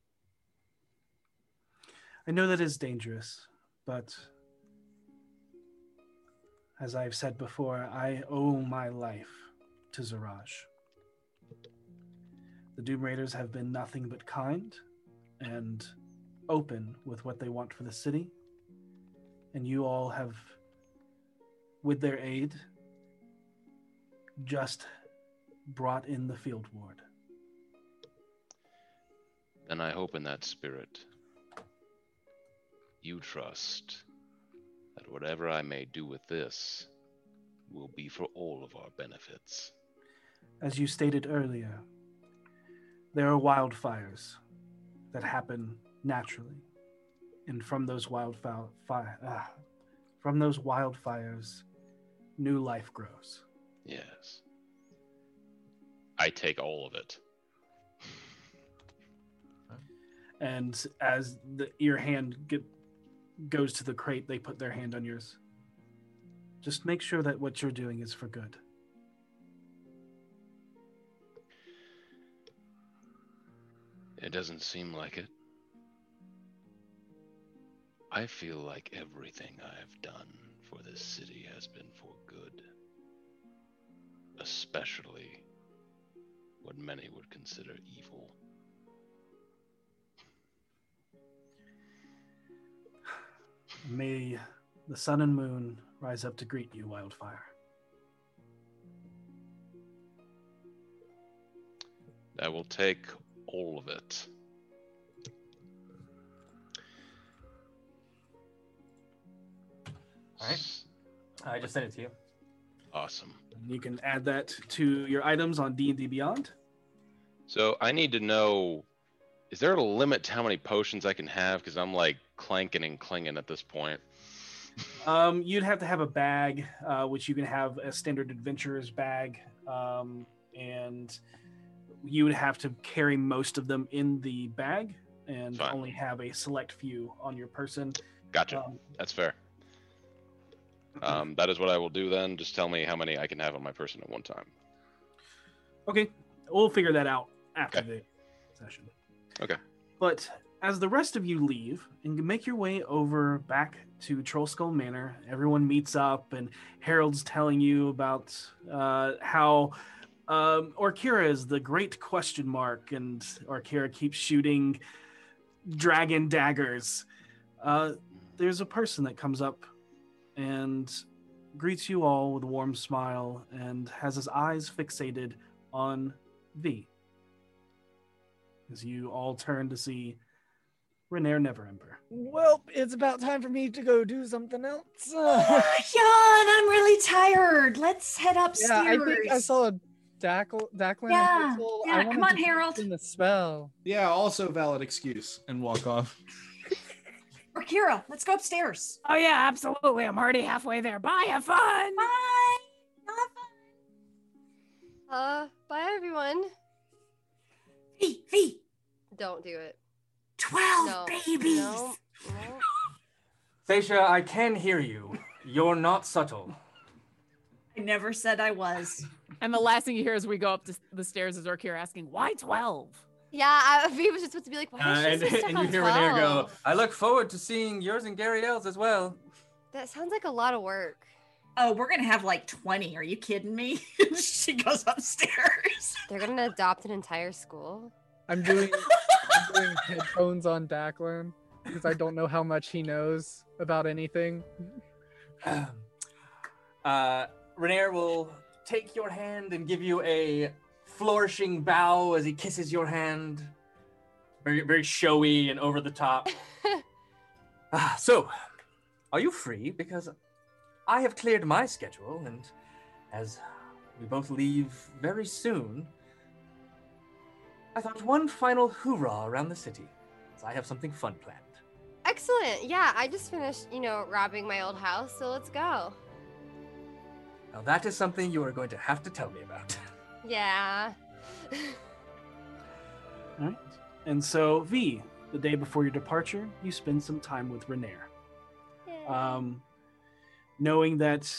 Speaker 1: I know that is dangerous, but as I've said before, I owe my life to Zaraj. The Doom Raiders have been nothing but kind and open with what they want for the city, and you all have, with their aid, just brought in the field ward.
Speaker 8: Then I hope in that spirit you trust that whatever I may do with this will be for all of our benefits.
Speaker 1: As you stated earlier, there are wildfires that happen naturally, and from those wildfire, fi- ah, from those wildfires, new life grows.
Speaker 8: Yes. I take all of it.
Speaker 1: And as the, your hand get, goes to the crate, they put their hand on yours. Just make sure that what you're doing is for good.
Speaker 8: It doesn't seem like it. I feel like everything I have done for this city has been for good. Especially what many would consider evil.
Speaker 1: May the sun and moon rise up to greet you, Wildfire.
Speaker 8: I will take all of it.
Speaker 2: All right. I just sent it to you.
Speaker 8: Awesome.
Speaker 1: You can add that to your items on D&D Beyond.
Speaker 8: So I need to know is there a limit to how many potions I can have? Because I'm like clanking and clinging at this point.
Speaker 1: Um, you'd have to have a bag, uh, which you can have a standard adventurer's bag, um, and you would have to carry most of them in the bag and
Speaker 8: Fine.
Speaker 1: only have a select few on your person.
Speaker 8: Gotcha.
Speaker 1: Um,
Speaker 8: That's fair.
Speaker 2: Mm-hmm.
Speaker 8: Um, that is what I will do then. Just tell me how many I can have on my person at one time.
Speaker 1: Okay, we'll figure that out after the session.
Speaker 8: Okay.
Speaker 1: But as the rest of you leave and make your way over back to Trollskull Manor, everyone meets up, and Harold's telling you about uh, how um, Orkira is the great question mark, and Orkira keeps shooting dragon daggers. Uh, there's a person that comes up and greets you all with a warm smile and has his eyes fixated on V. As you all turn to see Renair Neverember.
Speaker 6: Well, it's about time for me to go do something [LAUGHS] else.
Speaker 7: Yawn, I'm really tired. Let's head upstairs.
Speaker 6: Yeah, I think I saw a Dackle, Dacklin.
Speaker 7: Yeah,
Speaker 6: whistle.
Speaker 7: yeah,
Speaker 6: I
Speaker 7: come
Speaker 6: wanted
Speaker 7: on,
Speaker 6: to
Speaker 7: Harold.
Speaker 6: In the spell.
Speaker 29: Yeah, also valid excuse and walk [LAUGHS] off.
Speaker 7: Or Kira, let's go upstairs.
Speaker 3: Oh yeah, absolutely. I'm already halfway there. Bye. Have fun.
Speaker 7: Bye.
Speaker 9: Uh, bye everyone.
Speaker 7: V, V.
Speaker 9: Don't do it.
Speaker 7: 12
Speaker 9: No,
Speaker 7: babies.
Speaker 9: no, no.
Speaker 2: Seisha, I can hear you. You're not subtle.
Speaker 7: I never said I was.
Speaker 11: And the last thing you hear as we go up the- the stairs is Orkir asking, "Why 12?"
Speaker 9: Yeah, I, [LAUGHS] V was just supposed to be like, why
Speaker 2: Uh,
Speaker 9: is
Speaker 2: and, [LAUGHS]
Speaker 9: she so stuck
Speaker 2: and
Speaker 9: on
Speaker 2: you hear Renair go,
Speaker 9: 12?"
Speaker 2: I look forward to seeing yours and Gary L's as well.
Speaker 9: That sounds like a lot of work.
Speaker 7: Oh, we're gonna have like 20. Are you kidding me? [LAUGHS] she goes upstairs.
Speaker 9: [LAUGHS] They're gonna adopt an entire school.
Speaker 6: I'm doing, I'm doing headphones on Dacklin because I don't know how much he knows about anything.
Speaker 2: Uh, Renair will take your hand and give you a flourishing bow as he kisses your hand. Very, very showy and over the top. Ah, so, are you free? Because I have cleared my schedule, and as we both leave very soon, I thought one final hoorah around the city, as I have something fun planned.
Speaker 9: Excellent. Yeah, I just finished, you know, robbing my old house, so let's go.
Speaker 2: Now, that is something you are going to have to tell me about. [LAUGHS]
Speaker 9: Yeah. [LAUGHS]
Speaker 1: All right. And so, V, the day before your departure, you spend some time with Renair. Um, knowing that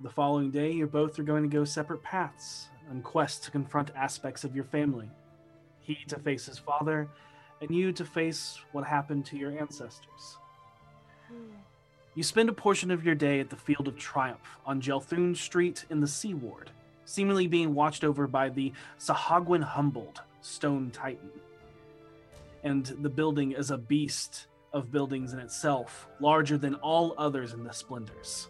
Speaker 1: the following day, you both are going to go separate paths on quests to confront aspects of your family. He to face his father, and you to face what happened to your ancestors. You spend a portion of your day at the Field of Triumph on Jelthun Street in the Sea Ward, seemingly being watched over by the Sahagwin Humboldt Stone Titan. And the building is a beast of buildings in itself, larger than all others in the splendors.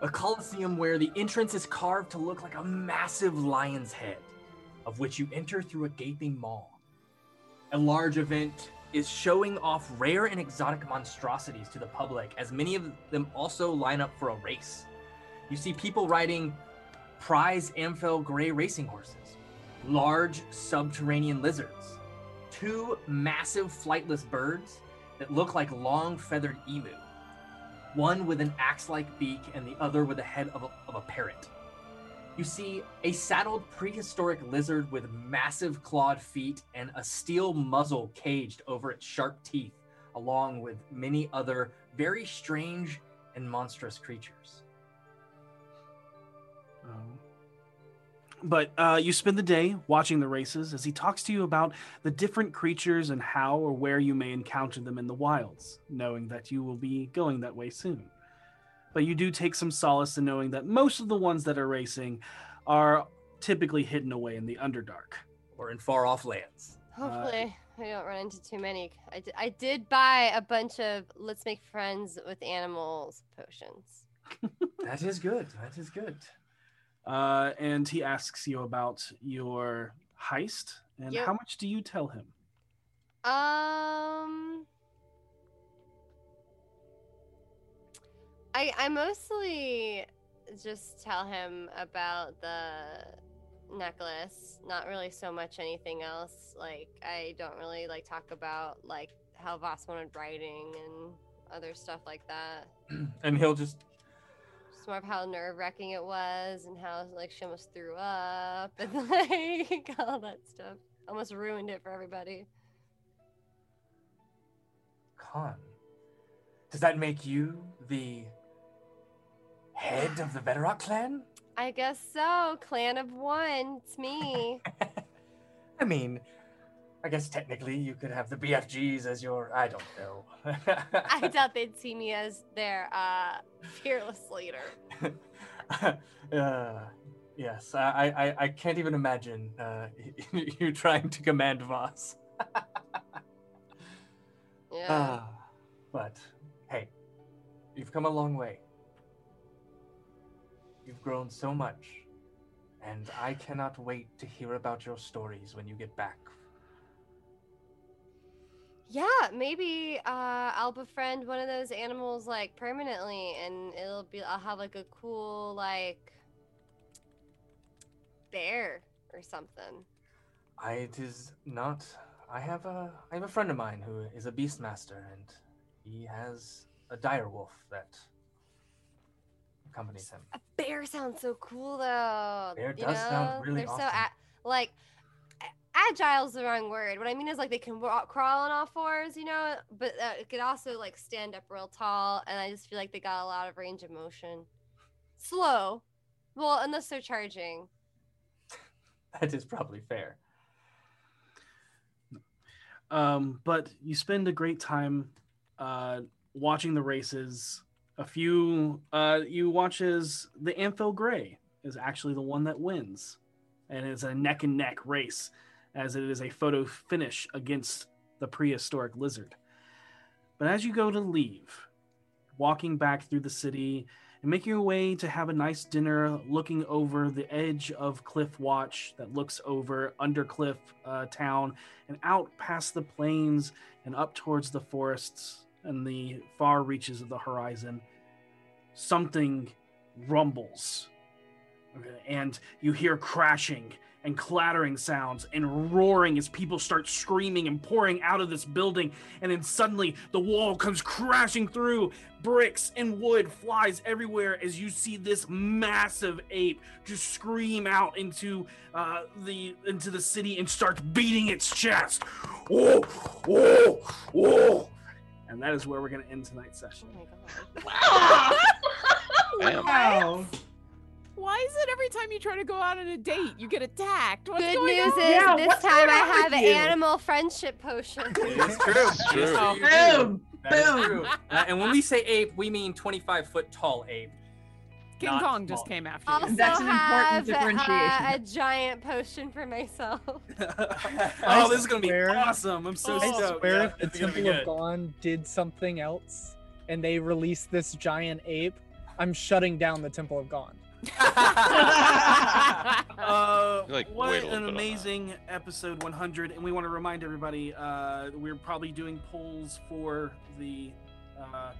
Speaker 2: a coliseum where the entrance is carved to look like a massive lion's head, of which you enter through a gaping maw. A large event is showing off rare and exotic monstrosities to the public, as many of them also line up for a race. You see people riding prize Amphel gray racing horses, large subterranean lizards, two massive flightless birds that look like long feathered emu one with an axe like beak and the other with the head of a, of a parrot. You see a saddled prehistoric lizard with massive clawed feet and a steel muzzle caged over its sharp teeth, along with many other very strange and monstrous creatures.
Speaker 1: But uh, you spend the day watching the races as he talks to you about the different creatures and how or where you may encounter them in the wilds, knowing that you will be going that way soon. But you do take some solace in knowing that most of the ones that are racing are typically hidden away in the Underdark
Speaker 2: or in far off lands.
Speaker 1: Uh,
Speaker 9: Hopefully, we don't run into too many. I di- I did buy a bunch of let's make friends with animals potions.
Speaker 2: That is good. That is good.
Speaker 1: Uh, and he asks you about your heist and
Speaker 9: Yep.
Speaker 1: how much do you tell him?
Speaker 9: Um, I I mostly just tell him about the necklace, not really so much anything else. Like I don't really like talk about like how Voss wanted writing and other stuff like that.
Speaker 2: [CLEARS THROAT] And he'll just
Speaker 9: Just more of how nerve wracking it was and how like she almost threw up and [LAUGHS] like all that stuff. Almost ruined it for everybody.
Speaker 2: Khan, does that make you the head of the Vedrock clan?
Speaker 9: I guess so. Clan of one. It's me.
Speaker 2: I mean, I guess technically you could have the BFGs as your, I don't know. [LAUGHS]
Speaker 9: I doubt they'd see me as their uh, fearless leader.
Speaker 2: uh, yes, I, I, I can't even imagine uh, [LAUGHS] you trying to command Voss.
Speaker 9: Yeah.
Speaker 2: Ah, but hey, you've come a long way. You've grown so much, and I cannot wait to hear about your stories when you get back.
Speaker 9: yeah, maybe uh, I'll befriend one of those animals like permanently, and it'll be I'll have like a cool like bear or something.
Speaker 2: I, it is not. I have a I have a friend of mine who is a beast master, and he has a dire wolf that accompanies him.
Speaker 9: Bear sounds so cool though.
Speaker 2: Bear
Speaker 9: you
Speaker 2: does sound
Speaker 9: know?
Speaker 2: really
Speaker 9: They're so
Speaker 2: awesome.
Speaker 9: a- like a- agile's the wrong word. What I mean is like they can wa- crawl on all fours, you know, but uh, it could also like stand up real tall. And I just feel like they got a lot of range of motion. Slow, well, unless they're charging.
Speaker 2: That is probably fair.
Speaker 1: Um, but you spend a great time uh, watching the races. A few uh, you watch as the Amphil Gray is actually the one that wins, and it's a neck and neck race, as it is a photo finish against the prehistoric lizard. But as you go to leave, walking back through the city and making your way to have a nice dinner, looking over the edge of Cliff Watch that looks over under Cliff uh, Town and out past the plains and up towards the forests and the far reaches of the horizon. Something rumbles, and you hear crashing and clattering sounds and roaring as people start screaming and pouring out of this building. And then suddenly the wall comes crashing through. Bricks and wood flies everywhere as you see this massive ape just scream out into uh, the into the city and starts beating its chest. Oh, Whoa,
Speaker 29: Oh,
Speaker 1: whoa, whoa. And that is where we're going to end tonight's session.
Speaker 9: Oh my
Speaker 1: god. Wow.
Speaker 11: Why is it every time you try to go out on a date, you get attacked? What's
Speaker 9: Good
Speaker 11: going
Speaker 9: news
Speaker 11: on?
Speaker 9: is this time I have animal friendship
Speaker 2: [LAUGHS]
Speaker 9: potion.
Speaker 2: [LAUGHS] It's true. It's
Speaker 9: true.
Speaker 2: Boom.
Speaker 9: Boom.
Speaker 2: Uh, and when we say ape, we mean 25 foot tall ape.
Speaker 11: King
Speaker 2: Not
Speaker 11: Kong
Speaker 2: small.
Speaker 11: just came after you.
Speaker 9: Also have uh, a giant potion for myself.
Speaker 1: [LAUGHS] Oh, this is gonna be awesome! I'm so
Speaker 6: I
Speaker 1: stoked.
Speaker 6: swear
Speaker 1: Yeah,
Speaker 6: if the
Speaker 1: it's gonna be
Speaker 6: Temple
Speaker 1: good.
Speaker 6: of Dawn did something else and they released this giant ape, I'm shutting down the Temple of Gone.
Speaker 1: uh,
Speaker 6: You, like,
Speaker 1: what
Speaker 6: wait a little bit on
Speaker 1: an
Speaker 6: that.
Speaker 1: amazing episode 100 and we want to remind everybody uh, we're probably doing polls for the uh,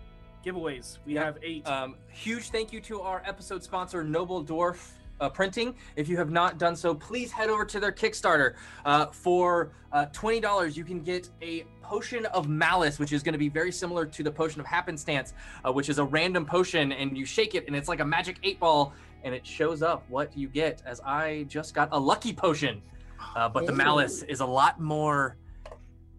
Speaker 1: giveaways we
Speaker 2: Yeah.
Speaker 1: have eight
Speaker 2: Um, huge thank you to our episode sponsor, Noble Dwarf uh, Printing. If you have not done so, please head over to their Kickstarter. Uh, for uh, $20, you can get a potion of malice, which is going to be very similar to the potion of happenstance, uh, which is a random potion, and you shake it, and it's like a magic eight ball, and it shows up what you get. As I just got a lucky potion, uh, but the
Speaker 1: Ooh.
Speaker 2: malice is a lot more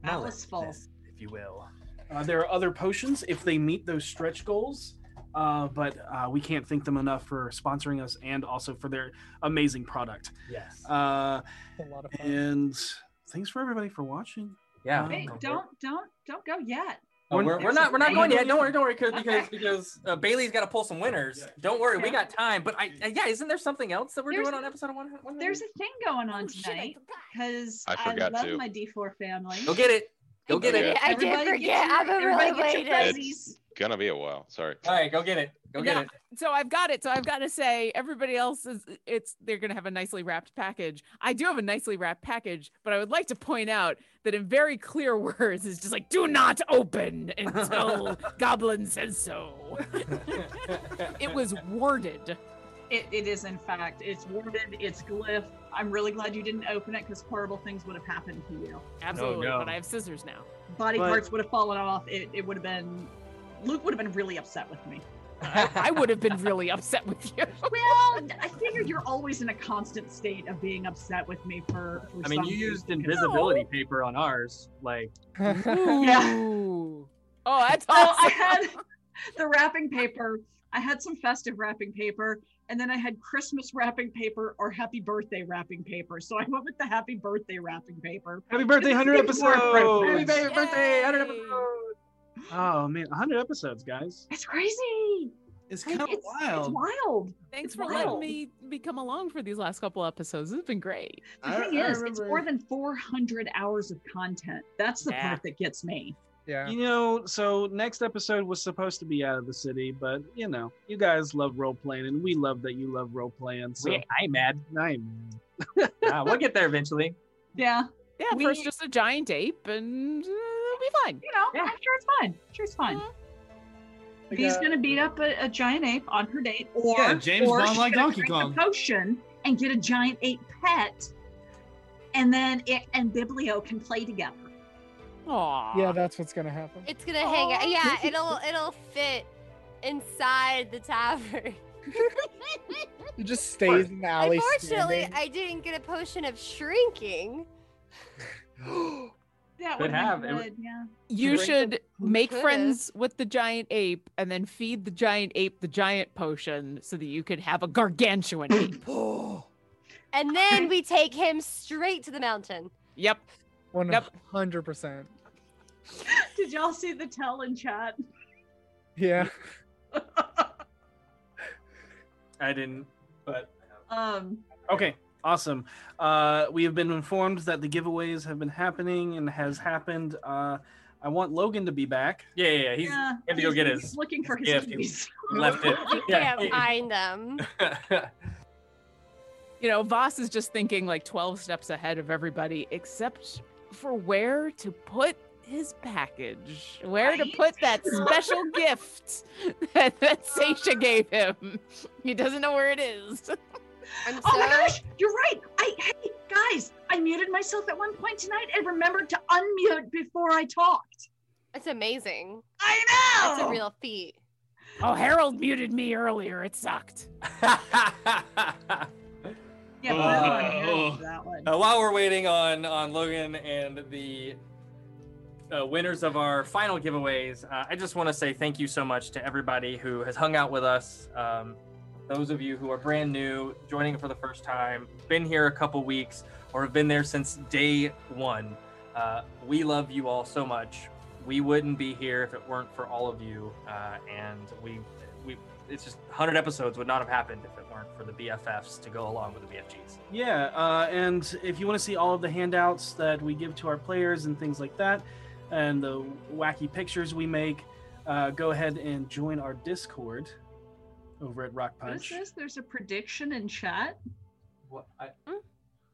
Speaker 5: Maliceful.
Speaker 2: if you will.
Speaker 1: Uh, there are other potions if they meet those stretch goals, uh, but uh, we can't thank them enough for sponsoring us and also for their amazing product.
Speaker 2: Yes.
Speaker 1: Uh,
Speaker 6: A lot of
Speaker 1: And thanks for everybody for watching.
Speaker 2: Yeah.
Speaker 1: Um,
Speaker 5: Hey, don't don't don't go yet.
Speaker 2: Oh, we're, we're not we're not going yet. Don't worry, don't worry, because
Speaker 5: Okay.
Speaker 2: because, because uh, Bailey's got to pull some winners. Don't worry, we
Speaker 5: Yeah.
Speaker 2: got time. But I, uh, yeah, isn't there something else that we're
Speaker 5: There's-
Speaker 2: doing on episode one?
Speaker 5: There's a thing going on tonight because
Speaker 2: I
Speaker 5: I,
Speaker 2: forgot
Speaker 5: love
Speaker 2: to.
Speaker 5: my D4 family.
Speaker 2: Go get it. Go get it.
Speaker 9: [LAUGHS] I did
Speaker 5: Everybody
Speaker 9: forget.
Speaker 5: Get
Speaker 9: I'm
Speaker 5: your, everybody get your
Speaker 9: overrated.
Speaker 5: prezzies.
Speaker 8: Gonna be a while. Sorry.
Speaker 2: All right, go get it. Go
Speaker 11: Yeah, So I've got it. So I've got to say, everybody else is it's they're gonna have a nicely wrapped package. I do have a nicely wrapped package, but I would like to point out that in very clear [LAUGHS] words, it's just like do not open until Goblin says so. it was worded.
Speaker 5: It, it is, in fact. It's worded, it's glyph. I'm really glad you didn't open it because horrible things would have happened to you.
Speaker 11: Absolutely, but I have scissors now.
Speaker 5: Body
Speaker 11: But-
Speaker 5: parts would have fallen off. It, it would have been. Luke would have been really upset with me.
Speaker 11: I would have been really
Speaker 5: [LAUGHS]
Speaker 11: upset with you.
Speaker 5: Well, I figure you're always in a constant state of being upset with me for. for
Speaker 2: I mean,
Speaker 5: some
Speaker 2: you used
Speaker 5: reason.
Speaker 2: invisibility paper on ours.
Speaker 5: [LAUGHS]
Speaker 2: Like,
Speaker 11: Oh, that's
Speaker 5: Oh, I had the wrapping paper. I had some festive wrapping paper, and then I had Christmas wrapping paper or happy birthday wrapping paper. So I went with the happy birthday wrapping paper.
Speaker 1: Happy birthday, 100
Speaker 5: It's more appropriate.
Speaker 1: episodes!
Speaker 5: Happy birthday, 100
Speaker 1: Oh man, 100 episodes, guys.
Speaker 5: It's crazy.
Speaker 1: It's
Speaker 5: Like, kinda it's- it's wild. wild.
Speaker 11: Thanks
Speaker 5: It's
Speaker 11: for
Speaker 5: wild.
Speaker 11: letting me become along for these last couple episodes. It's been great.
Speaker 5: The thing is, it's more than 400 hours of content. That's the
Speaker 1: Yeah.
Speaker 5: part that gets me.
Speaker 1: You know, so next episode was supposed to be out of the city, but you know, you guys love role playing, and we love that you love role playing. So
Speaker 2: We- I'm mad.
Speaker 1: I'm
Speaker 2: [LAUGHS] yeah, we'll get there eventually.
Speaker 5: Yeah.
Speaker 11: Yeah, first just a giant ape, and uh, it'll be fine. Mm-hmm.
Speaker 5: You know, I'm sure it's fine. Sure it's fine. He's
Speaker 11: got-
Speaker 5: gonna beat up a, a giant ape on her date, or
Speaker 30: Yeah, James
Speaker 5: or
Speaker 30: Bond
Speaker 5: she's
Speaker 30: like
Speaker 5: gonna
Speaker 30: Donkey
Speaker 5: drink
Speaker 30: Kong.
Speaker 5: a potion and get a giant ape pet, and then it and Biblio can play together.
Speaker 11: Aww.
Speaker 6: Yeah, that's what's gonna happen.
Speaker 9: It's gonna hang out.
Speaker 5: Aw.
Speaker 9: Yeah, it'll it'll fit inside
Speaker 5: [LAUGHS]
Speaker 9: the tavern.
Speaker 6: It just stays in the alley.
Speaker 9: Unfortunately,
Speaker 6: standing.
Speaker 9: I didn't get a potion
Speaker 5: [GASPS]
Speaker 9: of shrinking.
Speaker 5: that
Speaker 11: Could would've been have. It would-
Speaker 5: Good, yeah.
Speaker 11: You
Speaker 5: Drink
Speaker 11: should make
Speaker 9: Coulda.
Speaker 11: friends with the giant ape and then feed the giant ape the giant potion so that you could have a
Speaker 2: [COUGHS]
Speaker 11: gargantuan ape.
Speaker 9: And then we take him straight to the mountain.
Speaker 11: yep.
Speaker 6: One hundred percent.
Speaker 5: [LAUGHS] Did y'all see the tell in chat? [LAUGHS]
Speaker 6: Yeah.
Speaker 2: I didn't, but
Speaker 5: Um,
Speaker 1: Okay, awesome. Uh, we have been informed that the giveaways have been happening and has happened. Uh, I want Logan to be back.
Speaker 2: yeah, yeah, yeah. He's
Speaker 5: yeah,
Speaker 2: he had to go
Speaker 5: he's-
Speaker 2: get
Speaker 5: he's
Speaker 2: his.
Speaker 5: looking for his
Speaker 2: gift. He
Speaker 5: keys. [LAUGHS]
Speaker 2: left it.
Speaker 9: [LAUGHS] We
Speaker 2: Yeah.
Speaker 9: can't find them.
Speaker 11: You know, Voss is just thinking like 12 steps ahead of everybody, except for where to put his package, where to put that
Speaker 5: [LAUGHS]
Speaker 11: special gift [LAUGHS] that, that Seisha gave him. He doesn't know where it is.
Speaker 9: I'm
Speaker 5: Oh my gosh, you're right. I hey guys, I muted myself at one point tonight and remembered to unmute before I talked.
Speaker 9: That's amazing.
Speaker 5: I
Speaker 9: That's a real
Speaker 5: [LAUGHS]
Speaker 9: feat.
Speaker 11: Oh, Harold muted me earlier. It sucked.
Speaker 5: Yeah,
Speaker 2: but I want Harold for
Speaker 5: that one.
Speaker 2: Uh, while we're waiting on on Logan and the uh, winners of our final giveaways, uh, I just want to say thank you so much to everybody who has hung out with us. Um, those of you who are brand new, joining for the first time, been here a couple weeks, or have been there since day one, uh, we love you all so much. We wouldn't be here if it weren't for all of you, uh, and we we it's just 100 episodes would not have happened if it weren't for the BFFs to go along with the BFGs.
Speaker 1: Yeah, uh, and if you want to see all of the handouts that we give to our players and things like that, and the wacky pictures we make, uh, go ahead and join our Discord over at Rock
Speaker 4: What is
Speaker 1: Punch.
Speaker 4: this? There's a prediction in chat.
Speaker 2: What? I,
Speaker 30: Hmm?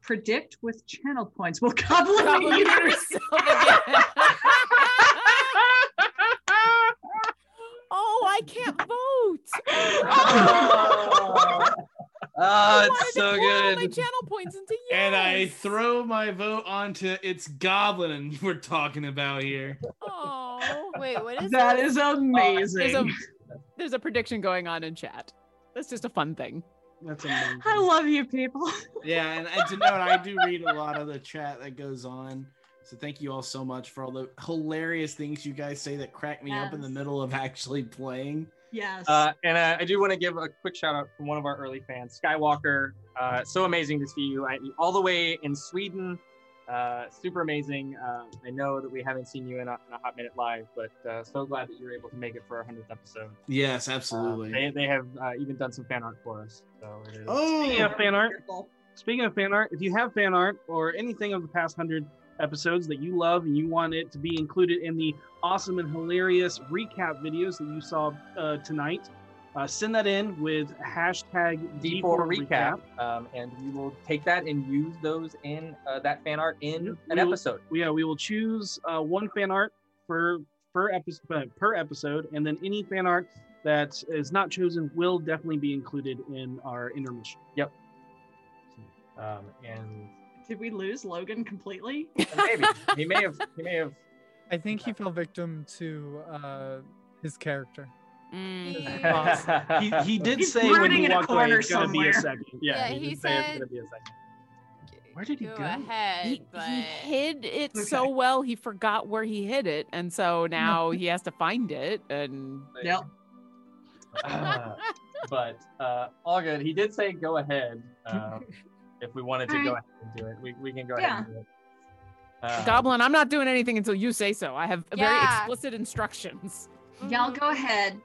Speaker 4: Predict with channel points. Well, goblin
Speaker 5: [LAUGHS]
Speaker 3: Goblin
Speaker 4: eaters.
Speaker 11: Oh, I can't
Speaker 5: [LAUGHS]
Speaker 11: vote.
Speaker 10: Oh,
Speaker 11: it's so good. My channel points
Speaker 29: [LAUGHS]
Speaker 11: into yes.
Speaker 10: And I throw my vote onto
Speaker 29: [LAUGHS]
Speaker 10: it's Goblin we're talking about here.
Speaker 11: Oh, wait, what
Speaker 4: is That this? is amazing.
Speaker 11: there's, a, there's a prediction going on in chat. That's just a fun thing. [LAUGHS]
Speaker 1: That's amazing.
Speaker 4: I love you people.
Speaker 29: Yeah, and, and to note, I do read a lot of the chat that goes on. So thank you all so much for all the hilarious things you guys say that crack me up in the middle of actually playing.
Speaker 4: Yes.
Speaker 2: Uh, and I, I do want to give a quick shout out from one of our early fans, Skywalker. Uh, so amazing to see you I, all the way in Sweden. Uh, super amazing. Uh, I know that we haven't seen you in a, in a hot minute live, but uh, so glad that you were able to make it for our hundredth episode.
Speaker 29: Yes, absolutely.
Speaker 2: They, they have uh, even done some fan art for us. So it is.
Speaker 1: Speaking
Speaker 2: Oh!
Speaker 1: of fan art, speaking of fan art, if you have fan art or anything of the past hundred episodes that you love and you want it to be included in the awesome and hilarious recap videos that you saw uh, tonight, uh, send that in with hashtag
Speaker 2: D4 recap, um, and we will take that and use those in uh, that fan art in an
Speaker 1: We will-
Speaker 2: episode.
Speaker 1: yeah, we will choose uh, one fan art for per episode per episode, and then any fan art that is not chosen will definitely be included in our intermission.
Speaker 2: Yep. Um, and
Speaker 4: Did we lose Logan completely?
Speaker 2: maybe he may have. He
Speaker 5: [LAUGHS]
Speaker 2: may have.
Speaker 6: I think he fell victim to uh, his character.
Speaker 1: he,
Speaker 5: [LAUGHS]
Speaker 1: he did
Speaker 6: He's
Speaker 1: say when
Speaker 6: brooding
Speaker 1: he
Speaker 6: in a
Speaker 1: walked away,
Speaker 6: corner
Speaker 1: it's gonna be
Speaker 6: somewhere."
Speaker 1: a second.
Speaker 9: Yeah,
Speaker 1: Yeah,
Speaker 9: he
Speaker 1: did say it's
Speaker 9: said-
Speaker 1: gonna be a second.
Speaker 29: Where did he
Speaker 9: go? ahead,
Speaker 11: He,
Speaker 9: but
Speaker 11: he hid it so well he forgot where he hid it,
Speaker 4: [LAUGHS]
Speaker 11: and so now he has to find it. And
Speaker 4: yep.
Speaker 29: Ah.
Speaker 2: Uh, but uh, all good. He did say go ahead
Speaker 5: [LAUGHS]
Speaker 2: um, if we wanted to go
Speaker 11: Alright.
Speaker 2: ahead and do it. We, we can go
Speaker 11: Yeah.
Speaker 2: ahead and do it. Uh,
Speaker 11: Goblin, I'm not doing anything until you say so. I have very
Speaker 5: Yeah.
Speaker 11: explicit instructions.
Speaker 5: Y'all go
Speaker 11: Mm-hmm.
Speaker 5: ahead.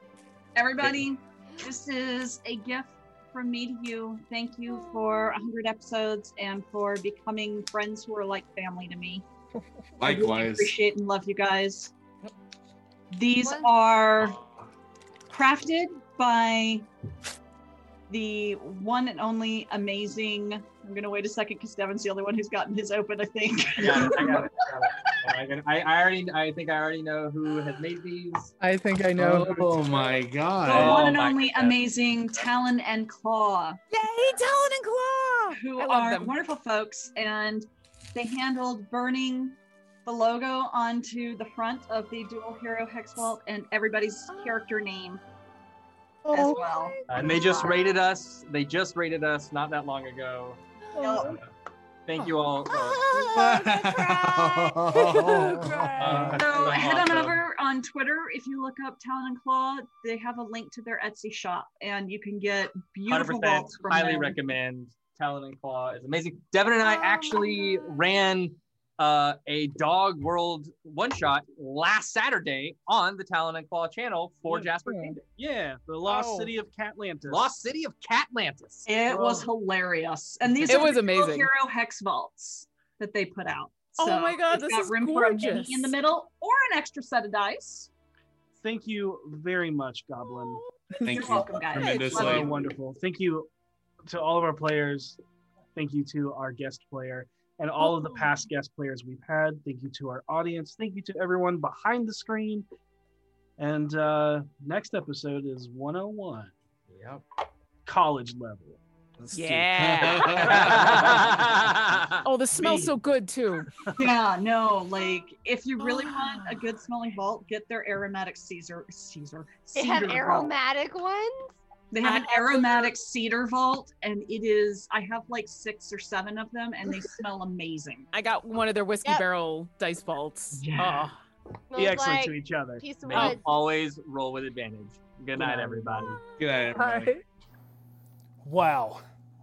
Speaker 5: Everybody, this is a gift from me to you. Thank you for 100 episodes and for becoming friends who are like family to me. I really
Speaker 10: Likewise.
Speaker 5: appreciate and love you guys. These are crafted by the one and only amazing. I'm gonna wait a second because Devin's the only one who's gotten his open. I think. [LAUGHS]
Speaker 2: yeah, I got it. I, got it. I, I already. I think I already know who has made these. Uh,
Speaker 6: I think I know.
Speaker 29: Oh my god.
Speaker 5: The one and
Speaker 2: Oh my
Speaker 5: only amazing Talon and Claw.
Speaker 11: Yay, Talon and Claw!
Speaker 5: Who
Speaker 11: I love
Speaker 5: are
Speaker 11: them.
Speaker 5: wonderful folks, and they handled burning the logo onto the front of the dual hero hex vault and everybody's
Speaker 11: Oh.
Speaker 5: character name as well.
Speaker 2: And they just rated us. They just rated us not that long ago.
Speaker 5: Yep.
Speaker 2: Thank you all.
Speaker 5: [LAUGHS]
Speaker 2: [LAUGHS] Uh,
Speaker 5: So head on over on Twitter. If you look up Talon and Claw, they have a link to their Etsy shop, and you can get beautiful
Speaker 2: 100%
Speaker 5: vaults from
Speaker 2: highly
Speaker 5: them. Oh,
Speaker 2: recommend talon and claw is amazing devin and i actually ran uh, a dog world one shot last saturday on the talon and claw channel for jasper Kingdom.
Speaker 1: Yeah, the Lost
Speaker 2: Oh.
Speaker 1: City of Catlantis.
Speaker 2: lost city of catlantis
Speaker 5: It was hilarious, and these
Speaker 2: It
Speaker 5: are
Speaker 2: was
Speaker 5: the Dual
Speaker 2: amazing.
Speaker 5: Hero hex vaults that they put out.
Speaker 11: Oh my God,
Speaker 5: it's
Speaker 11: this
Speaker 5: got
Speaker 11: is
Speaker 5: room for a mini in the
Speaker 11: gorgeous.
Speaker 5: middle or an extra set of dice.
Speaker 1: Thank you very much, Goblin.
Speaker 5: Thank You're you. welcome, guys. Tremendously.
Speaker 1: So wonderful. Thank you to all of our players. Thank you to our guest player and all of the past guest players we've had. Thank you to our audience. Thank you to everyone behind the screen. And uh, next episode is 101.
Speaker 2: Yep.
Speaker 1: College
Speaker 11: [LAUGHS]
Speaker 1: level.
Speaker 6: [LAUGHS]
Speaker 29: [LAUGHS]
Speaker 11: Yeah. oh, this smells so good too.
Speaker 5: yeah, no, like if you really
Speaker 11: Ah.
Speaker 5: want a good smelling vault, get their aromatic Caesar Caesar.
Speaker 9: They have
Speaker 5: cedar vault.
Speaker 9: aromatic ones.
Speaker 5: They have an aromatic cedar vault, and it is. I have like six or seven of them, and they smell amazing.
Speaker 11: I got one of their whiskey barrel dice vaults.
Speaker 5: Yeah.
Speaker 11: Oh.
Speaker 5: Be excellent to each other.
Speaker 9: piece of
Speaker 2: May you
Speaker 9: wood.
Speaker 2: always roll with advantage good night everybody
Speaker 29: Good night, everybody.
Speaker 1: Wow,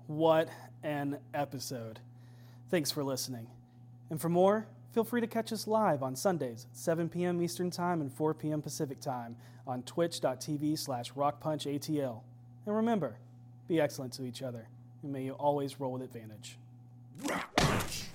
Speaker 1: what an episode. Thanks for listening. And for more, feel free to catch us live on Sundays at 7 p.m. Eastern Time and 4 p.m. Pacific Time on twitch.tv slash rockpunchatl. And remember, be excellent to each other, and may you always roll with advantage.
Speaker 31: Rock punch.